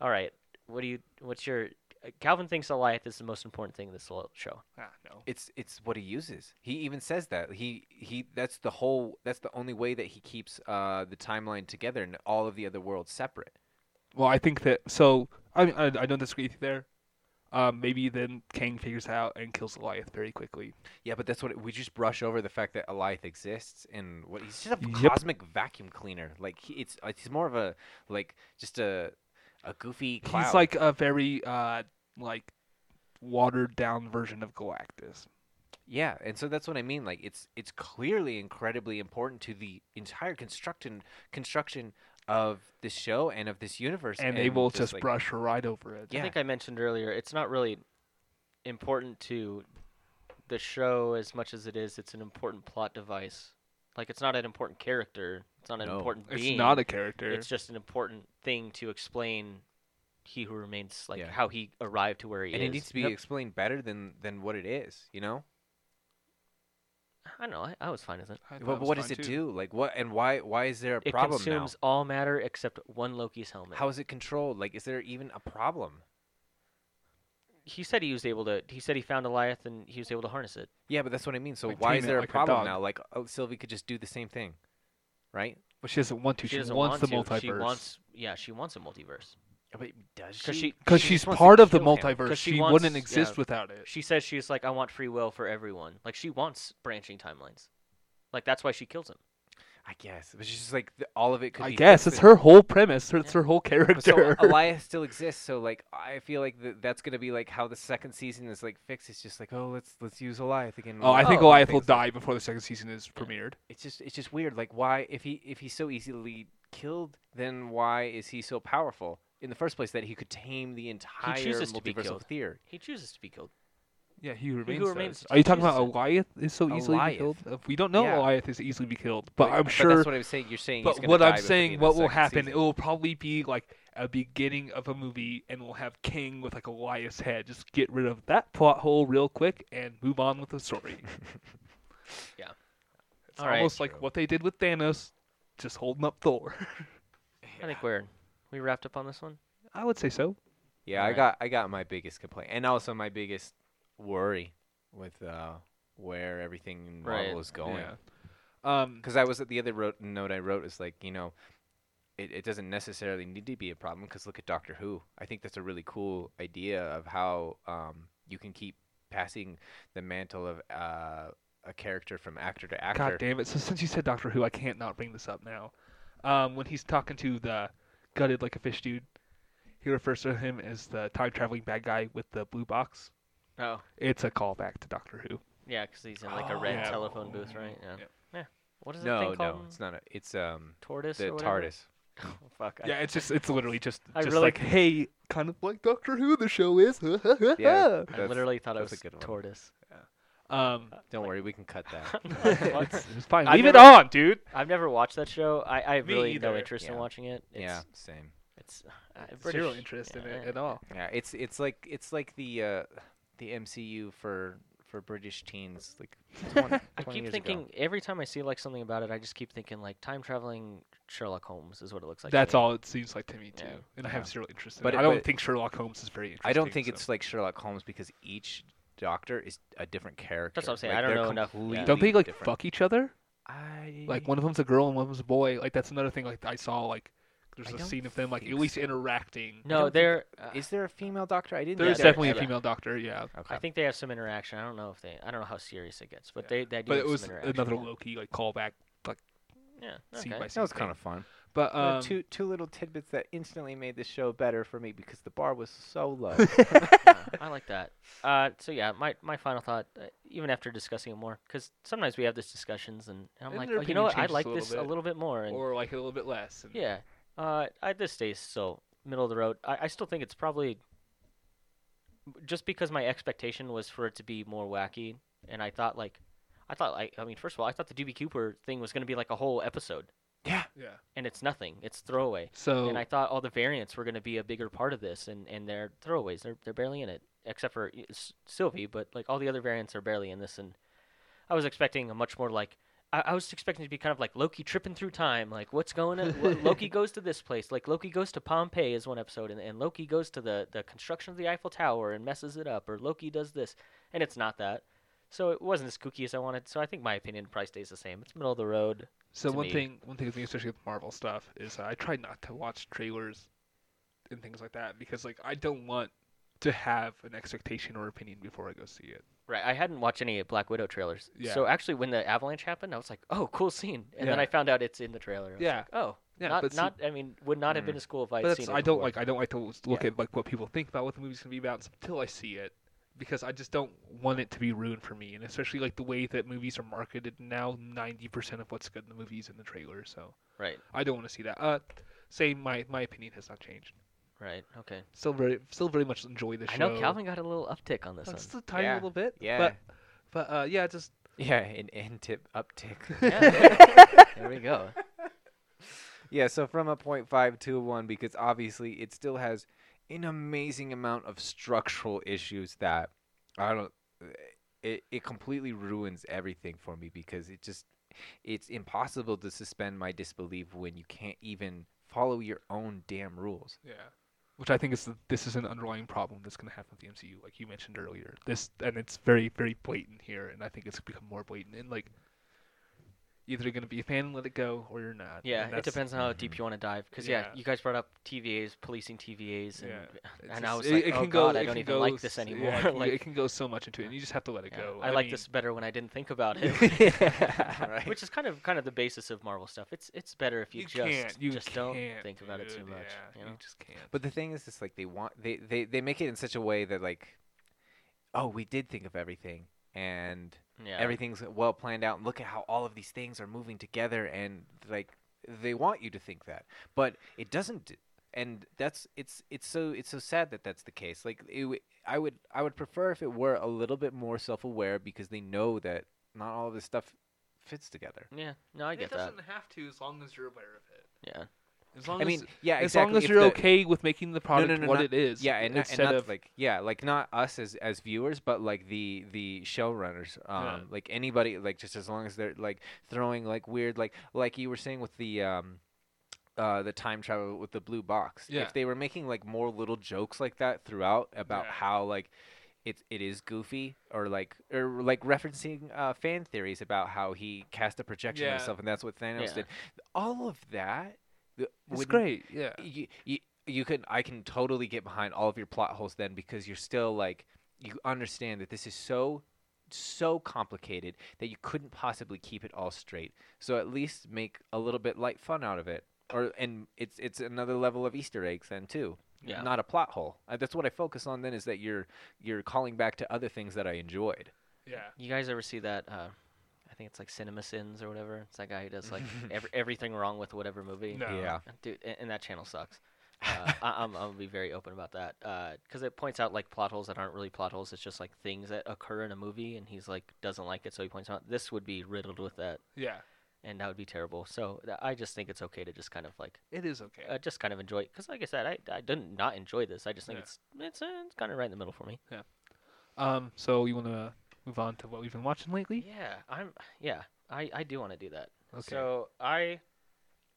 Speaker 1: all right. What do you? What's your? Calvin thinks Goliath is the most important thing in this little show.
Speaker 3: ah, no.
Speaker 2: It's it's what he uses. He even says that he he that's the whole that's the only way that he keeps uh, the timeline together and all of the other worlds separate.
Speaker 3: Well, I think that so I I, I don't disagree with you there. Um, maybe then Kang figures it out and kills Goliath very quickly.
Speaker 2: Yeah, but that's what we just brush over the fact that Eliath exists and what he's just a
Speaker 3: Yep.
Speaker 2: cosmic vacuum cleaner. Like he, it's it's more of a like just a a goofy cloud.
Speaker 3: He's like a very uh like watered down version of Galactus.
Speaker 2: Yeah, and so that's what I mean. Like it's it's clearly incredibly important to the entire construction construction of this show and of this universe.
Speaker 3: And, they will just,
Speaker 2: like,
Speaker 3: brush right over it.
Speaker 1: I
Speaker 2: Yeah.
Speaker 1: think I mentioned earlier. It's not really important to the show as much as it is. It's an important plot device. Like it's not an important character. It's not an
Speaker 2: No.
Speaker 1: important
Speaker 3: It's
Speaker 1: being.
Speaker 3: not a character.
Speaker 1: It's just an important thing to explain. He who remains, like
Speaker 2: Yeah.
Speaker 1: how he arrived to where he
Speaker 2: and
Speaker 1: is.
Speaker 2: it needs to be
Speaker 1: Yep.
Speaker 2: explained better than than what it is. You know,
Speaker 1: I don't know. I, I was fine with it.
Speaker 3: I thought
Speaker 2: but
Speaker 3: was
Speaker 2: what does
Speaker 3: fine
Speaker 2: it
Speaker 3: too.
Speaker 2: do? Like what and why why is there a
Speaker 1: It
Speaker 2: problem
Speaker 1: consumes all matter except one Loki's
Speaker 2: now?
Speaker 1: helmet.
Speaker 2: How is it controlled? Like is there even a problem?
Speaker 1: he said he was able to. He said he found Eliath and he was able to harness it.
Speaker 2: Yeah, but that's what I mean. So
Speaker 3: Like,
Speaker 2: why
Speaker 3: tame
Speaker 2: is
Speaker 3: it
Speaker 2: there
Speaker 3: like
Speaker 2: a
Speaker 3: a
Speaker 2: problem
Speaker 3: dog.
Speaker 2: now? Like oh, Sylvie could just do the same thing, right?
Speaker 3: But she doesn't want to. She,
Speaker 1: doesn't want
Speaker 3: wants the
Speaker 1: to.
Speaker 3: multiverse.
Speaker 1: She wants. Yeah, she wants a multiverse.
Speaker 2: But does
Speaker 1: 'Cause she-
Speaker 3: because
Speaker 2: she
Speaker 3: she's
Speaker 2: just wants to
Speaker 3: part of the
Speaker 2: kill him.
Speaker 3: multiverse.
Speaker 1: 'Cause she
Speaker 3: She,
Speaker 1: wants-
Speaker 3: wouldn't exist
Speaker 1: yeah.
Speaker 3: without it.
Speaker 1: She says she's like, I want free will for everyone. Like she wants branching timelines. Like that's why she kills him.
Speaker 2: I guess, but she's just like th- all of it could.
Speaker 3: I
Speaker 2: be
Speaker 3: guess
Speaker 2: fixed
Speaker 3: it's
Speaker 2: if-
Speaker 3: her whole premise. It's her whole
Speaker 2: So uh,
Speaker 3: character.
Speaker 2: Elias still exists. So like, I feel like th- that's gonna be like how the second season is like fixed. It's just like, oh, let's let's use Elias again.
Speaker 3: [laughs] oh, I think
Speaker 1: Oh,
Speaker 3: Goliath will
Speaker 2: things like-
Speaker 3: die before the second season is premiered.
Speaker 2: It's just it's just weird. Like, why if he if he's so easily killed, then why is he so powerful in the first place that he could tame the entire
Speaker 1: chooses to be
Speaker 2: multiversal
Speaker 1: killed.
Speaker 2: theory?
Speaker 1: He chooses to be killed.
Speaker 3: Yeah, he remains.
Speaker 1: Who remains
Speaker 3: does. Are you talking
Speaker 1: chooses
Speaker 3: about
Speaker 1: it.
Speaker 3: Goliath is so easily be
Speaker 2: Goliath.
Speaker 3: killed? Uh, We don't know
Speaker 2: Yeah.
Speaker 3: Goliath is easily be killed, but I'm
Speaker 2: But
Speaker 3: sure.
Speaker 2: that's what I'm saying. You're saying. he's
Speaker 3: But
Speaker 2: gonna
Speaker 3: what
Speaker 2: die
Speaker 3: I'm
Speaker 2: before the
Speaker 3: saying,
Speaker 2: end of
Speaker 3: what
Speaker 2: the
Speaker 3: will
Speaker 2: second
Speaker 3: happen?
Speaker 2: season.
Speaker 3: It will probably be like a beginning of a movie, and we'll have King with like a Goliath's head. Just get rid of that plot hole real quick and move on with the story.
Speaker 2: [laughs]
Speaker 1: Yeah.
Speaker 3: it's
Speaker 1: All right.
Speaker 3: almost like what they did with Thanos, just holding up Thor.
Speaker 1: I think we're We wrapped up on this one.
Speaker 3: I would say so.
Speaker 2: Yeah, I
Speaker 1: Alright.
Speaker 2: got I got my biggest complaint and also my biggest worry with uh, where everything in Marvel
Speaker 1: Right,
Speaker 2: is going.
Speaker 3: Yeah. Um,
Speaker 2: Because I was the other wrote, note I wrote is like you know, it, it doesn't necessarily need to be a problem because look at Doctor Who. I think that's a really cool idea of how um, you can keep passing the mantle of uh, a character from actor to actor.
Speaker 3: God damn it! So since you said Doctor Who, I can't not bring this up now. Um, when he's talking to the gutted like a fish dude, he refers to him as the time traveling bad guy with the blue box.
Speaker 2: Oh,
Speaker 3: It's a callback to Doctor Who.
Speaker 1: Yeah, because he's in like a
Speaker 2: Oh,
Speaker 1: red
Speaker 2: yeah.
Speaker 1: telephone booth, right? Yeah.
Speaker 3: Yep.
Speaker 1: What is that
Speaker 2: no,
Speaker 1: thing called?
Speaker 2: no, it's not. A, it's um
Speaker 1: Tortoise.
Speaker 2: the
Speaker 1: or whatever?
Speaker 2: TARDIS.
Speaker 1: [laughs] Oh, fuck. I-
Speaker 3: Yeah, it's just it's literally just
Speaker 1: I
Speaker 3: just
Speaker 1: really
Speaker 3: like hey, kind of like Doctor Who the show is. [laughs]
Speaker 2: Yeah.
Speaker 1: I,
Speaker 2: That's-
Speaker 1: literally thought I
Speaker 2: that's
Speaker 1: was
Speaker 2: a good one.
Speaker 1: tortoise.
Speaker 3: [laughs] Um,
Speaker 2: Don't worry, we can cut that.
Speaker 1: [laughs] What?
Speaker 3: it's, it's fine.
Speaker 1: I
Speaker 3: Leave it
Speaker 1: never-
Speaker 3: on, dude.
Speaker 1: I've never watched that show. I, I have
Speaker 3: Me
Speaker 1: really no
Speaker 3: either.
Speaker 1: interest in
Speaker 2: Yeah.
Speaker 1: watching it. It's,
Speaker 2: [laughs] yeah, same.
Speaker 1: It's uh, British.
Speaker 3: Zero interest in it
Speaker 1: yeah.
Speaker 3: at all.
Speaker 2: Yeah, it's it's like it's like the uh, the MCU for for British teens. Like 20,
Speaker 1: [laughs] I
Speaker 2: 20
Speaker 1: keep
Speaker 2: years ago.
Speaker 1: thinking every time I see like something about it, I just keep thinking like time traveling Sherlock Holmes is what it looks like. to
Speaker 3: That's
Speaker 1: me.
Speaker 3: all it seems like to me too,
Speaker 1: Yeah.
Speaker 3: and I have zero interest in
Speaker 2: But
Speaker 3: it.
Speaker 2: it-
Speaker 3: I don't
Speaker 2: but-
Speaker 3: think Sherlock Holmes is very interesting.
Speaker 2: I don't think
Speaker 3: so-
Speaker 2: it's like Sherlock Holmes because each doctor is a different character.
Speaker 1: That's what I'm saying.
Speaker 2: Like,
Speaker 1: I don't
Speaker 2: they're
Speaker 1: know enough. Yeah.
Speaker 3: Don't they
Speaker 2: completely
Speaker 3: like
Speaker 2: different.
Speaker 3: fuck each other?
Speaker 2: I
Speaker 3: Like one of them's a girl and one of them's a boy. Like that's another thing. Like I saw like
Speaker 2: I
Speaker 3: there's a
Speaker 2: don't
Speaker 3: scene of them like at
Speaker 2: think
Speaker 3: least
Speaker 2: so.
Speaker 3: interacting.
Speaker 2: don't
Speaker 1: No,
Speaker 2: think
Speaker 1: they're. uh,
Speaker 2: is there a female doctor? I didn't.
Speaker 3: There's
Speaker 1: yeah,
Speaker 3: definitely a
Speaker 1: yeah.
Speaker 3: female doctor. Yeah,
Speaker 2: Okay.
Speaker 1: I think they have some interaction. I don't know if they. I don't know how serious it gets, but
Speaker 3: Yeah.
Speaker 1: they, they do
Speaker 3: but
Speaker 1: have
Speaker 3: it was
Speaker 1: some interaction.
Speaker 3: another Loki like callback.
Speaker 1: [laughs] Yeah.
Speaker 3: Scene
Speaker 1: okay.
Speaker 3: by
Speaker 2: that
Speaker 3: scene
Speaker 2: was
Speaker 3: thing.
Speaker 2: kind of fun.
Speaker 3: But
Speaker 2: There are
Speaker 3: um,
Speaker 2: two two little tidbits that instantly made the show better for me because the bar was so
Speaker 3: [laughs]
Speaker 2: low.
Speaker 1: Yeah, I like that. Uh, so yeah, my, my final thought, uh, even after discussing it more, because sometimes we have these discussions and, and I'm
Speaker 3: And
Speaker 1: like,
Speaker 3: their
Speaker 1: oh, you know what,
Speaker 3: opinion
Speaker 1: I
Speaker 3: changes a
Speaker 1: like
Speaker 3: little
Speaker 1: this a
Speaker 3: bit."
Speaker 1: little bit more, and
Speaker 3: or like a little bit less. and-
Speaker 1: yeah, uh, I this stays still middle of the road. I, I still think it's probably just because my expectation was for it to be more wacky, and I thought like, I thought like, I mean, first of all, I thought the DB Cooper thing was gonna be like a whole episode,
Speaker 2: yeah,
Speaker 3: yeah.
Speaker 1: and it's nothing. It's throwaway.
Speaker 3: So
Speaker 1: And I thought all the variants were going to be a bigger part of this, and, and they're throwaways. They're they're barely in it, except for y- S- Sylvie. But like all the other variants are barely in this, and I was expecting a much more like I, I was expecting it to be kind of like Loki tripping through time. Like what's going on? Lo- Loki goes to this place. Like Loki goes to Pompeii is one episode, and, and Loki goes to the the construction of the Eiffel Tower and messes it up, or Loki does this, and it's not that. So it wasn't as kooky as I wanted. So I think my opinion probably stays the same. It's middle of the road.
Speaker 3: So
Speaker 1: to
Speaker 3: one
Speaker 1: me.
Speaker 3: thing, one thing with me, especially with Marvel stuff, is I try not to watch trailers and things like that because like I don't want to have an expectation or opinion before I go see it.
Speaker 1: Right, I hadn't watched any Black Widow trailers.
Speaker 3: Yeah.
Speaker 1: So actually, when the avalanche happened, I was like, "Oh, cool scene," and then
Speaker 3: Yeah.
Speaker 1: I found out it's in the trailer. I was
Speaker 3: Yeah.
Speaker 1: like, oh,
Speaker 3: Yeah,
Speaker 1: not
Speaker 3: but see- Mm.
Speaker 1: not. I mean, would not have been as cool if I
Speaker 3: But
Speaker 1: had
Speaker 3: that's,
Speaker 1: seen it.
Speaker 3: I don't
Speaker 1: before.
Speaker 3: like I don't like to l- look
Speaker 2: Yeah.
Speaker 3: at like what people think about what the movie's gonna be about until I see it because I just don't want it to be ruined for me and especially like the way that movies are marketed now. Ninety percent of what's good in the movies in the trailer, so
Speaker 1: Right,
Speaker 3: I don't want to see that. Uh, same my my opinion has not changed.
Speaker 1: right, okay.
Speaker 3: Still very still very much enjoy the
Speaker 1: I
Speaker 3: show.
Speaker 1: know Calvin got a little uptick on this
Speaker 3: Uh,
Speaker 1: one.
Speaker 3: Just a tiny
Speaker 2: Yeah.
Speaker 3: little bit.
Speaker 2: yeah,
Speaker 3: But but uh, yeah, just
Speaker 2: yeah. An end tip uptick.
Speaker 1: Yeah.
Speaker 3: [laughs]
Speaker 1: there we go.
Speaker 2: Yeah, so from a 0.5 to a 1 because obviously it still has an amazing amount of structural issues that I don't eh, it it completely ruins everything for me because it just it's impossible to suspend my disbelief when you can't even follow your own damn rules.
Speaker 3: Yeah. Which I think is the, this is an underlying problem that's going to happen with the MCU, like you mentioned earlier. This and it's very very blatant here, and I think it's become more blatant. And like, either you're going to be a fan and let it go, or you're not.
Speaker 1: Yeah,
Speaker 3: and
Speaker 1: it
Speaker 3: that's-
Speaker 1: depends on how deep
Speaker 3: [laughs]
Speaker 1: you want to dive. Because yeah.
Speaker 3: Yeah.
Speaker 1: you guys brought up TVAs, policing TVAs, and
Speaker 3: Yeah. it's
Speaker 1: and I
Speaker 3: just-
Speaker 1: was like, "Oh God, I
Speaker 3: it
Speaker 1: don't
Speaker 3: can
Speaker 1: even like
Speaker 3: s-
Speaker 1: this
Speaker 3: yeah,
Speaker 1: anymore."
Speaker 3: it, can,
Speaker 1: Like-
Speaker 3: it can go so much into it, and you just have to let it
Speaker 1: yeah,
Speaker 3: go.
Speaker 1: I, like
Speaker 3: mean,
Speaker 1: this better when I didn't think
Speaker 3: [laughs]
Speaker 1: about it. [laughs]
Speaker 2: right.
Speaker 1: Which is kind of kind of the basis of Marvel stuff. It's it's better if you,
Speaker 3: You
Speaker 1: just
Speaker 3: can't. You
Speaker 1: just don't
Speaker 3: can't,
Speaker 1: think about it too
Speaker 3: dude,
Speaker 1: much.
Speaker 3: Yeah,
Speaker 1: you know?
Speaker 3: just can't.
Speaker 2: But the thing is, it's like they want they, they they make it in such a way that like, oh, we did think of everything, and
Speaker 1: Yeah.
Speaker 2: everything's well planned out. and Look at how all of these things are moving together, and like they want you to think that, but it doesn't. d- And that's it's it's so it's so sad that that's the case. Like it, w- I would I would prefer if it were a little bit more self aware because they know that not all of this stuff fits together.
Speaker 1: Yeah. No, I get
Speaker 3: it
Speaker 1: that.
Speaker 3: doesn't have to, as long as you're aware of it.
Speaker 1: Yeah.
Speaker 3: As long
Speaker 2: I
Speaker 3: as
Speaker 2: mean, yeah,
Speaker 3: as
Speaker 2: exactly.
Speaker 3: long as
Speaker 2: if
Speaker 3: you're
Speaker 2: the-
Speaker 3: okay with making the product
Speaker 2: no,
Speaker 3: what
Speaker 2: not-
Speaker 3: it is.
Speaker 2: Yeah, and, not, and
Speaker 3: instead
Speaker 2: not
Speaker 3: of
Speaker 2: like yeah, like not us as as viewers, but like the the showrunners, um,
Speaker 3: Yeah.
Speaker 2: like anybody, like just as long as they're like throwing like weird, like like you were saying with the um, uh, the time travel with the blue box.
Speaker 3: Yeah.
Speaker 2: If they were making like more little jokes like that throughout about
Speaker 3: Yeah.
Speaker 2: how like it it is goofy or like or like referencing uh, fan theories about how he cast a projection
Speaker 3: Yeah.
Speaker 2: of himself and that's what Thanos
Speaker 1: Yeah.
Speaker 2: did. All of that th-
Speaker 3: It's
Speaker 2: would-
Speaker 3: great. Yeah.
Speaker 2: You, you you can I can totally get behind all of your plot holes then because you're still like you understand that this is so so complicated that you couldn't possibly keep it all straight. So at least make a little bit light fun out of it. Or and it's it's another level of Easter eggs then too.
Speaker 1: Yeah.
Speaker 2: Not a plot hole. Uh, That's what I focus on then is that you're you're calling back to other things that I enjoyed.
Speaker 3: Yeah.
Speaker 1: You guys ever see that? Uh, I think it's like Cinema Sins or whatever. It's that guy who
Speaker 3: [laughs]
Speaker 1: does like every, everything wrong with whatever movie.
Speaker 3: No.
Speaker 2: Yeah.
Speaker 1: Dude, and, and that channel sucks. Uh, I, I'm, I'm gonna be very open about that because it points out like plot holes that aren't really plot holes. It's just like things that occur in a movie, and he's like doesn't like it, so he points out this would be riddled with that,
Speaker 3: Yeah.
Speaker 1: and that would be terrible. So th- I just think it's okay to just kind of like
Speaker 3: It is okay.
Speaker 1: uh, just kind of enjoy it because, like I said, I, I didn't not enjoy this. I just think
Speaker 3: Yeah.
Speaker 1: it's it's, uh, it's kind of right in the middle for me.
Speaker 3: Um. So you want to move on to what we've been watching lately?
Speaker 1: Yeah, I'm yeah I I do want to do that.
Speaker 3: Okay.
Speaker 1: So I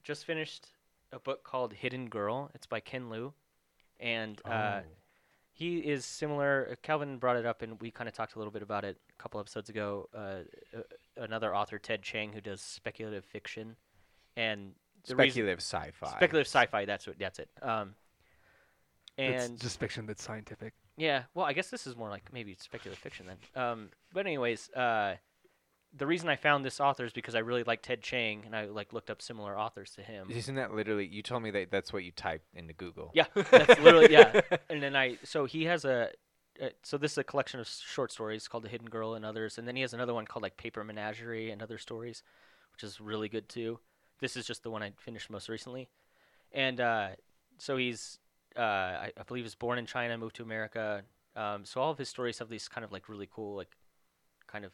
Speaker 1: just finished a book called Hidden Girl. It's by Ken Liu, and uh,
Speaker 3: Oh.
Speaker 1: he is similar. Calvin brought it up, and we kind of talked a little bit about it a couple episodes ago. Uh, uh, another author, Ted Chang, who does speculative fiction, and the reason-
Speaker 2: Speculative sci-fi.
Speaker 1: speculative sci-fi. That's what. That's it. Um, and
Speaker 3: it's just fiction that's scientific.
Speaker 1: yeah, well, I guess this is more like maybe it's speculative fiction then. Um, but anyways, uh, the reason I found this author is because I really like Ted Chang, and I like looked up similar authors to him.
Speaker 2: Isn't that literally you told me that that's what you typed into Google.
Speaker 1: Yeah, that's literally yeah. And then I so he has a uh, so this is a collection of s- short stories called The Hidden Girl and others, and then he has another one called like Paper Menagerie and other stories, which is really good too. This is just the one I finished most recently, and uh, so he's uh, I, I believe is born in China, moved to America. Um, so all of his stories have these kind of like really cool like kind of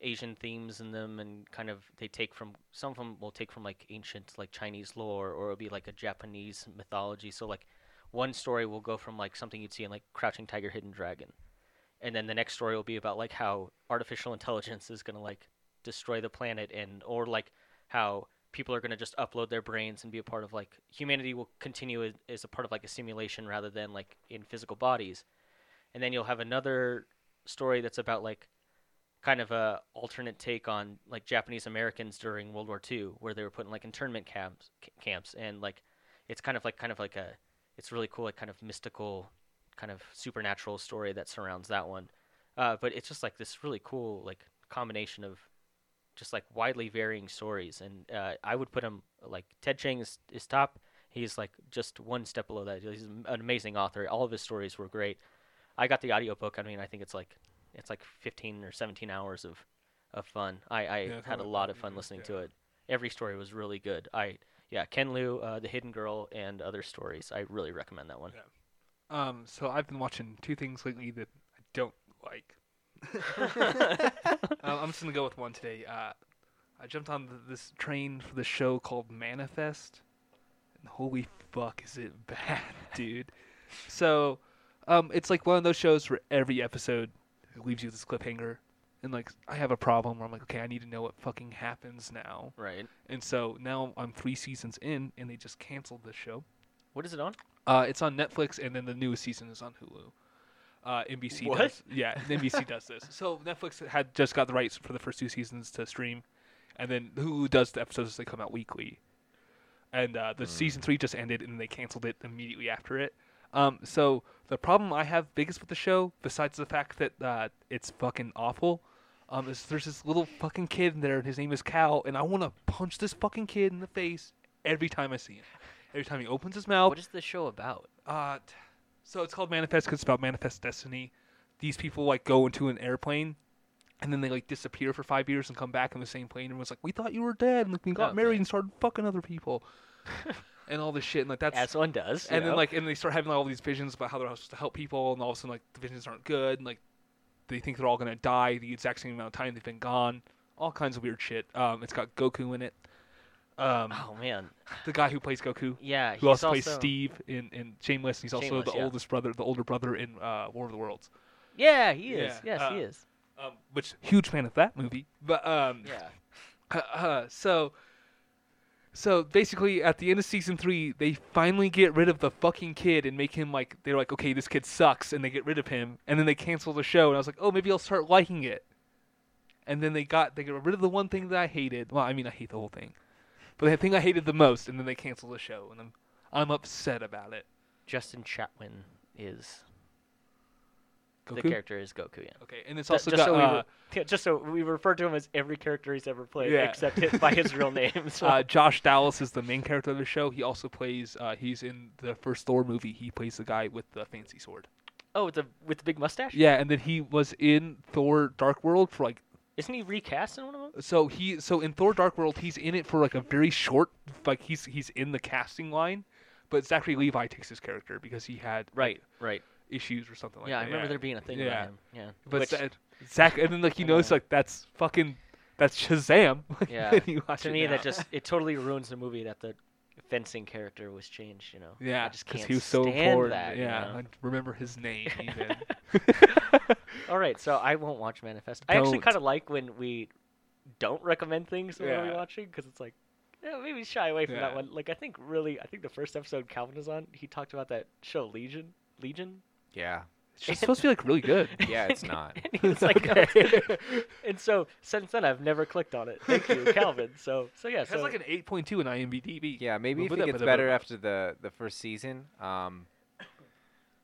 Speaker 1: Asian themes in them, and kind of they take from some of them will take from like ancient like Chinese lore, or it'll be like a Japanese mythology. So like one story will go from like something you'd see in like Crouching Tiger, Hidden Dragon, and then the next story will be about like how artificial intelligence is gonna like destroy the planet, and or like how people are gonna just upload their brains and be a part of like humanity will continue as, as a part of like a simulation rather than like in physical bodies, and then you'll have another story that's about like kind of a alternate take on like Japanese Americans during World War II, where they were put in like internment camps, c- camps, and like it's kind of like kind of like a it's really cool, like kind of mystical, kind of supernatural story that surrounds that one. Uh, but it's just like this really cool like combination of just like widely varying stories, and uh, I would put him like Ted Chang is, is top. He's like just one step below that. He's an amazing author. All of his stories were great. I got the audiobook. I mean, I think it's like it's like 15 or 17 hours of of fun. I, I
Speaker 3: Yeah, it's
Speaker 1: had a
Speaker 3: not that
Speaker 1: lot
Speaker 3: bad,
Speaker 1: of fun
Speaker 3: yeah,
Speaker 1: listening
Speaker 3: yeah.
Speaker 1: to it. Every story was really good. I yeah, Ken Liu, uh, The Hidden Girl, and other stories. I really recommend that one.
Speaker 3: Um. So I've been watching two things lately that I don't like. um, I'm just gonna go with one today. Uh, I jumped on th- this train for the show called Manifest, and holy fuck, is it [laughs] bad, dude! So, um, it's like one of those shows where every episode leaves you with this cliffhanger, and like I have a problem where I'm like, okay, I need to know what fucking happens now,
Speaker 1: [laughs] Right.
Speaker 3: and so now I'm three seasons in, and they just canceled this show.
Speaker 1: What is it on?
Speaker 3: Uh, it's on Netflix, and then the newest season is on Hulu. Uh, NBC
Speaker 1: What?
Speaker 3: does. [laughs] Yeah, NBC does this. So Netflix had just got the rights for the first two seasons to stream, and then Hulu does the episodes as they come out weekly. And uh, the season three just ended, and they canceled it immediately after it. Um, so the problem I have biggest with the show, besides the fact that uh, it's fucking awful, um, is there's this little fucking kid in there, and his name is Cal, and I want to punch this fucking kid in the face every time I see him. Every time he opens his mouth,
Speaker 1: What is the show about?
Speaker 3: [laughs] uh, t- so it's called Manifest 'cause it's about manifest destiny. These people like go into an airplane, and then they like disappear for five years and come back in the same plane. And was like, "We thought you were dead, and like, we got
Speaker 1: Okay.
Speaker 3: married and started fucking other people, and all this shit." And like that's
Speaker 1: As one does. you
Speaker 3: and then
Speaker 1: know?
Speaker 3: like and they start having like, all these visions about how they're supposed to help people, and all of a sudden like the visions aren't good, and like they think they're all gonna die the exact same amount of time they've been gone. All kinds of weird shit. Um, it's got Goku in it. Um,
Speaker 1: [laughs] oh man,
Speaker 3: the guy who plays Goku
Speaker 1: yeah. he's
Speaker 3: who also plays
Speaker 1: also-
Speaker 3: Steve in, in Shameless. He's also
Speaker 1: Shameless,
Speaker 3: the
Speaker 1: yeah.
Speaker 3: oldest brother, the older brother in uh, War of the Worlds.
Speaker 1: Yeah, he is.
Speaker 3: Yeah,
Speaker 1: yes,
Speaker 3: uh,
Speaker 1: he is.
Speaker 3: Um, [laughs] which huge fan of that movie. But um,
Speaker 1: Yeah.
Speaker 3: uh, so So basically, at the end of season three, they finally get rid of the fucking kid and make him like they're like, okay, this kid sucks, and they get rid of him, and then they cancel the show, and I was like, oh, maybe I'll start liking it. And then they got they got rid of the one thing that I hated. Well, I mean, I hate the whole thing, but the thing I hated the most, and then they cancel the show, and I'm I'm upset about it.
Speaker 1: Justin Chatwin is the
Speaker 3: Goku?
Speaker 1: character is Goku. Yeah.
Speaker 3: Okay, and it's
Speaker 1: Ju-
Speaker 3: also
Speaker 1: just,
Speaker 3: got
Speaker 1: so we
Speaker 3: uh,
Speaker 1: re- yeah, just so we refer to him as every character he's ever played,
Speaker 3: Yeah.
Speaker 1: except hit by his
Speaker 3: [laughs]
Speaker 1: real name. So
Speaker 3: uh, Josh Dallas is the main character of the show. He also plays. Uh, he's in the first Thor movie. He plays the guy with the fancy sword.
Speaker 1: oh, with the with the big mustache.
Speaker 3: Yeah, and then he was in Thor: Dark World for like
Speaker 1: Isn't he recast in one of them?
Speaker 3: so he so in Thor: Dark World he's in it for like a very short like he's he's in the casting line, but Zachary Levi takes his character because he had like,
Speaker 1: Right.
Speaker 3: issues or something like
Speaker 1: yeah,
Speaker 3: that.
Speaker 1: I remember there being a thing
Speaker 3: Yeah.
Speaker 1: about him. Yeah.
Speaker 3: But
Speaker 1: Which-
Speaker 3: Zach, Zach and then like you
Speaker 1: I
Speaker 3: notice
Speaker 1: know.
Speaker 3: like that's fucking that's Shazam. [laughs] Like,
Speaker 1: Yeah.
Speaker 3: when you watch
Speaker 1: to
Speaker 3: it
Speaker 1: me,
Speaker 3: now.
Speaker 1: that just it totally ruins the movie that the fencing character was changed. You know.
Speaker 3: yeah,
Speaker 1: I just
Speaker 3: because
Speaker 1: can't
Speaker 3: he was so
Speaker 1: stand
Speaker 3: important.
Speaker 1: that. you
Speaker 3: yeah,
Speaker 1: know?
Speaker 3: I remember his name
Speaker 1: [laughs]
Speaker 3: even.
Speaker 1: All right, so I won't watch Manifest. I actually
Speaker 3: Don't.
Speaker 1: kind of like when we don't recommend things that we're
Speaker 3: Yeah.
Speaker 1: be watching because it's like, yeah, maybe shy away from
Speaker 3: Yeah.
Speaker 1: that one. Like I think really, I think the first episode Calvin was on, he talked about that show Legion. Legion.
Speaker 2: Yeah.
Speaker 3: it's just supposed to be like
Speaker 1: [laughs]
Speaker 3: really good.
Speaker 2: Yeah, it's not.
Speaker 1: and he's
Speaker 3: [laughs]
Speaker 1: like, "No, it's not." [laughs] and so since then I've never clicked on it. Thank you, Calvin. So so yeah,
Speaker 3: It has
Speaker 1: so
Speaker 3: like an 8.2 in IMDb.
Speaker 2: Yeah, maybe if
Speaker 3: But
Speaker 2: it
Speaker 3: that-
Speaker 2: gets
Speaker 3: but-
Speaker 2: better
Speaker 3: but-
Speaker 2: after the, the first season. Um,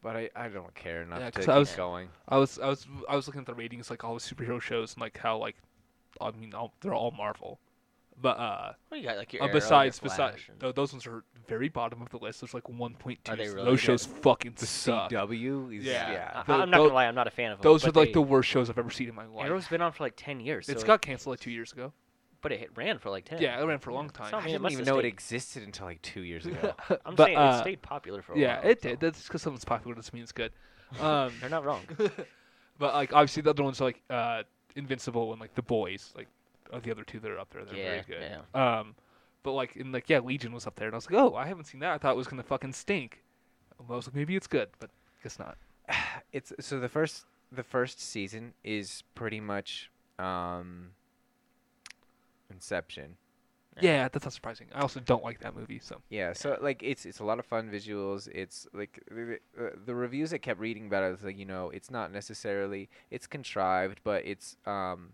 Speaker 2: but I, I don't care enough
Speaker 3: Yeah,
Speaker 2: to
Speaker 3: 'cause
Speaker 2: keep
Speaker 3: I was-
Speaker 2: going.
Speaker 3: I was I was I was looking at the ratings like all the superhero shows and like how like I mean all, they're all Marvel, but uh,
Speaker 1: well, you got like your
Speaker 3: uh
Speaker 1: Arrow, your
Speaker 3: besides besides
Speaker 1: Flash, and-
Speaker 3: tho- those ones are very bottom of the list. There's like 1.2.
Speaker 1: Are they
Speaker 3: so
Speaker 1: really
Speaker 3: those
Speaker 1: good?
Speaker 3: shows fucking suck.
Speaker 2: CW is
Speaker 3: Yeah.
Speaker 1: I-
Speaker 2: yeah.
Speaker 3: tho-
Speaker 1: I'm not gonna
Speaker 3: tho-
Speaker 1: lie, I'm not a fan of them.
Speaker 3: Those are
Speaker 1: but
Speaker 3: like
Speaker 1: they-
Speaker 3: the worst shows I've ever seen in my life.
Speaker 1: Arrow's been on for like ten years.
Speaker 3: it's
Speaker 1: so
Speaker 3: got canceled like two years ago.
Speaker 1: but it ran for like ten.
Speaker 3: Yeah, it ran for a long time.
Speaker 1: not
Speaker 2: I
Speaker 1: mean, it
Speaker 2: didn't
Speaker 1: must
Speaker 2: even
Speaker 1: have
Speaker 2: know it
Speaker 1: stayed-
Speaker 2: existed until like two
Speaker 1: [laughs]
Speaker 2: years ago.
Speaker 1: I'm
Speaker 3: But,
Speaker 1: saying
Speaker 3: uh,
Speaker 1: it stayed popular for a
Speaker 3: yeah,
Speaker 1: while.
Speaker 3: it
Speaker 1: so
Speaker 3: did. That's because something's popular doesn't mean it's
Speaker 1: [laughs]
Speaker 3: good. Um,
Speaker 1: You're not
Speaker 3: [laughs]
Speaker 1: wrong.
Speaker 3: but like obviously the other ones are like uh, Invincible and like The Boys, like are the other two that are up there. They're very
Speaker 1: Yeah,
Speaker 3: good. Um, but like in like yeah, Legion was up there, and I was like, oh, I haven't seen that. I thought it was gonna fucking stink. I was like, maybe it's good, but guess not.
Speaker 2: it's so the first the first season is pretty much um, Inception.
Speaker 3: Yeah, that's not surprising. I also don't like that movie,
Speaker 1: [laughs]
Speaker 3: so
Speaker 2: Yeah, so like it's it's a lot of fun visuals. It's like the, the, the reviews I kept reading about it was like you know it's not necessarily it's contrived, but it's um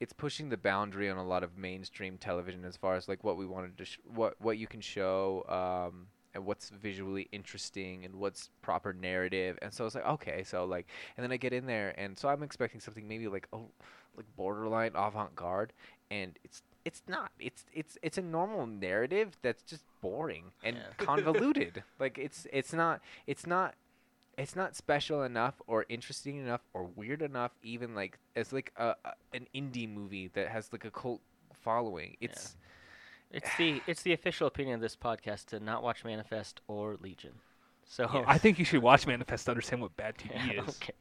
Speaker 2: it's pushing the boundary on a lot of mainstream television as far as like what we wanted to sh- what what you can show um and what's visually interesting and what's proper narrative. And so I was like okay, so like and then I get in there and so I'm expecting something maybe like oh like borderline avant-garde and it's it's not it's it's it's a normal narrative that's just boring and
Speaker 1: Yeah.
Speaker 2: convoluted like it's it's not it's not it's not special enough or interesting enough or weird enough even like as like a, a an indie movie that has like a cult following it's
Speaker 1: It's the it's the official opinion of this podcast to not watch Manifest or Legion. So [laughs]
Speaker 3: I think you should watch Manifest to understand what bad TV
Speaker 1: yeah,
Speaker 3: is.
Speaker 1: okay.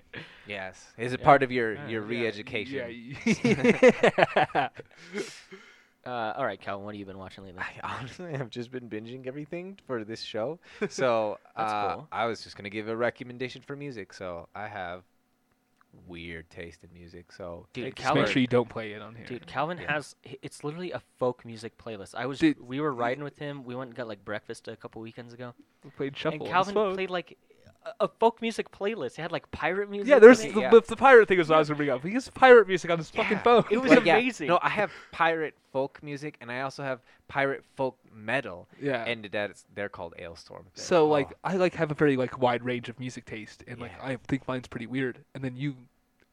Speaker 2: yes is it
Speaker 1: Yeah.
Speaker 2: part of your your
Speaker 3: Yeah,
Speaker 2: re-education
Speaker 1: [laughs]
Speaker 3: [laughs] Yeah. [laughs]
Speaker 1: Uh, all right, Calvin, what have you been watching lately?
Speaker 2: I [laughs] honestly have just been binging everything for
Speaker 1: [laughs]
Speaker 2: this show. So
Speaker 1: That's
Speaker 2: uh,
Speaker 1: cool.
Speaker 2: I was just gonna give a recommendation for music. So I have weird taste in music. So
Speaker 1: Dude,
Speaker 2: thank you
Speaker 3: Just
Speaker 1: Calvin-
Speaker 3: make
Speaker 2: for-
Speaker 3: sure you don't play it on here.
Speaker 1: Dude, Calvin
Speaker 2: Yeah.
Speaker 1: has h- it's literally a folk music playlist. I was
Speaker 3: Dude,
Speaker 1: we were riding with him. We went and got like breakfast a couple weekends ago,
Speaker 3: We played Shuffle. on
Speaker 1: and
Speaker 3: his
Speaker 1: Calvin
Speaker 3: phone.
Speaker 1: played like a, a folk music playlist. It had like pirate music.
Speaker 3: Yeah, there's
Speaker 1: in it.
Speaker 3: the,
Speaker 2: Yeah.
Speaker 3: the, the pirate thing was what I was gonna bring up. He has pirate music on his fucking
Speaker 2: Yeah.
Speaker 3: phone.
Speaker 1: It
Speaker 3: [laughs]
Speaker 1: was
Speaker 2: But
Speaker 1: amazing.
Speaker 2: No, I have pirate folk music, and I also have pirate folk metal.
Speaker 3: yeah.
Speaker 2: And that's they're called Ailstorm. They're-
Speaker 3: So
Speaker 2: oh,
Speaker 3: like I like have a very like wide range of music taste, and like
Speaker 2: Yeah.
Speaker 3: I think mine's pretty weird. And then you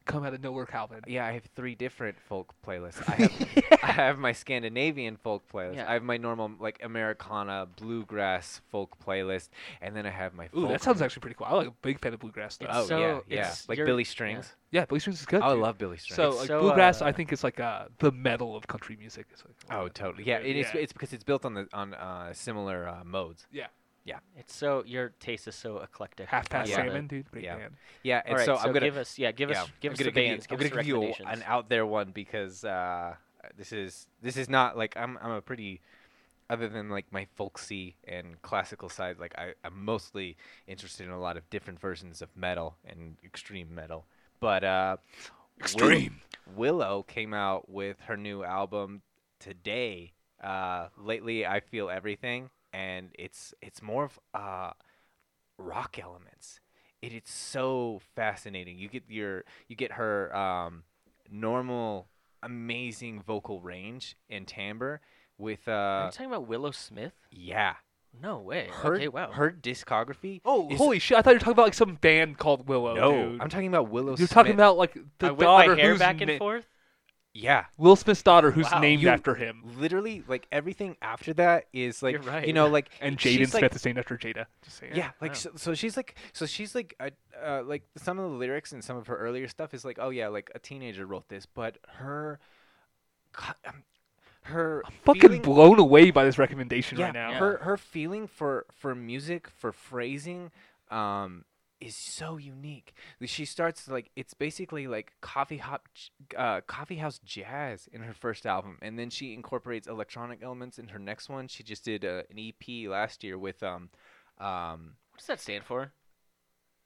Speaker 3: come out of nowhere, Calvin.
Speaker 2: yeah, I have three different folk playlists. I have
Speaker 1: [laughs]
Speaker 2: I have my Scandinavian folk playlist.
Speaker 1: Yeah.
Speaker 2: I have my normal like Americana bluegrass folk playlist, and then I have my.
Speaker 3: Ooh,
Speaker 2: folk
Speaker 3: that sounds
Speaker 2: mu-
Speaker 3: actually pretty cool. I like a big fan of bluegrass stuff.
Speaker 1: It's-
Speaker 2: Oh
Speaker 1: so-
Speaker 2: yeah, yeah,
Speaker 1: it's
Speaker 2: like
Speaker 1: your-
Speaker 2: Billy
Speaker 1: yeah.
Speaker 2: Strings. Oh,
Speaker 3: yeah, Blue Strings is good.
Speaker 2: I
Speaker 3: dude.
Speaker 2: love Billy Strings.
Speaker 3: so
Speaker 1: It's
Speaker 3: like
Speaker 1: so,
Speaker 3: bluegrass. I
Speaker 1: uh,
Speaker 3: think is like uh the metal of country music. It's like,
Speaker 2: oh, totally. Yeah, it is.
Speaker 3: Yeah.
Speaker 2: It's because it's built on the on uh, similar uh, modes.
Speaker 3: yeah.
Speaker 1: It's so your taste is so eclectic.
Speaker 3: Half past
Speaker 1: I love it.
Speaker 3: salmon, dude. Great
Speaker 2: Yeah.
Speaker 3: man.
Speaker 2: Yeah,
Speaker 1: All
Speaker 2: and
Speaker 1: right,
Speaker 2: so,
Speaker 1: so,
Speaker 2: I'm gonna
Speaker 1: give us yeah, give
Speaker 2: yeah,
Speaker 1: us give
Speaker 2: I'm
Speaker 1: us
Speaker 2: gonna
Speaker 1: the bands,
Speaker 2: Give you,
Speaker 1: give us the
Speaker 2: I'm gonna give you
Speaker 1: recommendations.
Speaker 2: an out there one because uh, this is this is not like I'm I'm a pretty other than like my folksy and classical side. Like I I'm mostly interested in a lot of different versions of metal and extreme metal, but uh, Will- Willow came out with her new album today Uh, lately, I feel everything, and it's it's more of uh, rock elements. It is so fascinating. You get your you get her um, normal amazing vocal range and timbre with
Speaker 1: Are
Speaker 2: uh
Speaker 1: you talking about Willow Smith?
Speaker 2: yeah
Speaker 1: No way.
Speaker 2: her
Speaker 1: okay, wow.
Speaker 2: her discography
Speaker 3: Oh,
Speaker 2: is-
Speaker 3: holy shit! I thought you were talking about like some band called Willow.
Speaker 2: no
Speaker 3: dude.
Speaker 2: I'm talking about Willow
Speaker 3: You're talking
Speaker 2: Smith.
Speaker 3: about like the
Speaker 1: I whip
Speaker 3: daughter
Speaker 1: my hair
Speaker 3: who's
Speaker 1: back and
Speaker 3: na-
Speaker 1: forth.
Speaker 2: yeah
Speaker 3: Will Smith's daughter, who's
Speaker 1: Wow.
Speaker 3: named
Speaker 2: You-
Speaker 3: after him,
Speaker 2: literally like everything after that is like
Speaker 1: You're right.
Speaker 2: you know like
Speaker 3: and
Speaker 2: she's,
Speaker 3: Jaden
Speaker 2: like,
Speaker 3: Smith is named after Jada. Just saying.
Speaker 2: yeah like
Speaker 1: wow.
Speaker 2: so, so she's like so she's like uh, uh, like some of the lyrics and some of her earlier stuff is like oh yeah like a teenager wrote this but her God, um, her
Speaker 3: Fucking
Speaker 2: feeling-
Speaker 3: blown away by this recommendation
Speaker 2: yeah,
Speaker 3: right now.
Speaker 1: Yeah.
Speaker 2: her her feeling for for music for phrasing um is so unique she starts to, like it's basically like coffee hop j- uh, coffee house jazz in her first album and then she incorporates electronic elements in her next one she just did uh, an ep last year with um um
Speaker 1: What does that stand for?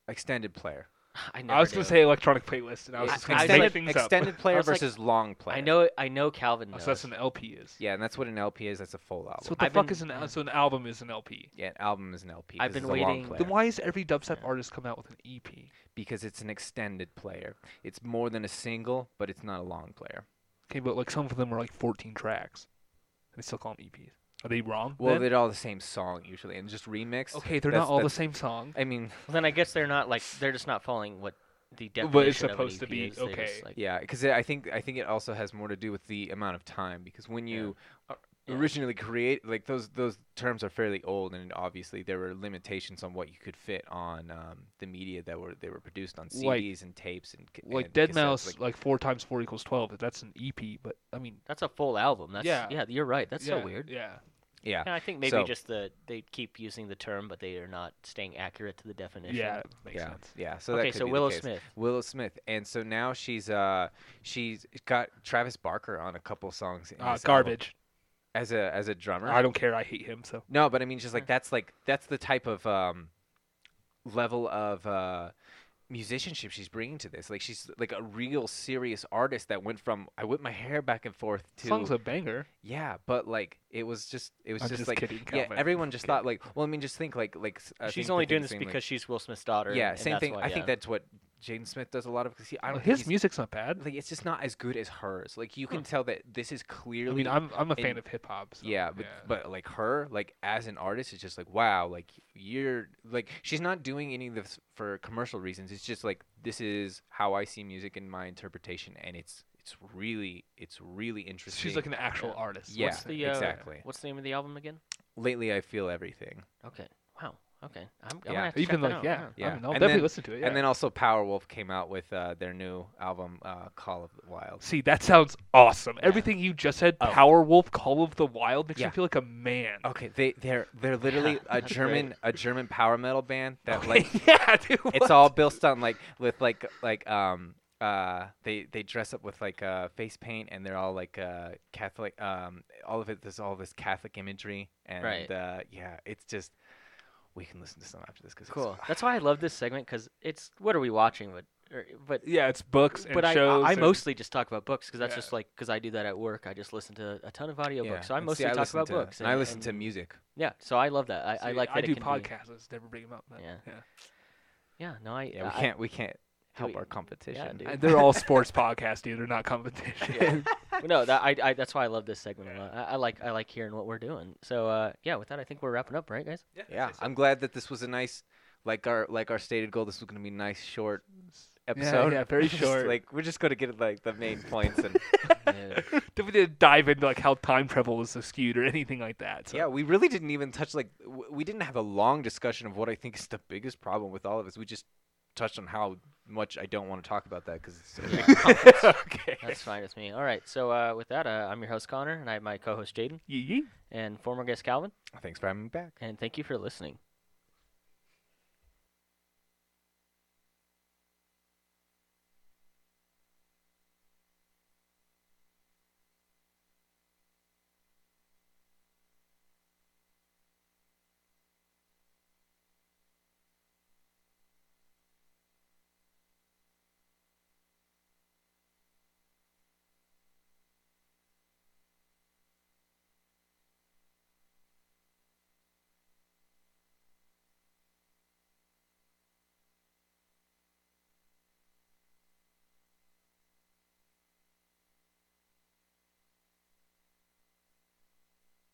Speaker 2: extended player
Speaker 1: [sighs] I never
Speaker 3: I was gonna
Speaker 1: do.
Speaker 3: say electronic playlist, and I was
Speaker 1: Yeah,
Speaker 3: just gonna
Speaker 1: extended-
Speaker 3: make things
Speaker 2: extended
Speaker 3: up.
Speaker 2: player
Speaker 1: I was like-
Speaker 2: versus long player
Speaker 1: I know. I know Calvin
Speaker 3: Oh,
Speaker 1: knows.
Speaker 3: [laughs] so that's an LP is.
Speaker 2: yeah and that's what an lp is that's a full album
Speaker 3: So what the
Speaker 1: I've
Speaker 3: fuck
Speaker 1: been-
Speaker 3: is an al- so an album is an LP?
Speaker 2: yeah an album is an lp 'cause
Speaker 1: I've been
Speaker 2: it's a long
Speaker 1: waiting-
Speaker 2: player.
Speaker 3: Then why is every dubstep artist come out with an E EP?
Speaker 2: because it's an extended player. It's more than a single, but it's not a long player.
Speaker 3: Okay, but like some of them are like 14 tracks. They still call them EPs. Are they wrong?
Speaker 2: Well,
Speaker 3: then?
Speaker 2: they're all the same song usually, and just remixed.
Speaker 3: okay, they're
Speaker 2: That's-
Speaker 3: not all the
Speaker 2: that's-
Speaker 3: same song.
Speaker 2: I mean,
Speaker 1: Well, then I guess they're not like they're just not following what the definition
Speaker 3: What it's
Speaker 1: of an
Speaker 3: supposed to
Speaker 1: EP
Speaker 3: be,
Speaker 1: is. They're just,
Speaker 3: okay.
Speaker 1: like-
Speaker 2: yeah, because I think I think it also has more to do with the amount of time. Because when
Speaker 1: Yeah.
Speaker 2: you o-
Speaker 1: Yeah.
Speaker 2: originally create, like those those terms are fairly old, and obviously there were limitations on what you could fit on um, the media that were they were produced on CDs
Speaker 3: Like-
Speaker 2: and tapes and ca-
Speaker 3: Like
Speaker 2: and
Speaker 3: Dead
Speaker 2: cassettes,
Speaker 3: Mouse,
Speaker 2: like-
Speaker 3: like, four times four equals 12. That's an EP, but I mean,
Speaker 1: that's a full album. That's yeah.
Speaker 3: Yeah.
Speaker 1: you're right. That's
Speaker 3: yeah,
Speaker 1: so weird.
Speaker 3: Yeah.
Speaker 2: yeah,
Speaker 1: Yeah, I think maybe
Speaker 2: So-
Speaker 1: just the they keep using the term, but they are not staying accurate to the definition.
Speaker 3: Yeah, it makes
Speaker 2: yeah,
Speaker 3: sense.
Speaker 2: yeah. So that
Speaker 1: okay,
Speaker 2: could
Speaker 1: so
Speaker 2: be the
Speaker 1: Willow
Speaker 2: case.
Speaker 1: Smith.
Speaker 2: Willow Smith, and so now she's uh she's got Travis Barker on a couple songs. In
Speaker 3: Uh,
Speaker 2: this album
Speaker 3: garbage. Ah,
Speaker 2: as a as a drummer.
Speaker 3: I don't care. I hate him. So
Speaker 2: no, but I mean, just like that's like that's the type of um level of uh musicianship she's bringing to this. Like she's like a real serious artist that went from I whip my hair back and forth to
Speaker 3: song's a banger.
Speaker 2: yeah, but like it was just it was
Speaker 3: I'm
Speaker 2: just,
Speaker 3: just
Speaker 2: like
Speaker 3: kidding,
Speaker 2: yeah,
Speaker 3: Calvin.
Speaker 2: everyone just
Speaker 3: Okay.
Speaker 2: thought like well, I mean, just think like like s- I think
Speaker 1: she's
Speaker 2: the
Speaker 1: only
Speaker 2: thing
Speaker 1: doing
Speaker 2: is
Speaker 1: this
Speaker 2: being, like-
Speaker 1: because she's Will Smith's daughter.
Speaker 2: yeah,
Speaker 1: and
Speaker 2: same
Speaker 1: that's
Speaker 2: thing.
Speaker 1: why-
Speaker 2: I
Speaker 1: yeah.
Speaker 2: think that's what Jaden Smith does a lot of because he I don't
Speaker 3: Well,
Speaker 2: think
Speaker 3: his
Speaker 2: he's-
Speaker 3: music's not bad.
Speaker 2: like it's just not as good as hers. Like you can tell that this is
Speaker 3: I
Speaker 2: clearly.
Speaker 3: mean, I'm I'm a fan
Speaker 2: and-
Speaker 3: of hip hop. So,
Speaker 2: yeah, but but like her, like as an artist, it's just like wow, like you're like she's not doing any of this for commercial reasons. It's just like this is how I see music in my interpretation, and it's it's really it's really interesting.
Speaker 3: she's like an actual
Speaker 1: Yeah.
Speaker 3: artist.
Speaker 2: Yeah.
Speaker 1: What's the, uh,
Speaker 2: exactly.
Speaker 1: What's the name of the album again?
Speaker 2: Lately, I feel everything,
Speaker 1: Okay. Wow. Okay. I'm, I'm
Speaker 2: Yeah.
Speaker 1: gonna have to check
Speaker 3: Even
Speaker 1: that
Speaker 3: like
Speaker 1: out,
Speaker 3: yeah,
Speaker 2: Yeah.
Speaker 3: I mean, I'll
Speaker 2: And
Speaker 3: definitely
Speaker 2: then-
Speaker 3: listen to it. Yeah.
Speaker 2: and then also Powerwolf came out with uh, their new album, uh, Call of the Wild.
Speaker 3: See, that sounds awesome.
Speaker 1: Yeah.
Speaker 3: Everything you just said,
Speaker 2: Oh.
Speaker 3: Power Wolf, Call of the Wild, makes
Speaker 2: Yeah. Oh,
Speaker 3: me feel like a man.
Speaker 2: Okay, they they're
Speaker 3: [laughs]
Speaker 2: they're literally a
Speaker 1: That's great.
Speaker 2: German a German power metal band that like
Speaker 3: [laughs] yeah, dude.
Speaker 2: [laughs] it's all built on like with like like um uh they they dress up with like uh face paint and they're all like uh catholic um all of it there's all this catholic imagery and
Speaker 1: Right.
Speaker 2: uh yeah it's just we can listen to some after this because
Speaker 1: Cool. That's why I love this segment because it's what are we watching, but er, but
Speaker 3: yeah, it's books and
Speaker 1: but I,
Speaker 3: shows.
Speaker 1: I
Speaker 3: and-
Speaker 2: [laughs]
Speaker 1: mostly just talk about books because that's
Speaker 3: Yeah.
Speaker 1: just like because I do that at work. I just listen to a ton of audiobooks,
Speaker 2: yeah.
Speaker 1: so I
Speaker 2: and see,
Speaker 1: mostly talk
Speaker 2: listen
Speaker 1: about
Speaker 2: to-
Speaker 1: books.
Speaker 2: and i listen to music
Speaker 1: yeah, so I love that. I, I
Speaker 3: See,
Speaker 1: like that
Speaker 3: I
Speaker 1: it
Speaker 3: do
Speaker 1: can be-
Speaker 3: podcasts. Let's never bring them up. but-
Speaker 1: Yeah.
Speaker 3: yeah.
Speaker 1: yeah, no, I
Speaker 2: yeah we
Speaker 1: I-
Speaker 2: can't
Speaker 1: [laughs]
Speaker 2: we can't help
Speaker 1: we-
Speaker 2: our competition
Speaker 1: dude. [laughs]
Speaker 2: [laughs]
Speaker 3: And they're all sports podcasts, dude. They're not competition.
Speaker 1: no, that, I, I that's why I love this segment a lot. I, I like I like hearing what we're doing. So uh, yeah, with that, I think we're wrapping up, right, guys?
Speaker 2: yeah i'm glad that this was a nice like our like our stated goal this was going to be a nice short episode
Speaker 3: yeah, very
Speaker 2: [laughs] Just,
Speaker 3: short.
Speaker 2: like we're just going to get like the main
Speaker 1: [laughs]
Speaker 2: points and
Speaker 3: [laughs]
Speaker 1: Yeah.
Speaker 3: Then we didn't dive into like how time travel was skewed or anything like that. So.
Speaker 2: Yeah, we really didn't even touch like w- we didn't have a long discussion of what I think is the biggest problem with all of us. We just touched on how much I don't want to talk about that because it's so big. [laughs]
Speaker 3: okay.
Speaker 1: that's fine with me. All right, so uh, with that, uh, I'm your host Connor, and I have my co-host Jaden
Speaker 3: Yee yee.
Speaker 1: and former guest Calvin,
Speaker 2: thanks for having me back.
Speaker 1: and thank you for listening.